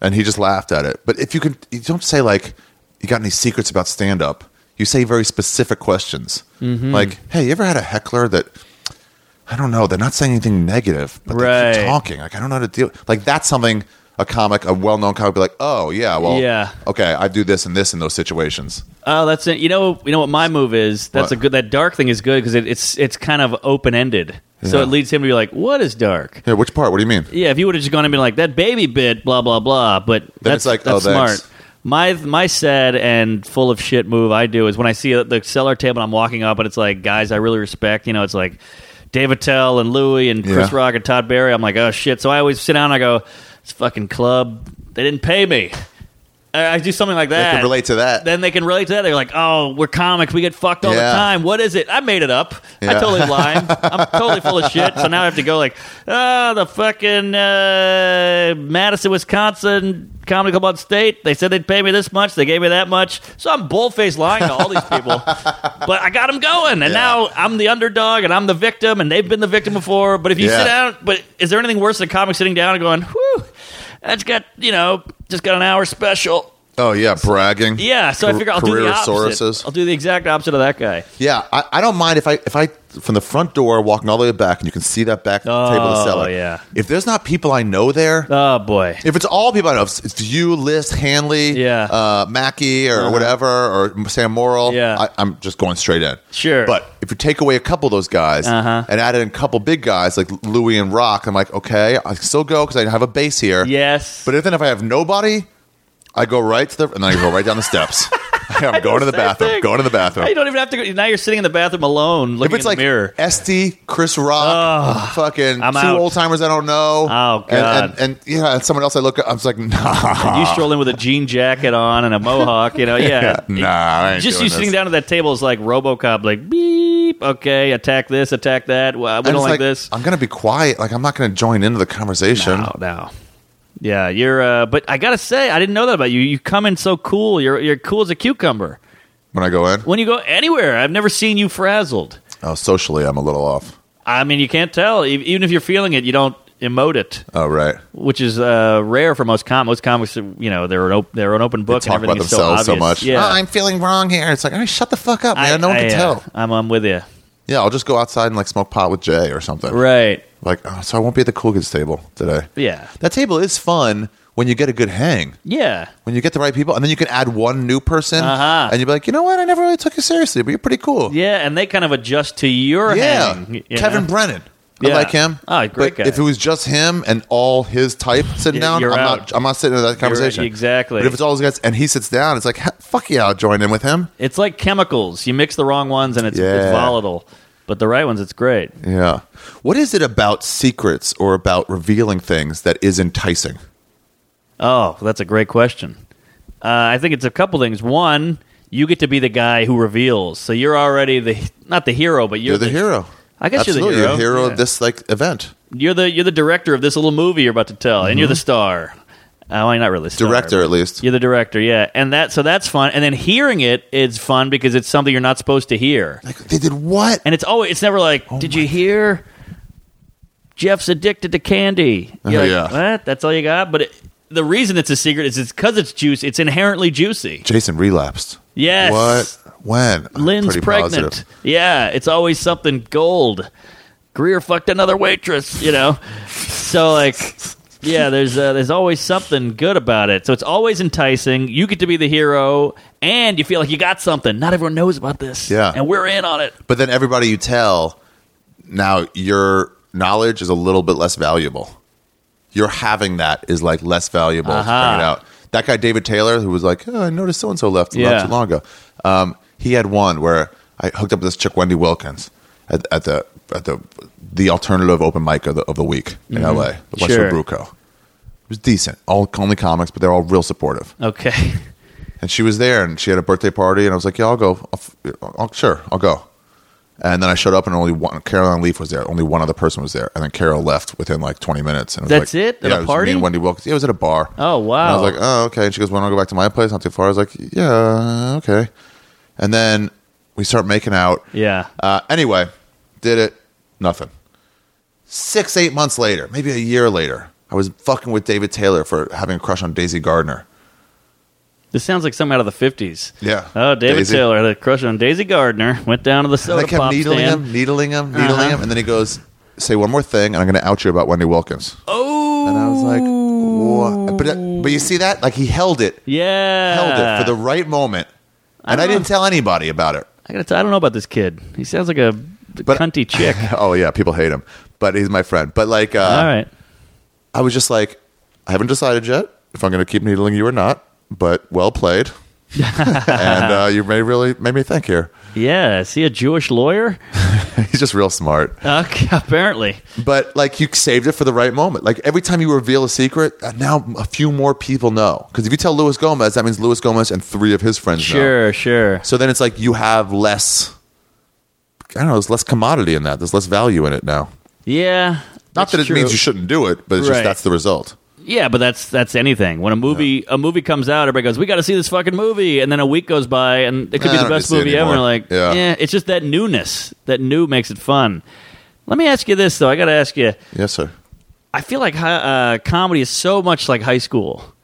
Speaker 2: and he just laughed at it. But if you can, you don't say like, "You got any secrets about stand up?" You say very specific questions,
Speaker 1: Mm-hmm.
Speaker 2: like, "Hey, you ever had a heckler that?" I don't know. They're not saying anything negative, but they
Speaker 1: Right.
Speaker 2: keep talking. Like I don't know how to deal. Like that's something a comic, a well-known comic, would be like, "Oh yeah, well,
Speaker 1: Yeah.
Speaker 2: okay, I do this and this in those situations."
Speaker 1: Oh, that's it. You know, you know what my move is. That's
Speaker 2: What?
Speaker 1: a good. That dark thing is good because it, it's it's kind of open ended. So
Speaker 2: Yeah.
Speaker 1: it leads him to be like, "What is dark?"
Speaker 2: Here, which part? What do you mean?
Speaker 1: Yeah, if you would have just gone and been like that baby bit, blah blah blah. But that's
Speaker 2: it's like,
Speaker 1: that's
Speaker 2: oh,
Speaker 1: smart.
Speaker 2: thanks.
Speaker 1: My my sad and full of shit move I do is when I see the cellar table and I'm walking up and it's like guys I really respect. You know, it's like Dave Attell and Louis and Chris
Speaker 2: Yeah.
Speaker 1: Rock and Todd Barry. I'm like, oh shit. So I always sit down and I go, this fucking club. They didn't pay me. I I do something like
Speaker 2: I
Speaker 1: that.
Speaker 2: can relate to that.
Speaker 1: then they can relate to that. They're like, "Oh, we're comics. We get fucked all the
Speaker 2: Yeah.
Speaker 1: time. What is it? I made it up. I
Speaker 2: Yeah.
Speaker 1: totally lied. I'm totally full of shit." So now I have to go like, "Ah, the fucking uh, Madison, Wisconsin comedy club on state. They said they'd pay me this much. They gave me that much. So I'm bullface lying to all these people, but I got them going. And
Speaker 2: Yeah.
Speaker 1: now I'm the underdog and I'm the victim, and they've been the victim before. But if you
Speaker 2: Yeah.
Speaker 1: sit down, but is there anything worse than a comic sitting down and going, "Whew, that's got you know just got an hour special."
Speaker 2: Oh yeah, bragging.
Speaker 1: Yeah, so I
Speaker 2: Car-
Speaker 1: figure I'll do the
Speaker 2: career
Speaker 1: opposite.
Speaker 2: Sauruses.
Speaker 1: I'll do the exact opposite of that guy.
Speaker 2: Yeah, I, I don't mind if I if I from the front door walking all the way back and you can see that back table of
Speaker 1: Oh,
Speaker 2: the cellar.
Speaker 1: yeah.
Speaker 2: If there's not people I know there,
Speaker 1: Oh boy.
Speaker 2: if it's all people I know, if it's you, List, Hanley,
Speaker 1: Yeah. Uh-huh.
Speaker 2: uh, Mackey or whatever, or Sam Morrill,
Speaker 1: Yeah.
Speaker 2: I, I'm just going straight in.
Speaker 1: Sure.
Speaker 2: But if you take away a couple of those guys
Speaker 1: Uh-huh.
Speaker 2: and add in a couple big guys like Louis and Rock, I'm like, okay, I can still go because I have a base here.
Speaker 1: Yes.
Speaker 2: But if, then if I have nobody, I go right to the and then I go right down the steps. I'm going to the
Speaker 1: Same
Speaker 2: bathroom.
Speaker 1: thing.
Speaker 2: Going to the bathroom.
Speaker 1: Now you don't even have to go. Now you're sitting in the bathroom alone looking
Speaker 2: If it's
Speaker 1: in
Speaker 2: like
Speaker 1: the mirror.
Speaker 2: Esty, Chris Rock, fucking
Speaker 1: I'm
Speaker 2: two
Speaker 1: out.
Speaker 2: old timers I don't
Speaker 1: Oh,
Speaker 2: know.
Speaker 1: God.
Speaker 2: And, and, and yeah, and someone else I look at, I'm just like, nah.
Speaker 1: You stroll in with a jean jacket on and a mohawk, you know, yeah.
Speaker 2: nah, I ain't
Speaker 1: Just
Speaker 2: doing
Speaker 1: you
Speaker 2: this.
Speaker 1: sitting down at that table is like RoboCop, like beep. Okay, attack this, attack that. Well, we
Speaker 2: I'm
Speaker 1: don't
Speaker 2: just
Speaker 1: like, this.
Speaker 2: I'm gonna be quiet. Like I'm not gonna join into the conversation.
Speaker 1: Oh no. Yeah, you're. Uh, but I gotta say, I didn't know that about you. You come in so cool. You're you're cool as a cucumber.
Speaker 2: When I go in,
Speaker 1: When you go anywhere, I've never seen you frazzled.
Speaker 2: oh, socially I'm a little off.
Speaker 1: I mean, you can't tell. E- Even if you're feeling it, you don't emote it,
Speaker 2: Oh right.
Speaker 1: which is uh, rare for most comics. Most comics, you know, they're an, op- they're an open book.
Speaker 2: Talk
Speaker 1: and
Speaker 2: about
Speaker 1: everything is so
Speaker 2: themselves so,
Speaker 1: obvious.
Speaker 2: much.
Speaker 1: Yeah,
Speaker 2: "Oh, I'm feeling wrong here. It's like, all right, shut the fuck up, man. no one
Speaker 1: I-
Speaker 2: can
Speaker 1: I, uh,
Speaker 2: tell.
Speaker 1: I'm, I'm with you.
Speaker 2: Yeah, I'll just go outside and like smoke pot with Jay or something.
Speaker 1: Right.
Speaker 2: Like, oh, so I won't be at the cool kids table today.
Speaker 1: Yeah.
Speaker 2: That table is fun when you get a good hang.
Speaker 1: Yeah.
Speaker 2: when you get the right people, and then you can add one new person,
Speaker 1: Uh-huh.
Speaker 2: and you'll be like, you know what? I never really took you seriously, but you're pretty cool.
Speaker 1: Yeah, and they kind of adjust to your
Speaker 2: Yeah.
Speaker 1: hang, you
Speaker 2: Kevin
Speaker 1: know?
Speaker 2: Brennan.
Speaker 1: Yeah.
Speaker 2: I like him.
Speaker 1: Oh, great
Speaker 2: but
Speaker 1: guy.
Speaker 2: If it was just him and all his type sitting
Speaker 1: Yeah,
Speaker 2: down,
Speaker 1: you're
Speaker 2: I'm
Speaker 1: out.
Speaker 2: not. I'm not sitting in that conversation.
Speaker 1: exactly.
Speaker 2: But if it's all those guys and he sits down, it's like "Ha- fuck yeah, I'll join in with him.
Speaker 1: It's like chemicals. You mix the wrong ones, and it's, it's
Speaker 2: Yeah.
Speaker 1: volatile. But the right ones, it's great.
Speaker 2: Yeah. What is it about secrets or about revealing things that is enticing?
Speaker 1: Oh, that's a great question. Uh, I think it's a couple things. One, you get to be the guy who reveals, so you're already the not the hero, but you're,
Speaker 2: You're the hero.
Speaker 1: I guess you're the
Speaker 2: Absolutely.
Speaker 1: hero.
Speaker 2: hero
Speaker 1: Yeah.
Speaker 2: of this like event.
Speaker 1: You're the you're the director of this little movie you're about to tell, and you're the star. Oh, well, you're not really a star,
Speaker 2: Mm-hmm. Director,
Speaker 1: but
Speaker 2: at least.
Speaker 1: You're the director, yeah, and that so that's fun. And then hearing it is fun because it's something you're not supposed to hear.
Speaker 2: Like they did what?
Speaker 1: And it's always it's never like,
Speaker 2: Oh
Speaker 1: did you hear? Jeff's addicted to candy. You're
Speaker 2: Oh,
Speaker 1: like,
Speaker 2: yeah.
Speaker 1: What? That's all you got? But it, the reason it's a secret is it's because it's juice. It's inherently juicy.
Speaker 2: Jason relapsed.
Speaker 1: Yes.
Speaker 2: What? When? I'm
Speaker 1: Lynn's
Speaker 2: pretty
Speaker 1: pregnant.
Speaker 2: positive.
Speaker 1: Yeah, it's always something gold. Greer fucked another waitress, you know. so like, yeah, there's uh, there's always something good about it. So it's always enticing. You get to be the hero, and you feel like you got something. Not everyone knows about this.
Speaker 2: Yeah.
Speaker 1: And we're in on it.
Speaker 2: But then everybody you tell, now your knowledge is a little bit less valuable. Your having that is like less valuable to
Speaker 1: Aha.
Speaker 2: bring it out. That guy David Taylor, who was like, oh, I noticed so and so left
Speaker 1: Yeah.
Speaker 2: not too long ago. Um, he had one where I hooked up with this chick Wendy Wilkins at, at the at the the alternative open mic of the of the week in LA, the Westwood
Speaker 1: Mm-hmm. Sure.
Speaker 2: Brew Co. It was decent. All only comics, but they're all real supportive.
Speaker 1: Okay.
Speaker 2: And she was there, and she had a birthday party, and I was like, "Yeah, I'll go. I'll, f- I'll- sure, I'll go." And then I showed up, and only one Caroline Leaf was there. Only one other person was there, and then Carol left within like twenty minutes. And it was
Speaker 1: That's
Speaker 2: like-
Speaker 1: it? At
Speaker 2: yeah,
Speaker 1: a
Speaker 2: was
Speaker 1: party?
Speaker 2: Me and Wendy Wilkins. Yeah, it was at a bar.
Speaker 1: Oh, wow.
Speaker 2: And I was like, "Oh, okay." And she goes, "Want to go back to my place? Not too far." I was like, "Yeah, okay." And then we start making out.
Speaker 1: Yeah.
Speaker 2: Uh, anyway, did it. Nothing. Six, eight months later, maybe a year later, I was fucking with David Taylor for having a crush on Daisy Gardner.
Speaker 1: This sounds like something out of the 50s.
Speaker 2: Yeah.
Speaker 1: Oh, David
Speaker 2: Daisy.
Speaker 1: Taylor had a crush on Daisy Gardner, went down to the Uh-huh. soda
Speaker 2: And I kept
Speaker 1: pop
Speaker 2: needling
Speaker 1: stand.
Speaker 2: him, needling him, needling him, and then he goes, "Say one more thing, and I'm going to out you about Wendy Wilkins."
Speaker 1: Oh.
Speaker 2: And I was like, "What?" But but you see that? Like he held it,
Speaker 1: yeah.
Speaker 2: held it for the right moment, and I didn't tell anybody about it.
Speaker 1: I, gotta t- I don't know about this kid. He sounds like a cunty chick.
Speaker 2: oh yeah, people hate him, but he's my friend. But like, uh,
Speaker 1: All right.
Speaker 2: I was just like, I haven't decided yet if I'm going to keep needling you or not. But well played, and uh, you may really made me think here.
Speaker 1: Yeah. Is he a Jewish lawyer?
Speaker 2: He's just real smart.
Speaker 1: Okay, apparently.
Speaker 2: but like you saved it for the right moment. Like every time you reveal a secret, uh, now a few more people know. Because if you tell Luis Gomez, that means Luis Gomez and three of his friends know.
Speaker 1: Sure, sure.
Speaker 2: So then it's like you have less. I don't know. There's less commodity in that. There's less value in it now.
Speaker 1: Yeah.
Speaker 2: Not that it
Speaker 1: that's true.
Speaker 2: means you shouldn't do it, but it's
Speaker 1: Right.
Speaker 2: just that's the result.
Speaker 1: Yeah, but that's that's anything. When a movie a movie comes out, everybody goes, "We got to see this fucking movie," and then a week goes by, and it could
Speaker 2: Nah,
Speaker 1: be
Speaker 2: I
Speaker 1: the
Speaker 2: don't
Speaker 1: best
Speaker 2: need to see it
Speaker 1: movie ever. And we're
Speaker 2: anymore.
Speaker 1: like, yeah.
Speaker 2: Yeah.
Speaker 1: it's just that newness. That new makes it fun. Let me ask you this though. I got to ask you.
Speaker 2: Yes, sir.
Speaker 1: I feel like hi- uh, comedy is so much like high school.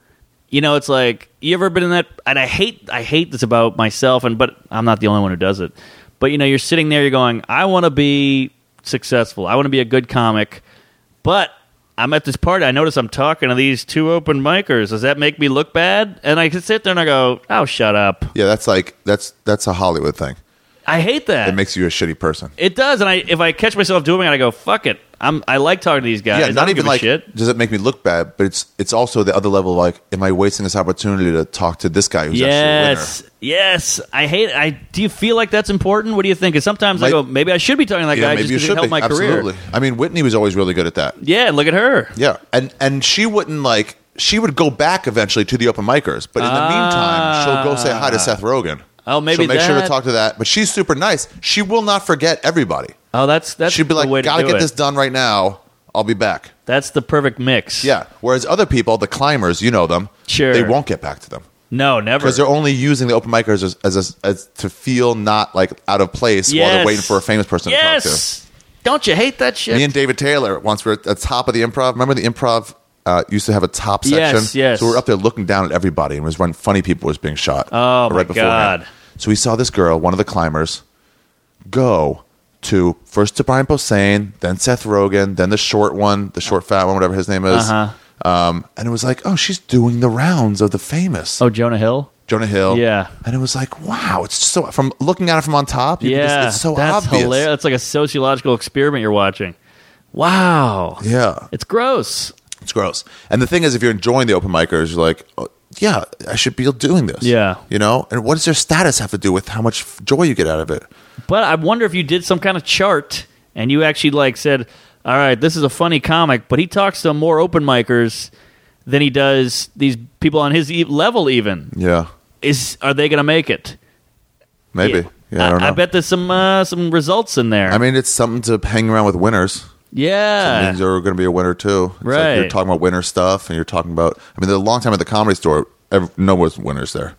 Speaker 1: You know, it's like you ever been in that? And I hate, I hate this about myself, and but I'm not the only one who does it. But you know, you're sitting there, you're going, I want to be successful, I want to be a good comic, but I'm at this party. I notice I'm talking to these two open micers. Does that make me look bad? And I can sit there and I go, Oh, shut up!
Speaker 2: Yeah, that's like that's that's a Hollywood thing.
Speaker 1: I hate that.
Speaker 2: It makes you a shitty person.
Speaker 1: It does, and I if I catch myself doing it, I go, Fuck it. I'm I like talking to these guys. I
Speaker 2: yeah,
Speaker 1: don't
Speaker 2: not
Speaker 1: give
Speaker 2: even
Speaker 1: a
Speaker 2: like
Speaker 1: shit.
Speaker 2: does it make me look bad, but it's it's also the other level. Like, am I wasting this opportunity to talk to this guy who's actually a winner?
Speaker 1: Yes, yes. I hate. I do you feel like that's important? What do you think? Because sometimes I
Speaker 2: Might-
Speaker 1: go, maybe I should be talking to that guy just because it helped my
Speaker 2: Absolutely.
Speaker 1: career.
Speaker 2: I mean, Whitney was always really good at that.
Speaker 1: Yeah, and look at her.
Speaker 2: Yeah, and and she wouldn't like she would go back eventually to the open micers, but in the meantime, she'll go say hi to Seth Rogen.
Speaker 1: Ah. Oh, maybe
Speaker 2: she'll make sure
Speaker 1: that-
Speaker 2: to talk to that. But she's super nice. She will not forget everybody.
Speaker 1: Oh, that's that's
Speaker 2: She'd be
Speaker 1: the way
Speaker 2: like,
Speaker 1: to
Speaker 2: "Gotta
Speaker 1: do
Speaker 2: get
Speaker 1: it.
Speaker 2: this done right now. I'll be back."
Speaker 1: That's the perfect mix.
Speaker 2: Yeah. Whereas other people, the climbers, you know them,
Speaker 1: Sure.
Speaker 2: they won't get back to them
Speaker 1: No, never.
Speaker 2: because they're only using the open micers as as, a, as to feel not like out of place while
Speaker 1: Yes.
Speaker 2: they're waiting for a famous person to talk to.
Speaker 1: Yes. Don't you hate that shit?
Speaker 2: Me and David Taylor once we were at the top of the improv. Remember the improv uh, used to have a top
Speaker 1: Yes,
Speaker 2: section?
Speaker 1: yes.
Speaker 2: So we were up there looking down at everybody and it was when funny people was being shot.
Speaker 1: Oh,
Speaker 2: or right
Speaker 1: my
Speaker 2: beforehand.
Speaker 1: God.
Speaker 2: So we saw this girl, one of the climbers, go to first to Brian Posehn, then Seth Rogen, then the short one, the short fat one, whatever his name is.
Speaker 1: Uh-huh.
Speaker 2: Um, and it was like, oh, she's doing the rounds of the famous.
Speaker 1: oh, Jonah Hill.
Speaker 2: Jonah Hill.
Speaker 1: Yeah.
Speaker 2: And it was like, wow, it's so from looking at it from on top, you can
Speaker 1: yeah,
Speaker 2: just, it's so
Speaker 1: that's
Speaker 2: obvious.
Speaker 1: hilarious. That's like a sociological experiment you're watching. Wow.
Speaker 2: Yeah.
Speaker 1: It's gross.
Speaker 2: It's gross. And the thing is, if you're enjoying the open micers, you're like, oh, yeah, I should be doing this.
Speaker 1: Yeah.
Speaker 2: You know? And what does their status have to do with how much f- joy you get out of it?
Speaker 1: But I wonder if you did some kind of chart and you actually like said, "All right, this is a funny comic, but he talks to more open micers than he does these people on his e- level. Even
Speaker 2: Yeah.
Speaker 1: is are they going to make it?
Speaker 2: Maybe. Yeah, I don't know.
Speaker 1: bet there's some uh, some results in there.
Speaker 2: I mean, it's something to hang around with winners. It
Speaker 1: yeah,
Speaker 2: means you're going to be a winner too. It's Like
Speaker 1: Right.
Speaker 2: you're talking about winner stuff and you're talking about, I mean, the long time at the comedy store, ev no one was winners there.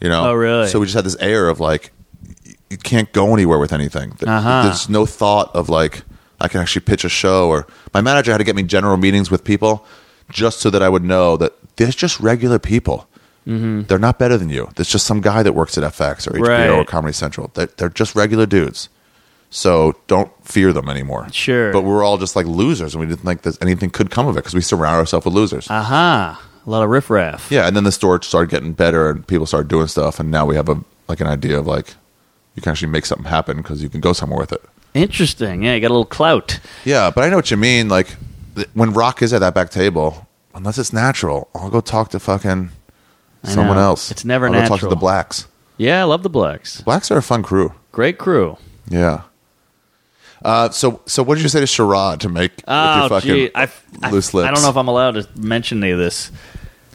Speaker 2: You know?
Speaker 1: Oh, really?
Speaker 2: So we just had this air of like, y- you can't go anywhere with anything. Th-
Speaker 1: Uh-huh.
Speaker 2: There's no thought of like, I can actually pitch a show or my manager had to get me general meetings with people just so that I would know that there's just regular people.
Speaker 1: Mm-hmm.
Speaker 2: They're not better than you. There's just some guy that works at FX or HBO or
Speaker 1: Right.
Speaker 2: Comedy Central. They're, they're just regular dudes. So don't fear them anymore.
Speaker 1: Sure. Uh.
Speaker 2: But we're all just like losers, and we didn't think that anything could come of it because we surround ourselves with losers.
Speaker 1: aha. A lot of riffraff.
Speaker 2: Yeah, and then the store started getting better, and people started doing stuff, and now we have a like an idea of like you can actually make something happen because you can go somewhere with it.
Speaker 1: Interesting. Yeah, you got a little clout.
Speaker 2: Yeah, but I know what you mean. Like th- when Rock is at that back table, unless it's natural, I'll go talk to fucking someone
Speaker 1: know.
Speaker 2: else.
Speaker 1: It's never
Speaker 2: I'll Go talk to
Speaker 1: natural.
Speaker 2: the blacks.
Speaker 1: Yeah, I love the Blacks.
Speaker 2: Blacks are a fun crew.
Speaker 1: Great crew.
Speaker 2: Yeah. Uh, so so what did you say to Sherrod to make
Speaker 1: Oh,
Speaker 2: with your fucking
Speaker 1: gee, I, I,
Speaker 2: loose lips?
Speaker 1: I don't know if I'm allowed to mention any of this.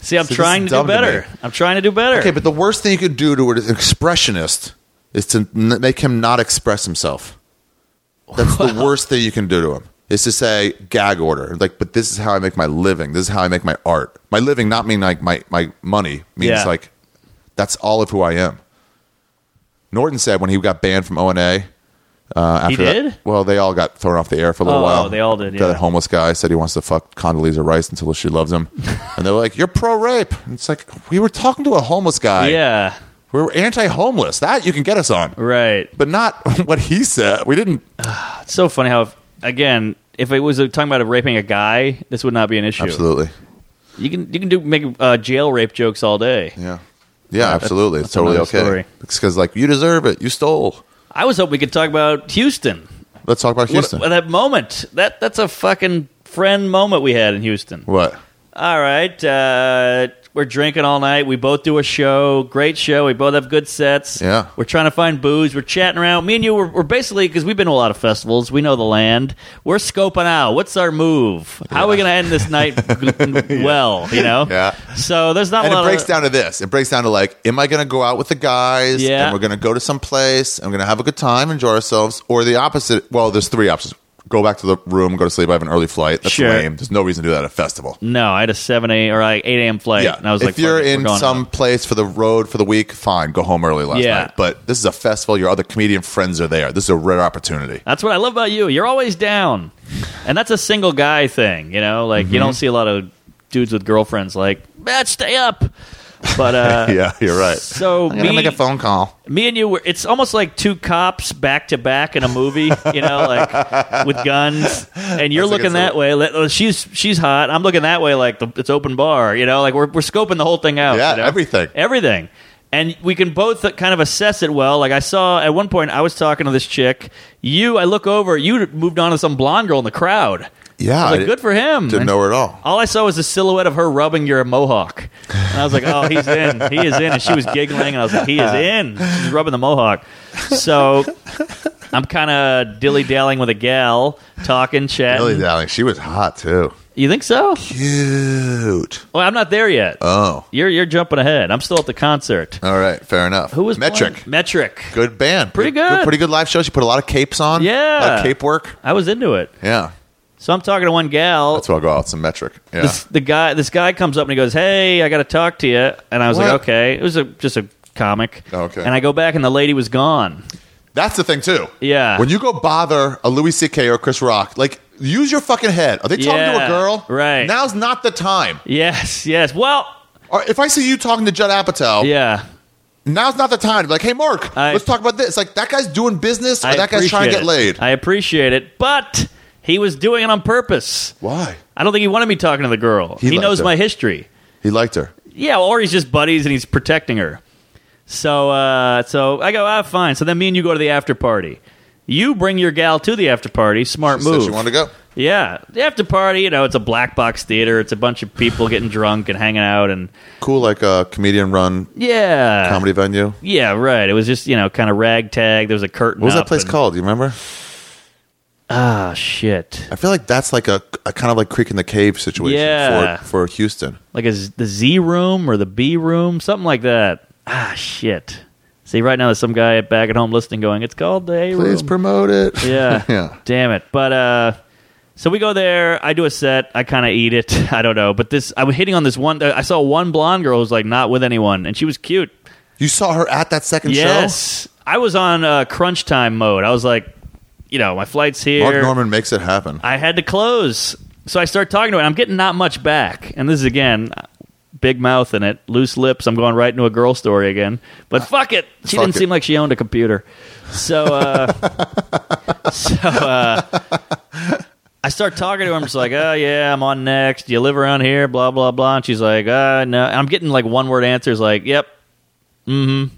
Speaker 1: See, I'm
Speaker 2: See, this
Speaker 1: trying
Speaker 2: is
Speaker 1: to do
Speaker 2: dumb to
Speaker 1: better.
Speaker 2: me.
Speaker 1: I'm trying to do better.
Speaker 2: Okay, but the worst thing you could do to an expressionist is to n- make him not express himself. That's the worst thing you can do to him. Is to say gag order, like, but this is how I make my living. This is how I make my art. My living, not mean like my my money, means
Speaker 1: Yeah.
Speaker 2: like that's all of who I am. Norton said when he got banned from ONA. Uh, after
Speaker 1: He
Speaker 2: that-
Speaker 1: did?
Speaker 2: well, they all got thrown off the air for a little
Speaker 1: Oh,
Speaker 2: while.
Speaker 1: they all did,
Speaker 2: That
Speaker 1: yeah.
Speaker 2: homeless guy said he wants to fuck Condoleezza Rice until she loves him, and they're like, "You're pro rape." It's like we were talking to a homeless guy.
Speaker 1: yeah,
Speaker 2: We're anti-homeless. That you can get us on,
Speaker 1: right.
Speaker 2: but not what he said. We didn't.
Speaker 1: It's so funny how, if, again, if it was talking about raping a guy, this would not be an issue.
Speaker 2: Absolutely.
Speaker 1: You can you can do make uh, jail rape jokes all day.
Speaker 2: Yeah. Yeah. Absolutely.
Speaker 1: that's
Speaker 2: it's totally
Speaker 1: another
Speaker 2: okay.
Speaker 1: story.
Speaker 2: It's because like you deserve it. You stole.
Speaker 1: I was hoping we could talk about Houston.
Speaker 2: Let's talk about Houston.
Speaker 1: What,
Speaker 2: What?
Speaker 1: that moment. That that's a fucking friend moment we had in Houston. All right. Uh, we're drinking all night. We both do a show. Great show. We both have good sets.
Speaker 2: Yeah.
Speaker 1: We're trying to find booze. We're chatting around. Me and you, we're, we're basically, because we've been to a lot of festivals, we know the land. We're scoping out. What's our move? How are we going to end this night g- well, you know?
Speaker 2: Yeah.
Speaker 1: So there's not
Speaker 2: And
Speaker 1: a
Speaker 2: it
Speaker 1: lot
Speaker 2: breaks
Speaker 1: of.
Speaker 2: down to this. It breaks down to like, am I going to go out with the guys?
Speaker 1: Yeah.
Speaker 2: And we're going to go to some place. I'm going to have a good time, enjoy ourselves, or the opposite. Well, there's three options. Go back to the room, go to sleep. I have an early flight. That's
Speaker 1: Sure.
Speaker 2: lame. There's no reason to do that at a festival.
Speaker 1: no, I had a 7 a or like 8 a.m. flight.
Speaker 2: Yeah.
Speaker 1: And I was
Speaker 2: if
Speaker 1: like,
Speaker 2: you're
Speaker 1: fuck it, we're
Speaker 2: in
Speaker 1: going
Speaker 2: some
Speaker 1: out.
Speaker 2: place for the road for the week, fine, go home early last
Speaker 1: Yeah.
Speaker 2: night. But this is a festival. Your other comedian friends are there. This is a rare opportunity.
Speaker 1: That's what I love about you. You're always down. And that's a single guy thing, you know? Like,
Speaker 2: Mm-hmm.
Speaker 1: you don't see a lot of dudes with girlfriends like, man, stay up. But, uh,
Speaker 2: Yeah, you're right.
Speaker 1: So
Speaker 2: I'm gonna
Speaker 1: me,
Speaker 2: make a phone call.
Speaker 1: me and you were it's almost like two cops back to back in a movie, you know, like with guns. And you're
Speaker 2: That's like
Speaker 1: looking
Speaker 2: it's
Speaker 1: that
Speaker 2: a-
Speaker 1: way. Let- oh, She's she's hot. I'm looking that way like the, it's open bar, you know, like we're we're scoping the whole thing out.
Speaker 2: Yeah,
Speaker 1: you know?
Speaker 2: everything.
Speaker 1: Everything. And we can both kind of assess it well. Like I saw at one point I was talking to this chick. You I look over, you moved on to some blonde girl in the crowd.
Speaker 2: Yeah,
Speaker 1: I was
Speaker 2: I
Speaker 1: like, good for him.
Speaker 2: Didn't
Speaker 1: And-
Speaker 2: know her at all.
Speaker 1: all I saw was the silhouette of her rubbing your mohawk. And I was like, oh, he's in. He is in. And she was giggling. And I was like, he is in. She's rubbing the mohawk. So I'm kind of dilly dallying with a gal, talking, chatting.
Speaker 2: Really, darling, she was hot too.
Speaker 1: You think so?
Speaker 2: Cute.
Speaker 1: Well, I'm not there yet.
Speaker 2: Oh,
Speaker 1: You're, you're jumping ahead. I'm still at the concert.
Speaker 2: all right, fair enough.
Speaker 1: Who was
Speaker 2: Metric?
Speaker 1: playing? Metric.
Speaker 2: Good band.
Speaker 1: Pretty good.
Speaker 2: Pretty good live show. She put a lot of capes on.
Speaker 1: Yeah.
Speaker 2: a lot of cape work.
Speaker 1: I was into it.
Speaker 2: Yeah,
Speaker 1: So I'm talking to one gal.
Speaker 2: that's where I'll go out. Some metric. Yeah,
Speaker 1: this the guy this guy comes up and he goes, "Hey, I got to talk to you." And I was like,
Speaker 2: What?
Speaker 1: "Okay." It was a, just a comic.
Speaker 2: Okay.
Speaker 1: And I go back and the lady was gone.
Speaker 2: that's the thing too.
Speaker 1: Yeah.
Speaker 2: when you go bother a Louis C.K. or Chris Rock, like use your fucking head. Are they talking to
Speaker 1: Yeah,
Speaker 2: a girl?
Speaker 1: right.
Speaker 2: Now's not the time.
Speaker 1: Yes, yes. Well,
Speaker 2: Or if I see you talking to Judd Apatow,
Speaker 1: yeah.
Speaker 2: now's not the time. Like, hey, Mark,
Speaker 1: I-
Speaker 2: let's talk about this. Like that guy's doing business, or
Speaker 1: I
Speaker 2: that guy's trying to
Speaker 1: appreciate
Speaker 2: get
Speaker 1: it.
Speaker 2: laid.
Speaker 1: I appreciate it, but he was doing it on purpose.
Speaker 2: Why?
Speaker 1: I don't think he wanted me talking to the girl. He,
Speaker 2: liked
Speaker 1: knows
Speaker 2: her.
Speaker 1: my history.
Speaker 2: He liked her.
Speaker 1: Yeah, or he's just buddies and he's protecting her. So, uh, so I go, ah, fine. So then me and you go to the after party. You bring your gal to the after party. Smart
Speaker 2: She
Speaker 1: move.
Speaker 2: said she wanted to go.
Speaker 1: Yeah, the after party. You know, it's a black box theater. It's a bunch of people getting drunk and hanging out, and
Speaker 2: Cool, like a comedian run
Speaker 1: yeah,
Speaker 2: comedy venue. What
Speaker 1: yeah, right. It was just you know kind of ragtag. There was a curtain. What
Speaker 2: was that place called? Do you remember?
Speaker 1: Ah, shit.
Speaker 2: I feel like that's like a, a kind of like creek in the cave situation
Speaker 1: Yeah.
Speaker 2: for, for Houston.
Speaker 1: like a z the Z room or the B room, something like that. Ah, shit. See, right now there's some guy back at home listening, going, "It's called the A
Speaker 2: Please
Speaker 1: room."
Speaker 2: promote it.
Speaker 1: yeah,
Speaker 2: yeah.
Speaker 1: Damn it. But uh, so we go there. I do a set. I kind of eat it. I don't know. But this, I was hitting on this one. I saw one blonde girl who's like not with anyone, and she was cute.
Speaker 2: You saw her at that second
Speaker 1: Yes, I was on uh, crunch time mode. I was like, you know, my flight's
Speaker 2: show.
Speaker 1: here.
Speaker 2: Mark Norman makes it happen.
Speaker 1: I had to close. So I start talking to her, and I'm getting not much back. And this is again, big mouth in it, loose lips. I'm going right into a girl story again. But fuck it. She
Speaker 2: Ah, Fuck
Speaker 1: didn't
Speaker 2: it.
Speaker 1: seem like she owned a computer. So, uh, so uh, I I start talking to her. I'm just like, oh yeah, I'm on next. Do you live around here? Blah blah blah. And she's like, uh, no. And I'm getting like one word answers. Like, yep, mm-hmm,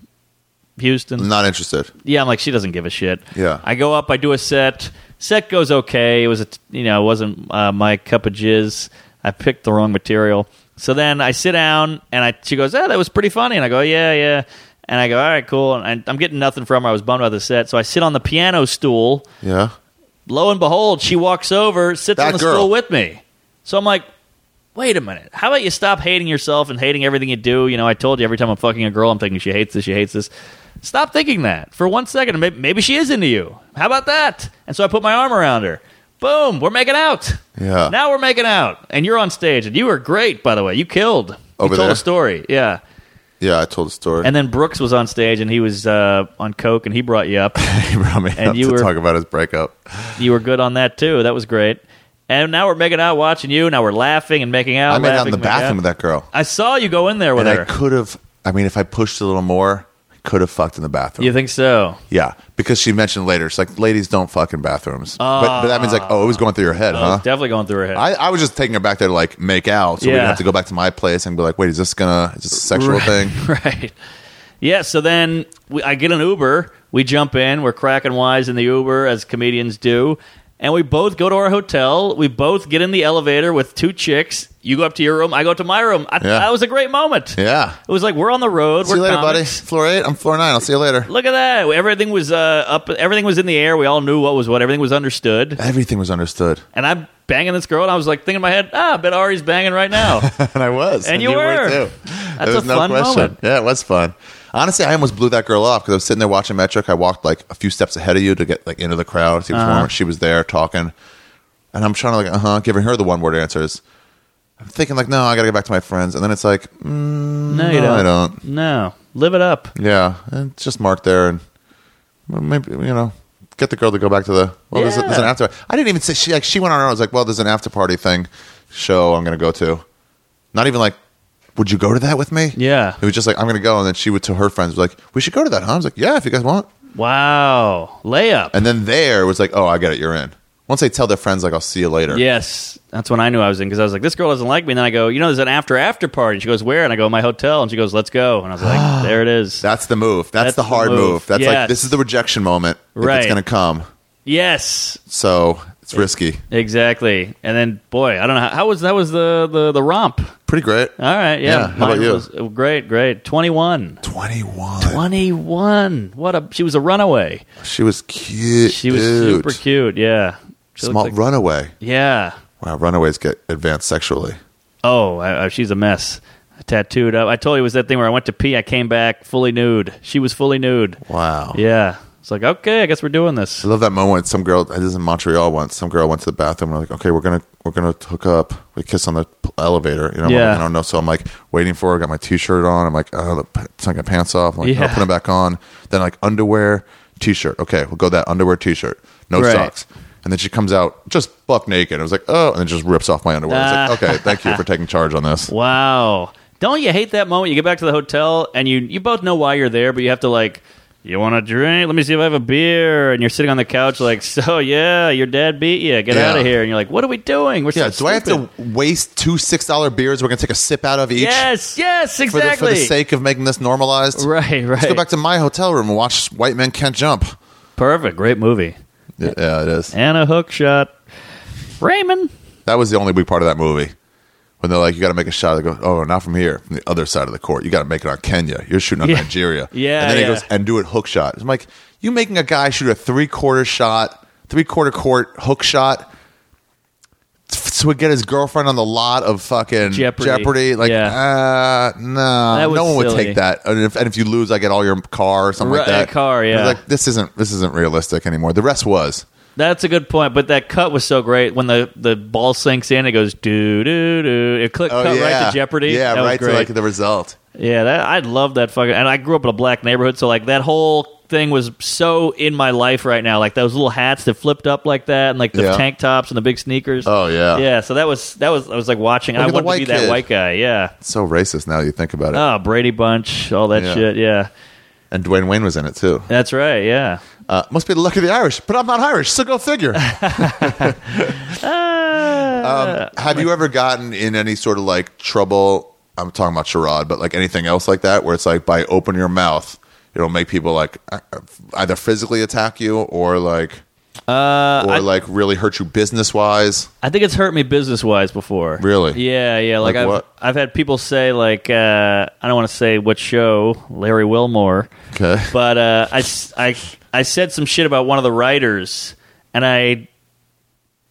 Speaker 1: Houston.
Speaker 2: Not interested.
Speaker 1: Yeah, I'm like, she doesn't give a shit.
Speaker 2: Yeah.
Speaker 1: I go up, I do a set. Set goes okay. It was a, t- you know, it wasn't uh, my cup of jizz. I picked the wrong material. So then I sit down and I, she goes, oh, that was pretty funny. And I go, yeah, yeah. And I go, all right, cool. And I, I'm getting nothing from her. I was bummed about the set. So I sit on the piano stool.
Speaker 2: Yeah.
Speaker 1: Lo and behold, she walks over, sits
Speaker 2: That
Speaker 1: on the
Speaker 2: girl.
Speaker 1: stool with me. So I'm like, wait a minute. How about you stop hating yourself and hating everything you do? You know, I told you every time I'm fucking a girl, I'm thinking she hates this, she hates this. Stop thinking that for one second. Maybe, maybe she is into you. How about that? And so I put my arm around her. Boom, we're making out.
Speaker 2: Yeah.
Speaker 1: Now we're making out. And you're on stage. And you were great, by the way. You killed.
Speaker 2: Over
Speaker 1: you told
Speaker 2: there?
Speaker 1: a story. Yeah.
Speaker 2: Yeah, I told the story.
Speaker 1: And then Brooks was on stage and he was uh, on Coke and he brought you up.
Speaker 2: he brought me
Speaker 1: and
Speaker 2: up
Speaker 1: you
Speaker 2: to
Speaker 1: were-
Speaker 2: talk about his breakup.
Speaker 1: you were good on that too. That was great. And now we're making out watching you. Now we're laughing and making out.
Speaker 2: I made out in
Speaker 1: laughing,
Speaker 2: the
Speaker 1: making
Speaker 2: bathroom with
Speaker 1: out.
Speaker 2: that girl.
Speaker 1: I saw you go in there with
Speaker 2: and
Speaker 1: her.
Speaker 2: I could have. I mean, if I pushed a little more, I could have fucked in the bathroom.
Speaker 1: you think so?
Speaker 2: yeah, because she mentioned later, it's like ladies don't fuck in bathrooms. but, but that means like, oh, it was going through your head,
Speaker 1: That was
Speaker 2: huh?
Speaker 1: definitely going through her head.
Speaker 2: I, I was just taking her back there to like make out, so we
Speaker 1: Yeah.
Speaker 2: didn't have to go back to my place and be like, wait, is this gonna is this a sexual thing?
Speaker 1: right. Yeah. So then we, I get an Uber. We jump in. We're cracking wise in the Uber as comedians do, and we both go to our hotel. We both get in the elevator with two chicks. You go up to your room. I go to my room. I,
Speaker 2: Yeah.
Speaker 1: That was a great moment.
Speaker 2: Yeah.
Speaker 1: It was like we're on the road.
Speaker 2: See
Speaker 1: we're
Speaker 2: you later, buddy.
Speaker 1: comics.
Speaker 2: Floor eight. I'm floor nine. I'll see you later.
Speaker 1: Look at that! Everything was uh, up. Everything was in the air. We all knew what was what. Everything was understood.
Speaker 2: Everything was understood,
Speaker 1: And I'm banging this girl, and I was like thinking in my head, "Ah, I bet Ari's banging right now."
Speaker 2: and I was,
Speaker 1: And you were.
Speaker 2: too.
Speaker 1: That's
Speaker 2: There was
Speaker 1: a fun moment.
Speaker 2: Yeah, it was fun. Honestly, I almost blew that girl off because I was sitting there watching Metric. I walked like a few steps ahead of you to get like into the crowd. See what's
Speaker 1: Uh-huh.
Speaker 2: going on. She was there talking, and I'm trying to like, uh huh, giving her the one word answers. I'm thinking like, no, I got to get back to my friends, and then it's like, mm,
Speaker 1: no, you
Speaker 2: No,
Speaker 1: don't.
Speaker 2: I don't.
Speaker 1: No, live it up.
Speaker 2: yeah, and it's just Mark there, and well, maybe you know, get the girl to go back to the well. There's, a, there's an
Speaker 1: Yeah.
Speaker 2: after. I didn't even say she like she went on her own. I was like, well, there's an after party thing show I'm gonna go to. Not even like, would you go to that with me?
Speaker 1: Yeah.
Speaker 2: It was just like I'm gonna go, and then she would to her friends was like, "We should go to that." Huh? I was like, "Yeah, if you guys want."
Speaker 1: Wow, layup.
Speaker 2: And then there was like, "Oh, I get it. You're in." Once they tell their friends, like, "I'll see you later."
Speaker 1: Yes, that's when I knew I was in because I was like, "This girl doesn't like me." And then I go, "You know, there's an after after party." And she goes, "Where?" And I go, "My hotel." And she goes, "Let's go." And I was like, "There it is."
Speaker 2: That's the move. That's,
Speaker 1: That's
Speaker 2: the
Speaker 1: the
Speaker 2: hard
Speaker 1: move.
Speaker 2: move. That's
Speaker 1: Yes.
Speaker 2: like this is the rejection moment. If
Speaker 1: Right.
Speaker 2: It's gonna come.
Speaker 1: yes,
Speaker 2: So it's risky.
Speaker 1: exactly. And then, boy, I don't know how, how was that was the the the romp.
Speaker 2: Pretty great.
Speaker 1: All right, yeah.
Speaker 2: Yeah, how about
Speaker 1: Mine
Speaker 2: you?
Speaker 1: was- uh, great, great. Twenty one.
Speaker 2: Twenty one.
Speaker 1: 21. What a she was a runaway.
Speaker 2: She was cute.
Speaker 1: She was
Speaker 2: dude.
Speaker 1: super cute. Yeah. She looked
Speaker 2: Small
Speaker 1: like-
Speaker 2: runaway.
Speaker 1: Yeah.
Speaker 2: Wow, runaways get advanced sexually.
Speaker 1: Oh, I, I, she's a mess. Tattooed up. I told you it was that thing where I went to pee. I came back fully nude. She was fully nude.
Speaker 2: Wow.
Speaker 1: Yeah. It's like okay, I guess we're doing this.
Speaker 2: I love that moment. Some girl, this is in Montreal once. Some girl went to the bathroom. and We're like, okay, we're gonna we're gonna hook up. We kiss on the p- elevator. You know, I'm like,
Speaker 1: Yeah.
Speaker 2: I don't know. So I'm like waiting for her. Got my t-shirt on. I'm like, oh, the p- took my pants off. I'm like,
Speaker 1: Yeah.
Speaker 2: I'll put it back on. Then like underwear, t-shirt. Okay, we'll go that underwear, t-shirt. No
Speaker 1: Right.
Speaker 2: socks. And then she comes out just buck naked. I was like, oh, and then just rips off my underwear. I was
Speaker 1: Ah.
Speaker 2: like, okay, thank you for taking charge on this.
Speaker 1: Wow. Don't you hate that moment? You get back to the hotel and you you both know why you're there, but you have to like. You want a drink? Let me see if I have a beer. And you're sitting on the couch, like, so yeah, your dad beat you. Get
Speaker 2: Yeah.
Speaker 1: out of here. And you're like, what are we doing? We're
Speaker 2: Yeah,
Speaker 1: so
Speaker 2: do I have
Speaker 1: stupid."
Speaker 2: to waste two six dollar beers? We're gonna take a sip out of each.
Speaker 1: Yes, yes,
Speaker 2: for the,
Speaker 1: exactly.
Speaker 2: for the sake of making this normalized.
Speaker 1: Right, right.
Speaker 2: Let's go back to my hotel room and watch White Men Can't Jump.
Speaker 1: Perfect. Great movie.
Speaker 2: Yeah, yeah, it is.
Speaker 1: And a hook shot. Raymond.
Speaker 2: That was the only weak part of that movie. When they're like, you got to make a shot. They go, oh, not from here, from the other side of the court. You got to make it on Kenya. You're shooting on
Speaker 1: Yeah.
Speaker 2: Nigeria.
Speaker 1: Yeah,
Speaker 2: And then
Speaker 1: yeah.
Speaker 2: he goes, and do it hook shot. I'm like, you making a guy shoot a three quarter shot, three quarter court hook shot t- to would get his girlfriend on the lot of fucking
Speaker 1: Jeopardy.
Speaker 2: Like, uh,
Speaker 1: That
Speaker 2: no,
Speaker 1: was
Speaker 2: no one would
Speaker 1: silly.
Speaker 2: take that. And if, and if you lose, I get all your car or something
Speaker 1: Right,
Speaker 2: like that.
Speaker 1: car,
Speaker 2: And I was
Speaker 1: yeah.
Speaker 2: Like this isn't this isn't realistic anymore. The rest was.
Speaker 1: That's a good point, but that cut was so great when the, the ball sinks in, it goes doo doo doo. It click
Speaker 2: Oh
Speaker 1: cut
Speaker 2: yeah,
Speaker 1: right to Jeopardy.
Speaker 2: Yeah,
Speaker 1: That was
Speaker 2: right to
Speaker 1: great.
Speaker 2: like the result.
Speaker 1: Yeah, that I love that fucking. And I grew up in a black neighborhood, so like that whole thing was so in my life right now. Like those little hats that flipped up like that, and like the
Speaker 2: Yeah.
Speaker 1: tank tops and the big sneakers.
Speaker 2: Oh, yeah.
Speaker 1: yeah. So that was that was I was like watching.
Speaker 2: Look
Speaker 1: I
Speaker 2: at the
Speaker 1: wanted to
Speaker 2: white
Speaker 1: be that
Speaker 2: kid.
Speaker 1: white guy. Yeah.
Speaker 2: It's so racist now you think about it.
Speaker 1: Oh, Brady Oh, Bunch, all that
Speaker 2: Yeah.
Speaker 1: shit. Yeah,
Speaker 2: and Dwayne Wayne was in it too.
Speaker 1: that's right. Yeah.
Speaker 2: Uh, must be the luck of the Irish, but I'm not Irish, so go figure. um, have you ever gotten in any sort of like trouble? I'm talking about charade, but like anything else like that, where it's like by open your mouth, it'll make people like uh, either physically attack you or like uh, or like really hurt you business wise.
Speaker 1: I think it's hurt me business wise before.
Speaker 2: Really?
Speaker 1: Yeah, yeah. Like,
Speaker 2: Like
Speaker 1: I've
Speaker 2: what?
Speaker 1: I've had people say like uh, I don't want to say what show Larry Wilmore.
Speaker 2: Okay.
Speaker 1: But uh, I s- I I said some shit about one of the writers, and I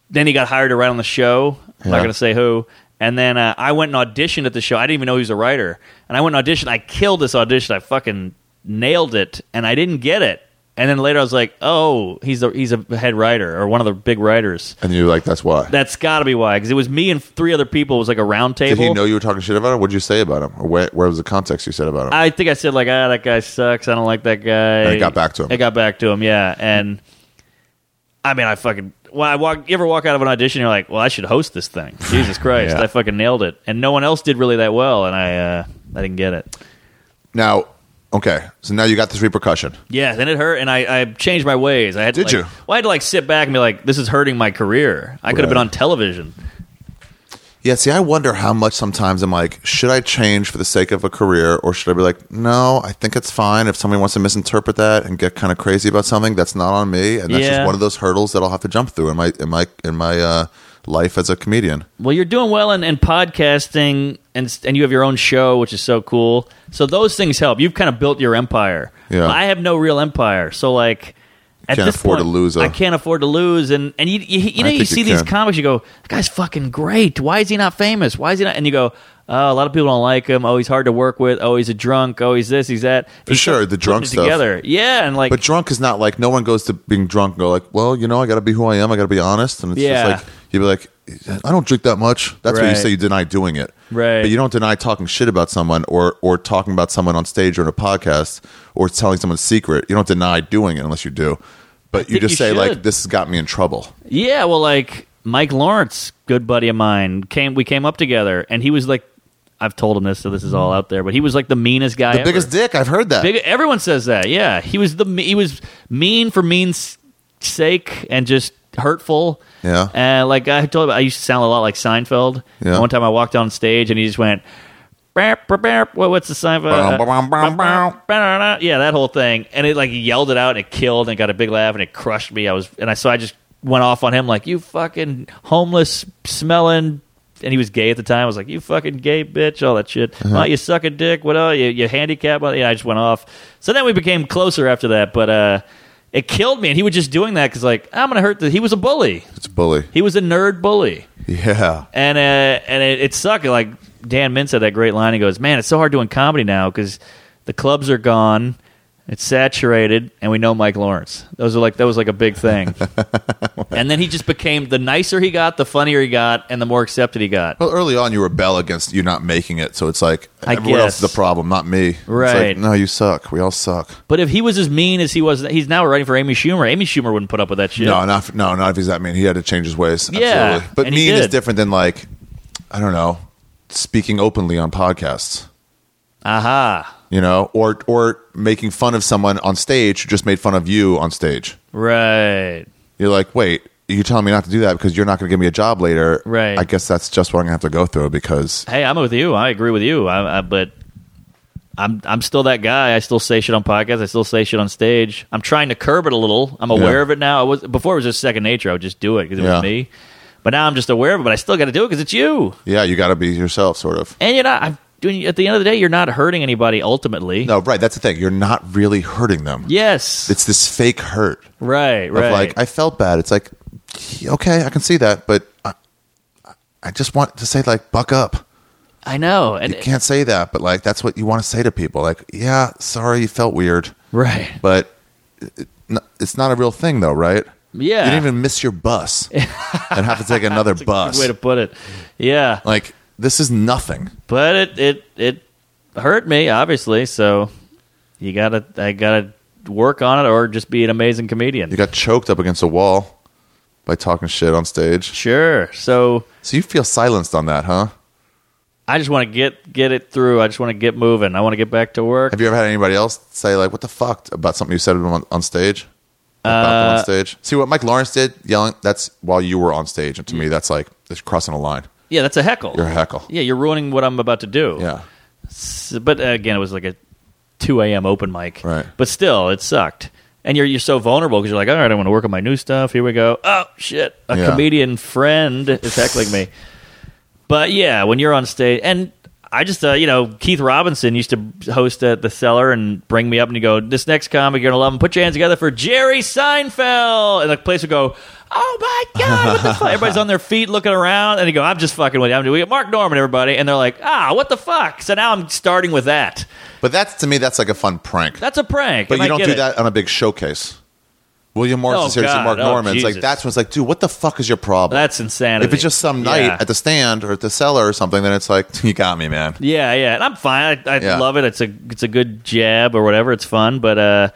Speaker 1: then he got hired to write on the show. I'm not
Speaker 2: Yeah.
Speaker 1: gonna say who. And then uh, I went and auditioned at the show. I didn't even know he was a writer. And I went and auditioned. I killed this audition. I fucking nailed it, and I didn't get it. And then later I was like, oh, he's the, he's a head writer or one of the big writers.
Speaker 2: And you're like, that's why.
Speaker 1: That's got to be why, because it was me and three other people. It was like a round table.
Speaker 2: Did he know you were talking shit about him? What did you say about him? Or where, where was the context you said about him?
Speaker 1: I think I said like, ah, that guy sucks. I don't like that guy.
Speaker 2: And it got back to him.
Speaker 1: It got back to him. Yeah, and I mean, I fucking. Well, I walk. You ever walk out of an audition? You're like, well, I should host this thing. Jesus Christ,
Speaker 2: Yeah.
Speaker 1: I fucking nailed it. And no one else did really that well, and I, uh, I didn't get it.
Speaker 2: now, okay, so now you got this repercussion.
Speaker 1: Yeah, then it hurt, and I, I changed my ways. I had
Speaker 2: Did
Speaker 1: to, like-
Speaker 2: you?
Speaker 1: Well, I had to like sit back and be like, this is hurting my career. I could have been
Speaker 2: Right.
Speaker 1: on television.
Speaker 2: Yeah, see, I wonder how much sometimes I'm like, should I change for the sake of a career, or should I be like, no, I think it's fine. If somebody wants to misinterpret that and get kind of crazy about something, that's not on me, and that's
Speaker 1: Yeah.
Speaker 2: just one of those hurdles that I'll have to jump through in my in my in my uh, life as a comedian.
Speaker 1: Well, you're doing well in, in podcasting, and and you have your own show, which is so cool. So those things help. You've kind of built your empire.
Speaker 2: Yeah.
Speaker 1: I have no real empire, so like. At
Speaker 2: can't
Speaker 1: this
Speaker 2: afford
Speaker 1: point,
Speaker 2: to lose a-
Speaker 1: I can't afford to lose, and and you you, you know
Speaker 2: I
Speaker 1: you
Speaker 2: think
Speaker 1: see
Speaker 2: you
Speaker 1: these
Speaker 2: can.
Speaker 1: comics, you go, "That guy's fucking great. Why is he not famous? Why is he not?" And you go, "Oh, a lot of people don't like him. Oh, he's hard to work with. Oh, he's a drunk. Oh, he's this. He's that." For
Speaker 2: sure, the drunk stuff.
Speaker 1: together, yeah, and like
Speaker 2: But drunk is not like no one goes to being drunk and go like, well, you know, I got to be who I am. I got to be honest, and it's
Speaker 1: Yeah.
Speaker 2: just like you'd be like, I don't drink that much. That's what you
Speaker 1: Right.
Speaker 2: say you deny doing it,
Speaker 1: Right.
Speaker 2: But you don't deny talking shit about someone or or talking about someone on stage or in a podcast or telling someone's secret. You don't deny doing it unless you do. But you
Speaker 1: think
Speaker 2: just
Speaker 1: you
Speaker 2: say
Speaker 1: should.
Speaker 2: like, this has got me in trouble.
Speaker 1: Yeah, well, like Mike Lawrence, good buddy of mine, came. We came up together, and he was like, I've told him this, so this is all out there. But he was like the meanest guy.
Speaker 2: The biggest dick I've heard that.
Speaker 1: Big, everyone says that. Yeah, he was the me- he was mean for mean's sake and just hurtful.
Speaker 2: Yeah.
Speaker 1: and like I told him, I used to sound a lot like Seinfeld.
Speaker 2: Yeah.
Speaker 1: One time I walked on stage and he just went. "Barp, barp, barp." What, what's the Seinfeld?
Speaker 2: Bow,
Speaker 1: uh,
Speaker 2: bow, bow, bow, bow.
Speaker 1: Ba-da-da. Yeah, that whole thing, and it like he yelled it out, and it killed, and got a big laugh, and it crushed me. I was, and I so I just went off on him like you fucking homeless smelling, and he was gay at the time. I was like you fucking gay bitch, all that shit. Why you suck a dick? What are you? You handicap? uh," Yeah, I just went off. So then we became closer after that, but uh, it killed me, and he was just doing that because like I'm gonna hurt. The, he was a bully.
Speaker 2: It's a bully.
Speaker 1: He was a nerd bully
Speaker 2: Yeah.
Speaker 1: and uh, and it, it sucked. Like Dan Min said that great line. He goes, "Man, it's so hard doing comedy now because the clubs are gone, it's saturated, and we know Mike Lawrence. Those are like that was like a big thing. and then he just became the nicer he got, the funnier he got, and the more accepted he got.
Speaker 2: Well, early on, you rebel against you not making it, so it's like
Speaker 1: I
Speaker 2: everyone else is
Speaker 1: guess.
Speaker 2: the problem, not me. It's like,
Speaker 1: Right.
Speaker 2: no, you suck. We all suck.
Speaker 1: But if he was as mean as he was, he's now writing for Amy Schumer. Amy Schumer wouldn't put up with that shit.
Speaker 2: No, not no, not if he's that mean. He had to change his ways.
Speaker 1: Yeah,
Speaker 2: Absolutely. but
Speaker 1: and he
Speaker 2: mean is
Speaker 1: did.
Speaker 2: different than like I don't know, speaking openly on podcasts.
Speaker 1: Aha.
Speaker 2: You know, or or making fun of someone on stage who just made fun of you on stage.
Speaker 1: Right.
Speaker 2: You're like, wait, you're telling me not to do that because you're not going to give me a job later.
Speaker 1: Right.
Speaker 2: I guess that's just what I'm going to have to go through because
Speaker 1: Hey, I'm with you. I agree with you. I, I, but I'm I'm still that guy. I still say shit on podcasts. I still say shit on stage. I'm trying to curb it a little. I'm aware
Speaker 2: Yeah.
Speaker 1: of it now. I was before it was just second nature. I would just do it because it
Speaker 2: Yeah.
Speaker 1: was me. But now I'm just aware of it. But I still got to do it because it's you.
Speaker 2: yeah, you got to be yourself, sort of.
Speaker 1: And you're not. I'm doing. At the end of the day, you're not hurting anybody. Ultimately,
Speaker 2: No, right. That's the thing. You're not really hurting them.
Speaker 1: Yes.
Speaker 2: It's this fake hurt.
Speaker 1: right.
Speaker 2: of
Speaker 1: Right.
Speaker 2: like I felt bad. It's like okay, I can see that, but I, I just want to say like buck up.
Speaker 1: I know. And
Speaker 2: You can't say that, but like that's what you want to say to people. Like yeah, sorry, you felt weird,
Speaker 1: right.
Speaker 2: but it- it- it's not a real thing though, right?
Speaker 1: Yeah.
Speaker 2: you didn't even miss your bus and have to take another
Speaker 1: That's a
Speaker 2: bus.
Speaker 1: good way to put it. Yeah.
Speaker 2: like this is nothing.
Speaker 1: but it it it hurt me obviously so you gotta i gotta work on it or just be an amazing comedian
Speaker 2: You got choked up against a wall by talking shit on stage.
Speaker 1: sure so
Speaker 2: So you feel silenced on that, huh?
Speaker 1: i just want to get get it through i just want to get moving i want to get back to work
Speaker 2: Have you ever had anybody else say like, "What the fuck" about something you said to them on, on stage? about
Speaker 1: Uh,
Speaker 2: them on stage. See what Mike Lawrence did yelling. That's while you were on stage, and to me, that's like it's crossing a line.
Speaker 1: Yeah, that's a heckle.
Speaker 2: You're a heckle.
Speaker 1: Yeah, you're ruining what I'm about to do.
Speaker 2: Yeah,
Speaker 1: S- but uh, again, it was like a 2 a.m. open mic.
Speaker 2: Right.
Speaker 1: But still, it sucked. And you're you're so vulnerable because you're like, all right, I want to work on my new stuff. Here we go. Oh shit, a
Speaker 2: Yeah.
Speaker 1: comedian friend is heckling me. But yeah, when you're on stage, and I just uh, you know Keith Robinson used to host at the Cellar and bring me up and he go, this next comic you're gonna love him. Put your hands together for Jerry Seinfeld, and the place would go. Oh my God! What the fuck? Everybody's on their feet, looking around, and they go, "I'm just fucking with you." I'm doing it, Mark Norman, everybody, and they're like, "Ah, what the fuck?" So now I'm starting with that.
Speaker 2: but that's to me, that's like a fun prank.
Speaker 1: That's a prank,
Speaker 2: but
Speaker 1: and
Speaker 2: you
Speaker 1: I
Speaker 2: don't
Speaker 1: get
Speaker 2: do
Speaker 1: it.
Speaker 2: that on a big showcase. William Morris
Speaker 1: Oh,
Speaker 2: is here to see
Speaker 1: God.
Speaker 2: Mark
Speaker 1: Oh,
Speaker 2: Norman. It's like
Speaker 1: Jesus.
Speaker 2: that's when it's like, dude, what the fuck is your problem?
Speaker 1: That's insanity.
Speaker 2: if it's just some night
Speaker 1: Yeah.
Speaker 2: at the stand or at the cellar or something, then it's like you got me, man.
Speaker 1: Yeah, yeah, and I'm fine. I, I
Speaker 2: Yeah.
Speaker 1: love it. It's a it's a good jab or whatever. It's fun, but uh,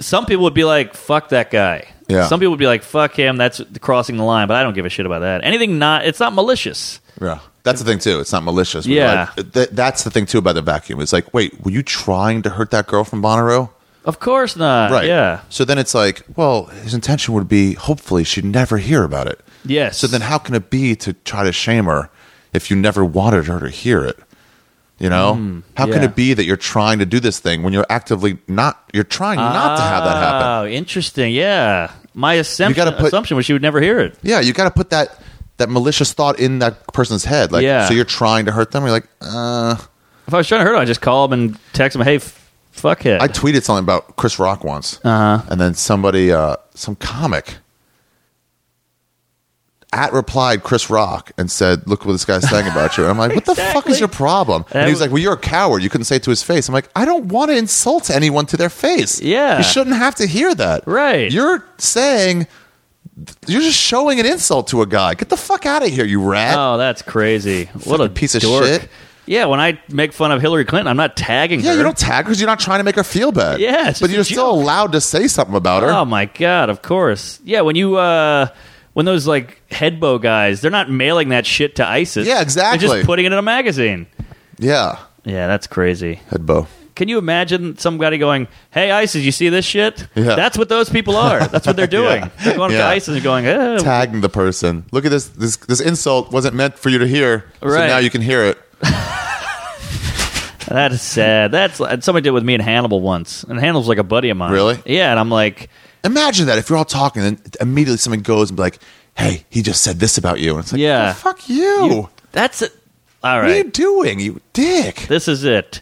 Speaker 1: some people would be like, "Fuck that guy."
Speaker 2: Yeah.
Speaker 1: Some people would be like, "Fuck him." That's crossing the line. But I don't give a shit about that. Anything not it's not malicious.
Speaker 2: Yeah, that's the thing too. It's not malicious. We're
Speaker 1: Yeah.
Speaker 2: like- th- that's the thing too about the vacuum. It's like, wait, were you trying to hurt that girl from Bonnaroo?
Speaker 1: Of course not.
Speaker 2: Right.
Speaker 1: Uh, Yeah.
Speaker 2: So then it's like, well, his intention would be hopefully she'd never hear about it.
Speaker 1: Yes.
Speaker 2: So then how can it be to try to shame her if you never wanted her to hear it? You know? how can
Speaker 1: Hmm. yeah.
Speaker 2: it be that you're trying to do this thing when you're actively not you're trying not to have that happen?
Speaker 1: Oh, interesting. Yeah. My assumption,
Speaker 2: gotta put-
Speaker 1: assumption was she would never hear it.
Speaker 2: Yeah, you got to put that that malicious thought in that person's head. Like
Speaker 1: Yeah.
Speaker 2: so you're trying to hurt them. You're like, "Uh,
Speaker 1: If I was trying to hurt her, I'd just call him and text him, hey, f- fuckhead.
Speaker 2: I tweeted something about Chris Rock once,
Speaker 1: Uh-huh.
Speaker 2: and then somebody, uh, some comic, at replied Chris Rock and said, "Look what this guy's saying about you." And I'm like, "What the fuck
Speaker 1: Exactly.
Speaker 2: is your problem?" And
Speaker 1: That
Speaker 2: he was
Speaker 1: w-
Speaker 2: like, "Well, you're a coward. You couldn't say it to his face." I'm like, "I don't want to insult anyone to their face.
Speaker 1: Yeah.
Speaker 2: you shouldn't have to hear that.
Speaker 1: Right.
Speaker 2: You're saying." You're just showing an insult to a guy. Get the fuck out of here, you rat.
Speaker 1: Oh, that's crazy! What a
Speaker 2: Fucking piece of
Speaker 1: dork.
Speaker 2: shit.
Speaker 1: Yeah, when I make fun of Hillary Clinton, I'm not tagging
Speaker 2: yeah,
Speaker 1: her.
Speaker 2: you don't tag her because you're not trying to make her feel bad.
Speaker 1: Yeah, it's
Speaker 2: but
Speaker 1: just a
Speaker 2: you're still
Speaker 1: joke.
Speaker 2: allowed to say something about her.
Speaker 1: Oh my god! Of course. Yeah, when you uh, when those like headbow guys, they're not mailing that shit to ISIS.
Speaker 2: Yeah, exactly.
Speaker 1: They're just putting it in a magazine.
Speaker 2: yeah,
Speaker 1: Yeah, that's crazy.
Speaker 2: headbow.
Speaker 1: Can you imagine somebody going, "Hey, ISIS, you see this shit?
Speaker 2: Yeah.
Speaker 1: That's what those people are. That's what they're doing. They're going up to
Speaker 2: Yeah.
Speaker 1: ISIS and going, eh,
Speaker 2: tagging the person. Look at this. This this insult wasn't meant for you to hear. So
Speaker 1: Right.
Speaker 2: now you can hear it.
Speaker 1: That is sad. That's and somebody did it with me and Hannibal once, and Hannibal's like a buddy of mine.
Speaker 2: Really?
Speaker 1: Yeah, and I'm like,
Speaker 2: Imagine that if you're all talking and immediately someone goes and be like, "Hey, he just said this about you," and it's like,
Speaker 1: Yeah.
Speaker 2: "Well, fuck you.
Speaker 1: you- that's it. All
Speaker 2: Oh. What are
Speaker 1: right,
Speaker 2: you doing, you dick?"
Speaker 1: this is it.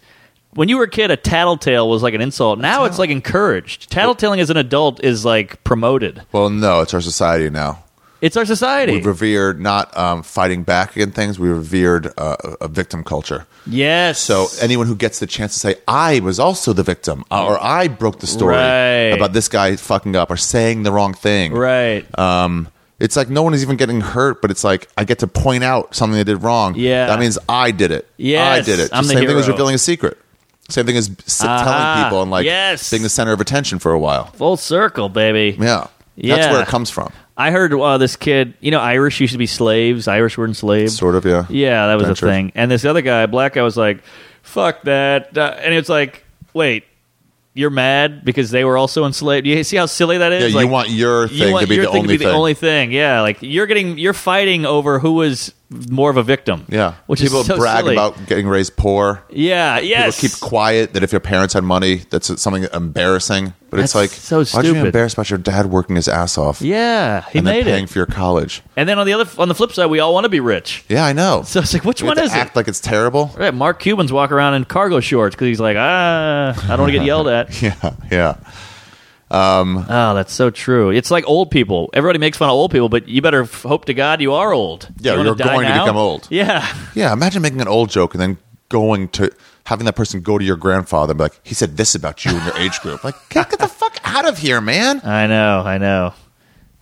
Speaker 1: When you were a kid, a tattletale was like an insult. Now it's like encouraged. Tattletaling as an adult is like promoted.
Speaker 2: Well, no, it's our society now.
Speaker 1: It's our society.
Speaker 2: We revere not um, fighting back against things. We revered uh, a a victim culture.
Speaker 1: yes.
Speaker 2: So anyone who gets the chance to say, I was also the victim, uh, or I broke the story
Speaker 1: Right.
Speaker 2: about this guy fucking up or saying the wrong thing.
Speaker 1: right.
Speaker 2: um, it's like no one is even getting hurt, but it's like I get to point out something I did wrong.
Speaker 1: Yeah.
Speaker 2: that means I did it.
Speaker 1: Yes,
Speaker 2: I did it. It's
Speaker 1: I'm the
Speaker 2: same thing as
Speaker 1: hero.
Speaker 2: revealing a secret. Same thing as s-
Speaker 1: Aha.
Speaker 2: telling people and like
Speaker 1: Yes.
Speaker 2: being the center of attention for a while.
Speaker 1: Full circle, baby.
Speaker 2: Yeah,
Speaker 1: Yeah.
Speaker 2: that's where it comes from.
Speaker 1: I heard uh, this kid. You know, Irish used to be slaves. Irish were enslaved.
Speaker 2: Sort of, yeah.
Speaker 1: Yeah, that was
Speaker 2: Venture.
Speaker 1: a thing. And this other guy, black guy, was like, "Fuck that," uh, and it's like, "Wait, you're mad because they were also enslaved." You see how silly that
Speaker 2: Yeah,
Speaker 1: is?
Speaker 2: you
Speaker 1: like,
Speaker 2: want your
Speaker 1: you
Speaker 2: thing
Speaker 1: want
Speaker 2: to be
Speaker 1: your
Speaker 2: the
Speaker 1: thing
Speaker 2: only
Speaker 1: to be
Speaker 2: thing.
Speaker 1: the only thing. Yeah, like you're getting you're fighting over who was more of a victim.
Speaker 2: yeah,
Speaker 1: which
Speaker 2: people
Speaker 1: is so
Speaker 2: brag
Speaker 1: silly.
Speaker 2: about getting raised poor.
Speaker 1: Yeah,
Speaker 2: People
Speaker 1: yes.
Speaker 2: keep quiet that if your parents had money, that's something embarrassing. But
Speaker 1: That's
Speaker 2: it's like,
Speaker 1: so
Speaker 2: why'd you
Speaker 1: stupid.
Speaker 2: be embarrassed about your dad working his ass off
Speaker 1: yeah, he
Speaker 2: and then
Speaker 1: made
Speaker 2: paying
Speaker 1: it.
Speaker 2: for your college?
Speaker 1: and then on the other on the flip side, we all want to be rich.
Speaker 2: Yeah, I know.
Speaker 1: So it's like, which
Speaker 2: You
Speaker 1: one
Speaker 2: have
Speaker 1: is
Speaker 2: to act
Speaker 1: it?
Speaker 2: like it's terrible.
Speaker 1: Right, Mark Cuban's walk around in cargo shorts because he's like, ah, I don't want to get yelled at.
Speaker 2: Yeah, yeah.
Speaker 1: Oh, that's so true. It's like old people. Everybody makes fun of old people, but you better f- hope to God you are old.
Speaker 2: Yeah,
Speaker 1: You wanna
Speaker 2: you're
Speaker 1: die
Speaker 2: going to
Speaker 1: now?
Speaker 2: become old.
Speaker 1: Yeah,
Speaker 2: Yeah, imagine making an old joke and then going to having that person go to your grandfather and be like, he said this about you and your age group. Like, get, get the fuck out of here, man.
Speaker 1: I know, I know.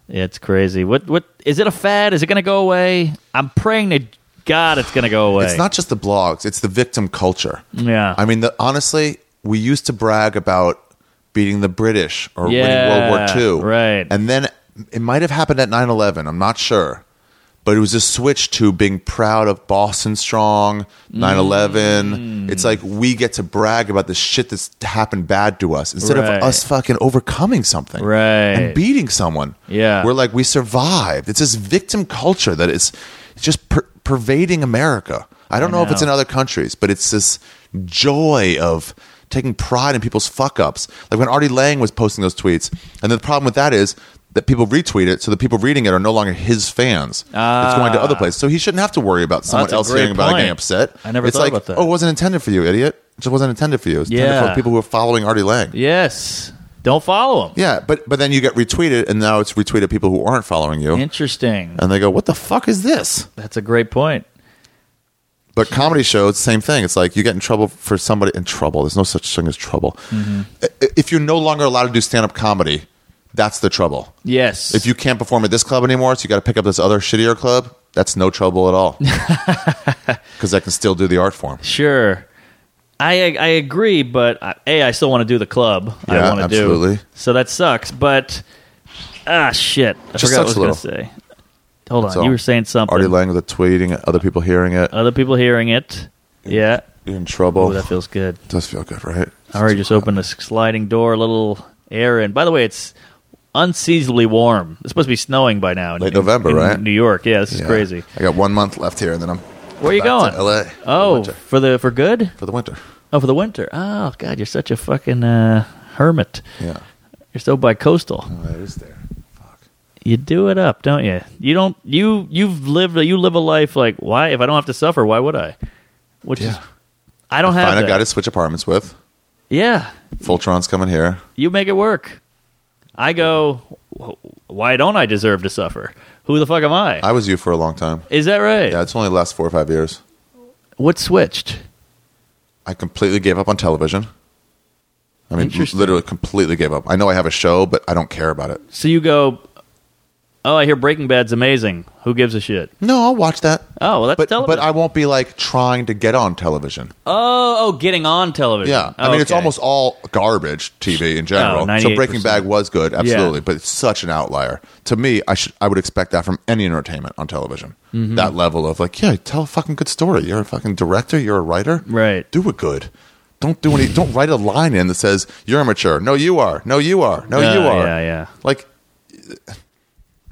Speaker 1: It's crazy. What? What is it? A fad? Is it going to go away? I'm praying to God it's going to go away.
Speaker 2: It's not just the blogs, it's the victim culture.
Speaker 1: Yeah.
Speaker 2: I mean, the, honestly, we used to brag about beating the British or
Speaker 1: Yeah,
Speaker 2: winning World War II.
Speaker 1: right.
Speaker 2: And then it might have happened at 9 11. I'm not sure. But it was a switch to being proud of Boston Strong, 9 11.
Speaker 1: Mm.
Speaker 2: It's like we get to brag about the shit that's happened bad to us instead
Speaker 1: Right.
Speaker 2: of us fucking overcoming something
Speaker 1: Right.
Speaker 2: and beating someone.
Speaker 1: Yeah.
Speaker 2: We're like, we survived. It's this victim culture that is just per- pervading America. I don't know, if it's in
Speaker 1: know.
Speaker 2: other countries, but it's this joy of taking pride in people's fuck ups. Like when Artie Lang was posting those tweets, and the problem with that is that people retweet it, so the people reading it are no longer his fans. it's going to other places, so he shouldn't have to worry about
Speaker 1: Ah.
Speaker 2: someone
Speaker 1: that's a
Speaker 2: else
Speaker 1: great
Speaker 2: hearing about it
Speaker 1: point.
Speaker 2: getting upset.
Speaker 1: I never
Speaker 2: it's
Speaker 1: thought
Speaker 2: like,
Speaker 1: about that.
Speaker 2: Oh, it wasn't intended for you, idiot. It just wasn't intended for you. It's intended
Speaker 1: Yeah.
Speaker 2: for people who are following Artie Lang.
Speaker 1: Yes. Don't follow him.
Speaker 2: Yeah, but but then you get retweeted, and now it's retweeted people who aren't following you,
Speaker 1: Interesting.
Speaker 2: and they go, "What the fuck is this?"
Speaker 1: That's a great point.
Speaker 2: But comedy shows, same thing. It's like you get in trouble for somebody in trouble. There's no such thing as trouble.
Speaker 1: Mm-hmm.
Speaker 2: I- If you're no longer allowed to do stand up comedy, that's the trouble.
Speaker 1: Yes.
Speaker 2: If you can't perform at this club anymore, so you got to pick up this other shittier club. That's no trouble at all, because I can still do the art form.
Speaker 1: Sure. I I agree, but I, a I still want to do the club. I
Speaker 2: Yeah,
Speaker 1: want to do
Speaker 2: absolutely.
Speaker 1: so that sucks. But ah shit, I
Speaker 2: Just
Speaker 1: forgot what I was
Speaker 2: sucks a
Speaker 1: gonna say. Hold on,
Speaker 2: all.
Speaker 1: you were saying something.
Speaker 2: Artie Lang with the tweeting, other people hearing it,
Speaker 1: Other people hearing it. Yeah.
Speaker 2: you're in
Speaker 1: Oh,
Speaker 2: trouble.
Speaker 1: that feels good.
Speaker 2: does feel good, right?
Speaker 1: I already just opened the sliding door, a little air in. By the way, it's unseasonably warm. It's supposed to be snowing by now. in-
Speaker 2: Late
Speaker 1: in-
Speaker 2: November,
Speaker 1: in
Speaker 2: right?
Speaker 1: New York. Yeah, this is
Speaker 2: Yeah.
Speaker 1: crazy.
Speaker 2: I got one month left here, and then I'm
Speaker 1: Where are you going?
Speaker 2: back to LA. for the
Speaker 1: Oh,
Speaker 2: winter-
Speaker 1: for the for good?
Speaker 2: for the winter.
Speaker 1: Oh, for the winter. Oh God, you're such a fucking uh, hermit.
Speaker 2: Yeah,
Speaker 1: You're so bi-coastal.
Speaker 2: I was Oh, there.
Speaker 1: You do it up, don't you? You don't. You you've lived. You live a life like why? If I don't have to suffer, why would I? Which is,
Speaker 2: Yeah.
Speaker 1: I don't have.
Speaker 2: Find a
Speaker 1: that.
Speaker 2: guy to switch apartments with.
Speaker 1: Yeah,
Speaker 2: Voltron's coming here.
Speaker 1: you make it work. I go. "Wh- Why don't I deserve to suffer? Who the fuck am I?
Speaker 2: I was you for a long time.
Speaker 1: is that right?
Speaker 2: Yeah, it's only the last four or five years.
Speaker 1: What switched?
Speaker 2: I completely gave up on television. I mean, l-
Speaker 1: Interesting.
Speaker 2: literally completely gave up. I know I have a show, but I don't care about it.
Speaker 1: So you go. Oh, I hear Breaking Bad's amazing. Who gives a shit?
Speaker 2: No, I'll watch that.
Speaker 1: Oh, well, that's
Speaker 2: But,
Speaker 1: television.
Speaker 2: but I won't be like trying to get on television.
Speaker 1: oh, oh, getting on television.
Speaker 2: Yeah. I
Speaker 1: Oh,
Speaker 2: mean, it's
Speaker 1: okay. Oh,
Speaker 2: almost all garbage TV in general. so
Speaker 1: 98%.
Speaker 2: Breaking Bad was good, absolutely, but it's such an outlier. To me, I should I would expect that from any entertainment on television.
Speaker 1: Mm-hmm.
Speaker 2: That level of like, yeah, tell a fucking good story. You're a fucking director, you're a writer.
Speaker 1: Right.
Speaker 2: Do it good. Don't do any don't write a line in that says you're immature. No you are. No you are. No
Speaker 1: Yeah,
Speaker 2: you are.
Speaker 1: yeah, yeah.
Speaker 2: Like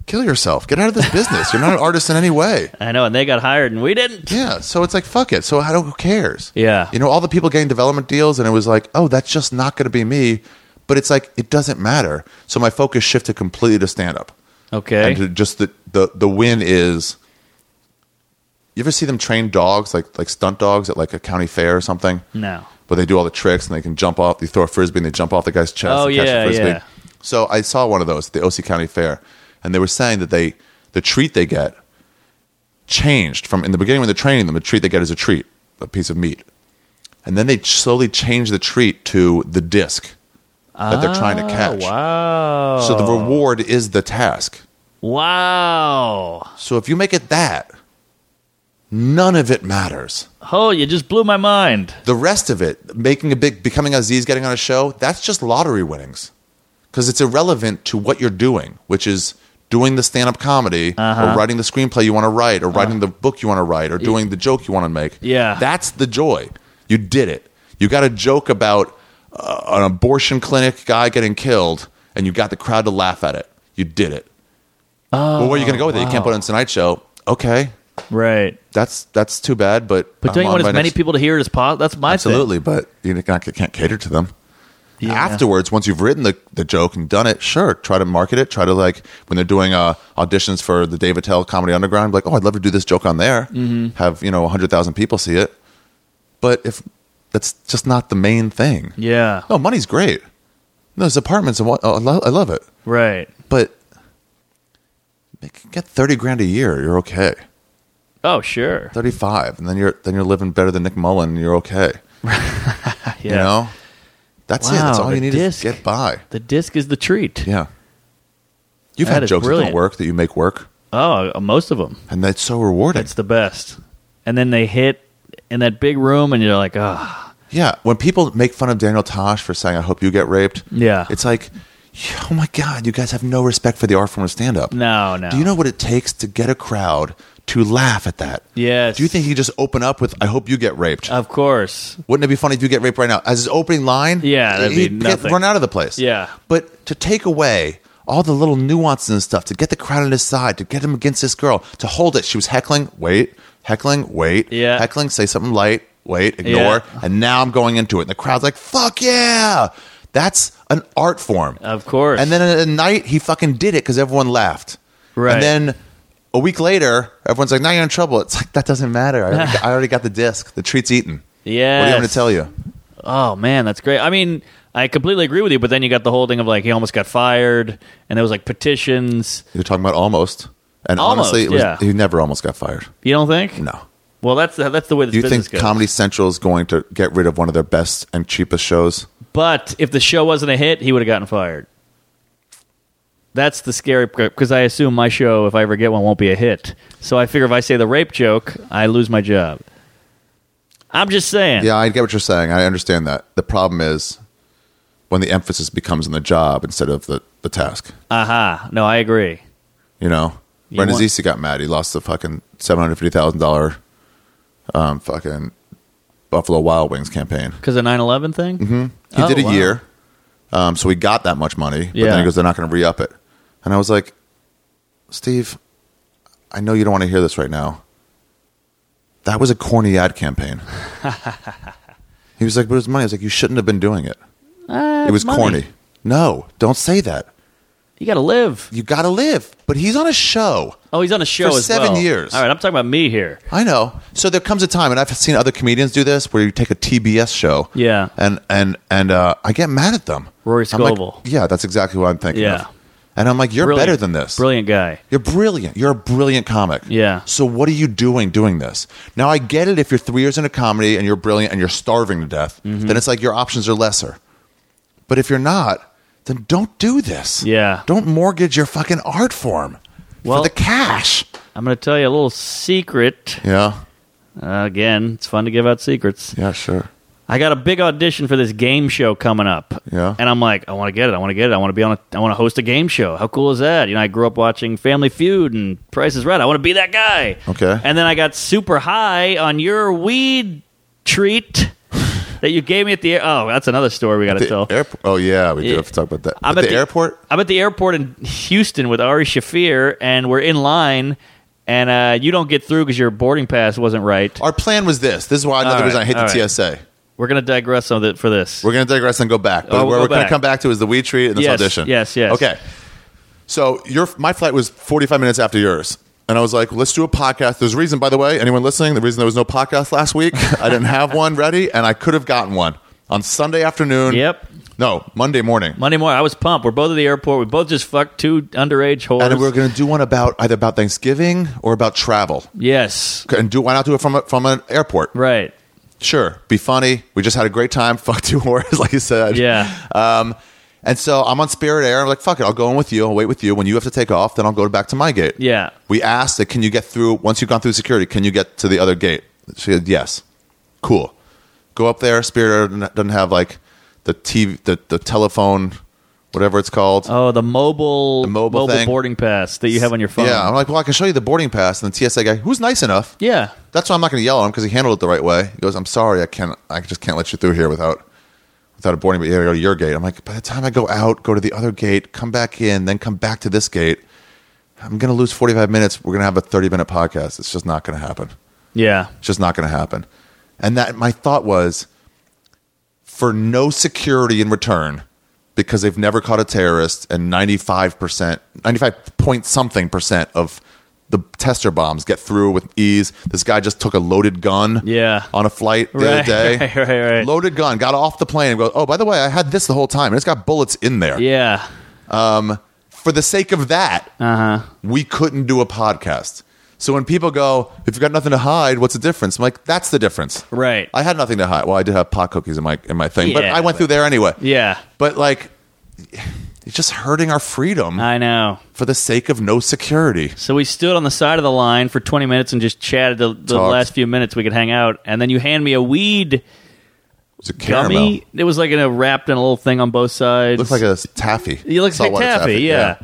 Speaker 2: kill yourself. Get out of this business. You're not an artist in any way.
Speaker 1: I know, and they got hired, and we didn't.
Speaker 2: Yeah, so it's like fuck it. So I don't who cares?
Speaker 1: Yeah.
Speaker 2: you know all the people getting development deals, and it was like, oh, that's just not going to be me. But it's like it doesn't matter. So my focus shifted completely to stand up,
Speaker 1: Okay.
Speaker 2: and to just the, the the win is. You ever see them train dogs like like stunt dogs at like a county fair or something?
Speaker 1: no.
Speaker 2: But they do all the tricks and they can jump off. You throw a frisbee and they jump off the guy's chest.
Speaker 1: Oh,
Speaker 2: and catch
Speaker 1: yeah,
Speaker 2: the frisbee.
Speaker 1: yeah.
Speaker 2: So I saw one of those at the OC County Fair, and they were saying that they the treat they get changed from in the beginning when they're training them. The treat they get is a treat, a piece of meat, and then they slowly change the treat to the disc that they're trying to catch.
Speaker 1: Ah, Wow.
Speaker 2: So the reward is the task.
Speaker 1: Wow.
Speaker 2: So if you make it that, none of it matters.
Speaker 1: Oh, you just blew my mind.
Speaker 2: The rest of it, making a big, becoming Aziz, getting on a show, that's just lottery winnings. Because it's irrelevant to what you're doing, which is doing the stand up comedy
Speaker 1: Uh-huh.
Speaker 2: or writing the screenplay you want to write or writing the book you want to write or doing the joke you want to make.
Speaker 1: Yeah.
Speaker 2: That's the joy. You did it. You got a joke about uh, an abortion clinic guy getting killed and you got the crowd to laugh at it. You did it. Oh, well, where are you going to go with it? You can't put it on Tonight Show. Okay.
Speaker 1: Right.
Speaker 2: That's that's too bad, but
Speaker 1: But don't you
Speaker 2: I'm
Speaker 1: want
Speaker 2: on my
Speaker 1: as many
Speaker 2: next-
Speaker 1: people to hear it as possible? That's my
Speaker 2: Absolutely, but you can't, can't cater to them.
Speaker 1: thing.
Speaker 2: Afterwards, once you've written the, the joke and done it, sure, try to market it. Try to like when they're doing uh, auditions for the Dave Attell Comedy Underground, like, oh, I'd love to do this joke on there.
Speaker 1: Mm-hmm.
Speaker 2: Have you know hundred thousand people see it, but if that's just not the main thing.
Speaker 1: Yeah.
Speaker 2: No, money's great. Those apartments and what oh, I, lo- I love it,
Speaker 1: Right.
Speaker 2: but make- get thirty grand a year, you're okay.
Speaker 1: Oh, sure.
Speaker 2: Thirty five, and then you're then you're living better than Nick Mullen, and you're okay.
Speaker 1: Yeah.
Speaker 2: You know, that's it. That's
Speaker 1: Wow,
Speaker 2: all you
Speaker 1: the
Speaker 2: need
Speaker 1: disc.
Speaker 2: is get by.
Speaker 1: The disc is the treat.
Speaker 2: Yeah, you've
Speaker 1: That
Speaker 2: had
Speaker 1: is
Speaker 2: jokes that
Speaker 1: brilliant.
Speaker 2: don't work that you make work,
Speaker 1: Oh, uh, most of them.
Speaker 2: and that's so rewarding.
Speaker 1: It's the best. And then they hit in that big room, and you're like, ah.
Speaker 2: yeah, when people make fun of Daniel Tosh for saying "I hope you get raped,"
Speaker 1: Yeah.
Speaker 2: it's like oh my God, you guys have no respect for the art form of stand up.
Speaker 1: No, no.
Speaker 2: Do you know what it takes to get a crowd to laugh at that?
Speaker 1: Yes.
Speaker 2: Do you think you just open up with, I hope you get raped?
Speaker 1: Of course.
Speaker 2: Wouldn't it be funny if you get raped right now? As his opening line,
Speaker 1: Yeah, that'd be
Speaker 2: he'd get
Speaker 1: nothing.
Speaker 2: run out of the place.
Speaker 1: Yeah.
Speaker 2: But to take away all the little nuances and stuff, to get the crowd on his side, to get him against this girl, to hold it. She was heckling, wait, heckling, wait,
Speaker 1: Yeah.
Speaker 2: heckling, say something light, wait,
Speaker 1: Yeah.
Speaker 2: ignore. And now I'm going into it. And the crowd's like, fuck yeah. That's an art form.
Speaker 1: Of course.
Speaker 2: And then at night, he fucking did it because everyone laughed.
Speaker 1: Right.
Speaker 2: And then a week later, everyone's like, now you're in trouble. It's like, that doesn't matter. I already, I already got the disc. The treat's eaten.
Speaker 1: Yeah.
Speaker 2: What do you want me to tell you?
Speaker 1: Oh man, that's great. I mean, I completely agree with you, but then you got the whole thing of like he almost got fired, and there was like petitions.
Speaker 2: You're talking about almost. And
Speaker 1: Almost,
Speaker 2: honestly, it was,
Speaker 1: yeah.
Speaker 2: he never almost got fired.
Speaker 1: You don't think?
Speaker 2: No.
Speaker 1: Well, that's that's the way this
Speaker 2: Do you
Speaker 1: business
Speaker 2: think
Speaker 1: goes.
Speaker 2: Comedy Central is going to get rid of one of their best and cheapest shows?
Speaker 1: But if the show wasn't a hit, he would have gotten fired. That's the scary because I assume my show, if I ever get one, won't be a hit. So I figure if I say the rape joke, I lose my job. I'm just saying.
Speaker 2: Yeah, I get what you're saying. I understand that. The problem is when the emphasis becomes on the job instead of the, the task.
Speaker 1: Aha. No, I agree.
Speaker 2: You know,
Speaker 1: You
Speaker 2: Ren
Speaker 1: want-
Speaker 2: Azisi got mad. He lost the fucking seven hundred fifty thousand dollar, um, fucking Buffalo Wild Wings campaign.
Speaker 1: Because the 9/11 thing. Mm-hmm.
Speaker 2: He
Speaker 1: Oh,
Speaker 2: did a
Speaker 1: wow.
Speaker 2: year, um, so he got that much money. But
Speaker 1: Yeah.
Speaker 2: then he goes, "They're not going to re up it," and I was like, "Steve, I know you don't want to hear this right now. That was a corny ad campaign." he was like, "But it was money." I was like, "You shouldn't have been doing it. it was
Speaker 1: Ah, money.
Speaker 2: corny." No, don't say that.
Speaker 1: You got to live.
Speaker 2: You got to live. But he's on a show.
Speaker 1: Oh, he's on a show
Speaker 2: For
Speaker 1: as
Speaker 2: seven
Speaker 1: well.
Speaker 2: years.
Speaker 1: All right, I'm talking about me here.
Speaker 2: I know. So there comes a time, and I've seen other comedians do this, where you take a TBS show,
Speaker 1: Yeah.
Speaker 2: and and and uh, I get mad at them.
Speaker 1: Rory
Speaker 2: I'm like,
Speaker 1: Scovel.
Speaker 2: yeah, that's exactly what I'm thinking.
Speaker 1: Yeah.
Speaker 2: of. and I'm like, you're
Speaker 1: Brilliant.
Speaker 2: better than this.
Speaker 1: Brilliant guy.
Speaker 2: You're brilliant. You're a brilliant comic.
Speaker 1: Yeah.
Speaker 2: So what are you doing doing this? Now I get it if you're three years into comedy and you're brilliant and you're starving to death,
Speaker 1: Mm-hmm.
Speaker 2: then it's like your options are lesser. But if you're not, then don't do this.
Speaker 1: Yeah.
Speaker 2: Don't mortgage your fucking art form
Speaker 1: Well-
Speaker 2: for the cash.
Speaker 1: I'm going to tell you a little secret.
Speaker 2: Yeah.
Speaker 1: Uh, again, it's fun to give out secrets.
Speaker 2: Yeah. Sure.
Speaker 1: I got a big audition for this game show coming up.
Speaker 2: Yeah.
Speaker 1: And I'm like, I want to get it. I want to get it. I want to be on a, I want to host a game show. How cool is that? You know, I grew up watching Family Feud and Price is Right. I want to be that guy.
Speaker 2: Okay.
Speaker 1: And then I got super high on your weed treat that you gave me at the air. Oh, that's another story we got to
Speaker 2: The
Speaker 1: tell.
Speaker 2: airp- oh yeah, we do
Speaker 1: Yeah.
Speaker 2: have to talk about that.
Speaker 1: I'm
Speaker 2: at, the, airport.
Speaker 1: I'm at the airport in Houston with Ari Shafir, and we're in line, and uh, you don't get through because your boarding pass wasn't right.
Speaker 2: Our plan was this. This is why another
Speaker 1: All
Speaker 2: reason
Speaker 1: right,
Speaker 2: I hate
Speaker 1: all
Speaker 2: the
Speaker 1: right.
Speaker 2: TSA.
Speaker 1: We're gonna digress on that for this.
Speaker 2: We're going to digress and go back, but
Speaker 1: Oh, we'll
Speaker 2: where
Speaker 1: go
Speaker 2: we're going
Speaker 1: back.
Speaker 2: to come back to is the weed tree and this
Speaker 1: Yes,
Speaker 2: audition.
Speaker 1: yes, yes.
Speaker 2: Okay. So your my flight was 45 minutes after yours. And I was like, let's do a podcast. There's a reason, by the way, anyone listening, the reason there was no podcast last week, I didn't have one ready, and I could have gotten one on Sunday afternoon.
Speaker 1: Yep.
Speaker 2: No, Monday morning.
Speaker 1: Monday morning, I was pumped. We're both at the airport. We both just fucked two underage whores.
Speaker 2: and we were going to do one about either about Thanksgiving or about travel.
Speaker 1: yes,
Speaker 2: And do why not do it from a, from an airport?
Speaker 1: right.
Speaker 2: sure, be funny. We just had a great time. Fuck two whores, like you said.
Speaker 1: Yeah.
Speaker 2: Um, and so I'm on Spirit Air. I'm like, fuck it, I'll go in with you. I'll wait with you. When you have to take off, then I'll go back to my gate.
Speaker 1: Yeah.
Speaker 2: We asked, like, can you get through, once you've gone through security, can you get to the other gate? She said, yes. Cool. Go up there. Spirit Air doesn't- doesn't have like the TV, the, the telephone, whatever it's called.
Speaker 1: Oh, the mobile,
Speaker 2: mobile thing.
Speaker 1: boarding pass that you have on your phone.
Speaker 2: Yeah. I'm like, well, I can show you the boarding pass. And the TSA guy, who's nice enough,
Speaker 1: yeah.
Speaker 2: That's why I'm not going to yell at him because he handled it the right way. He goes, "I'm sorry, I can't. I just can't let you through here without without a boarding. But you got to go to your gate." I'm like, by the time I go out, go to the other gate, come back in, then come back to this gate, I'm going to lose 45 minutes. We're going to have a 30 minute podcast. It's just not going to happen.
Speaker 1: Yeah.
Speaker 2: It's just not going to happen. And that my thought was, for no security in return, because they've never caught a terrorist, and 95 percent, 95 point something percent of the tester bombs get through with ease. This guy just took a loaded gun,
Speaker 1: Yeah.
Speaker 2: on a flight the
Speaker 1: Right,
Speaker 2: other day,
Speaker 1: right, right, right.
Speaker 2: loaded gun, got off the plane and goes, oh, by the way, I had this the whole time, and it's got bullets in there.
Speaker 1: Yeah.
Speaker 2: For the sake of that,
Speaker 1: Uh huh.
Speaker 2: we couldn't do a podcast. So when people go, if you've got nothing to hide, what's the difference? I'm like, that's the difference.
Speaker 1: Right.
Speaker 2: I had nothing to hide. Well, I did have pot cookies in my in my thing, but
Speaker 1: Yeah,
Speaker 2: I went
Speaker 1: but-
Speaker 2: through there anyway.
Speaker 1: Yeah.
Speaker 2: But like, it's just hurting our freedom
Speaker 1: I know.
Speaker 2: for the sake of no security.
Speaker 1: So we stood on the side of the line for 20 minutes and just chatted the, the
Speaker 2: Talked.
Speaker 1: last few minutes we could hang out. And then you hand me a weed
Speaker 2: It's a caramel.
Speaker 1: gummy. It was like in a wrapped in a little thing on both sides.
Speaker 2: Looks like a taffy.
Speaker 1: It looks like
Speaker 2: Saltwater
Speaker 1: taffy, yeah.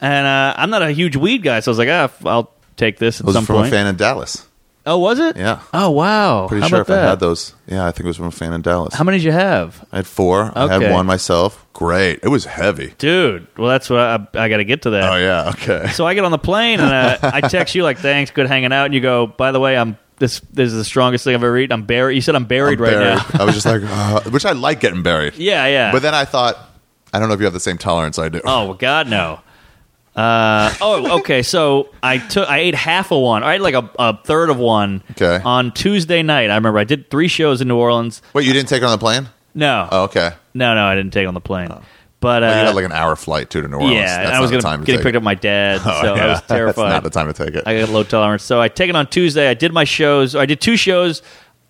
Speaker 1: And uh, I'm not a huge weed guy, so I was like, ah, f- I'll take this at
Speaker 2: Those
Speaker 1: some
Speaker 2: are from
Speaker 1: point.
Speaker 2: a fan in Dallas.
Speaker 1: Oh, was it?
Speaker 2: Yeah.
Speaker 1: Oh, wow.
Speaker 2: Pretty
Speaker 1: How
Speaker 2: sure
Speaker 1: about
Speaker 2: if I had
Speaker 1: that?
Speaker 2: those. Yeah, I think it was from a fan in Dallas.
Speaker 1: How many did you have,
Speaker 2: I had four. I
Speaker 1: Okay.
Speaker 2: had one myself. Great. It was heavy.
Speaker 1: dude? Well, that's what I, I got to get to that.
Speaker 2: Oh yeah. Okay.
Speaker 1: So I get on the plane and uh, I text you like, "Thanks, good hanging out." And you go, "By the way, I'm this. This is the strongest thing I've ever eaten. I'm buried. You said I'm buried right now.
Speaker 2: I was just like, uh, which I like getting buried.
Speaker 1: yeah, yeah.
Speaker 2: But then I thought, I don't know if you have the same tolerance I do.
Speaker 1: Oh well, God, no. Uh, oh, okay. So I took, I ate half of one. I ate like a, a third of one.
Speaker 2: Okay.
Speaker 1: On Tuesday night, I remember I did three shows in New Orleans.
Speaker 2: Wait, you didn't take it on the plane?
Speaker 1: No,
Speaker 2: Oh, okay.
Speaker 1: no, no, I didn't take on the plane. But uh,
Speaker 2: Well, you had like an hour flight too to New Orleans.
Speaker 1: yeah,
Speaker 2: That's
Speaker 1: and I was
Speaker 2: not the
Speaker 1: gonna
Speaker 2: time to
Speaker 1: getting
Speaker 2: take
Speaker 1: picked
Speaker 2: it.
Speaker 1: up by my dad,
Speaker 2: Oh,
Speaker 1: so I
Speaker 2: yeah.
Speaker 1: was terrified.
Speaker 2: That's not the time to take it.
Speaker 1: I got low tolerance. So I take it on Tuesday. I did my shows. I did two shows.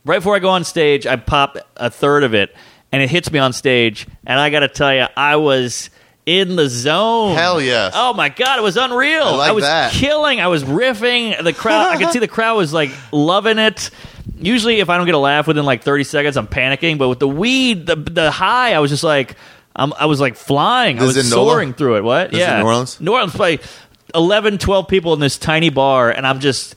Speaker 1: Right before I go on stage, I pop a third of it, and it hits me on stage. And I got to tell you, I was in the zone.
Speaker 2: Hell yes.
Speaker 1: Oh my god, it was unreal.
Speaker 2: I like
Speaker 1: was
Speaker 2: that.
Speaker 1: killing. I was riffing. The crowd. I could see the crowd was like loving it. Usually, if I don't get a laugh within like thirty seconds, I'm panicking. But with the weed, the the high, I was just like. I'm, I was like flying. I was
Speaker 2: This is in Nola?
Speaker 1: soaring through it. What?
Speaker 2: This is
Speaker 1: yeah.
Speaker 2: New Orleans?
Speaker 1: New Orleans play 11, 12 people in this tiny bar, and I'm just,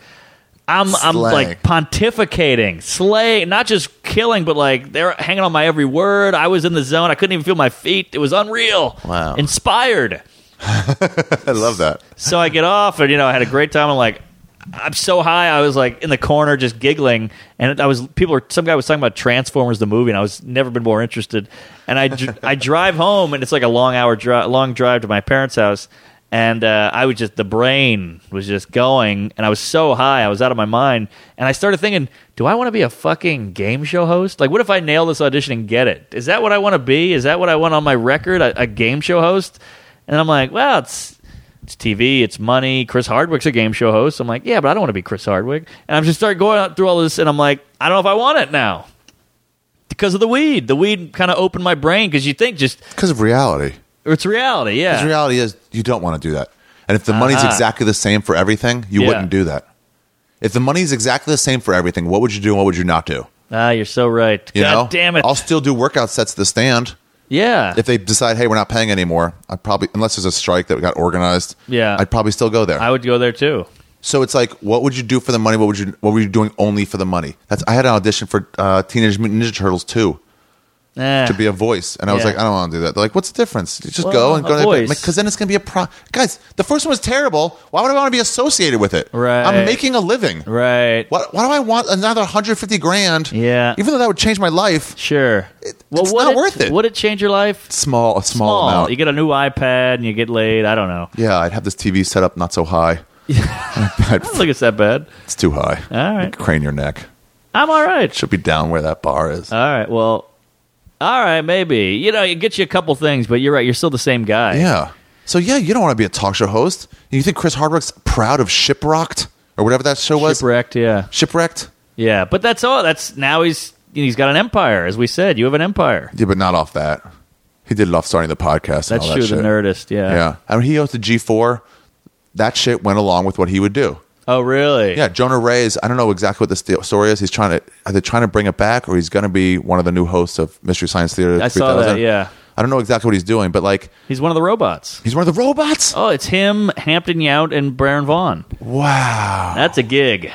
Speaker 1: I'm, I'm
Speaker 2: Slay.
Speaker 1: like pontificating, slay, not just killing, but like they're hanging on my every word. I was in the zone. I couldn't even feel my feet. It was unreal.
Speaker 2: Wow.
Speaker 1: Inspired.
Speaker 2: I love that.
Speaker 1: So I get off, and you know, I had a great time. I'm like, I'm so high. I was like in the corner just giggling, and I was people were some guy was talking about Transformers the movie, and I was never been more interested. And I dr- I drive home, and it's like a long hour drive, long drive to my parents' house, and uh, I was just the brain was just going, and I was so high, I was out of my mind, and I started thinking, do I want to be a fucking game show host? Like, what if I nail this audition and get it? Is that what I want to be? Is that what I want on my record? A, a game show host? And I'm like, well, it's it's TV, it's money. Chris Hardwick's a game show host. I'm like, yeah, but I don't want to be Chris Hardwick. And I'm just start going out through all this, and I'm like, I don't know if I want it now because of the weed. The weed kind of opened my brain because you think just
Speaker 2: Because of reality.
Speaker 1: it's reality, yeah.
Speaker 2: Because reality is you don't want to do that. And if the money's
Speaker 1: Uh-huh.
Speaker 2: exactly the same for everything, you
Speaker 1: Yeah.
Speaker 2: wouldn't do that. If the money's exactly the same for everything, what would you do and what would you not do?
Speaker 1: ah, you're so right.
Speaker 2: You
Speaker 1: God
Speaker 2: know?
Speaker 1: damn it.
Speaker 2: I'll still do workout sets at the stand.
Speaker 1: yeah,
Speaker 2: If they decide, hey, we're not paying anymore, I probably unless there's a strike that got organized,
Speaker 1: Yeah.
Speaker 2: I'd probably still go there.
Speaker 1: I would go there too.
Speaker 2: So it's like, what would you do for the money? What would you? What were you doing only for the money? That's. I had an audition for uh, Teenage Mutant Ninja Turtles two
Speaker 1: Eh.
Speaker 2: to be a voice, and I was
Speaker 1: Yeah.
Speaker 2: like, I don't want to do that. They're like, what's the difference? You just
Speaker 1: Well,
Speaker 2: go and
Speaker 1: a
Speaker 2: go
Speaker 1: voice.
Speaker 2: because then it's gonna be a pro. Guys, the first one was terrible. Why would I want to be associated with it?
Speaker 1: Right.
Speaker 2: I'm making a living.
Speaker 1: right.
Speaker 2: Why, why do I want another 150 grand?
Speaker 1: Yeah.
Speaker 2: Even though that would change my life.
Speaker 1: Sure.
Speaker 2: it's
Speaker 1: would
Speaker 2: not worth it.
Speaker 1: Would it change your life?
Speaker 2: Small, a small, amount.
Speaker 1: You get a new iPad and you get laid. I don't know.
Speaker 2: yeah, I'd have this TV set up not so high.
Speaker 1: I don't think it's that bad.
Speaker 2: It's too high.
Speaker 1: All right.
Speaker 2: Crane your neck.
Speaker 1: I'm all right.
Speaker 2: Should be down where that bar is.
Speaker 1: All right. Well, all right. Maybe you know it gets you a couple things, but you're right. You're still the same guy.
Speaker 2: Yeah. So yeah, you don't want to be a talk show host. You think Chris Hardwick's proud of Shipwrecked or whatever that show was?
Speaker 1: Shipwrecked. Yeah.
Speaker 2: Shipwrecked?
Speaker 1: Yeah. But that's all. That's now he's he's got an empire, as we said. You have an empire.
Speaker 2: Yeah, but not off that. He did it off starting the podcast. and
Speaker 1: That's
Speaker 2: all
Speaker 1: true.
Speaker 2: That
Speaker 1: The
Speaker 2: shit.
Speaker 1: Nerdist. Yeah.
Speaker 2: Oh, Yeah. I mean, he hosted G4. That shit went along with what he would do.
Speaker 1: Oh, really?
Speaker 2: Yeah, Jonah Ray's. I don't know exactly what the st- story is. He's trying to. Are they trying to bring it back, or he's going to be one of the new hosts of Mystery Science Theater?
Speaker 1: I saw
Speaker 2: 3000?
Speaker 1: that, yeah.
Speaker 2: I don't know exactly what he's doing, but like,
Speaker 1: He's one of the robots.
Speaker 2: he's one of the robots.
Speaker 1: Oh, it's him, Hampton Yount, and Baron Vaughn.
Speaker 2: Wow.
Speaker 1: That's a gig.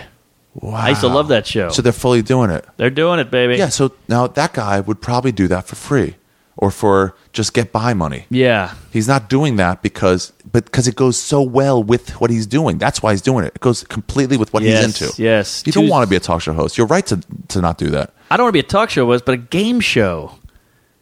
Speaker 2: Wow.
Speaker 1: I used to love that show.
Speaker 2: So they're fully doing it.
Speaker 1: They're doing it, baby.
Speaker 2: Yeah, so now that guy would probably do that for free or for just get by money.
Speaker 1: Yeah.
Speaker 2: He's not doing that because but because it goes so well with what he's doing. That's why he's doing it. It goes completely with what
Speaker 1: Yes,
Speaker 2: he's into.
Speaker 1: yes.
Speaker 2: You don't
Speaker 1: Tues-
Speaker 2: want to be a talk show host. You're right to to not do that.
Speaker 1: I don't want to be a talk show host, but a game show.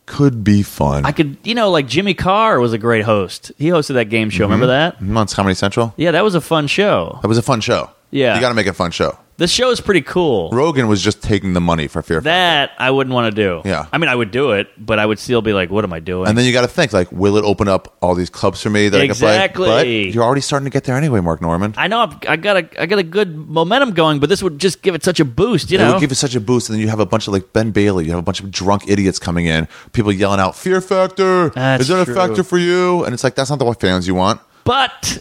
Speaker 2: Could be fun.
Speaker 1: I could, you know, like Jimmy Carr was a great host. He hosted that game
Speaker 2: Mm-hmm.
Speaker 1: show. Remember that?
Speaker 2: Months Comedy Central.
Speaker 1: Yeah, that was a fun show.
Speaker 2: That was a fun show.
Speaker 1: Yeah.
Speaker 2: You got to make it a fun show.
Speaker 1: The show is pretty cool.
Speaker 2: Rogan was just taking the money for fear.
Speaker 1: That I wouldn't want to do.
Speaker 2: Yeah.
Speaker 1: I mean, I would do it, but I would still be like, what am I doing?
Speaker 2: and then you got to think like, will it open up all these clubs for me that
Speaker 1: Exactly.
Speaker 2: I can play? But you're already starting to get there anyway, Mark Norman.
Speaker 1: I know I've, I got a I got a good momentum going, but this would just give it such a boost, you
Speaker 2: It
Speaker 1: know.
Speaker 2: would give you such a boost, and then you have a bunch of like Ben Bailey. You have a bunch of drunk idiots coming in, people yelling out "Fear Factor."
Speaker 1: That's
Speaker 2: Is that
Speaker 1: true.
Speaker 2: a factor for you? And it's like that's not the what fans you want.
Speaker 1: but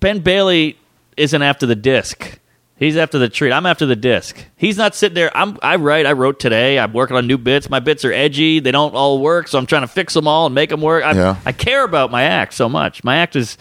Speaker 1: Ben Bailey isn't after the disc. He's after the treat. I'm after the disc. He's not sitting there. I'm. I write. I wrote today. I'm working on new bits. My bits are edgy. They don't all work, so I'm trying to fix them all and make them work. I,
Speaker 2: Yeah.
Speaker 1: I care about my act so much. My act is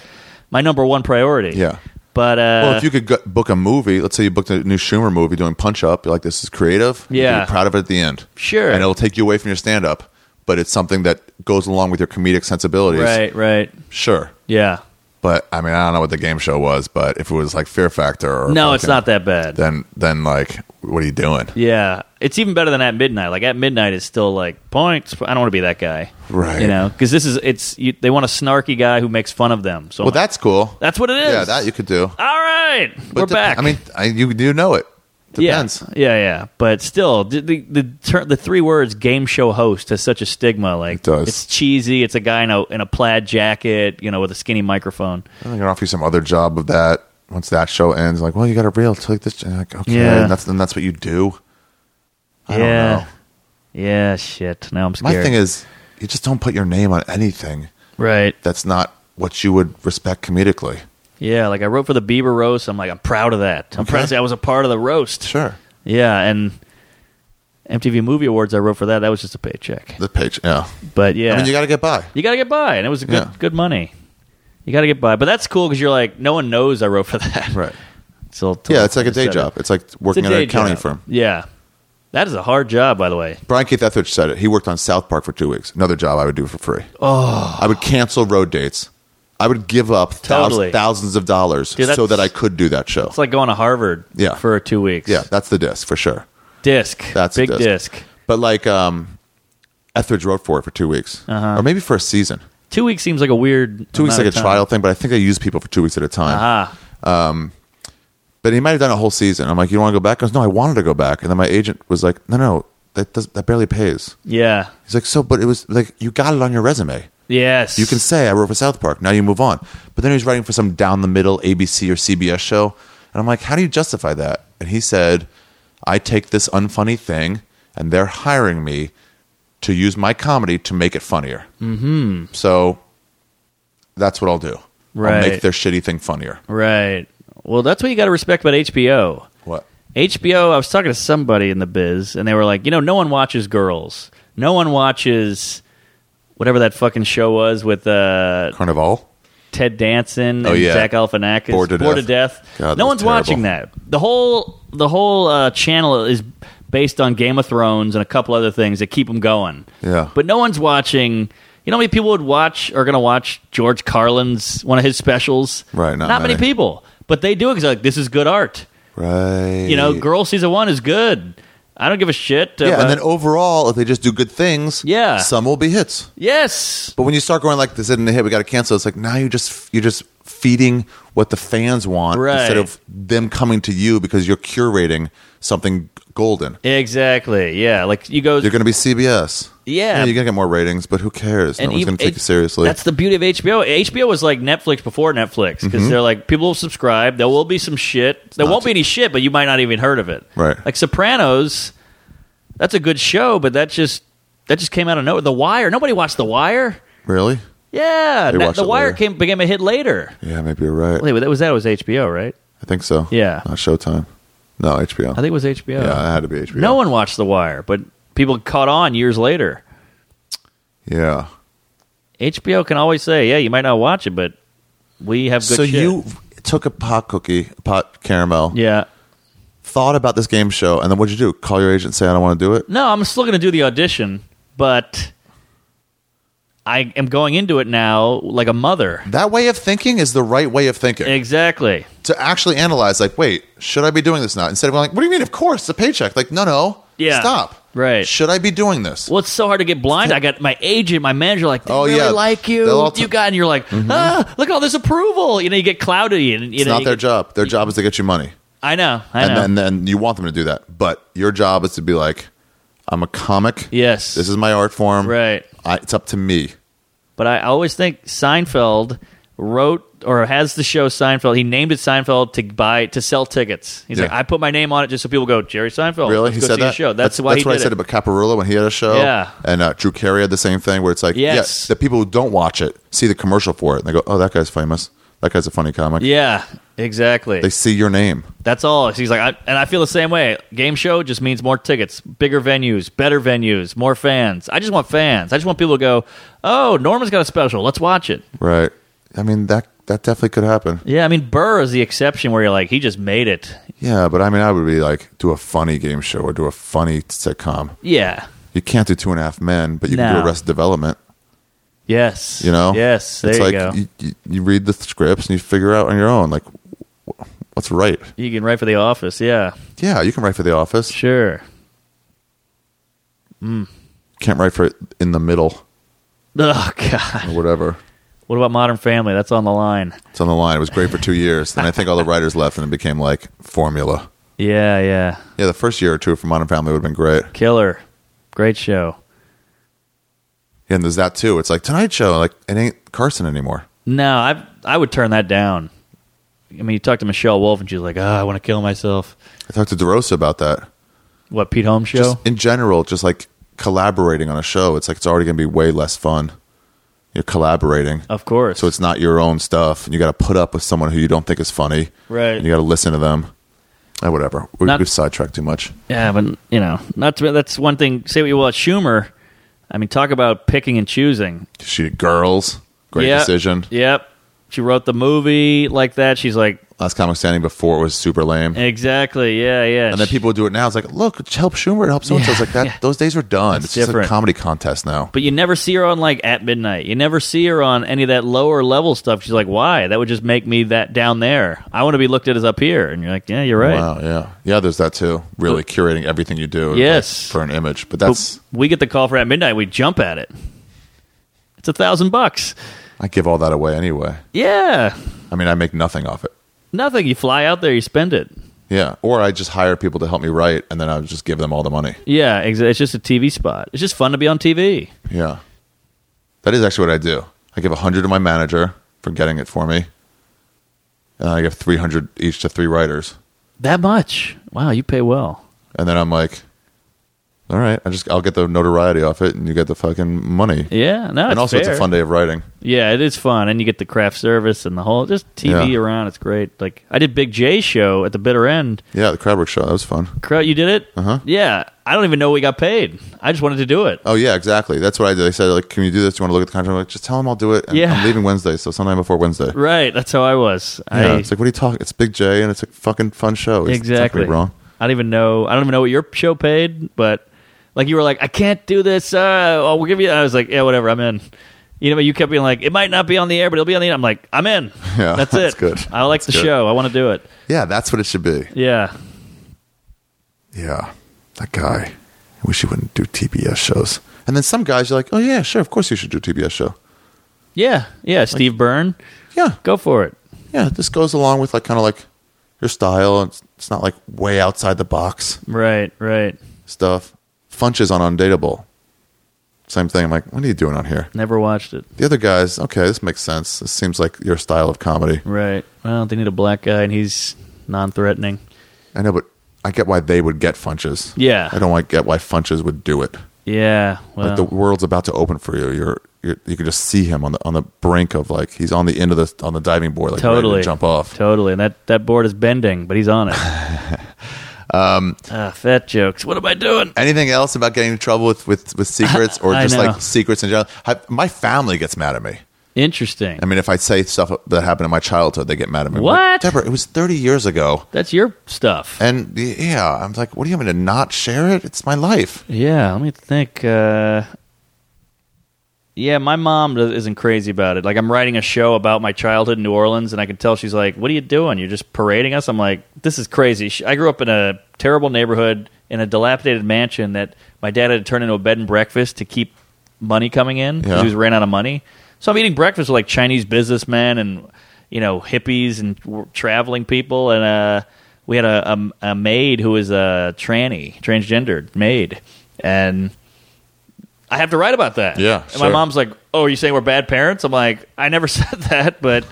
Speaker 1: my number one priority.
Speaker 2: Yeah.
Speaker 1: But uh,
Speaker 2: Well, if you could go- book a movie, let's say you booked a new Schumer movie doing Punch Up, you're like, this is creative.
Speaker 1: Yeah.
Speaker 2: You're proud of it at the end.
Speaker 1: Sure.
Speaker 2: And it'll take you away from your stand up, but it's something that goes along with your comedic sensibilities.
Speaker 1: right, right,
Speaker 2: Sure.
Speaker 1: yeah.
Speaker 2: But I mean, I don't know what the game show was, but if it was like Fear Factor or.
Speaker 1: No,
Speaker 2: fucking-
Speaker 1: it's not that bad.
Speaker 2: Then, then like, what are you doing?
Speaker 1: Yeah, it's even better than at midnight. Like at midnight is still like points. I don't want to be that guy,
Speaker 2: Right.
Speaker 1: You know, because this is it's you, they want a snarky guy who makes fun of them. So
Speaker 2: Well,
Speaker 1: I'm like,
Speaker 2: that's cool.
Speaker 1: that's what it is.
Speaker 2: yeah, that you could do.
Speaker 1: All right,
Speaker 2: But
Speaker 1: we're
Speaker 2: dep-
Speaker 1: back.
Speaker 2: I mean, I, you you know it. Depends.
Speaker 1: Yeah, yeah, yeah. But still, the the the, ter- the three words "game show host" has such a stigma. Like,
Speaker 2: does.
Speaker 1: it's cheesy. It's a guy in a in a plaid jacket, you know, with a skinny microphone.
Speaker 2: I think I'll offer you some other job of that once that show ends. Like, well, you got a reel, take this. And like, okay,
Speaker 1: Yeah.
Speaker 2: and that's and that's what you do.
Speaker 1: yeah.
Speaker 2: I don't know.
Speaker 1: Yeah, shit. Now I'm
Speaker 2: My
Speaker 1: scared.
Speaker 2: thing is, you just don't put your name on anything
Speaker 1: right.
Speaker 2: that's not what you would respect comedically.
Speaker 1: Yeah, like I wrote for the Bieber roast. I'm like, I'm proud of that. I'm proud to say I was a part of the roast.
Speaker 2: Sure,
Speaker 1: Yeah, and MTV Movie Awards I wrote for that. That was just a paycheck.
Speaker 2: the page. Yeah,
Speaker 1: But yeah,
Speaker 2: I mean, you got to get by.
Speaker 1: you got to get by, and it was a good
Speaker 2: Yeah.
Speaker 1: good money. You got to get by, but that's cool because you're like, no one knows I wrote for that. So
Speaker 2: Yeah, it's like a day job. It's like
Speaker 1: It's a
Speaker 2: working at
Speaker 1: day
Speaker 2: an accounting
Speaker 1: job.
Speaker 2: firm.
Speaker 1: Yeah, that is a hard job, by the way.
Speaker 2: Brian Keith Etheridge said it. He worked on South Park for two weeks. Another job I would do for free. Oh, I would cancel road dates. I would give up thous-
Speaker 1: Totally.
Speaker 2: thousands of dollars
Speaker 1: Dude,
Speaker 2: so
Speaker 1: that's-
Speaker 2: that I could do that show.
Speaker 1: It's like going to Harvard.
Speaker 2: Yeah.
Speaker 1: for two weeks.
Speaker 2: yeah, that's the disc for sure.
Speaker 1: disc.
Speaker 2: That's a
Speaker 1: big
Speaker 2: disc. But like, um, Etheridge wrote for it for two weeks, or maybe for a season.
Speaker 1: Two weeks seems like a weird.
Speaker 2: Two weeks
Speaker 1: amount
Speaker 2: like a
Speaker 1: of Uh-huh. time.
Speaker 2: trial thing, but I think they use people for two weeks at a time.
Speaker 1: Ah,
Speaker 2: But he might have done a whole season. I'm like, you don't want to go back? I goes, no, I wanted to go back, and then my agent was like, no, no, that does, that barely pays.
Speaker 1: yeah,
Speaker 2: He's like, so, but it was like you got it on your resume.
Speaker 1: yes.
Speaker 2: You can say I wrote for South Park. Now you move on. But then he was writing for some down the middle ABC or CBS show, and I'm like, how do you justify that? And he said, I take this unfunny thing, and they're hiring me to use my comedy to make it funnier. Mm-hmm. So that's what I'll do. I'll
Speaker 1: Right.
Speaker 2: make their shitty thing funnier.
Speaker 1: right. Well, that's what you got to respect about HBO.
Speaker 2: What?
Speaker 1: HBO, I was talking to somebody in the biz, and they were like, you know, no one watches girls. No one watches whatever that fucking show was with uh,
Speaker 2: Carnival?
Speaker 1: Ted Danson
Speaker 2: Oh,
Speaker 1: and
Speaker 2: yeah.
Speaker 1: Zach Galifianakis.
Speaker 2: Bored to
Speaker 1: Bored
Speaker 2: death.
Speaker 1: to death.
Speaker 2: God,
Speaker 1: no
Speaker 2: that's
Speaker 1: one's
Speaker 2: terrible.
Speaker 1: watching that. The whole the whole uh, channel is based on Game of Thrones and a couple other things that keep them going.
Speaker 2: Yeah.
Speaker 1: But no one's watching. You know how many people would watch are going to watch George Carlin's one of his specials?
Speaker 2: Right, not
Speaker 1: many.
Speaker 2: many.
Speaker 1: people. But they do it because like this is good art.
Speaker 2: Right.
Speaker 1: You know, Girl Season One is good. I don't give a shit.
Speaker 2: Yeah,
Speaker 1: about-
Speaker 2: and then overall, if they just do good things,
Speaker 1: Yeah.
Speaker 2: some will be hits.
Speaker 1: yes,
Speaker 2: But when you start going like this isn't a hit, we got to cancel. It's like now you just you're just feeding what the fans want
Speaker 1: Right.
Speaker 2: instead of them coming to you because you're curating something golden.
Speaker 1: exactly. Yeah, like you go.
Speaker 2: You're going to be CBS.
Speaker 1: Yeah.
Speaker 2: you're going to get more ratings, but who cares? No one's
Speaker 1: even-
Speaker 2: going to take
Speaker 1: it-
Speaker 2: you seriously.
Speaker 1: That's the beauty of HBO. HBO was like Netflix before Netflix because
Speaker 2: Mm-hmm.
Speaker 1: they're like people will subscribe. There will be some shit. There won't be any shit, but you might not even heard of it.
Speaker 2: Right.
Speaker 1: Like Sopranos, that's a good show, but that just that just came out of nowhere. The Wire. Nobody watched The Wire.
Speaker 2: really?
Speaker 1: Yeah,
Speaker 2: They
Speaker 1: that-
Speaker 2: watched
Speaker 1: The
Speaker 2: it
Speaker 1: Wire
Speaker 2: later.
Speaker 1: came became a hit later.
Speaker 2: Yeah, maybe you're right.
Speaker 1: Wait, that was that was HBO, right?
Speaker 2: I think so.
Speaker 1: Yeah.
Speaker 2: not Showtime. No, HBO.
Speaker 1: I think uh, it was HBO.
Speaker 2: yeah, it had to be HBO.
Speaker 1: No one watched The Wire, but people caught on years later.
Speaker 2: Yeah.
Speaker 1: HBO can always say, "Yeah, you might not watch it, but we have good
Speaker 2: so
Speaker 1: shit."
Speaker 2: you took a pot cookie, pot caramel,
Speaker 1: yeah.
Speaker 2: thought about this game show, and then what'd you do? Call your agent, and say I don't want to do it.
Speaker 1: No, I'm still going to do the audition, but I am going into it now like a mother.
Speaker 2: That way of thinking is the right way of thinking.
Speaker 1: Exactly.
Speaker 2: to actually analyze, like, wait, should I be doing this now? Instead of like, what do you mean? Of course, it's a paycheck. Like, no, no,
Speaker 1: Yeah.
Speaker 2: stop.
Speaker 1: Right.
Speaker 2: Should I be doing this?
Speaker 1: Well, it's so hard to get blind. I got my agent, my manager, like they
Speaker 2: Oh,
Speaker 1: really
Speaker 2: yeah.
Speaker 1: like
Speaker 2: They'll
Speaker 1: you.
Speaker 2: all t-
Speaker 1: you got, and you're like, ah, look at all this approval. You know, you get cloudy, and you
Speaker 2: it's
Speaker 1: know,
Speaker 2: not
Speaker 1: you
Speaker 2: their
Speaker 1: get-
Speaker 2: job. Their job is to get you money,
Speaker 1: I know, I
Speaker 2: and
Speaker 1: know.
Speaker 2: then then you want them to do that. But your job is to be like, I'm a comic.
Speaker 1: yes,
Speaker 2: This is my art form.
Speaker 1: right.
Speaker 2: I, it's up to me.
Speaker 1: But I always think Seinfeld wrote or has the show Seinfeld. He named it Seinfeld to buy to sell tickets. He's
Speaker 2: Yeah.
Speaker 1: like, I put my name on it just so people go, Jerry Seinfeld.
Speaker 2: Really?
Speaker 1: let's
Speaker 2: he
Speaker 1: go
Speaker 2: said
Speaker 1: see
Speaker 2: that.
Speaker 1: his Show. That's, why
Speaker 2: that's
Speaker 1: he
Speaker 2: what
Speaker 1: did
Speaker 2: I said
Speaker 1: it.
Speaker 2: about Caparilla when he had a show.
Speaker 1: Yeah.
Speaker 2: And uh, Drew Carey had the same thing where it's like,
Speaker 1: Yes.
Speaker 2: yes, the people who don't watch it see the commercial for it and they go, oh, that guy's famous. That guy's a funny comic.
Speaker 1: Yeah, exactly.
Speaker 2: They see your name.
Speaker 1: That's all. He's like, I, and I feel the same way. Game show just means more tickets, bigger venues, better venues, more fans. I just want fans. I just want people to go, oh, Norman's got a special. Let's watch it.
Speaker 2: Right. I mean that that definitely could happen.
Speaker 1: Yeah, I mean, Burr is the exception where you're like, he just made it.
Speaker 2: Yeah, but I mean I would be like do a funny game show or do a funny sitcom.
Speaker 1: Yeah.
Speaker 2: You can't do two and a half men, but you can
Speaker 1: No.
Speaker 2: do Arrested Development.
Speaker 1: Yes.
Speaker 2: You know?
Speaker 1: Yes. There
Speaker 2: it's
Speaker 1: you
Speaker 2: like
Speaker 1: go. You,
Speaker 2: You, you, you read the scripts and you figure out on your own like wh- what's right.
Speaker 1: can write for The Office. Yeah.
Speaker 2: Yeah, you can write for The Office.
Speaker 1: Sure.
Speaker 2: Can't write for it in the middle
Speaker 1: Oh God.
Speaker 2: or whatever.
Speaker 1: What about Modern Family? That's on the line.
Speaker 2: It's on the line. It was great for two years. Then I think all the writers left and it became like formula.
Speaker 1: Yeah. Yeah.
Speaker 2: Yeah, the first year or two for Modern Family would have been great.
Speaker 1: Killer. Great show.
Speaker 2: Yeah, and there's that too. It's like Tonight Show, like it ain't Carson anymore.
Speaker 1: No, I I would turn that down. I mean, you talk to Michelle Wolf, and she's like, "Ah, I want to kill myself."
Speaker 2: I talked to DeRosa about that.
Speaker 1: What Pete Holmes show?
Speaker 2: Just in general, just like collaborating on a show, it's like it's already gonna be way less fun. You're collaborating.
Speaker 1: of course.
Speaker 2: So it's not your own stuff and you gotta put up with someone who you don't think is funny.
Speaker 1: Right.
Speaker 2: And you gotta listen to them. Ah, whatever. We,
Speaker 1: Not-
Speaker 2: we've sidetracked too much.
Speaker 1: yeah, but you know, not to, that's one thing. Say what you will. Schumer. I mean, talk about picking and choosing.
Speaker 2: She girls. Great
Speaker 1: Yep.
Speaker 2: decision.
Speaker 1: Yep. She wrote the movie like that. She's like,
Speaker 2: Last comic standing before it was super lame.
Speaker 1: exactly. Yeah, yeah.
Speaker 2: And then people would do it now. It's like, look, it help Schumer, it helps so and so. It's like that.
Speaker 1: yeah.
Speaker 2: Those days are done.
Speaker 1: It's
Speaker 2: It's, just
Speaker 1: different.
Speaker 2: a comedy contest now.
Speaker 1: But you never see her on like at midnight. You never see her on any of that lower level stuff. She's like, why? That would just make me that down there. I want to be looked at as up here. And you're like, yeah, you're right.
Speaker 2: Wow, yeah, yeah. There's that too. Really curating everything you do, like,
Speaker 1: Yes.
Speaker 2: for an image. But
Speaker 1: But
Speaker 2: that's
Speaker 1: we get the call for at midnight. We jump at it. It's a thousand bucks.
Speaker 2: I give all that away anyway.
Speaker 1: Yeah,
Speaker 2: I mean, I make nothing off it.
Speaker 1: nothing. You fly out there, you spend it.
Speaker 2: Yeah, or I just hire people to help me write, and then I would just give them all the money.
Speaker 1: Yeah, ex- it's just a TV spot. It's just fun to be on TV.
Speaker 2: Yeah, that is actually what I do. I give a hundred to my manager for getting it for me, and I give three hundred each to three writers,
Speaker 1: That much. Wow, you pay well.
Speaker 2: and then I'm like, all right, I just I'll get the notoriety off it, and you get the fucking money.
Speaker 1: Yeah, no,
Speaker 2: and also, it's a fun day of writing.
Speaker 1: Yeah, it is fun, and you get the craft service and the whole just TV
Speaker 2: Yeah.
Speaker 1: around. It's great. Like I did Big J show at the bitter end.
Speaker 2: Yeah, the crowd work show that was fun.
Speaker 1: Crow, you did it. Uh
Speaker 2: Uh-huh.
Speaker 1: huh. Yeah, I don't even know we got paid. I just wanted to do it.
Speaker 2: Oh yeah, exactly. That's what I did. They said like, "Can you do this? Do you want to look at the contract?" I'm like, just tell them I'll do it. And
Speaker 1: Yeah.
Speaker 2: I'm leaving Wednesday, so sometime before Wednesday.
Speaker 1: Right, that's how I was.
Speaker 2: Yeah,
Speaker 1: I,
Speaker 2: it's like, what are you talking? It's Big J, and it's a fucking fun show. It's, it's not gonna be
Speaker 1: Exactly.
Speaker 2: wrong.
Speaker 1: I don't even know. I don't even know what your show paid, but like you were like, I can't do this. Uh, oh, we'll give you. I was like, yeah, whatever. I'm in. You know, but you kept being like, it might not be on the air, but it'll be on the. I'm like, I'm in.
Speaker 2: Yeah,
Speaker 1: that's it.
Speaker 2: that's good.
Speaker 1: I like the
Speaker 2: good.
Speaker 1: show. I want to do it.
Speaker 2: Yeah, that's what it should be.
Speaker 1: Yeah,
Speaker 2: Yeah, that guy. I wish he wouldn't do TBS shows. And then some guys are like, "Oh yeah, sure, of course you should do TBS show."
Speaker 1: yeah, yeah. Steve Byrne,
Speaker 2: Yeah,
Speaker 1: go for it.
Speaker 2: yeah. This goes along with like kind of like your style. It's, it's not like way outside the box
Speaker 1: Right, right.
Speaker 2: stuff. Funch is on Undateable. Same thing. I'm like, what are you doing on here?
Speaker 1: Never watched it.
Speaker 2: The other guys, okay, this makes sense. This seems like your style of comedy.
Speaker 1: Right. Well, they need a black guy, and he's non-threatening.
Speaker 2: I know, but I get why they would get Funches.
Speaker 1: Yeah.
Speaker 2: I don't like get why Funches would do it.
Speaker 1: Yeah. Well,
Speaker 2: Like the world's about to open for you. You're, you're you can just see him on the on the brink of like he's on the end of the on the diving board, like ready to
Speaker 1: totally
Speaker 2: jump off.
Speaker 1: Totally, and that that board is bending, but he's on it. um, fat jokes. What am I doing?
Speaker 2: Anything else about getting in trouble with with, with secrets or
Speaker 1: I
Speaker 2: just
Speaker 1: know.
Speaker 2: like secrets in general? I, my family gets mad at me.
Speaker 1: Interesting.
Speaker 2: I mean, if I say stuff that happened in my childhood, they get mad at me. I'm like,
Speaker 1: What?
Speaker 2: Deborah? It was thirty years ago,
Speaker 1: That's your stuff.
Speaker 2: and yeah, I'm like, what do you want me to not share it? It's my life.
Speaker 1: yeah, let me think. Uh, yeah, my mom does- isn't crazy about it. Like, I'm writing a show about my childhood in New Orleans, and I can tell she's like, "What are you doing? You're just parading us." I'm like, "This is crazy." She- I grew up in a terrible neighborhood in a dilapidated mansion that my dad had to turn into a bed and breakfast to keep money coming in because
Speaker 2: Yeah.
Speaker 1: he was ran out of money. So I'm eating breakfast with like Chinese businessmen and you know hippies and w- traveling people, and uh, we had a, a, a maid who was a tranny, transgendered maid, and I have to write about that.
Speaker 2: Yeah,
Speaker 1: and my
Speaker 2: sure.
Speaker 1: mom's like, "Oh, are you saying we're bad parents?" I'm like, "I never said that, but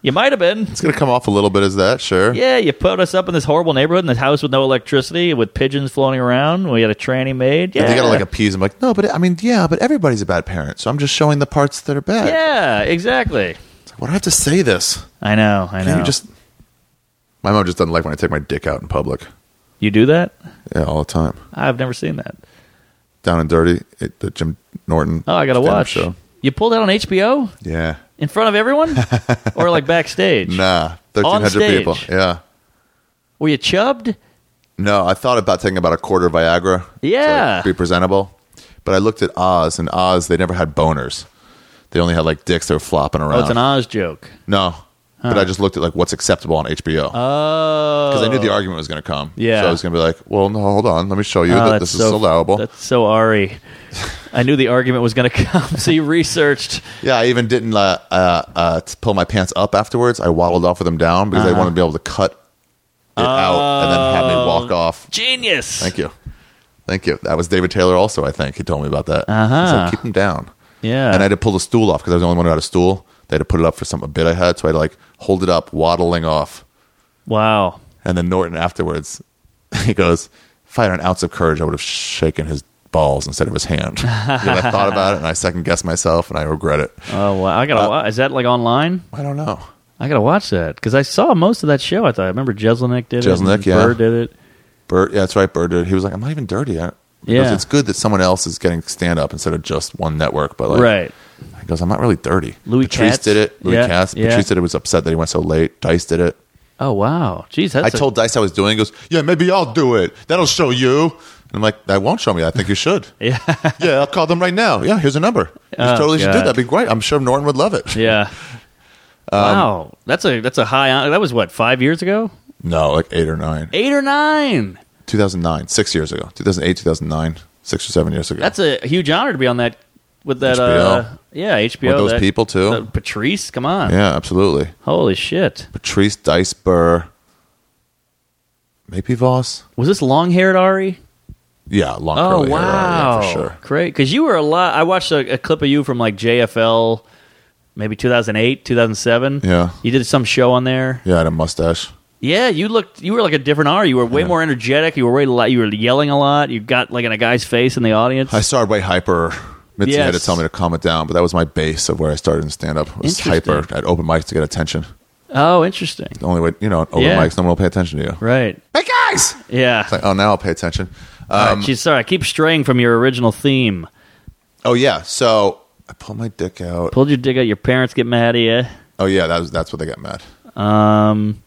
Speaker 1: you might have been."
Speaker 2: It's gonna come off a little bit as that, sure.
Speaker 1: Yeah, you put us up in this horrible neighborhood in this house with no electricity, with pigeons floating around. We had a tranny maid. Yeah,
Speaker 2: And they gotta like appease him, like, no, but I mean, yeah, but everybody's a bad parent, so I'm just showing the parts that are bad.
Speaker 1: yeah, exactly.
Speaker 2: Why do I have to say this?
Speaker 1: I know. I know.
Speaker 2: Can you just. My mom just doesn't like when I take my dick out in public.
Speaker 1: You do that?
Speaker 2: Yeah, all the time.
Speaker 1: I've never seen that.
Speaker 2: Down and Dirty, it, the Jim Norton.
Speaker 1: Oh, I gotta
Speaker 2: stand-up
Speaker 1: watch.
Speaker 2: show.
Speaker 1: You pulled out on HBO
Speaker 2: Yeah.
Speaker 1: in front of everyone, or like backstage?
Speaker 2: Nah,
Speaker 1: On
Speaker 2: 1,300 people.
Speaker 1: stage.
Speaker 2: Yeah.
Speaker 1: Were you chubbed?
Speaker 2: No, I thought about taking about a quarter of Viagra.
Speaker 1: Yeah.
Speaker 2: To be presentable. But I looked at Oz, and Oz, they never had boners. They only had like dicks that were flopping around.
Speaker 1: Oh, it's an Oz joke.
Speaker 2: No. But I just looked at like what's acceptable on HBO.
Speaker 1: Oh,
Speaker 2: because I knew the argument was going to come.
Speaker 1: Yeah.
Speaker 2: So I was going to be like, well, no, hold on. Let me show you
Speaker 1: Oh,
Speaker 2: that
Speaker 1: that's
Speaker 2: this is allowable.
Speaker 1: That's so Ari. I knew the argument was going to come, so you researched.
Speaker 2: Yeah, I even didn't uh, uh, uh, t- pull my pants up afterwards. I waddled off with them down because I wanted to be able to cut it out and then have me walk off.
Speaker 1: Genius.
Speaker 2: Thank you. Thank you. That was David Taylor also, I think. He told me about that.
Speaker 1: Uh-huh. Uh.
Speaker 2: He's like, keep them down.
Speaker 1: Yeah.
Speaker 2: And I had to pull the stool off because I was the only one who had a stool. They had to put it up for some a bit I had. So I had to like hold it up, waddling off.
Speaker 1: wow.
Speaker 2: And then Norton afterwards, he goes, if I had an ounce of courage, I would have shaken his balls instead of his hand. And I thought about it and I second guessed myself and I regret it.
Speaker 1: Oh wow. I gotta.
Speaker 2: Uh,
Speaker 1: wa- is that like online?
Speaker 2: I don't know.
Speaker 1: I gotta watch that because I saw most of that show. I thought I remember Jeselnik did it.
Speaker 2: Jeselnik,
Speaker 1: and
Speaker 2: yeah.
Speaker 1: Burr did it.
Speaker 2: Bert, yeah, that's right. Bert did. He was like, I'm not even dirty. I, he goes,
Speaker 1: Yeah.
Speaker 2: it's good that someone else is getting stand up instead of just one network. But like,
Speaker 1: right.
Speaker 2: He goes, I'm not really dirty.
Speaker 1: Louis
Speaker 2: Patrice
Speaker 1: Katz?
Speaker 2: did it. Louis
Speaker 1: Yeah,
Speaker 2: Katz.
Speaker 1: yeah.
Speaker 2: Patrice did it. Was upset that he went so late. Dice did it.
Speaker 1: Oh wow. Jeez. That's
Speaker 2: I told Dice I was doing. it. He goes, yeah, maybe I'll do it. That'll show you. And I'm like, that won't show me. I think you should.
Speaker 1: A, yeah.
Speaker 2: yeah, I'll call them right now. Yeah, here's a number. You
Speaker 1: Oh,
Speaker 2: totally should do
Speaker 1: God.
Speaker 2: that. That'd be great. I'm sure Norton would love it.
Speaker 1: yeah.
Speaker 2: Um,
Speaker 1: wow. That's a that's a high. hon- That was what five years ago.
Speaker 2: No, like eight or nine.
Speaker 1: Eight or nine.
Speaker 2: 2009, six years ago. 2008, 2009, six or seven years ago.
Speaker 1: That's a huge honor to be on that with that. Uh,
Speaker 2: HBO.
Speaker 1: yeah, HBO.
Speaker 2: With those
Speaker 1: that-
Speaker 2: people, too.
Speaker 1: that Patrice, come on.
Speaker 2: yeah, absolutely.
Speaker 1: Holy shit.
Speaker 2: Patrice Dice Burr, maybe Voss.
Speaker 1: Was this long haired Ari?
Speaker 2: Yeah, long
Speaker 1: Oh
Speaker 2: curly hair,
Speaker 1: wow,
Speaker 2: yeah, for sure.
Speaker 1: Great, because you were a lot. I watched a, a clip of you from like JFL, maybe 2008, 2007.
Speaker 2: Yeah.
Speaker 1: you did some show on there.
Speaker 2: Yeah, I had a mustache.
Speaker 1: Yeah, you looked. You were like a different R. You were way more energetic. You were way. Li- you were yelling a lot. You got like in a guy's face in the audience.
Speaker 2: I started way hyper. Mitzi had to
Speaker 1: Yes.
Speaker 2: tell me to calm it down, but that was my base of where I started in stand up. Was
Speaker 1: Interesting.
Speaker 2: hyper. I'd open mics to get attention.
Speaker 1: oh, interesting.
Speaker 2: The only way, you know, open
Speaker 1: Yeah.
Speaker 2: mics, no one will pay attention to you.
Speaker 1: Right.
Speaker 2: Hey guys!
Speaker 1: Yeah.
Speaker 2: Like, um, oh, now I'll pay attention.
Speaker 1: All right, geez, sorry, I keep straying from your original theme.
Speaker 2: Oh yeah, so I pulled my dick out.
Speaker 1: Pulled your dig out. Your parents get mad at you.
Speaker 2: Oh yeah, that was, that's what they got mad.
Speaker 1: Um,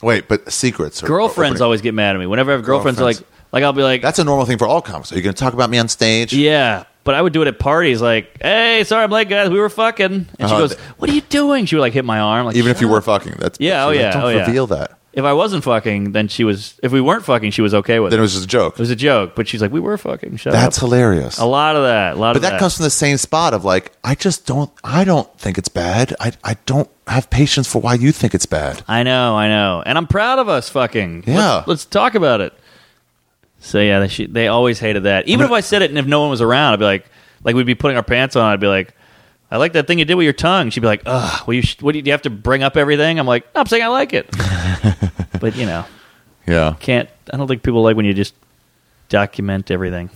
Speaker 2: Wait, but secrets. Are,
Speaker 1: girlfriends
Speaker 2: are opening-
Speaker 1: always get mad at me. Whenever I have girlfriends,
Speaker 2: Girlfriends.
Speaker 1: like, like I'll be like,
Speaker 2: That's a normal thing for all comics. Are you going to talk about me on stage?
Speaker 1: Yeah, but I would do it at parties. Like, hey, sorry, I'm late, guys. We were fucking, and she
Speaker 2: Uh-huh.
Speaker 1: goes, "What are you doing?" She would like hit my arm. Like,
Speaker 2: Even if
Speaker 1: "Shut
Speaker 2: you were
Speaker 1: up."
Speaker 2: fucking, that's
Speaker 1: Yeah, oh,
Speaker 2: she's
Speaker 1: yeah,
Speaker 2: Don't
Speaker 1: oh, yeah.
Speaker 2: reveal that.
Speaker 1: if I wasn't fucking, then she was. If we weren't fucking, she was okay with
Speaker 2: Then
Speaker 1: it.
Speaker 2: it was just a joke.
Speaker 1: It was a joke, but she's like, "We were fucking." Shut
Speaker 2: that's
Speaker 1: up.
Speaker 2: hilarious.
Speaker 1: a lot of that. A lot
Speaker 2: but
Speaker 1: of
Speaker 2: that,
Speaker 1: that.
Speaker 2: comes from the same spot of like, I just don't, I don't think it's bad. I, I don't have patience for why you think it's bad.
Speaker 1: I know, I know, and I'm proud of us fucking. Let's-
Speaker 2: Yeah.
Speaker 1: let's, talk about it. So yeah, they, she, they always hated that. Even if I said it and if no one was around, I'd be like, like we'd be putting our pants on. I'd be like, I like that thing you did with your tongue. She'd be like, Ugh, well, you sh- what do you, do you have to bring up everything? I'm like, no, I'm saying I like it, but you know,
Speaker 2: Yeah,
Speaker 1: can't. I don't think people like when you just document everything.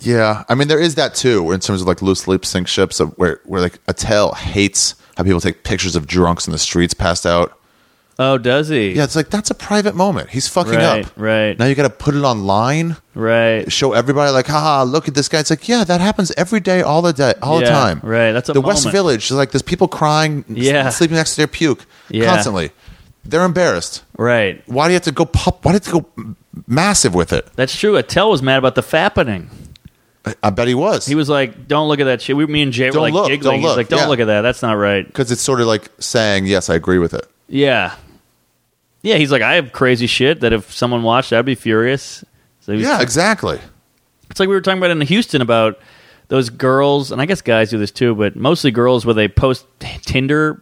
Speaker 2: yeah. I mean, there is that too, in terms of like loose lip sync ships, of where where like Attell hates how people take pictures of drunks in the streets passed out.
Speaker 1: Oh, does he?
Speaker 2: Yeah, it's like that's a private moment. He's fucking
Speaker 1: Right,
Speaker 2: up.
Speaker 1: right.
Speaker 2: now, you got to put it online,
Speaker 1: right.
Speaker 2: show everybody like, haha, look at this guy. It's like, yeah, that happens every day, all the day, all the
Speaker 1: Yeah,
Speaker 2: time.
Speaker 1: right. That's a
Speaker 2: the West
Speaker 1: moment.
Speaker 2: Village is like there's people crying, s-
Speaker 1: Yeah.
Speaker 2: sleeping next to their puke
Speaker 1: Yeah.
Speaker 2: constantly. They're embarrassed.
Speaker 1: Right.
Speaker 2: Why do you have to go pop? Why do you have to go m- massive with it?
Speaker 1: That's true. Attell was mad about the fappening.
Speaker 2: I, I bet he was.
Speaker 1: He was like, "Don't look at that shit." We, me and Jay were
Speaker 2: Don't
Speaker 1: like
Speaker 2: look,
Speaker 1: giggling.
Speaker 2: don't
Speaker 1: He's
Speaker 2: look,
Speaker 1: like, "Don't
Speaker 2: yeah.
Speaker 1: look at that. That's not right."
Speaker 2: because it's sort of like saying, yes, I agree with it.
Speaker 1: Yeah. Yeah, he's like, I have crazy shit that if someone watched, I'd be furious. So he was-
Speaker 2: Yeah, exactly.
Speaker 1: It's like we were talking about in Houston about those girls, and I guess guys do this too, but mostly girls where they post t- Tinder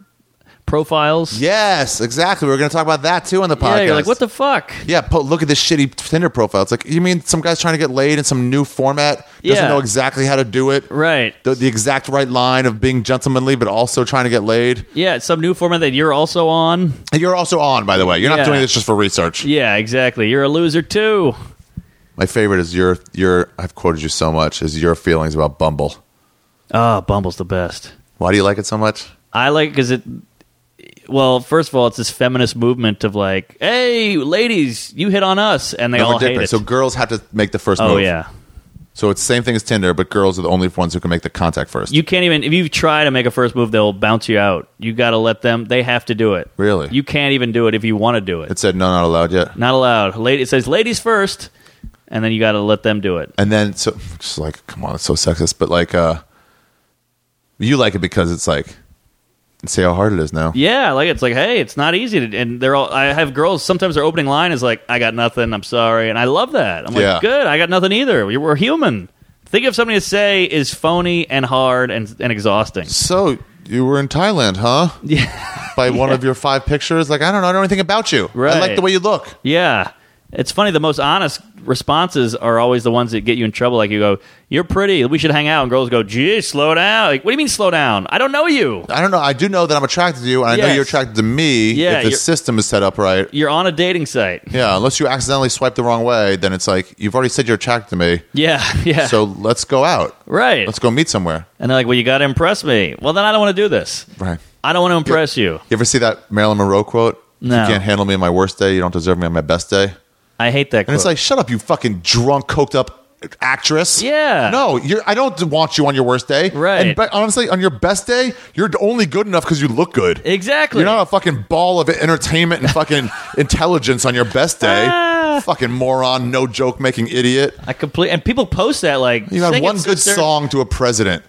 Speaker 1: profiles.
Speaker 2: Yes, exactly. We We're going to talk about that too on the podcast.
Speaker 1: Yeah, you're like, what the fuck?
Speaker 2: Yeah, po- look at this shitty Tinder profile. It's like, you mean some guy's trying to get laid in some new format, doesn't
Speaker 1: Yeah.
Speaker 2: know exactly how to do it,
Speaker 1: Right.
Speaker 2: the, the exact right line of being gentlemanly, but also trying to get laid.
Speaker 1: Yeah, it's some new format that you're also on.
Speaker 2: And you're also on, by the way. You're not
Speaker 1: Yeah.
Speaker 2: doing this just for research.
Speaker 1: Yeah, exactly. You're a loser too.
Speaker 2: My favorite is your your. I've quoted you so much. Is your feelings about Bumble?
Speaker 1: Oh, Bumble's the best.
Speaker 2: Why do you like it so much?
Speaker 1: I like because it. Well, first of all, it's this feminist movement of like, "Hey, ladies, you hit on us," and they
Speaker 2: No, we're
Speaker 1: all hate
Speaker 2: different.
Speaker 1: it.
Speaker 2: So girls have to make the first
Speaker 1: oh
Speaker 2: move.
Speaker 1: yeah,
Speaker 2: So it's the same thing as Tinder, but girls are the only ones who can make the contact first.
Speaker 1: you can't even if you try to make a first move, they'll bounce you out. You got to let them. They have to do it.
Speaker 2: Really?
Speaker 1: you can't even do it if you want to do it.
Speaker 2: it said no, not allowed yet.
Speaker 1: Not allowed. Lady, it says ladies first, and then you got to let them do it.
Speaker 2: And then so just like, come on, it's so sexist. But like, uh you like it because it's like, say how hard it is now.
Speaker 1: Yeah, like it's like, hey, it's not easy to. And they're all. I have girls. Sometimes their opening line is like, "I got nothing. I'm sorry," and I love that. I'm like,
Speaker 2: Yeah.
Speaker 1: good. I got nothing either. We- We're human. Think of something to say is phony and hard and and exhausting.
Speaker 2: So you were in Thailand, huh? Yeah. By one of your five pictures, like I don't know, I don't know anything about you. I like
Speaker 1: Right.
Speaker 2: the way you look.
Speaker 1: Yeah. It's funny, the most honest responses are always the ones that get you in trouble. Like, you go, You're pretty. We should hang out. And girls go, Gee, slow down. Like, what do you mean, slow down? I don't know you.
Speaker 2: I don't know. I do know that I'm attracted to you, and I know
Speaker 1: Yes.
Speaker 2: you're attracted to me
Speaker 1: Yeah,
Speaker 2: if the
Speaker 1: you're-
Speaker 2: system is set up right.
Speaker 1: You're on a dating site.
Speaker 2: Yeah, unless you accidentally swipe the wrong way, then it's like you've already said you're attracted to me.
Speaker 1: Yeah. Yeah.
Speaker 2: So let's go out.
Speaker 1: right.
Speaker 2: Let's go meet somewhere.
Speaker 1: And they're like, Well, you got to impress me. Well, then I don't want to do this.
Speaker 2: Right.
Speaker 1: I don't want to impress you.
Speaker 2: You ever see that Marilyn Monroe quote?
Speaker 1: No.
Speaker 2: If you can't handle me on my worst day, you don't deserve me on my best day.
Speaker 1: I hate that.
Speaker 2: And it's like, shut up, you fucking drunk, coked up actress.
Speaker 1: Yeah.
Speaker 2: No, you're. I don't want you on your worst day.
Speaker 1: Right.
Speaker 2: And but honestly, on your best day, you're only good enough because you look good.
Speaker 1: Exactly.
Speaker 2: You're not a fucking ball of entertainment and fucking intelligence on your best day.
Speaker 1: Ah.
Speaker 2: Fucking moron, no joke making idiot.
Speaker 1: I complete. And people post that like
Speaker 2: You had
Speaker 1: "Sing it,
Speaker 2: one good
Speaker 1: sister." Oh,
Speaker 2: song to a president.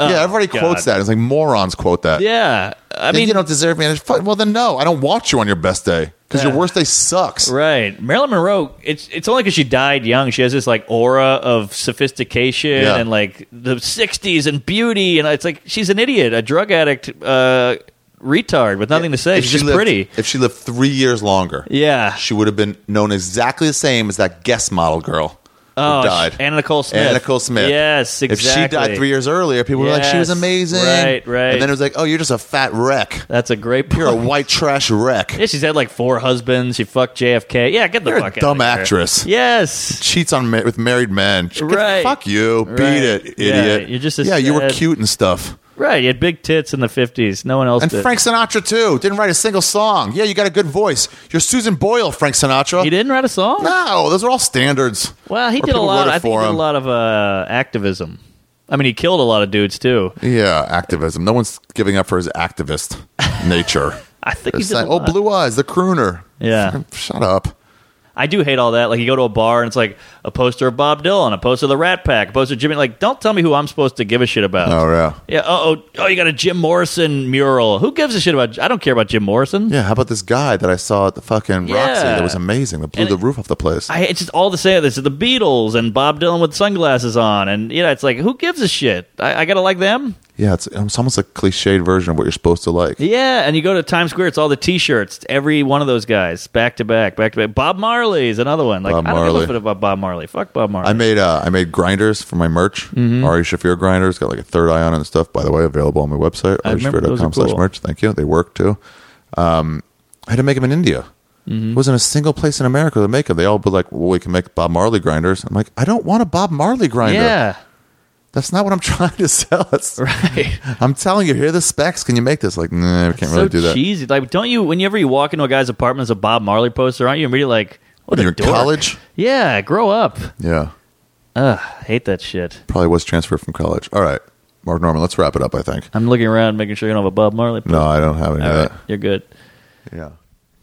Speaker 2: yeah, everybody
Speaker 1: God.
Speaker 2: quotes that. It's like morons quote that.
Speaker 1: Yeah. I
Speaker 2: I mean,
Speaker 1: mean,
Speaker 2: you don't deserve me. And it's fu- Well, then no, I don't want you on your best day because
Speaker 1: Yeah.
Speaker 2: your worst day sucks.
Speaker 1: Right, Marilyn Monroe. It's it's only because she died young. She has this like aura of sophistication
Speaker 2: Yeah.
Speaker 1: and like the '60s and beauty, and it's like she's an idiot, a drug addict, uh, retard with nothing to say.
Speaker 2: If
Speaker 1: She's
Speaker 2: she
Speaker 1: just
Speaker 2: lived-
Speaker 1: pretty.
Speaker 2: If she lived three years longer,
Speaker 1: Yeah.
Speaker 2: she would have been known exactly the same as that guest model girl
Speaker 1: Oh,
Speaker 2: who died.
Speaker 1: sh- Anna Nicole Smith.
Speaker 2: Anna Nicole Smith.
Speaker 1: Yes, exactly.
Speaker 2: If she died three years earlier, people were like, "She was
Speaker 1: Yes.
Speaker 2: amazing."
Speaker 1: Right, right.
Speaker 2: And then it was like, "Oh, you're just a fat wreck.
Speaker 1: That's a great.
Speaker 2: You're a
Speaker 1: Point.
Speaker 2: white trash wreck.
Speaker 1: Yeah, she's had like four husbands. She fucked JFK. Yeah, get the
Speaker 2: You're a
Speaker 1: fuck out.
Speaker 2: dumb
Speaker 1: of here.
Speaker 2: actress.
Speaker 1: Yes.
Speaker 2: Cheats on ma- with married men. She-
Speaker 1: Right.
Speaker 2: Fuck you. Beat
Speaker 1: Right.
Speaker 2: it,
Speaker 1: Yeah,
Speaker 2: idiot.
Speaker 1: you're just a
Speaker 2: yeah. You were
Speaker 1: sad-
Speaker 2: cute and stuff.
Speaker 1: Right. You had big tits in the '50s. No one else.
Speaker 2: And
Speaker 1: did.
Speaker 2: Frank Sinatra too didn't write a single song. Yeah, you got a good voice. You're Susan Boyle, Frank Sinatra.
Speaker 1: He didn't write a song.
Speaker 2: No, those are all standards.
Speaker 1: Well, he
Speaker 2: Or
Speaker 1: did a
Speaker 2: people
Speaker 1: lot.
Speaker 2: wrote it
Speaker 1: I think he
Speaker 2: for
Speaker 1: did a
Speaker 2: him.
Speaker 1: lot of uh, activism. I mean, he killed a lot of dudes too.
Speaker 2: Yeah, activism. No one's giving up for his activist nature.
Speaker 1: I think
Speaker 2: They're
Speaker 1: he did.
Speaker 2: saying,
Speaker 1: a
Speaker 2: oh,
Speaker 1: lot.
Speaker 2: Blue Eyes, the crooner.
Speaker 1: Yeah.
Speaker 2: Fucking shut up.
Speaker 1: I do hate all that. Like, you go to a bar and it's like a poster of Bob Dylan, a poster of the Rat Pack, a poster of Jimmy. Like, don't tell me who I'm supposed to give a shit about.
Speaker 2: Oh yeah.
Speaker 1: Yeah. Oh, oh, oh, you got a Jim Morrison mural. Who gives a shit about? I don't care about Jim Morrison.
Speaker 2: Yeah. How about this guy that I saw at the fucking Roxy?
Speaker 1: Yeah.
Speaker 2: That was amazing. That blew
Speaker 1: And
Speaker 2: the
Speaker 1: it-
Speaker 2: roof off the place.
Speaker 1: I, it's just all the same. This is the Beatles and Bob Dylan with sunglasses on, and you know, it's like, who gives a shit? I, I gotta like them.
Speaker 2: yeah, it's, um, it's almost a cliched version of what you're supposed to like.
Speaker 1: Yeah, and you go to Times Square, it's all the T-shirts. It's every one of those guys, back to back, back to back. Bob Marley is another one. Like
Speaker 2: Bob
Speaker 1: I don't give a
Speaker 2: Marley.
Speaker 1: shit about Bob Marley. Fuck Bob Marley.
Speaker 2: I made uh, I made grinders for my merch.
Speaker 1: Mm-hmm.
Speaker 2: Ari Shafir grinders got like a third eye on it and stuff. By the way, available on my website
Speaker 1: I remember those are
Speaker 2: arishafir.com slash
Speaker 1: cool.
Speaker 2: merch. Thank you. They work too. Um, I had to make them in India.
Speaker 1: Mm-hmm.
Speaker 2: There wasn't a single place in America to make them. They all were like, "Well, we can make Bob Marley grinders." I'm like, "I don't want a Bob Marley grinder.
Speaker 1: yeah,
Speaker 2: That's not what I'm trying to sell." That's-
Speaker 1: right.
Speaker 2: I'm telling you, here are the specs. Can you make this? Like, nah, we can't
Speaker 1: so
Speaker 2: really do that.
Speaker 1: cheesy. Like, don't you? Whenever you walk into a guy's apartment, there's a Bob Marley poster, aren't you immediately like, what
Speaker 2: When you're
Speaker 1: a
Speaker 2: in
Speaker 1: dork.
Speaker 2: college,
Speaker 1: Yeah, grow up.
Speaker 2: yeah,
Speaker 1: Ugh, I hate that shit.
Speaker 2: probably was transferred from college. All right, Mark Norman, let's wrap it up. I think.
Speaker 1: I'm looking around, making sure you don't have a Bob Marley.
Speaker 2: No, I don't have any
Speaker 1: All
Speaker 2: of
Speaker 1: right,
Speaker 2: that.
Speaker 1: you're good.
Speaker 2: Yeah,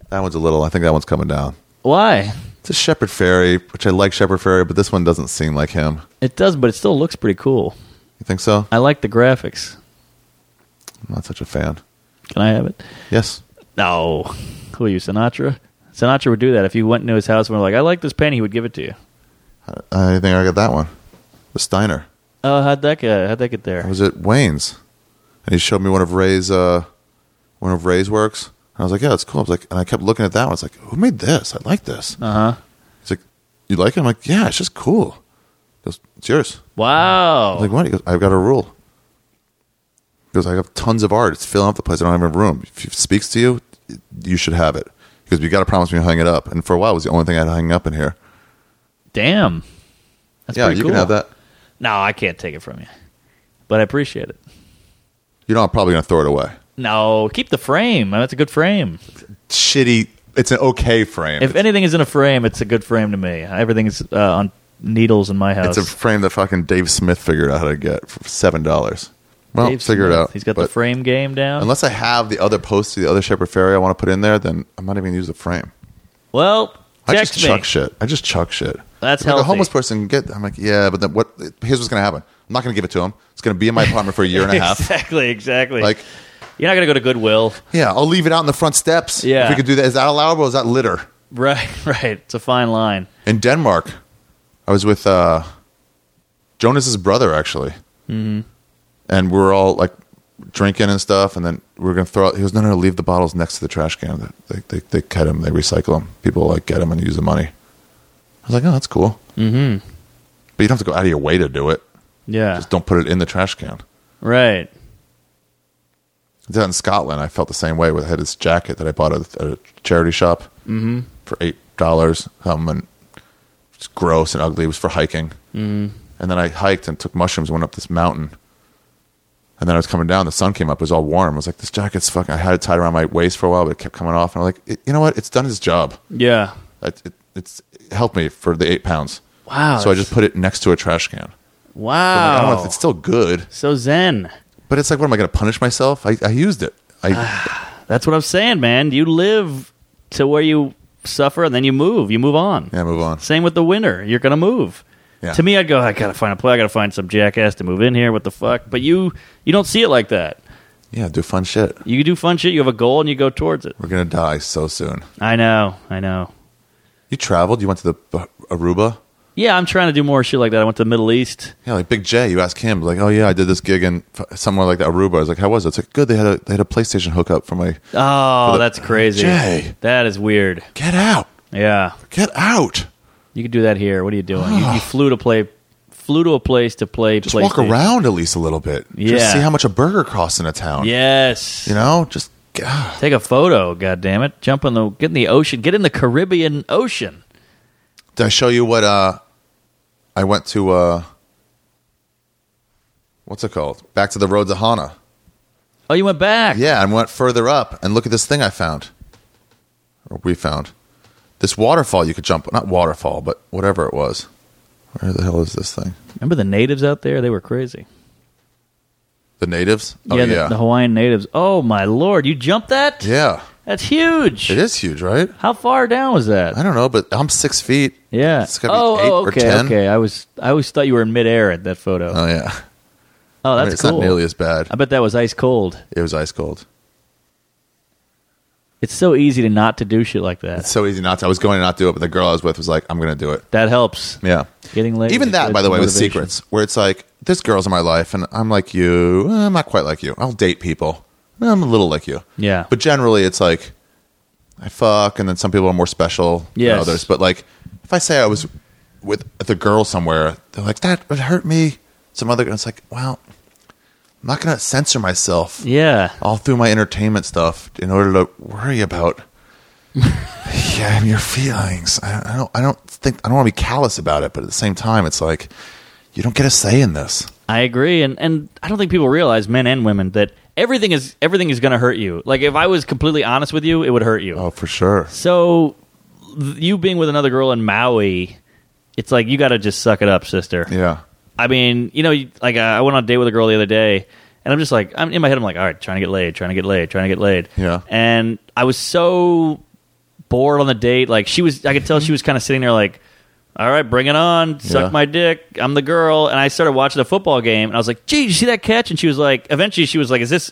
Speaker 2: that one's a little. I think that one's coming down.
Speaker 1: Why?
Speaker 2: It's a Shepherd Fairy, which I like Shepherd Fairy, but this one doesn't seem like him.
Speaker 1: It does, but it still looks pretty cool.
Speaker 2: You think so?
Speaker 1: I like the graphics.
Speaker 2: I'm not such a fan.
Speaker 1: Can I have it?
Speaker 2: Yes.
Speaker 1: No. Who are you, Sinatra? Sinatra would do that. If you went into his house and were like, I like this painting, he would give it to you.
Speaker 2: I think Uh, I got that one. The Steiner.
Speaker 1: Oh, how'd that get, how'd that get
Speaker 2: I
Speaker 1: there?
Speaker 2: was at Wayne's, and he showed me one of Ray's uh, one of Ray's works. And I was like, "Yeah, that's cool." I was like, and I kept looking at that one. I was like, "Who made this? I like this."
Speaker 1: Uh huh.
Speaker 2: He's like, "You like it?" I'm like, "Yeah, it's just cool." He goes, "It's yours."
Speaker 1: Wow.
Speaker 2: I was like, "What?" He goes, "I've got a rule." He goes, "I have tons of art. It's filling up the place. I don't have a room. If it speaks to you, you should have it." Because you got to promise me you'll hang it up. And for a while, it was the only thing I had hanging up in here.
Speaker 1: Damn. That's
Speaker 2: yeah,
Speaker 1: pretty
Speaker 2: you
Speaker 1: cool.
Speaker 2: can have that.
Speaker 1: No, I can't take it from you. But I appreciate it.
Speaker 2: You're not probably going to throw it away.
Speaker 1: No, keep the frame. That's a good frame.
Speaker 2: Shitty. It's an okay frame.
Speaker 1: If anything is in a frame, it's a good frame to me. Everything is uh, on needles in my house.
Speaker 2: it's a frame that fucking Dave Smith figured out how to get for seven dollars. Well,
Speaker 1: Dave
Speaker 2: figure
Speaker 1: Smith.
Speaker 2: it out.
Speaker 1: He's got the
Speaker 2: But
Speaker 1: frame game down.
Speaker 2: Unless I have the other post to the other Shepherd Ferry I want to put in there, then I might even use the frame.
Speaker 1: well,
Speaker 2: I
Speaker 1: text
Speaker 2: just
Speaker 1: me.
Speaker 2: chuck shit. I just chuck shit.
Speaker 1: That's
Speaker 2: I'm like
Speaker 1: healthy.
Speaker 2: a homeless person can get. I'm like, yeah, but then what? Here's what's gonna happen. I'm not gonna give it to him. It's gonna be in my apartment for a year and a half.
Speaker 1: Exactly, exactly.
Speaker 2: Like,
Speaker 1: You're not gonna go to Goodwill,
Speaker 2: yeah, I'll leave it out on the front steps.
Speaker 1: Yeah.
Speaker 2: if we could do that. Is that allowable? Is that litter?
Speaker 1: right? Right. It's a fine line.
Speaker 2: in Denmark. I was with uh, Jonas's brother actually, mm-hmm. and we were all like drinking and stuff. And then we were gonna throw. out He goes, "No, no, no, leave the bottles next to the trash can. They they they cut them. They recycle them. People like get them and use the money." I was like, "Oh, that's cool." Mm-hmm. But you don't have to go out of your way to do it.
Speaker 1: Yeah.
Speaker 2: Just don't put it in the trash can.
Speaker 1: Right.
Speaker 2: Did that in Scotland. I felt the same way. With I had this jacket that I bought at a charity shop for eight dollars. Um, and it's gross and ugly. It was for hiking. Mm. And then I hiked and took mushrooms. and Went up this mountain. And then I was coming down. The sun came up. It was all warm. I was like, this jacket's fucking. I had it tied around my waist for a while, but it kept coming off. And I'm like, "It- you know what? It's done its job.
Speaker 1: Yeah.
Speaker 2: It, it, it's it helped me for the eight pounds.
Speaker 1: Wow.
Speaker 2: So I just put it next to a trash can. I don't know
Speaker 1: Wow.
Speaker 2: if it's still good,
Speaker 1: so zen.
Speaker 2: but it's like, what am I going to punish myself? I, I used it. I,
Speaker 1: That's what I'm saying, man. You live to where you suffer, and then you move. You move on.
Speaker 2: yeah, move on.
Speaker 1: Same with the winter. You're gonna move.
Speaker 2: Yeah.
Speaker 1: To me, I'd go. I gotta find a play. I gotta find some jackass to move in here. What the fuck? But you, you don't see it like that.
Speaker 2: Yeah, do fun shit.
Speaker 1: You do fun shit. You have a goal, and you go towards it.
Speaker 2: We're gonna die so soon.
Speaker 1: I know. I know.
Speaker 2: You traveled. You went to the uh, Aruba.
Speaker 1: Yeah, I'm trying to do more shit like that. I went to the Middle East.
Speaker 2: Yeah, like Big J. You ask him, like, oh yeah, I did this gig in f- somewhere like the Aruba. I was like, how was it? It's like good. They had a they had a PlayStation hookup for my.
Speaker 1: Oh,
Speaker 2: the-
Speaker 1: that's crazy.
Speaker 2: Jay.
Speaker 1: That is weird.
Speaker 2: Get out!
Speaker 1: Yeah,
Speaker 2: Get out!
Speaker 1: you could do that here. What are you doing? You, you flew to play, flew to a place to play.
Speaker 2: Just walk
Speaker 1: PlayStation.
Speaker 2: around at least a little bit.
Speaker 1: Yeah.
Speaker 2: Just see how much a burger costs in a town.
Speaker 1: Yes.
Speaker 2: You know, just ah.
Speaker 1: Take a photo. God damn it! Jump in the, get in the ocean, get in the Caribbean Ocean.
Speaker 2: Did I show you what? Uh, I went to uh, what's it called? Back to the road to Hana.
Speaker 1: Oh, you went back.
Speaker 2: Yeah, and went further up and look at this thing I found. Or we found. This waterfall you could jump not waterfall, but whatever it was. Where the hell is this thing?
Speaker 1: Remember the natives out there? They were crazy.
Speaker 2: The natives? Oh
Speaker 1: yeah,
Speaker 2: yeah.
Speaker 1: the, the Hawaiian natives. Oh my lord! You jumped that?
Speaker 2: yeah.
Speaker 1: That's huge.
Speaker 2: It is huge, right?
Speaker 1: How far down was that?
Speaker 2: I don't know, but I'm six feet.
Speaker 1: Yeah.
Speaker 2: It's gotta be eight
Speaker 1: oh,
Speaker 2: or
Speaker 1: okay,
Speaker 2: 10.
Speaker 1: okay. I was I always thought you were in midair at that photo.
Speaker 2: Oh yeah.
Speaker 1: oh,
Speaker 2: I
Speaker 1: that's
Speaker 2: mean, it's
Speaker 1: cool.
Speaker 2: not nearly as bad.
Speaker 1: I bet that was ice cold.
Speaker 2: It was ice cold.
Speaker 1: It's so easy to not to do shit like that.
Speaker 2: It's so easy not to I was going to not do it, but the girl I was with was like, I'm gonna do it.
Speaker 1: that helps.
Speaker 2: Yeah.
Speaker 1: Getting laid.
Speaker 2: Even
Speaker 1: is
Speaker 2: that,
Speaker 1: good
Speaker 2: by the way, with
Speaker 1: motivation.
Speaker 2: secrets, where it's like, this girl's in my life, and I'm like you. eh, I'm not quite like you. I'll date people. Eh, I'm a little like you.
Speaker 1: Yeah.
Speaker 2: But generally, it's like, I fuck, and then some people are more special
Speaker 1: Yes.
Speaker 2: than others. But like, if I say I was with the girl somewhere, they're like, that would hurt me. Some other girl, it's like, well, I'm not going to censor myself
Speaker 1: Yeah.
Speaker 2: all through my entertainment stuff in order to worry about yeah and your feelings I, I don't i don't think i don't want to be callous about it but at the same time it's like you don't get a say in this
Speaker 1: I agree, and and I don't think people realize, men and women, that everything is everything is going to hurt you. Like if I was completely honest with you, it would hurt you.
Speaker 2: oh for sure
Speaker 1: So th- you being with another girl in Maui, it's like you got to just suck it up, sister.
Speaker 2: yeah
Speaker 1: I mean, you know, you- like uh, I went on a date with a girl the other day, and I'm just like, I'm in my head, I'm like, all right, trying to get laid, trying to get laid, trying to get laid.
Speaker 2: Yeah.
Speaker 1: And I was so bored on the date. Like she was, I could tell she was kind of sitting there, like, all right, bring it on, suck
Speaker 2: Mm-hmm. Yeah.
Speaker 1: my dick, I'm the girl. And I started watching the football game, and I was like, gee, did you see that catch? And she was like, eventually, she was like, is this?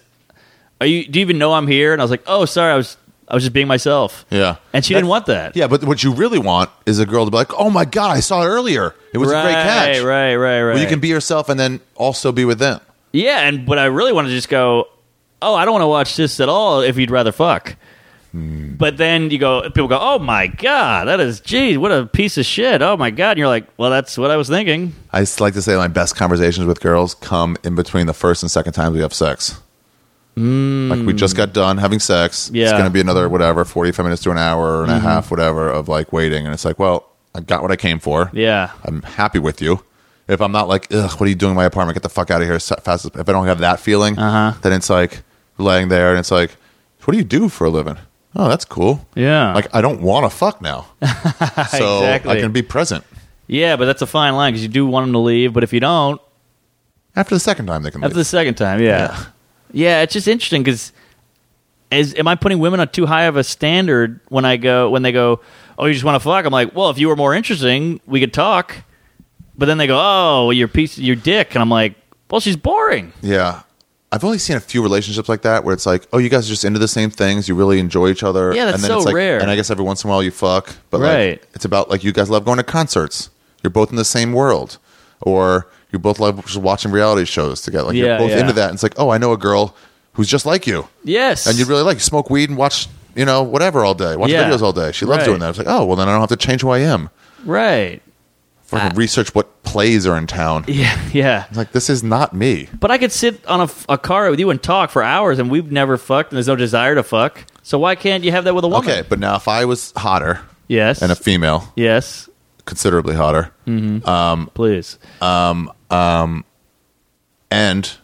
Speaker 1: Are you? Do you even know I'm here? And I was like, oh, sorry, I was, I was just being myself.
Speaker 2: yeah
Speaker 1: And she didn't want that.
Speaker 2: yeah but what you really want is a girl to be like oh my god i saw it earlier it was
Speaker 1: right,
Speaker 2: a great catch
Speaker 1: Right, right, right.
Speaker 2: well you can be yourself and then also be with them
Speaker 1: Yeah, and but I really want to just go. Oh, I don't want to watch this at all. If you'd rather fuck. But then you go, people go, oh my god, that is, geez, what a piece of shit. Oh my god, and you're like, well, that's what I was thinking.
Speaker 2: i just like to say my best conversations with girls come in between the first and second times we have sex Like we just got done having sex. It's
Speaker 1: Yeah. Mm-hmm.
Speaker 2: going to be another whatever, 45 minutes to an hour and a half, whatever, of like waiting. And it's like, well, I got what I came for.
Speaker 1: Yeah,
Speaker 2: I'm happy with you. If I'm not like, ugh, what are you doing in my apartment? Get the fuck out of here as fast as, if I don't have that feeling, uh-huh. then it's like, laying there, and it's like, what do you do for a living? Oh, that's cool.
Speaker 1: Yeah.
Speaker 2: Like I don't want to fuck now, so
Speaker 1: Exactly.
Speaker 2: I can be present.
Speaker 1: Yeah, but that's a fine line because you do want them to leave, but if you don't,
Speaker 2: After the second time, they can
Speaker 1: after
Speaker 2: leave.
Speaker 1: the second time, yeah, yeah, it's just interesting because is am I putting women on too high of a standard when I go when they go, oh, you just want to fuck? I'm like, well, if you were more interesting, we could talk. But then they go, oh, well, you're a piece, you're dick, and I'm like, well, she's boring.
Speaker 2: yeah, I've only seen a few relationships like that where it's like, oh, you guys are just into the same things. You really enjoy each other.
Speaker 1: Yeah, that's
Speaker 2: and then
Speaker 1: so
Speaker 2: it's like,
Speaker 1: rare.
Speaker 2: And I guess every once in a while you fuck, but
Speaker 1: Right.
Speaker 2: like it's about like you guys love going to concerts. You're both in the same world, or you both love just watching reality shows together. Like
Speaker 1: Yeah,
Speaker 2: you're both
Speaker 1: yeah.
Speaker 2: into that. And it's like, oh, I know a girl who's just like you.
Speaker 1: Yes,
Speaker 2: and you'd really like smoke weed and watch you know whatever all day watch
Speaker 1: Yeah.
Speaker 2: videos all day she loves
Speaker 1: Right.
Speaker 2: doing that it's like oh well then i don't have to change who i am
Speaker 1: right,
Speaker 2: for research what plays are in town
Speaker 1: Ah. yeah, yeah.
Speaker 2: it's like this is not me
Speaker 1: But I could sit on a, f- a car with you and talk for hours, and we've never fucked, and there's no desire to fuck. So why can't you have that with a woman?
Speaker 2: okay but now if i was hotter
Speaker 1: Yes.
Speaker 2: and a female
Speaker 1: yes.
Speaker 2: considerably hotter
Speaker 1: Please.
Speaker 2: and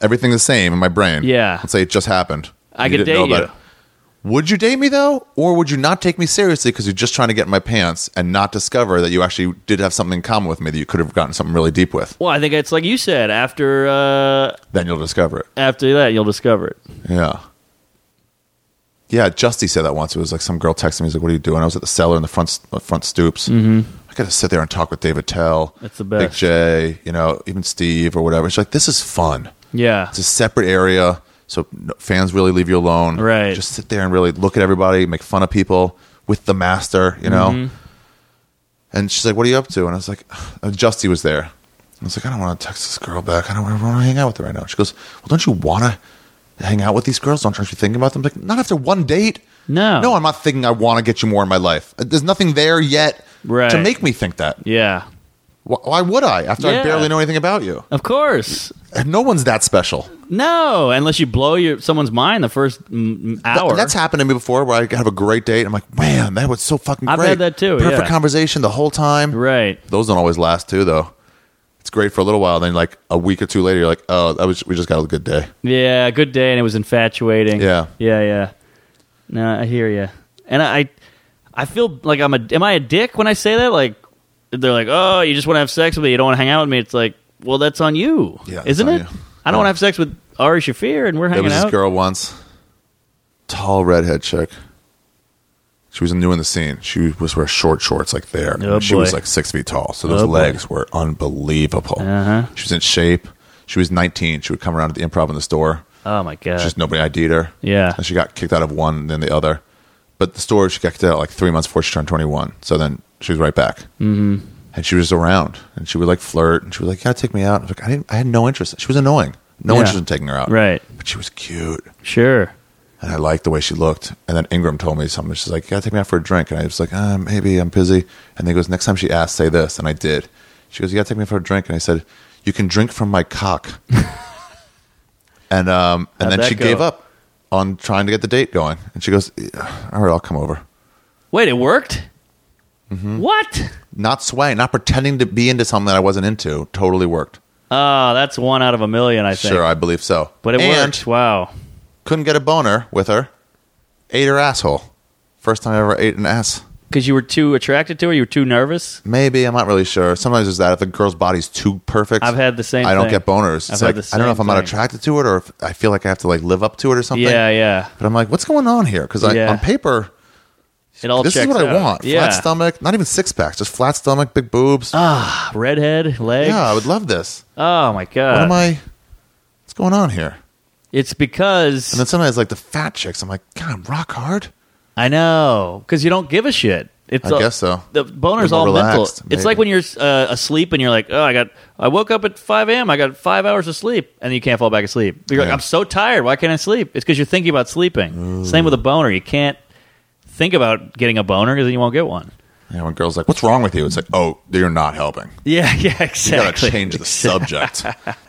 Speaker 2: everything the same in my brain
Speaker 1: Yeah.
Speaker 2: let's say it just happened
Speaker 1: I
Speaker 2: and
Speaker 1: could
Speaker 2: didn't
Speaker 1: date
Speaker 2: know
Speaker 1: you.
Speaker 2: about it. would you date me though or would you not take me seriously because you're just trying to get in my pants and not discover that you actually did have something in common with me that you could have gotten something really deep with
Speaker 1: Well, I think it's like you said. After uh,
Speaker 2: then you'll discover it
Speaker 1: after that, you'll discover it.
Speaker 2: Yeah. Yeah, Justy said that once. It was like some girl texted me. He's like, "What are you doing?" I was at the cellar in the front uh, front stoops. Mm-hmm. I got to sit there and talk with David Tell,
Speaker 1: That's the
Speaker 2: Big
Speaker 1: best.
Speaker 2: J, you know, even Steve or whatever. She's like, "This is fun.
Speaker 1: Yeah.
Speaker 2: It's a separate area, so no- fans really leave you alone.
Speaker 1: Right.
Speaker 2: Just sit there and really look at everybody, make fun of people with the master, you know."
Speaker 1: Mm-hmm.
Speaker 2: And she's like, "What are you up to?" And I was like, uh, "Justy was there." I was like, "I don't want to text this girl back. I don't want to hang out with her right now." She goes, "Well, don't you want to hang out with these girls? Don't you be thinking about them?" I'm like, "Not after one date."
Speaker 1: No.
Speaker 2: No, I'm not thinking I want to get you more in my life. Uh, There's nothing there yet
Speaker 1: Right.
Speaker 2: to make me think that.
Speaker 1: Yeah.
Speaker 2: Wh- Why would I after
Speaker 1: Yeah.
Speaker 2: I barely know anything about you?
Speaker 1: Of course.
Speaker 2: And No one's that special.
Speaker 1: No, unless you blow your someone's mind the first mm,
Speaker 2: Th-
Speaker 1: hour.
Speaker 2: that's happened to me before where I have a great date. I'm like, man, that was so fucking
Speaker 1: I've
Speaker 2: great.
Speaker 1: had that too,
Speaker 2: Perfect
Speaker 1: yeah.
Speaker 2: conversation the whole time.
Speaker 1: right.
Speaker 2: Those don't always last too, though. It's great for a little while. Then, like a week or two later, you're like, oh, that was, we just got a good day.
Speaker 1: Yeah. Good day, and it was infatuating.
Speaker 2: Yeah.
Speaker 1: Yeah. Yeah. No, I hear you, and I, I feel like I'm a. Am I a dick when I say that? Like, they're like, oh, you just want to have sex with me, you don't want to hang out with me. It's like, well, that's on you,
Speaker 2: Yeah, that's
Speaker 1: isn't
Speaker 2: on
Speaker 1: it?
Speaker 2: you.
Speaker 1: I don't want
Speaker 2: Yeah.
Speaker 1: to have sex with Ari Shafir, and we're
Speaker 2: There
Speaker 1: hanging
Speaker 2: was
Speaker 1: out.
Speaker 2: this girl once, tall redhead chick. She was new in the scene. She was wearing short shorts like there.
Speaker 1: Oh,
Speaker 2: she
Speaker 1: boy.
Speaker 2: was like six feet tall, so those
Speaker 1: Oh, boy.
Speaker 2: legs were unbelievable.
Speaker 1: Uh-huh.
Speaker 2: She was in shape. She was 19. She would come around at the improv in the store.
Speaker 1: Oh my god.
Speaker 2: It's just nobody ID'd her.
Speaker 1: Yeah.
Speaker 2: And she got kicked out of one, then the other. But the store, she got kicked out like three months before she turned 21. So then she was right back. Mm-hmm. And she was around and she would like flirt and she was like, Yeah, take me out. I was like, I, didn't, I had no interest. She was annoying. No
Speaker 1: Yeah.
Speaker 2: interest in taking her out.
Speaker 1: Right.
Speaker 2: But she was cute.
Speaker 1: Sure.
Speaker 2: And I liked the way she looked. And then Ingram told me something. She's like, You gotta take me out for a drink. And I was like, uh, Maybe I'm busy. And then he goes, Next time she asks, say this. And I did. She goes, You gotta take me out for a drink. And I said, You can drink from my cock. and um, and
Speaker 1: How'd
Speaker 2: then
Speaker 1: that
Speaker 2: she
Speaker 1: go?
Speaker 2: gave up on trying to get the date going. And she goes, "Yeah, All right, I'll come over.
Speaker 1: Wait, it worked?
Speaker 2: Mm-hmm.
Speaker 1: What?
Speaker 2: Not swaying, not pretending to be into something that I wasn't into totally worked.
Speaker 1: Oh, that's one out of a million, I think.
Speaker 2: Sure, I believe so.
Speaker 1: but it
Speaker 2: and
Speaker 1: worked. Wow.
Speaker 2: couldn't get a boner with her. Ate her asshole. First time I ever ate an ass.
Speaker 1: Because you were too attracted to her? You were too nervous?
Speaker 2: Maybe I'm not really sure. Sometimes it's that if a girl's body's too perfect,
Speaker 1: I've had the same
Speaker 2: I don't
Speaker 1: thing.
Speaker 2: get boners.
Speaker 1: I've had
Speaker 2: It's like,
Speaker 1: the
Speaker 2: I don't know if
Speaker 1: same
Speaker 2: I'm not
Speaker 1: thing.
Speaker 2: attracted to it or if I feel like I have to like live up to it or something.
Speaker 1: Yeah, yeah.
Speaker 2: But I'm like, what's going on here? Because
Speaker 1: Yeah.
Speaker 2: on paper,
Speaker 1: It all
Speaker 2: this is
Speaker 1: checks
Speaker 2: what I
Speaker 1: out.
Speaker 2: want:
Speaker 1: Yeah. Ah,
Speaker 2: flat stomach, not even six packs, just flat stomach, big boobs.
Speaker 1: Redhead, legs.
Speaker 2: yeah, I would love this.
Speaker 1: Oh, my God.
Speaker 2: What am I? What's going on here?
Speaker 1: It's
Speaker 2: And then
Speaker 1: because.
Speaker 2: sometimes like the fat chicks, I'm like, God, rock hard.
Speaker 1: I know. Because you don't give a shit. It's
Speaker 2: I
Speaker 1: all-
Speaker 2: guess so.
Speaker 1: The boner's
Speaker 2: You're
Speaker 1: all
Speaker 2: more
Speaker 1: mental.
Speaker 2: relaxed,
Speaker 1: It's like when
Speaker 2: maybe.
Speaker 1: you're uh, asleep and you're like, oh, I got. I woke up at 5 a.m. I got five hours of sleep. And you can't fall back asleep. You're like,
Speaker 2: Yeah.
Speaker 1: I'm so tired. Why can't I sleep? It's because you're thinking about sleeping. Same with a boner. You can't think about getting a boner because then you won't get one.
Speaker 2: Yeah, when girls like, what's wrong with you? It's like, oh, you're not helping.
Speaker 1: Yeah, yeah,
Speaker 2: You gotta
Speaker 1: exactly.
Speaker 2: change the subject.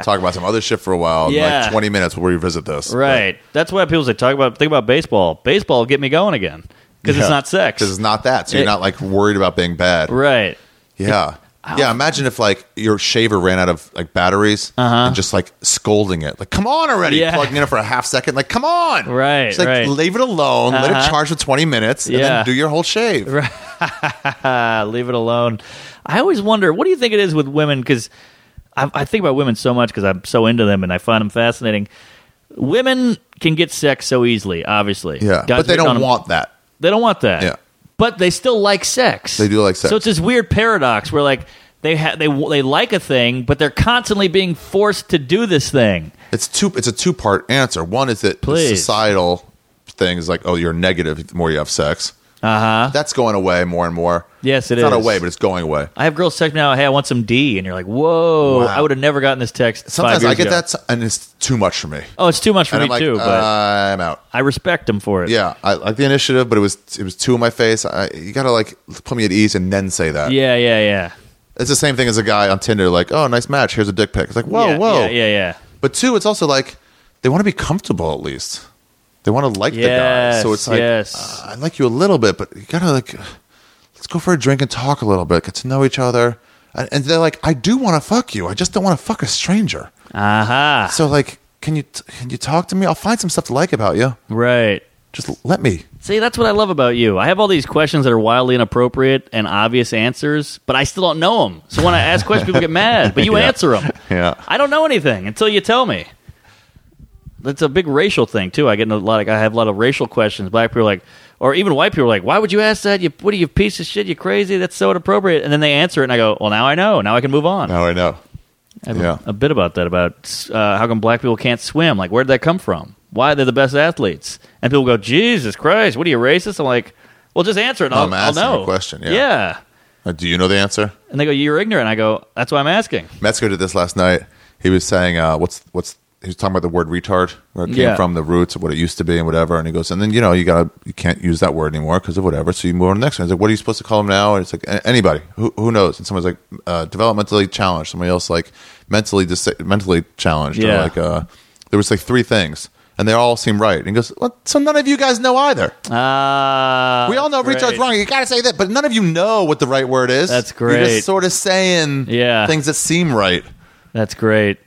Speaker 2: Talk about some other shit for a while. In
Speaker 1: Yeah.
Speaker 2: like 20 minutes, we'll revisit this.
Speaker 1: Right. That's why people say talk about think about baseball. Baseball will get me going again because it's not sex.
Speaker 2: because it's not that. So
Speaker 1: It-
Speaker 2: you're not like worried about being bad.
Speaker 1: right.
Speaker 2: Yeah.
Speaker 1: oh.
Speaker 2: Yeah, imagine if like your shaver ran out of like batteries and just like scolding it, like come on already,
Speaker 1: Uh-huh. Yeah.
Speaker 2: plugging in for a half second, like come on,
Speaker 1: Right,
Speaker 2: It's like
Speaker 1: right.
Speaker 2: leave it alone, let
Speaker 1: Uh-huh.
Speaker 2: it charge for twenty minutes, and
Speaker 1: Yeah.
Speaker 2: then do your whole shave.
Speaker 1: Ah, leave it alone. I always wonder, what do you think it is with women? Because I, I think about women so much because I'm so into them and I find them fascinating. Women can get sex so easily, obviously.
Speaker 2: Yeah,
Speaker 1: Guys
Speaker 2: but they
Speaker 1: hitting on
Speaker 2: don't
Speaker 1: 'em-
Speaker 2: want that.
Speaker 1: They don't want that.
Speaker 2: Yeah.
Speaker 1: But they still like sex.
Speaker 2: They do like sex.
Speaker 1: So it's this weird paradox where like they ha- they they like a thing, but they're constantly being forced to do this thing.
Speaker 2: It's two. It's a two part answer. One is that the
Speaker 1: Please.
Speaker 2: societal thing is like, oh, you're negative the more you have sex. Uh huh. That's going away more and more.
Speaker 1: Uh-huh. Yes, it
Speaker 2: it's Not
Speaker 1: is.
Speaker 2: away, but it's going away.
Speaker 1: I have girls text me now, "Hey, I want some D," and you're like, "Whoa!"
Speaker 2: Wow.
Speaker 1: I would have never gotten this text. five
Speaker 2: Sometimes
Speaker 1: years
Speaker 2: I get
Speaker 1: ago.
Speaker 2: that, and it's too much for me.
Speaker 1: Oh, it's too much for
Speaker 2: and
Speaker 1: me
Speaker 2: I'm like, uh,
Speaker 1: too. but
Speaker 2: I'm out.
Speaker 1: I respect them for it.
Speaker 2: Yeah, I like the initiative, but it was it was two in my face. I, you gotta like put me at ease and then say that.
Speaker 1: yeah, yeah, yeah.
Speaker 2: It's the same thing as a guy on Tinder, like, oh, nice match. Here's a dick pic. It's like, whoa,
Speaker 1: yeah,
Speaker 2: whoa.
Speaker 1: yeah, yeah, yeah.
Speaker 2: But two, it's also like they want to be comfortable at least. They want to like the guy.
Speaker 1: Yes,
Speaker 2: So it's like,
Speaker 1: yes.
Speaker 2: uh, I like you a little bit, but you gotta like, let's go for a drink and talk a little bit, get to know each other. And, and they're like, I do want to fuck you. I just don't want to fuck a stranger.
Speaker 1: Aha.
Speaker 2: So like, can you can you talk to me? I'll find some stuff to like about you.
Speaker 1: Right.
Speaker 2: Just let me.
Speaker 1: See, that's what I love about you. I have all these questions that are wildly inappropriate and obvious answers, but I still don't know them. So when I ask questions, people get mad, but you
Speaker 2: Yeah.
Speaker 1: answer 'em. answer them.
Speaker 2: Yeah.
Speaker 1: I don't know anything until you tell me. That's a big racial thing too. I get in a lot. Of, I have a lot of racial questions. Black people are like, or even white people are like, "Why would you ask that? You what are you piece of shit? You crazy? That's so inappropriate." And then they answer it, and I go, "Well, now I know. Now I can move on."
Speaker 2: Now I know.
Speaker 1: I have a-
Speaker 2: Yeah.
Speaker 1: a, bit about that about uh, how come black people can't swim? Like, where did that come from? Why they're the best athletes? And people go, Jesus Christ, what are you racist? I'm like, well, just answer it.
Speaker 2: No,
Speaker 1: I'll,
Speaker 2: I'm
Speaker 1: I'll
Speaker 2: asking
Speaker 1: know.
Speaker 2: a question, yeah.
Speaker 1: yeah.
Speaker 2: Uh, Do you know the answer?
Speaker 1: And they go, you're ignorant. I go, that's why I'm asking.
Speaker 2: Metzger did this last night. He was saying, uh, "What's what's?" He was talking about the word retard, where it came
Speaker 1: Yeah.
Speaker 2: from, the roots, what it used to be, and whatever. And he goes, and then you know, you gotta, you can't use that word anymore because of whatever. So you move on to the next one. He's like, "What are you supposed to call him now?" And it's like, "A- "Anybody, who, who knows?" And someone's like, uh, "Developmentally challenged." Somebody else like mentally dis- mentally challenged. or
Speaker 1: Yeah.
Speaker 2: like uh, there was like three things, and they all seem right. And he goes, "What?" So none of you guys know either.
Speaker 1: Uh,
Speaker 2: we all know
Speaker 1: that's
Speaker 2: retard's
Speaker 1: great.
Speaker 2: wrong. You gotta say that, but none of you know what the right word is.
Speaker 1: That's
Speaker 2: You're
Speaker 1: great.
Speaker 2: just sort of saying
Speaker 1: Yeah.
Speaker 2: things that seem right.
Speaker 1: That's great.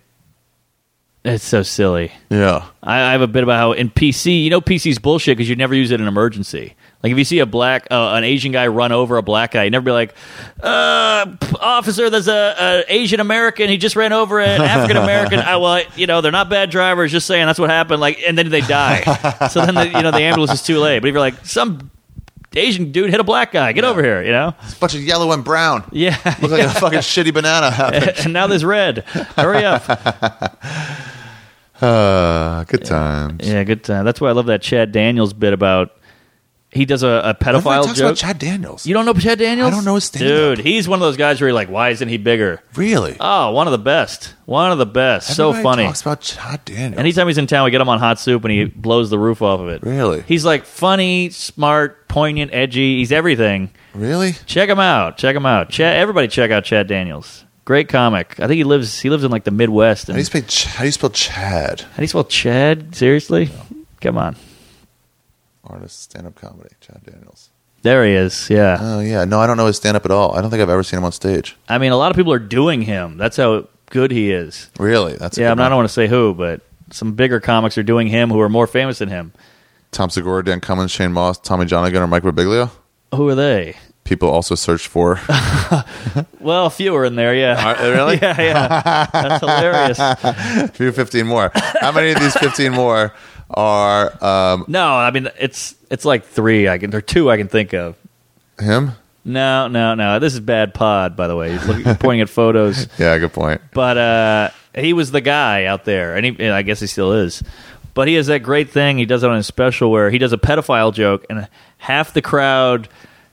Speaker 1: It's so silly.
Speaker 2: Yeah.
Speaker 1: I, I have a bit about how in PC, you know, PC's bullshit because you never use it in an emergency. Like if you see a black, uh, an Asian guy run over a black guy, you never be like, uh, p- "Officer, there's a, a Asian American. He just ran over an African American." I well, you know, they're not bad drivers. Just saying, that's what happened. Like, and then they die. so then, the, you know, the ambulance is too late. But if you're like, some Asian dude hit a black guy, get over here. You know,
Speaker 2: It's a bunch of yellow and brown.
Speaker 1: yeah.
Speaker 2: Looks like a fucking shitty banana happened.
Speaker 1: and now there's red. Hurry up.
Speaker 2: Uh, good times.
Speaker 1: Yeah, good time. That's why I love that Chad Daniels bit about he does a, a
Speaker 2: Nobody
Speaker 1: pedophile
Speaker 2: talks
Speaker 1: joke.
Speaker 2: about Chad Daniels.
Speaker 1: you don't know Chad Daniels?
Speaker 2: I don't know his stand-up.
Speaker 1: Dude, he's one of those guys where you're like, why isn't he bigger?
Speaker 2: really?
Speaker 1: Oh, one of the best. One of the best. so
Speaker 2: Everybody
Speaker 1: funny.
Speaker 2: talks about Chad Daniels.
Speaker 1: Anytime he's in town, we get him on Hot Soup and he blows the roof off of it.
Speaker 2: Really?
Speaker 1: He's like funny, smart, poignant, edgy. He's everything.
Speaker 2: really?
Speaker 1: Check him out. Check him out. Chad, everybody check out Chad Daniels. Great comic. I think he lives he lives in like the Midwest. And
Speaker 2: How do you spell, Ch- how do you spell Chad?
Speaker 1: how do you spell Chad? Seriously? Come on.
Speaker 2: Artist, stand-up comedy, Chad Daniels.
Speaker 1: There he is. Yeah.
Speaker 2: Oh, yeah. No, I don't know his stand-up at all. I don't think I've ever seen him on stage.
Speaker 1: I mean, a lot of people are doing him. That's how good he is.
Speaker 2: Really? That's a
Speaker 1: yeah,
Speaker 2: good
Speaker 1: I, mean, I
Speaker 2: one.
Speaker 1: don't want to say who, but some bigger comics are doing him who are more famous than him.
Speaker 2: Tom Segura, Dan Cummins, Shane Moss, Tommy Jonagan, or Mike Birbiglia.
Speaker 1: Who are they?
Speaker 2: People also search for.
Speaker 1: Well, a few are in there, yeah.
Speaker 2: Are- really?
Speaker 1: yeah, yeah. That's hilarious.
Speaker 2: Few 15 more. How many of these 15 more are um,
Speaker 1: No, I mean it's it's like three I can or two I can think of.
Speaker 2: him?
Speaker 1: No, no, no. This is bad pod, by the way. He's looking, pointing at photos.
Speaker 2: Yeah, good point.
Speaker 1: But uh, he was the guy out there, and, he, and I guess he still is. But he has that great thing he does it on his special where he does a pedophile joke, and half the crowd,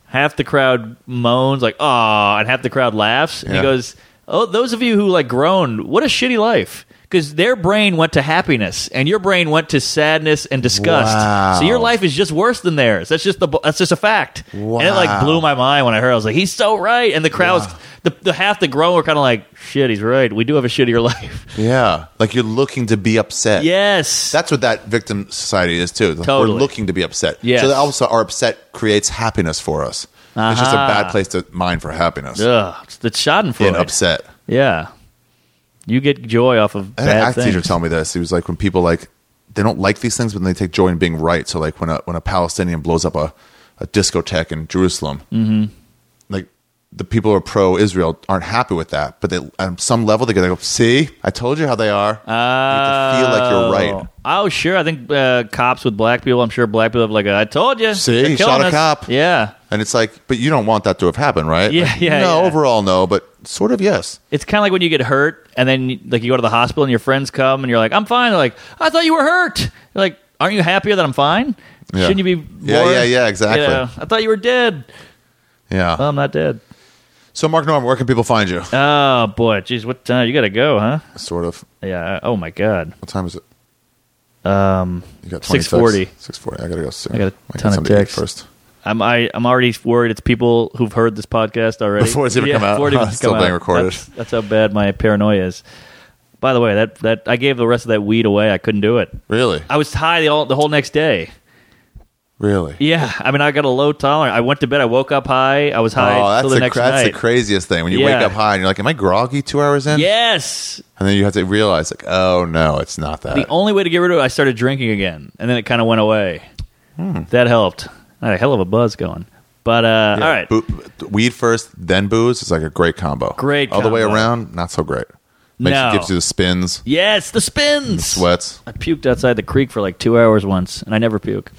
Speaker 1: half the crowd moans like "ah," and half the crowd laughs, and he
Speaker 2: Yeah.
Speaker 1: goes, "Oh, those of you who like groan, what a shitty life." Because their brain went to happiness, and your brain went to sadness and disgust.
Speaker 2: Wow.
Speaker 1: So your life is just worse than theirs. That's just the bu- that's just a fact. And it like
Speaker 2: Wow.
Speaker 1: blew my mind when I heard. it. I was like, he's so right. And the crowd was the, the half the grown were kind of like, shit, he's right. We do have a shittier life.
Speaker 2: Yeah, like you're looking to be upset.
Speaker 1: yes,
Speaker 2: That's what that victim society is too. Like,
Speaker 1: Totally.
Speaker 2: We're looking to be upset.
Speaker 1: Yes.
Speaker 2: So that also our upset creates happiness for us. It's just a
Speaker 1: Aha.
Speaker 2: bad place to mine for happiness.
Speaker 1: Ugh, it's the Schadenfreude.
Speaker 2: Being upset.
Speaker 1: Yeah, you get joy off of
Speaker 2: I had an
Speaker 1: bad
Speaker 2: act
Speaker 1: things.
Speaker 2: teacher tell me this. He was like, when people like, they don't like these things, but they take joy in being right. So like when a when a Palestinian blows up a, a discotheque in Jerusalem,
Speaker 1: Mm-hmm.
Speaker 2: like the people who are pro Israel aren't happy with that. But they at some level they go, see, I told you how they are. you have to feel like you're right.
Speaker 1: Oh, oh, sure. I think uh, cops with black people. I'm sure black people have like, a, I told you.
Speaker 2: See,
Speaker 1: they're
Speaker 2: he
Speaker 1: killing
Speaker 2: shot a
Speaker 1: us."
Speaker 2: cop.
Speaker 1: Yeah,
Speaker 2: And it's like, but you don't want that to have happened, right?
Speaker 1: Yeah,
Speaker 2: Like,
Speaker 1: yeah,
Speaker 2: No,
Speaker 1: yeah.
Speaker 2: overall, no, but sort of yes.
Speaker 1: it's kind of like when you get hurt and then like you go to the hospital and your friends come and you're like, I'm fine. They're like, I thought you were hurt. You're like, aren't you happier that I'm fine?
Speaker 2: Yeah.
Speaker 1: Shouldn't you be?
Speaker 2: Yeah,
Speaker 1: more-
Speaker 2: yeah, yeah,
Speaker 1: you
Speaker 2: exactly.
Speaker 1: know, I thought you were dead.
Speaker 2: Yeah.
Speaker 1: Well, I'm not dead.
Speaker 2: so, Mark Norman, where can people find you?
Speaker 1: Oh boy, jeez, what time? You gotta go, huh?
Speaker 2: sort of.
Speaker 1: Yeah. I- Oh my god.
Speaker 2: What time is it?
Speaker 1: Um,
Speaker 2: You got 20
Speaker 1: 6:40.
Speaker 2: Six forty. I gotta go soon.
Speaker 1: I got a
Speaker 2: get
Speaker 1: ton of
Speaker 2: something to eat
Speaker 1: texts.
Speaker 2: first.
Speaker 1: I'm I, I'm already worried. It's people who've heard this podcast already
Speaker 2: Before it's even
Speaker 1: Yeah,
Speaker 2: come out.
Speaker 1: before it even
Speaker 2: It's still
Speaker 1: come
Speaker 2: being
Speaker 1: out.
Speaker 2: recorded.
Speaker 1: That's, that's how bad my paranoia is. By the way, that that I gave the rest of that weed away. I couldn't do it.
Speaker 2: Really?
Speaker 1: I was high the all, the whole next day.
Speaker 2: Really?
Speaker 1: Yeah, I mean, I got a low tolerance. I went to bed. I woke up high. I was high
Speaker 2: Oh, that's,
Speaker 1: till
Speaker 2: the,
Speaker 1: the, next
Speaker 2: cra- that's
Speaker 1: night.
Speaker 2: the craziest thing. When you wake
Speaker 1: Yeah.
Speaker 2: up high and you're like, "Am I groggy two hours in?"
Speaker 1: yes,
Speaker 2: And then you have to realize, like, "Oh no, it's not that."
Speaker 1: the only way to get rid of it, I started drinking again, and then it kind of went away.
Speaker 2: Hmm.
Speaker 1: That helped. I had a hell of a buzz going. But uh, all right,
Speaker 2: Boo- weed first, then booze is like a great combo.
Speaker 1: Great
Speaker 2: All the way
Speaker 1: combo.
Speaker 2: around, not so great. Makes
Speaker 1: No.
Speaker 2: you, gives you the spins,
Speaker 1: yes, the spins.
Speaker 2: sweats.
Speaker 1: I puked outside the creek for like two hours once, and I never puke.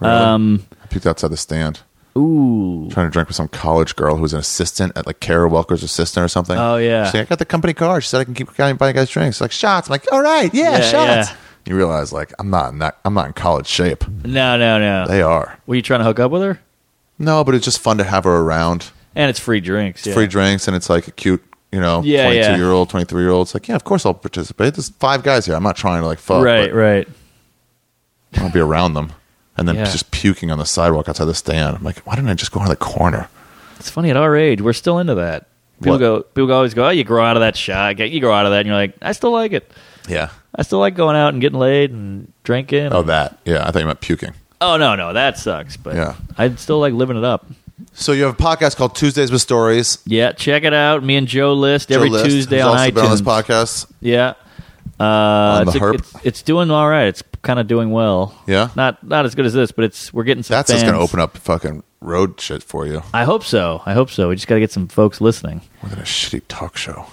Speaker 1: Um,
Speaker 2: I puked outside the stand,
Speaker 1: ooh,
Speaker 2: trying to drink with some college girl who was an assistant at like Kara Welker's assistant or something.
Speaker 1: Oh, yeah.
Speaker 2: She's like, I got the company card. She said I can keep buying buying guys drinks. Like shots. I'm like, all right, yeah,
Speaker 1: Yeah,
Speaker 2: shots.
Speaker 1: yeah.
Speaker 2: You realize like I'm not in that, I'm not in college shape.
Speaker 1: no, no, no.
Speaker 2: They are.
Speaker 1: Were you trying to hook up with her?
Speaker 2: No, but it's just fun to have her around.
Speaker 1: And it's free drinks. yeah.
Speaker 2: free drinks and it's like a cute, you know,
Speaker 1: Yeah,
Speaker 2: twenty two
Speaker 1: yeah.
Speaker 2: year old, twenty three year old. It's like, yeah, of course I'll participate. There's five guys here. I'm not trying to like fuck.
Speaker 1: right,
Speaker 2: oh, but
Speaker 1: right.
Speaker 2: I'll be around them. And then
Speaker 1: Yeah.
Speaker 2: just puking on the sidewalk outside the stand. I'm like, why didn't I just go into the corner?
Speaker 1: It's funny at our age, we're still into that. People
Speaker 2: What?
Speaker 1: go, people go, always go. Oh, you grow out of that shot. You grow out of that, and you're like, I still like it.
Speaker 2: Yeah.
Speaker 1: I still like going out and getting laid and drinking.
Speaker 2: Oh, that. Yeah, I thought you meant puking.
Speaker 1: Oh, no, no, that sucks. But
Speaker 2: Yeah.
Speaker 1: I'd still like living it up.
Speaker 2: So you have a podcast called Tuesdays with Stories.
Speaker 1: Yeah, check it out. Me and Joe List every
Speaker 2: Joe List,
Speaker 1: Tuesday
Speaker 2: who's
Speaker 1: on
Speaker 2: also
Speaker 1: iTunes.
Speaker 2: been on this podcast.
Speaker 1: Yeah. Uh,
Speaker 2: the
Speaker 1: it's,
Speaker 2: Herp?
Speaker 1: it's, it's doing all right. It's kind of doing well.
Speaker 2: Yeah?
Speaker 1: Not not as good as this, but it's we're getting some.
Speaker 2: That's just going to
Speaker 1: fans.
Speaker 2: open up fucking road shit for you.
Speaker 1: I hope so. I hope so. We just got to get some folks listening.
Speaker 2: More than a shitty talk show,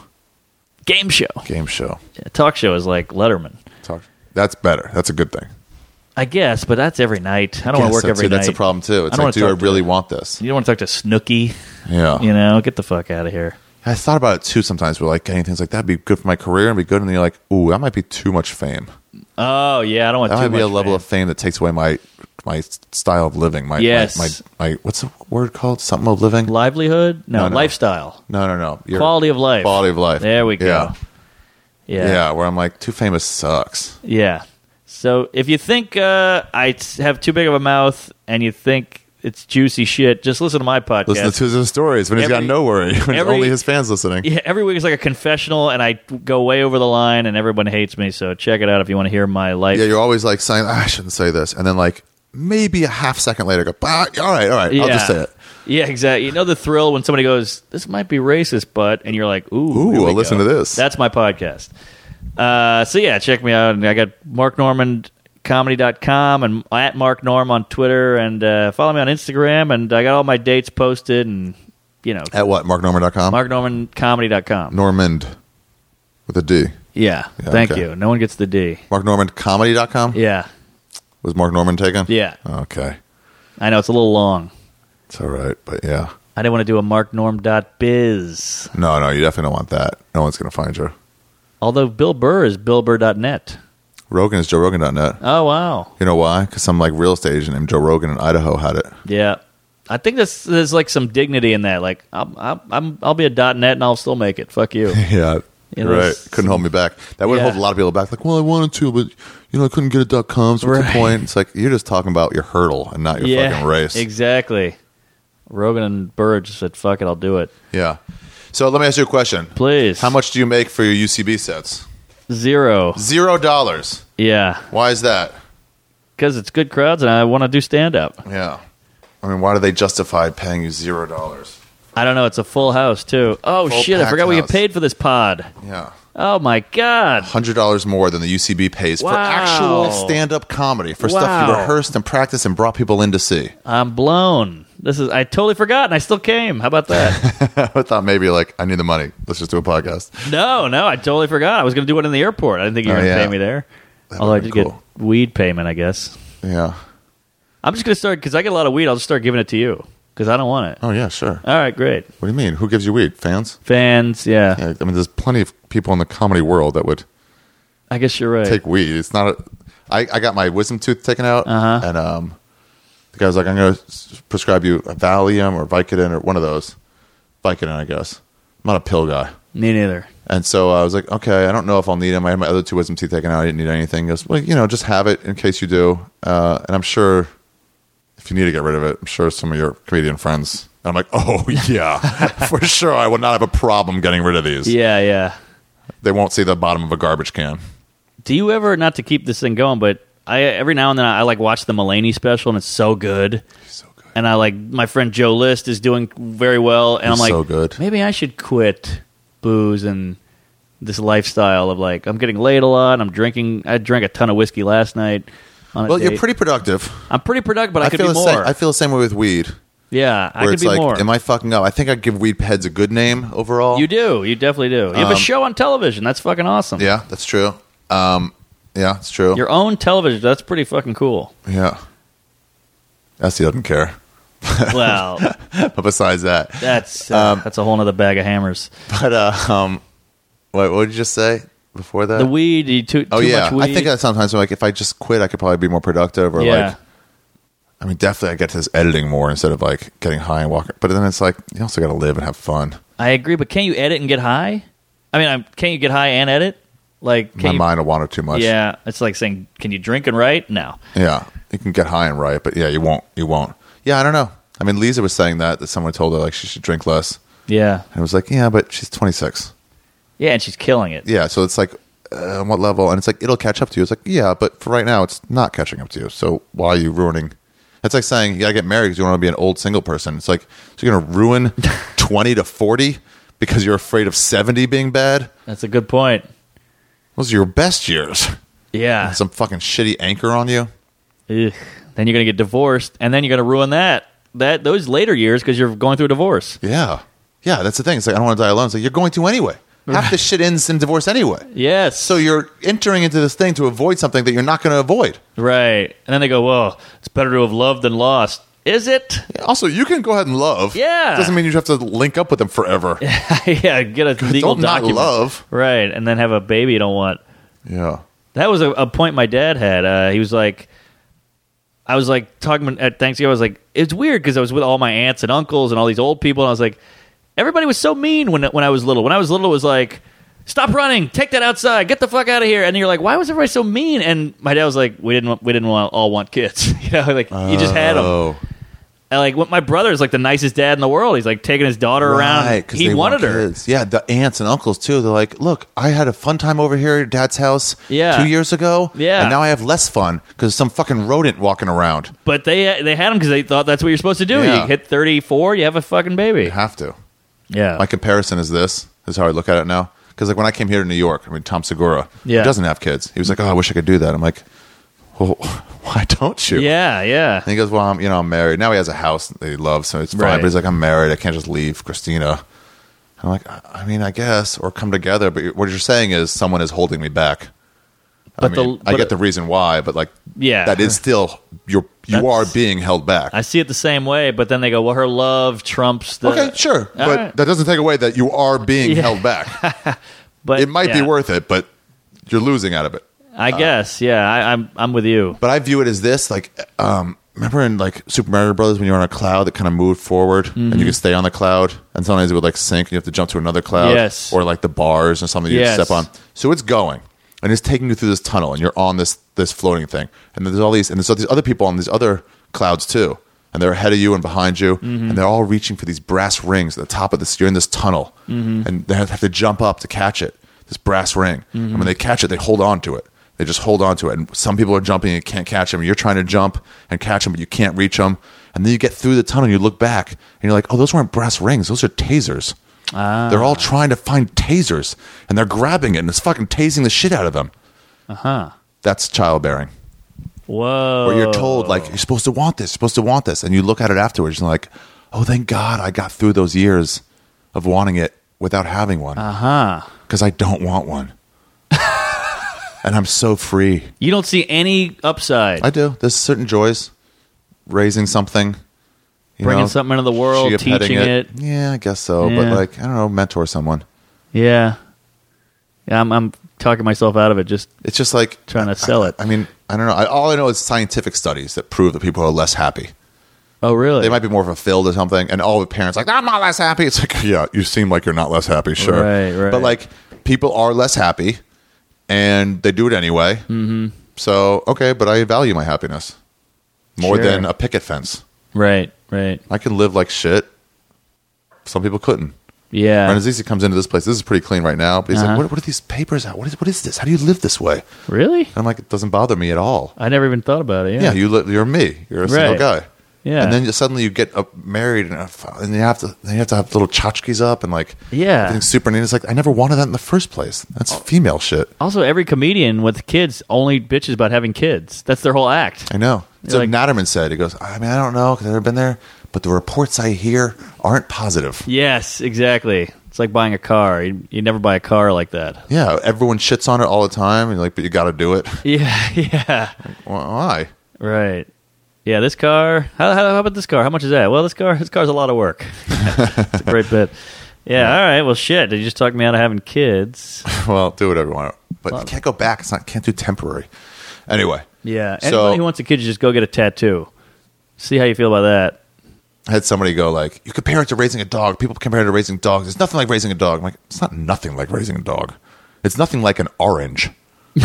Speaker 1: Game show,
Speaker 2: game show.
Speaker 1: Yeah, talk show is like Letterman,
Speaker 2: Talk. That's better. That's a good thing.
Speaker 1: I guess, but that's every night. I don't want to work
Speaker 2: Yes, that's
Speaker 1: every
Speaker 2: it.
Speaker 1: night.
Speaker 2: That's a problem too. It's
Speaker 1: don't
Speaker 2: like,
Speaker 1: wanna
Speaker 2: do I
Speaker 1: talk to
Speaker 2: really
Speaker 1: them.
Speaker 2: want this?
Speaker 1: You don't want to talk to Snooky.
Speaker 2: Yeah.
Speaker 1: You know, get the fuck out of here.
Speaker 2: I thought about it too sometimes. We're like getting things like that'd be good for my career and be good, and then you're like, ooh, that might be too much fame.
Speaker 1: Oh yeah, I don't want
Speaker 2: That
Speaker 1: too
Speaker 2: might be
Speaker 1: much
Speaker 2: a level
Speaker 1: fame.
Speaker 2: of fame that takes away my my style of living. My my-
Speaker 1: Yes.
Speaker 2: my, my, what's the word called? Something of living?
Speaker 1: livelihood. No,
Speaker 2: No, no.
Speaker 1: lifestyle,
Speaker 2: No, no, no. Your
Speaker 1: quality of life.
Speaker 2: Quality of life.
Speaker 1: There we go.
Speaker 2: Yeah.
Speaker 1: Yeah.
Speaker 2: yeah, Where I'm like, too famous sucks.
Speaker 1: Yeah. So if you think uh, I t- have too big of a mouth and you think it's juicy shit, just listen to my podcast.
Speaker 2: Listen to his stories when he's got
Speaker 1: Every-
Speaker 2: no worry. When it's
Speaker 1: every-
Speaker 2: only his fans listening.
Speaker 1: yeah, every week is like a confessional, and I go way over the line, and everyone hates me. So check it out if you want to hear my life.
Speaker 2: Yeah, you're always like saying, "Ah, I shouldn't say this, and then like maybe a half second later, go, "Ah, all right, all right, I'll just say it.
Speaker 1: Yeah, exactly. You know the thrill when somebody goes, "This might be racist," but and you're like, "Ooh,
Speaker 2: Ooh,
Speaker 1: here we
Speaker 2: I'll listen
Speaker 1: go."
Speaker 2: to this.
Speaker 1: That's my podcast. Uh, so yeah, check me out. And I got Mark Norman comedy.com and at Mark Norm on Twitter and uh, follow me on Instagram and I got all my dates posted and you know
Speaker 2: At what? MarkNorman.com.
Speaker 1: marknormancomedy.com.
Speaker 2: Normand with a D.
Speaker 1: yeah,
Speaker 2: Yeah,
Speaker 1: thank
Speaker 2: okay.
Speaker 1: you. No one gets the D.
Speaker 2: MarkNormanComedy.com?
Speaker 1: Yeah.
Speaker 2: Was Mark Norman taken?
Speaker 1: Yeah.
Speaker 2: Okay.
Speaker 1: I know it's a little long.
Speaker 2: It's all right, but yeah.
Speaker 1: I didn't want to do a marknorm.biz.
Speaker 2: No, no, you definitely don't want that. No one's going to find you.
Speaker 1: Although Bill Burr is billburr.net.
Speaker 2: Rogan is JoeRogan.net.
Speaker 1: Oh wow.
Speaker 2: You know why? Because some like real estate agent named Joe Rogan in Idaho had it.
Speaker 1: Yeah, I think this there's like some dignity in that. Like I'm, I'm, I'm I'll be a .net and I'll still make it. Fuck you.
Speaker 2: Yeah.
Speaker 1: You know,
Speaker 2: right.
Speaker 1: there's-
Speaker 2: Couldn't hold me back. That would
Speaker 1: Yeah.
Speaker 2: hold a lot of people back. Like, well, I wanted to, but you know, I couldn't get a .com. So what's
Speaker 1: Right.
Speaker 2: the point? It's like you're just talking about your hurdle and not your
Speaker 1: yeah,
Speaker 2: fucking race.
Speaker 1: exactly. Rogan and Burr just said, "Fuck it, I'll do it."
Speaker 2: Yeah. So let me ask you a question.
Speaker 1: Please.
Speaker 2: How much do you make for your UCB sets?
Speaker 1: Zero.
Speaker 2: Zero dollars.
Speaker 1: Yeah,
Speaker 2: Why is that?
Speaker 1: because it's good crowds and I want to do stand up.
Speaker 2: Yeah. I mean, why do they justify paying you zero dollars?
Speaker 1: I don't know. It's a full house too. Oh
Speaker 2: Full
Speaker 1: shit! I
Speaker 2: packed
Speaker 1: forgot we get
Speaker 2: house.
Speaker 1: paid for this pod.
Speaker 2: Yeah.
Speaker 1: Oh my god!
Speaker 2: Hundred dollars more than the UCB pays for
Speaker 1: Wow.
Speaker 2: actual stand-up comedy for stuff you
Speaker 1: Wow.
Speaker 2: rehearsed and practiced and brought people in to see.
Speaker 1: I'm blown. This is. I totally forgot, and I still came. How about that?
Speaker 2: I thought maybe like I need the money. Let's just do a podcast.
Speaker 1: no, no, I totally forgot. I was going to do it in the airport. I didn't think you were
Speaker 2: Oh,
Speaker 1: going to
Speaker 2: yeah.
Speaker 1: pay me there. Although I
Speaker 2: would've
Speaker 1: did
Speaker 2: been
Speaker 1: get weed payment, I guess.
Speaker 2: Yeah.
Speaker 1: I'm just going to start because I get a lot of weed. I'll just start giving it to you because I don't want it.
Speaker 2: Oh yeah, sure.
Speaker 1: All right, great.
Speaker 2: What do you mean? Who gives you weed? Fans?
Speaker 1: Fans, yeah.
Speaker 2: Yeah, I mean, there's plenty of people in the comedy world that would
Speaker 1: I guess you're right.
Speaker 2: take weed. It's not. A, I, I got my wisdom tooth taken out,
Speaker 1: Uh-huh.
Speaker 2: and um, the guy was like, "I'm going to prescribe you a Valium or Vicodin or one of those, Vicodin, I guess." I'm not a pill guy,
Speaker 1: Me neither.
Speaker 2: and so I was like, "Okay, I don't know if I'll need them." I had my other two wisdom teeth taken out. I didn't need anything. He goes, "Well, you know, just have it in case you do." Uh, and I'm sure if you need to get rid of it, I'm sure some of your comedian friends. And I'm like, "Oh yeah, for sure, I would not have a problem getting rid of these."
Speaker 1: Yeah, yeah.
Speaker 2: They won't see the bottom of a garbage can.
Speaker 1: Do you ever not to keep this thing going, but I every now and then I, like watch the Mulaney special and it's so good.
Speaker 2: So good.
Speaker 1: And I like my friend Joe List is doing very well, and I'm
Speaker 2: He's
Speaker 1: like,
Speaker 2: so good.
Speaker 1: maybe I should quit booze and this lifestyle of like I'm getting laid a lot. I'm drinking. I drank a ton of whiskey last night. On a
Speaker 2: Well, you're
Speaker 1: date.
Speaker 2: pretty productive.
Speaker 1: I'm pretty productive, but I, could
Speaker 2: feel
Speaker 1: be
Speaker 2: the
Speaker 1: more.
Speaker 2: Same, I feel the same way with weed.
Speaker 1: yeah, I
Speaker 2: where
Speaker 1: could
Speaker 2: it's
Speaker 1: be
Speaker 2: like,
Speaker 1: more.
Speaker 2: am I fucking up? I think I'd give weed heads a good name overall.
Speaker 1: you do. You definitely do. You have a show on television. That's fucking awesome.
Speaker 2: Um, Yeah, that's true. Um, yeah, it's true.
Speaker 1: Your own television. That's pretty fucking cool.
Speaker 2: yeah. Essie doesn't care.
Speaker 1: Well,
Speaker 2: But besides that,
Speaker 1: that's uh,
Speaker 2: Um,
Speaker 1: that's a whole nother bag of hammers.
Speaker 2: but uh, um, wait, what did you just say before that?
Speaker 1: The weed. You too.
Speaker 2: oh
Speaker 1: too
Speaker 2: yeah,
Speaker 1: Much weed.
Speaker 2: I think that sometimes I'm like if I just quit, I could probably be more productive or
Speaker 1: yeah.
Speaker 2: like. I mean, definitely, I get to this editing more instead of like getting high and walking. But then it's like you also got to live and have fun.
Speaker 1: I agree, but can't you edit and get high? I mean, I'm, can't you get high and edit? Like, can
Speaker 2: My
Speaker 1: you,
Speaker 2: mind will wander too much.
Speaker 1: yeah, it's like saying, can you drink and write? No,
Speaker 2: Yeah, you can get high and write, but yeah, you won't. You won't. Yeah, I don't know. I mean, Lisa was saying that that someone told her like she should drink less,
Speaker 1: yeah,
Speaker 2: and I was like, yeah, but she's 26.
Speaker 1: yeah, and she's killing it.
Speaker 2: Yeah, so it's like, uh, on what level? And it's like it'll catch up to you. It's like, yeah, but for right now, it's not catching up to you. So why are you ruining? It's like saying you gotta get married because you want to be an old single person. It's like so you're gonna ruin 20 to 40 because you're afraid of 70 being bad.
Speaker 1: That's a good point.
Speaker 2: Those are your best years.
Speaker 1: Yeah,
Speaker 2: Some fucking shitty anchor on you.
Speaker 1: Ugh. then you're gonna get divorced, and then you're gonna ruin that that those later years because you're going through a divorce.
Speaker 2: Yeah. Yeah, that's the thing. It's like I don't want to die alone. It's like you're going to anyway. Half this shit ends in divorce anyway.
Speaker 1: Yes,
Speaker 2: So you're entering into this thing to avoid something that you're not going to avoid.
Speaker 1: right, and then they go, "Well, it's better to have loved than lost." Is it?
Speaker 2: Also, you can go ahead and love.
Speaker 1: Yeah.
Speaker 2: Doesn't mean you have to link up with them forever.
Speaker 1: yeah, get a legal
Speaker 2: Don't not
Speaker 1: document.
Speaker 2: love.
Speaker 1: right, and then have a baby you don't want.
Speaker 2: Yeah.
Speaker 1: That was a, a point my dad had. Uh, he was like, I was like talking at Thanksgiving. I was like, it's weird because I was with all my aunts and uncles and all these old people, and I was like, everybody was so mean when when I was little. When I was little, it was like, stop running, take that outside, get the fuck out of here. And you're like, why was everybody so mean? And my dad was like, we didn't want, we didn't want, all want kids. you know, like you just had them.
Speaker 2: Oh,
Speaker 1: And like what my brother is like the nicest dad in the world. He's like taking his daughter
Speaker 2: right,
Speaker 1: around.
Speaker 2: 'cause
Speaker 1: He
Speaker 2: they want
Speaker 1: wanted her.
Speaker 2: kids. Yeah, the aunts and uncles too. They're like, "Look, I had a fun time over here at Dad's house
Speaker 1: Yeah.
Speaker 2: two years ago.
Speaker 1: Yeah.
Speaker 2: and now I have less fun because some fucking rodent walking around.
Speaker 1: But they they had him because they thought that's what you're supposed to do.
Speaker 2: Yeah.
Speaker 1: You hit 34, you have a fucking
Speaker 2: You
Speaker 1: baby.
Speaker 2: have to."
Speaker 1: Yeah.
Speaker 2: my comparison is this is how I look at it now. Because like when I came here to New York, I mean Tom Segura,
Speaker 1: Yeah.
Speaker 2: he doesn't have kids. He was like, "Oh, I wish I could do that." I'm like, "Well, why don't you?"
Speaker 1: Yeah, yeah.
Speaker 2: And he goes, "Well, I'm, you know, I'm married now. He has a house that he loves, so it's fine."
Speaker 1: Right.
Speaker 2: But he's like, "I'm married. I can't just leave Christina." And I'm like, "I I mean, I guess, or come together." But what you're saying is someone is holding me back.
Speaker 1: But
Speaker 2: I
Speaker 1: the-
Speaker 2: mean, I
Speaker 1: but-
Speaker 2: get the reason why, but like,
Speaker 1: Yeah.
Speaker 2: that is still you're you are
Speaker 1: That's-
Speaker 2: being held back.
Speaker 1: I see it the same way, but then they go, "Well, her love trumps the."
Speaker 2: okay, sure,
Speaker 1: All
Speaker 2: but
Speaker 1: right.
Speaker 2: that doesn't take away that you are being
Speaker 1: Yeah.
Speaker 2: held back.
Speaker 1: But
Speaker 2: it might
Speaker 1: yeah,
Speaker 2: be worth it, but you're losing out of it.
Speaker 1: I guess. Yeah, I, I'm. I'm with you.
Speaker 2: But I view it as this: like, um, remember in like Super Mario Brothers when you're on a cloud that kind of moved forward, and you could stay on the cloud, and sometimes it would like sink, and you have to jump to another cloud,
Speaker 1: Yes.
Speaker 2: or like the bars or something you
Speaker 1: Yes.
Speaker 2: step on. So it's going, and it's taking you through this tunnel, and you're on this this floating thing, and there's all these, and there's all these other people on these other clouds too. And they're ahead of you and behind you, and they're all reaching for these brass rings at the top of this. You're in this tunnel, and they have to jump up to catch it. This brass ring, and when they catch it, they hold on to it. They just hold on to it. And some people are jumping and can't catch them. You're trying to jump and catch them, but you can't reach them. And then you get through the tunnel and you look back and you're like, oh, those weren't brass rings. Those are tasers. They're all trying to find tasers and they're grabbing it and it's fucking tasing the shit out of them.
Speaker 1: Uh-huh.
Speaker 2: That's childbearing.
Speaker 1: Whoa.
Speaker 2: Where you're told, like, you're supposed to want this, you're supposed to want this. And you look at it afterwards and, like, oh, thank God I got through those years of wanting it without having one. Uh huh.
Speaker 1: uh-huh.
Speaker 2: Because I don't want one. and I'm so free.
Speaker 1: you don't see any upside.
Speaker 2: I do. There's certain joys, raising something, you
Speaker 1: Bringing
Speaker 2: know,
Speaker 1: something into the world,
Speaker 2: chia petting
Speaker 1: teaching it.
Speaker 2: Yeah, I guess so.
Speaker 1: Yeah.
Speaker 2: But like, I don't know, mentor someone.
Speaker 1: Yeah. Yeah, I'm, I'm talking myself out of it. Just
Speaker 2: It's just like
Speaker 1: Trying to sell it.
Speaker 2: I mean, I don't know. I, all I know is scientific studies that prove that people are less happy.
Speaker 1: oh, really?
Speaker 2: They might be more fulfilled or something, and all the parents are like, I'm not less happy. It's like, yeah, you seem like you're not less happy, sure.
Speaker 1: Right, right.
Speaker 2: But like, people are less happy, and they do it anyway. Mm-hmm. So okay, but I value my happiness more
Speaker 1: Sure.
Speaker 2: than a picket fence.
Speaker 1: right, right.
Speaker 2: I can live like shit. Some people couldn't.
Speaker 1: Yeah,
Speaker 2: And Azizi comes into this place. This is pretty clean right now. But he's
Speaker 1: Uh-huh.
Speaker 2: like, what, what are these papers out? What is, what is this? How do you live this way? And
Speaker 1: really?
Speaker 2: I'm like, it doesn't bother me at all.
Speaker 1: I never even thought about it. Yeah,
Speaker 2: Yeah, you li- you're me. You're a single
Speaker 1: Right.
Speaker 2: guy.
Speaker 1: Yeah.
Speaker 2: And then you, suddenly you get uh, married and, uh, and you have to then you have to have little tchotchkes up and like
Speaker 1: Yeah. Oh.
Speaker 2: everything's super neat. It's like I never wanted that in the first place. That's female shit.
Speaker 1: also, every comedian with kids only bitches about having kids. That's their whole act.
Speaker 2: I know.
Speaker 1: You're
Speaker 2: So
Speaker 1: like-
Speaker 2: Natterman said, he goes, I mean, I don't know because I've never been there, but the reports I hear aren't positive.
Speaker 1: Yes, exactly. It's like buying a car. You, you never buy a car like that.
Speaker 2: Yeah, everyone shits on it all the time. And you're like, but you got to do it.
Speaker 1: Yeah, yeah.
Speaker 2: Why?
Speaker 1: Right. Yeah, this car. How, how, how about this car? How much is that? Well, this car. This car's a lot of work. it's a great bit. Yeah. All right. Well, shit. Did you just talk me out of having kids?
Speaker 2: Well, do whatever you want, but you can't go back. It's not can't do temporary. Anyway,
Speaker 1: Yeah.
Speaker 2: So-
Speaker 1: Anybody who wants a kid, should just go get a tattoo. See how you feel about that.
Speaker 2: I had somebody go like, "You compare it to raising a dog. People compare it to raising dogs. It's nothing like raising a dog." I'm like, "It's not nothing like raising a dog. It's nothing like an orange."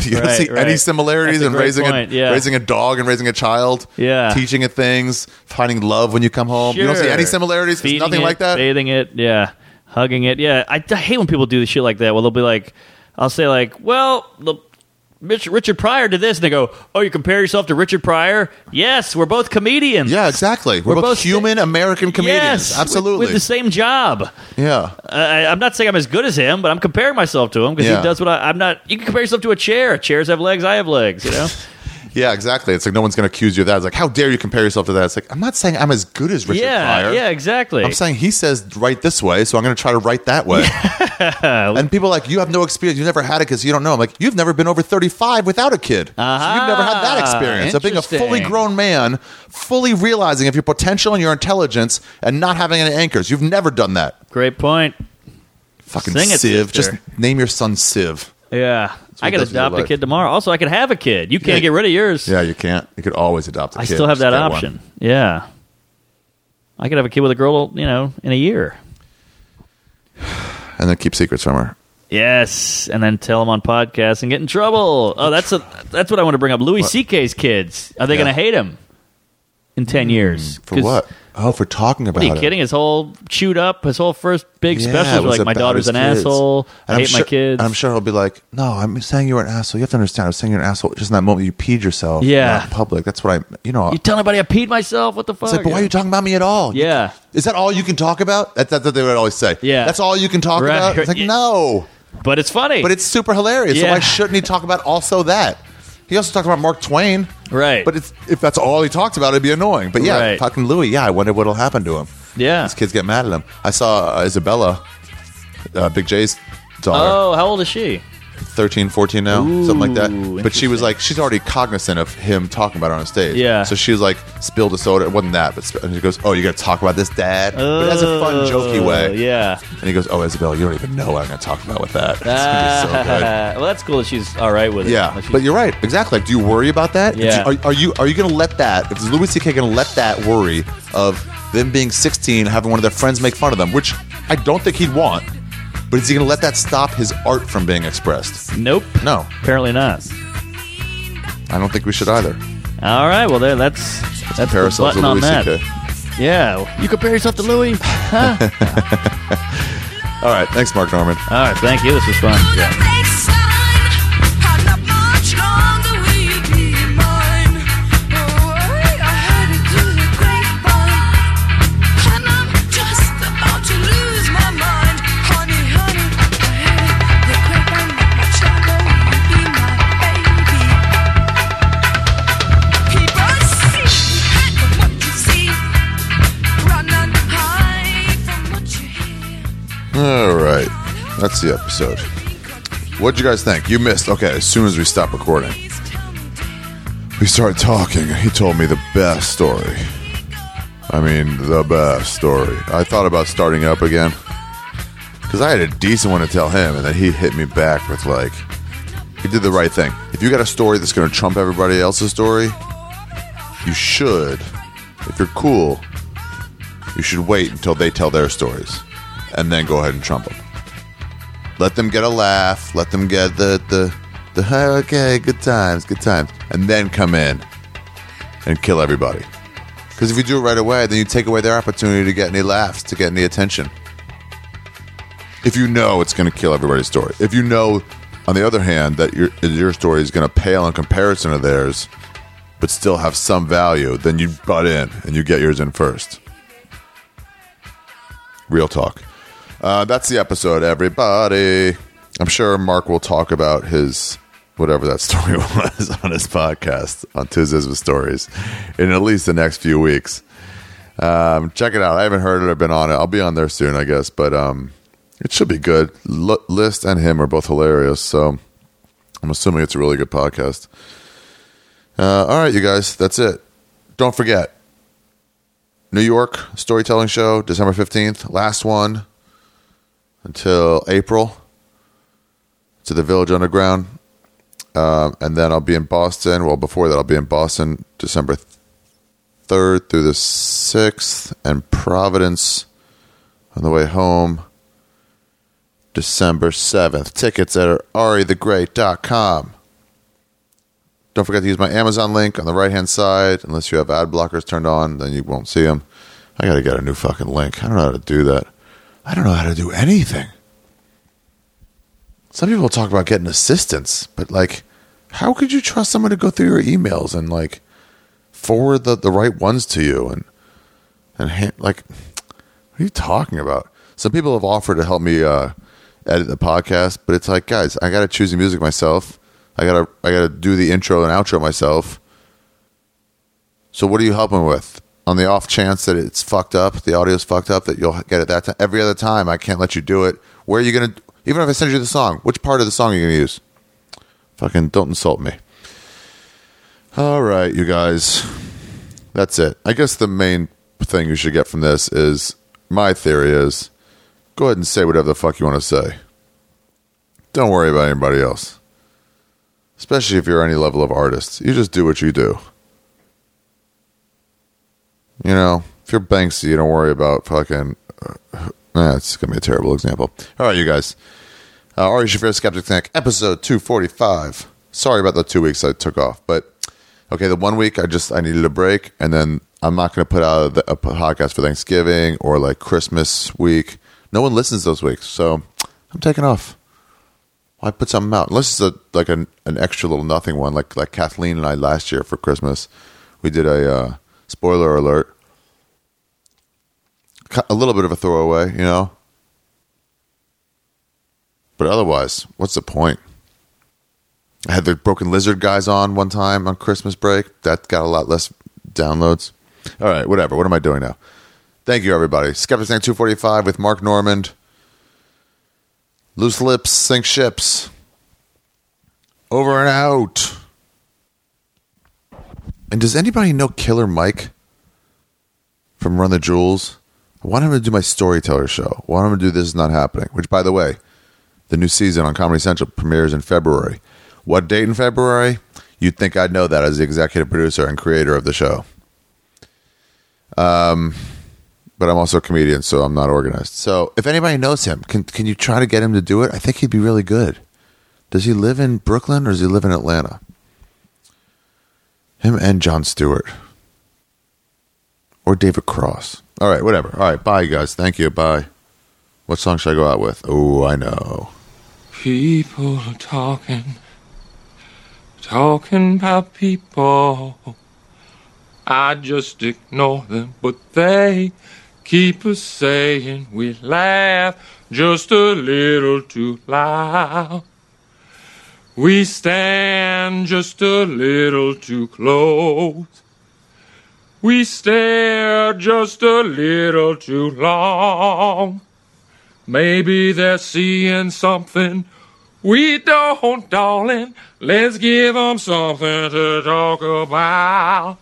Speaker 2: you don't
Speaker 1: Right,
Speaker 2: see any
Speaker 1: right.
Speaker 2: similarities
Speaker 1: That's a
Speaker 2: in
Speaker 1: great
Speaker 2: raising
Speaker 1: point,
Speaker 2: a
Speaker 1: yeah.
Speaker 2: raising a dog and raising a child.
Speaker 1: Yeah.
Speaker 2: teaching it things, finding love when you come home. You don't see
Speaker 1: Sure.
Speaker 2: any similarities.
Speaker 1: Feeding
Speaker 2: it's nothing
Speaker 1: it,
Speaker 2: like that.
Speaker 1: Bathing it, yeah. Hugging it, yeah. I, I hate when people do the shit like that. Well, they'll be like, I'll say like, well, the Rich, Richard Pryor did this, and they go, oh, you compare yourself to Richard Pryor? Yes, we're both comedians.
Speaker 2: Yeah, exactly. We're,
Speaker 1: We're
Speaker 2: both,
Speaker 1: both-
Speaker 2: human American comedians.
Speaker 1: Yes, with-
Speaker 2: Absolutely.
Speaker 1: with, the same job. Uh,
Speaker 2: yeah.
Speaker 1: I, I'm not saying I'm as good as him, but I'm comparing myself to him because
Speaker 2: Yeah.
Speaker 1: he does what I, I'm not. You can compare yourself to a chair. Chairs have legs. I have legs. You know.
Speaker 2: Yeah, exactly. It's like no one's going to accuse you of that. It's like, how dare you compare yourself to that? It's like, I'm not saying I'm as good as Richard
Speaker 1: yeah,
Speaker 2: Pryor.
Speaker 1: yeah, exactly.
Speaker 2: I'm saying he says right this way, so I'm going to try to write that way. and people are like, you have no experience. You never had it because you don't know. I'm like, you've never been over 35 without a kid. So you've never had that
Speaker 1: Ah,
Speaker 2: experience of being a fully
Speaker 1: interesting.
Speaker 2: grown man, fully realizing of your potential and your intelligence and not having any anchors. You've never done that.
Speaker 1: Great point.
Speaker 2: Fucking
Speaker 1: Sing it,
Speaker 2: Siv. Just
Speaker 1: sister.
Speaker 2: name your son Siv.
Speaker 1: Yeah, I
Speaker 2: what
Speaker 1: could
Speaker 2: does with your
Speaker 1: adopt a
Speaker 2: life.
Speaker 1: kid tomorrow. Also, I could have a kid. You can't
Speaker 2: Yeah.
Speaker 1: get rid of yours.
Speaker 2: Yeah, you can't. You could always adopt a
Speaker 1: I
Speaker 2: kid.
Speaker 1: still have
Speaker 2: Just
Speaker 1: that
Speaker 2: get one.
Speaker 1: option. Yeah. I could have a kid with a girl, you know, in a year.
Speaker 2: And then keep secrets from her.
Speaker 1: Yes, and then tell them on podcasts and get in trouble. Oh, that's a, that's what I want to bring up. Louis C.K.'s kids are they
Speaker 2: Yeah. Hmm,
Speaker 1: going to hate him in ten years?
Speaker 2: For
Speaker 1: 'Cause-
Speaker 2: what? Oh, for talking about
Speaker 1: What are you
Speaker 2: it.
Speaker 1: kidding? His whole chewed up, his whole first big
Speaker 2: Yeah,
Speaker 1: specials
Speaker 2: it
Speaker 1: were
Speaker 2: was
Speaker 1: like, my
Speaker 2: about
Speaker 1: daughter's
Speaker 2: his
Speaker 1: an
Speaker 2: kids.
Speaker 1: asshole. I
Speaker 2: And I'm
Speaker 1: hate my
Speaker 2: sure-
Speaker 1: kids.
Speaker 2: And I'm sure he'll be like, "No, I'm saying you were an asshole. You have to understand. I was saying you're an asshole just in that moment you peed yourself.
Speaker 1: Yeah.
Speaker 2: not in public. That's what I. You know.
Speaker 1: You tell anybody I peed myself? What the fuck?
Speaker 2: it's like, but why are you talking about me at all? You-
Speaker 1: Yeah.
Speaker 2: Is that all you can talk about? That, that's what they would always say.
Speaker 1: Yeah.
Speaker 2: That's all you can talk
Speaker 1: Right.
Speaker 2: about. It's like
Speaker 1: Yeah.
Speaker 2: no,
Speaker 1: But it's funny.
Speaker 2: but it's super hilarious. So
Speaker 1: Yeah.
Speaker 2: why shouldn't he talk about also that? He also talked about Mark Twain.
Speaker 1: Right.
Speaker 2: But it's, if that's all he talked about, it'd be annoying. But yeah,
Speaker 1: Right.
Speaker 2: talking Louis, yeah, I wonder what'll happen to him.
Speaker 1: yeah.
Speaker 2: These kids get mad at him. I saw uh, Isabella, uh, Big J's daughter,
Speaker 1: Oh, how old is she?
Speaker 2: thirteen, fourteen 13, 14 now, something like
Speaker 1: Ooh,
Speaker 2: that. But she was like, she's already cognizant of him talking about it on stage.
Speaker 1: Yeah.
Speaker 2: So she was like, spilled a soda. It wasn't that, but sp- and she goes, oh, you got to talk about this, Dad. but it has a fun, jokey
Speaker 1: Oh,
Speaker 2: way.
Speaker 1: Yeah.
Speaker 2: And he goes, oh, Isabella, you don't even know what I'm going to talk about with that. It's gonna be so good.
Speaker 1: Ah, well, that's cool that she's all right with it.
Speaker 2: Yeah,
Speaker 1: That she's-
Speaker 2: but you're right. Exactly. Like, do you worry about that? Do you-
Speaker 1: Yeah.
Speaker 2: are, are you are you going to let that? If Louis C.K. going to let that worry of them being 16 and having one of their friends make fun of them, which I don't think he'd want, but is he going to let that stop his art from being expressed?
Speaker 1: nope.
Speaker 2: No,
Speaker 1: Apparently not.
Speaker 2: I don't think we should either.
Speaker 1: All right. Well, there. That's that's
Speaker 2: Compare
Speaker 1: the
Speaker 2: ourselves
Speaker 1: button
Speaker 2: to
Speaker 1: on
Speaker 2: Louis
Speaker 1: that.
Speaker 2: C.K.
Speaker 1: Yeah. You compare yourself to Louis.
Speaker 2: All right, thanks, Mark Norman.
Speaker 1: All right. Thank you. This was fun.
Speaker 5: How much longer will you be mine? Oh, I have
Speaker 2: That's the episode. What'd you guys think? You missed. Okay, as soon as we stopped recording, we started talking. He told me the best story. I mean, the best story. I thought about starting up again because I had a decent one to tell him, and then he hit me back with like, he did the right thing. If you got a story that's going to trump everybody else's story, you should, if you're cool, you should wait until they tell their stories and then go ahead and trump them. Let them get a laugh. Let them get the, the, the "Hey, okay, good times, good times. And then come in and kill everybody. Because if you do it right away, then you take away their opportunity to get any laughs, to get any attention. If you know it's going to kill everybody's story. If you know, on the other hand, that your, your story is going to pale in comparison to theirs, but still have some value, then you butt in and you get yours in first. Real talk. Uh, that's the episode, everybody. I'm sure Mark will talk about his whatever that story was on his podcast on Tuesdays with Stories in at least the next few weeks. Um, check it out. I haven't heard it. I've been on it. I'll be on there soon, I guess, but um, it should be good. L- List and him are both hilarious, so I'm assuming it's a really good podcast. Uh, all right, you guys, that's it. Don't forget New York Storytelling Show, December 15th, last one until April to the Village Underground. Um, and then I'll be in Boston. Well, before that, I'll be in Boston December 3rd through the 6th, and Providence on the way home December 7th. Tickets at arithegreat.com. Don't forget to use my Amazon link on the right hand side. Unless you have ad blockers turned on, then you won't see them. I got to get a new fucking link. I don't know how to do that. I don't know how to do anything. Some people talk about getting assistance, but like, how could you trust someone to go through your emails and like forward the, the right ones to you and and ha- like, what are you talking about? Some people have offered to help me uh, edit the podcast, but it's like, guys, I got to choose the music myself. I gotta I gotta do the intro and outro myself. So what are you helping with? On the off chance that it's fucked up, the audio's fucked up, that you'll get it that time. Every other time, I can't let you do it. Where are you gonna? Even if I send you the song, which part of the song are you gonna use? Fucking don't insult me. All right, you guys, that's it. I guess the main thing you should get from this is my theory is go ahead and say whatever the fuck you want to say. Don't worry about anybody else especially if you're any level of artist. You just do what you do. You know, if you're Banksy, you don't worry about fucking. Uh, nah, it's gonna be a terrible example. All right, you guys. Uh, Ari Shafir, Skeptic Tank, episode 245. Sorry about the two weeks I took off, but okay, the one week I just I needed a break, and then I'm not gonna put out a, a podcast for Thanksgiving or like Christmas week. No one listens those weeks, so I'm taking off. I put something out? Unless it's a, like an, an extra little nothing one, like like Kathleen and I last year for Christmas, we did a uh, spoiler alert, Ca- a little bit of a throwaway, you know. But otherwise, what's the point? I had the Broken Lizard guys on one time on Christmas break. That got a lot less downloads. All right, whatever. What am I doing now? Thank you, everybody. Skeptics 245 with Mark Normand. Loose lips sink ships. Over and out. And does anybody know Killer Mike from Run the Jewels? I want him to do my storyteller show. I want him to do This Is Not Happening, which, by the way, the new season on Comedy Central premieres in February. What date in February? You'd think I'd know that as the executive producer and creator of the show. Um, but I'm also a comedian, so I'm not organized. So if anybody knows him, can can you try to get him to do it? I think he'd be really good. Does he live in Brooklyn or does he live in Atlanta? Him and John Stewart. Or David Cross. All right, whatever. All right, bye, you guys. Thank you. Bye. What song should I go out with? Oh, I know.
Speaker 5: People are talking, talking about people. I just ignore them, but they keep us saying we laugh just a little too loud. We stand just a little too close. We stare just a little too long. Maybe they're seeing something we don't, darling. Let's give 'em something to talk about.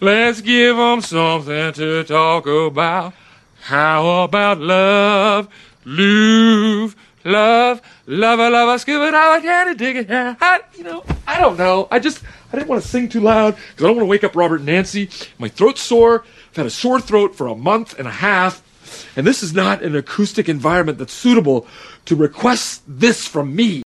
Speaker 5: Let's give 'em something to talk about. How about love? Love, love, love, I love, I scuba, I can to dig it. I, you know, I don't know. I just, I didn't want to sing too loud because I don't want to wake up Robert and Nancy. My throat's sore. I've had a sore throat for a month and a half. And this is not an acoustic environment that's suitable to request this from me.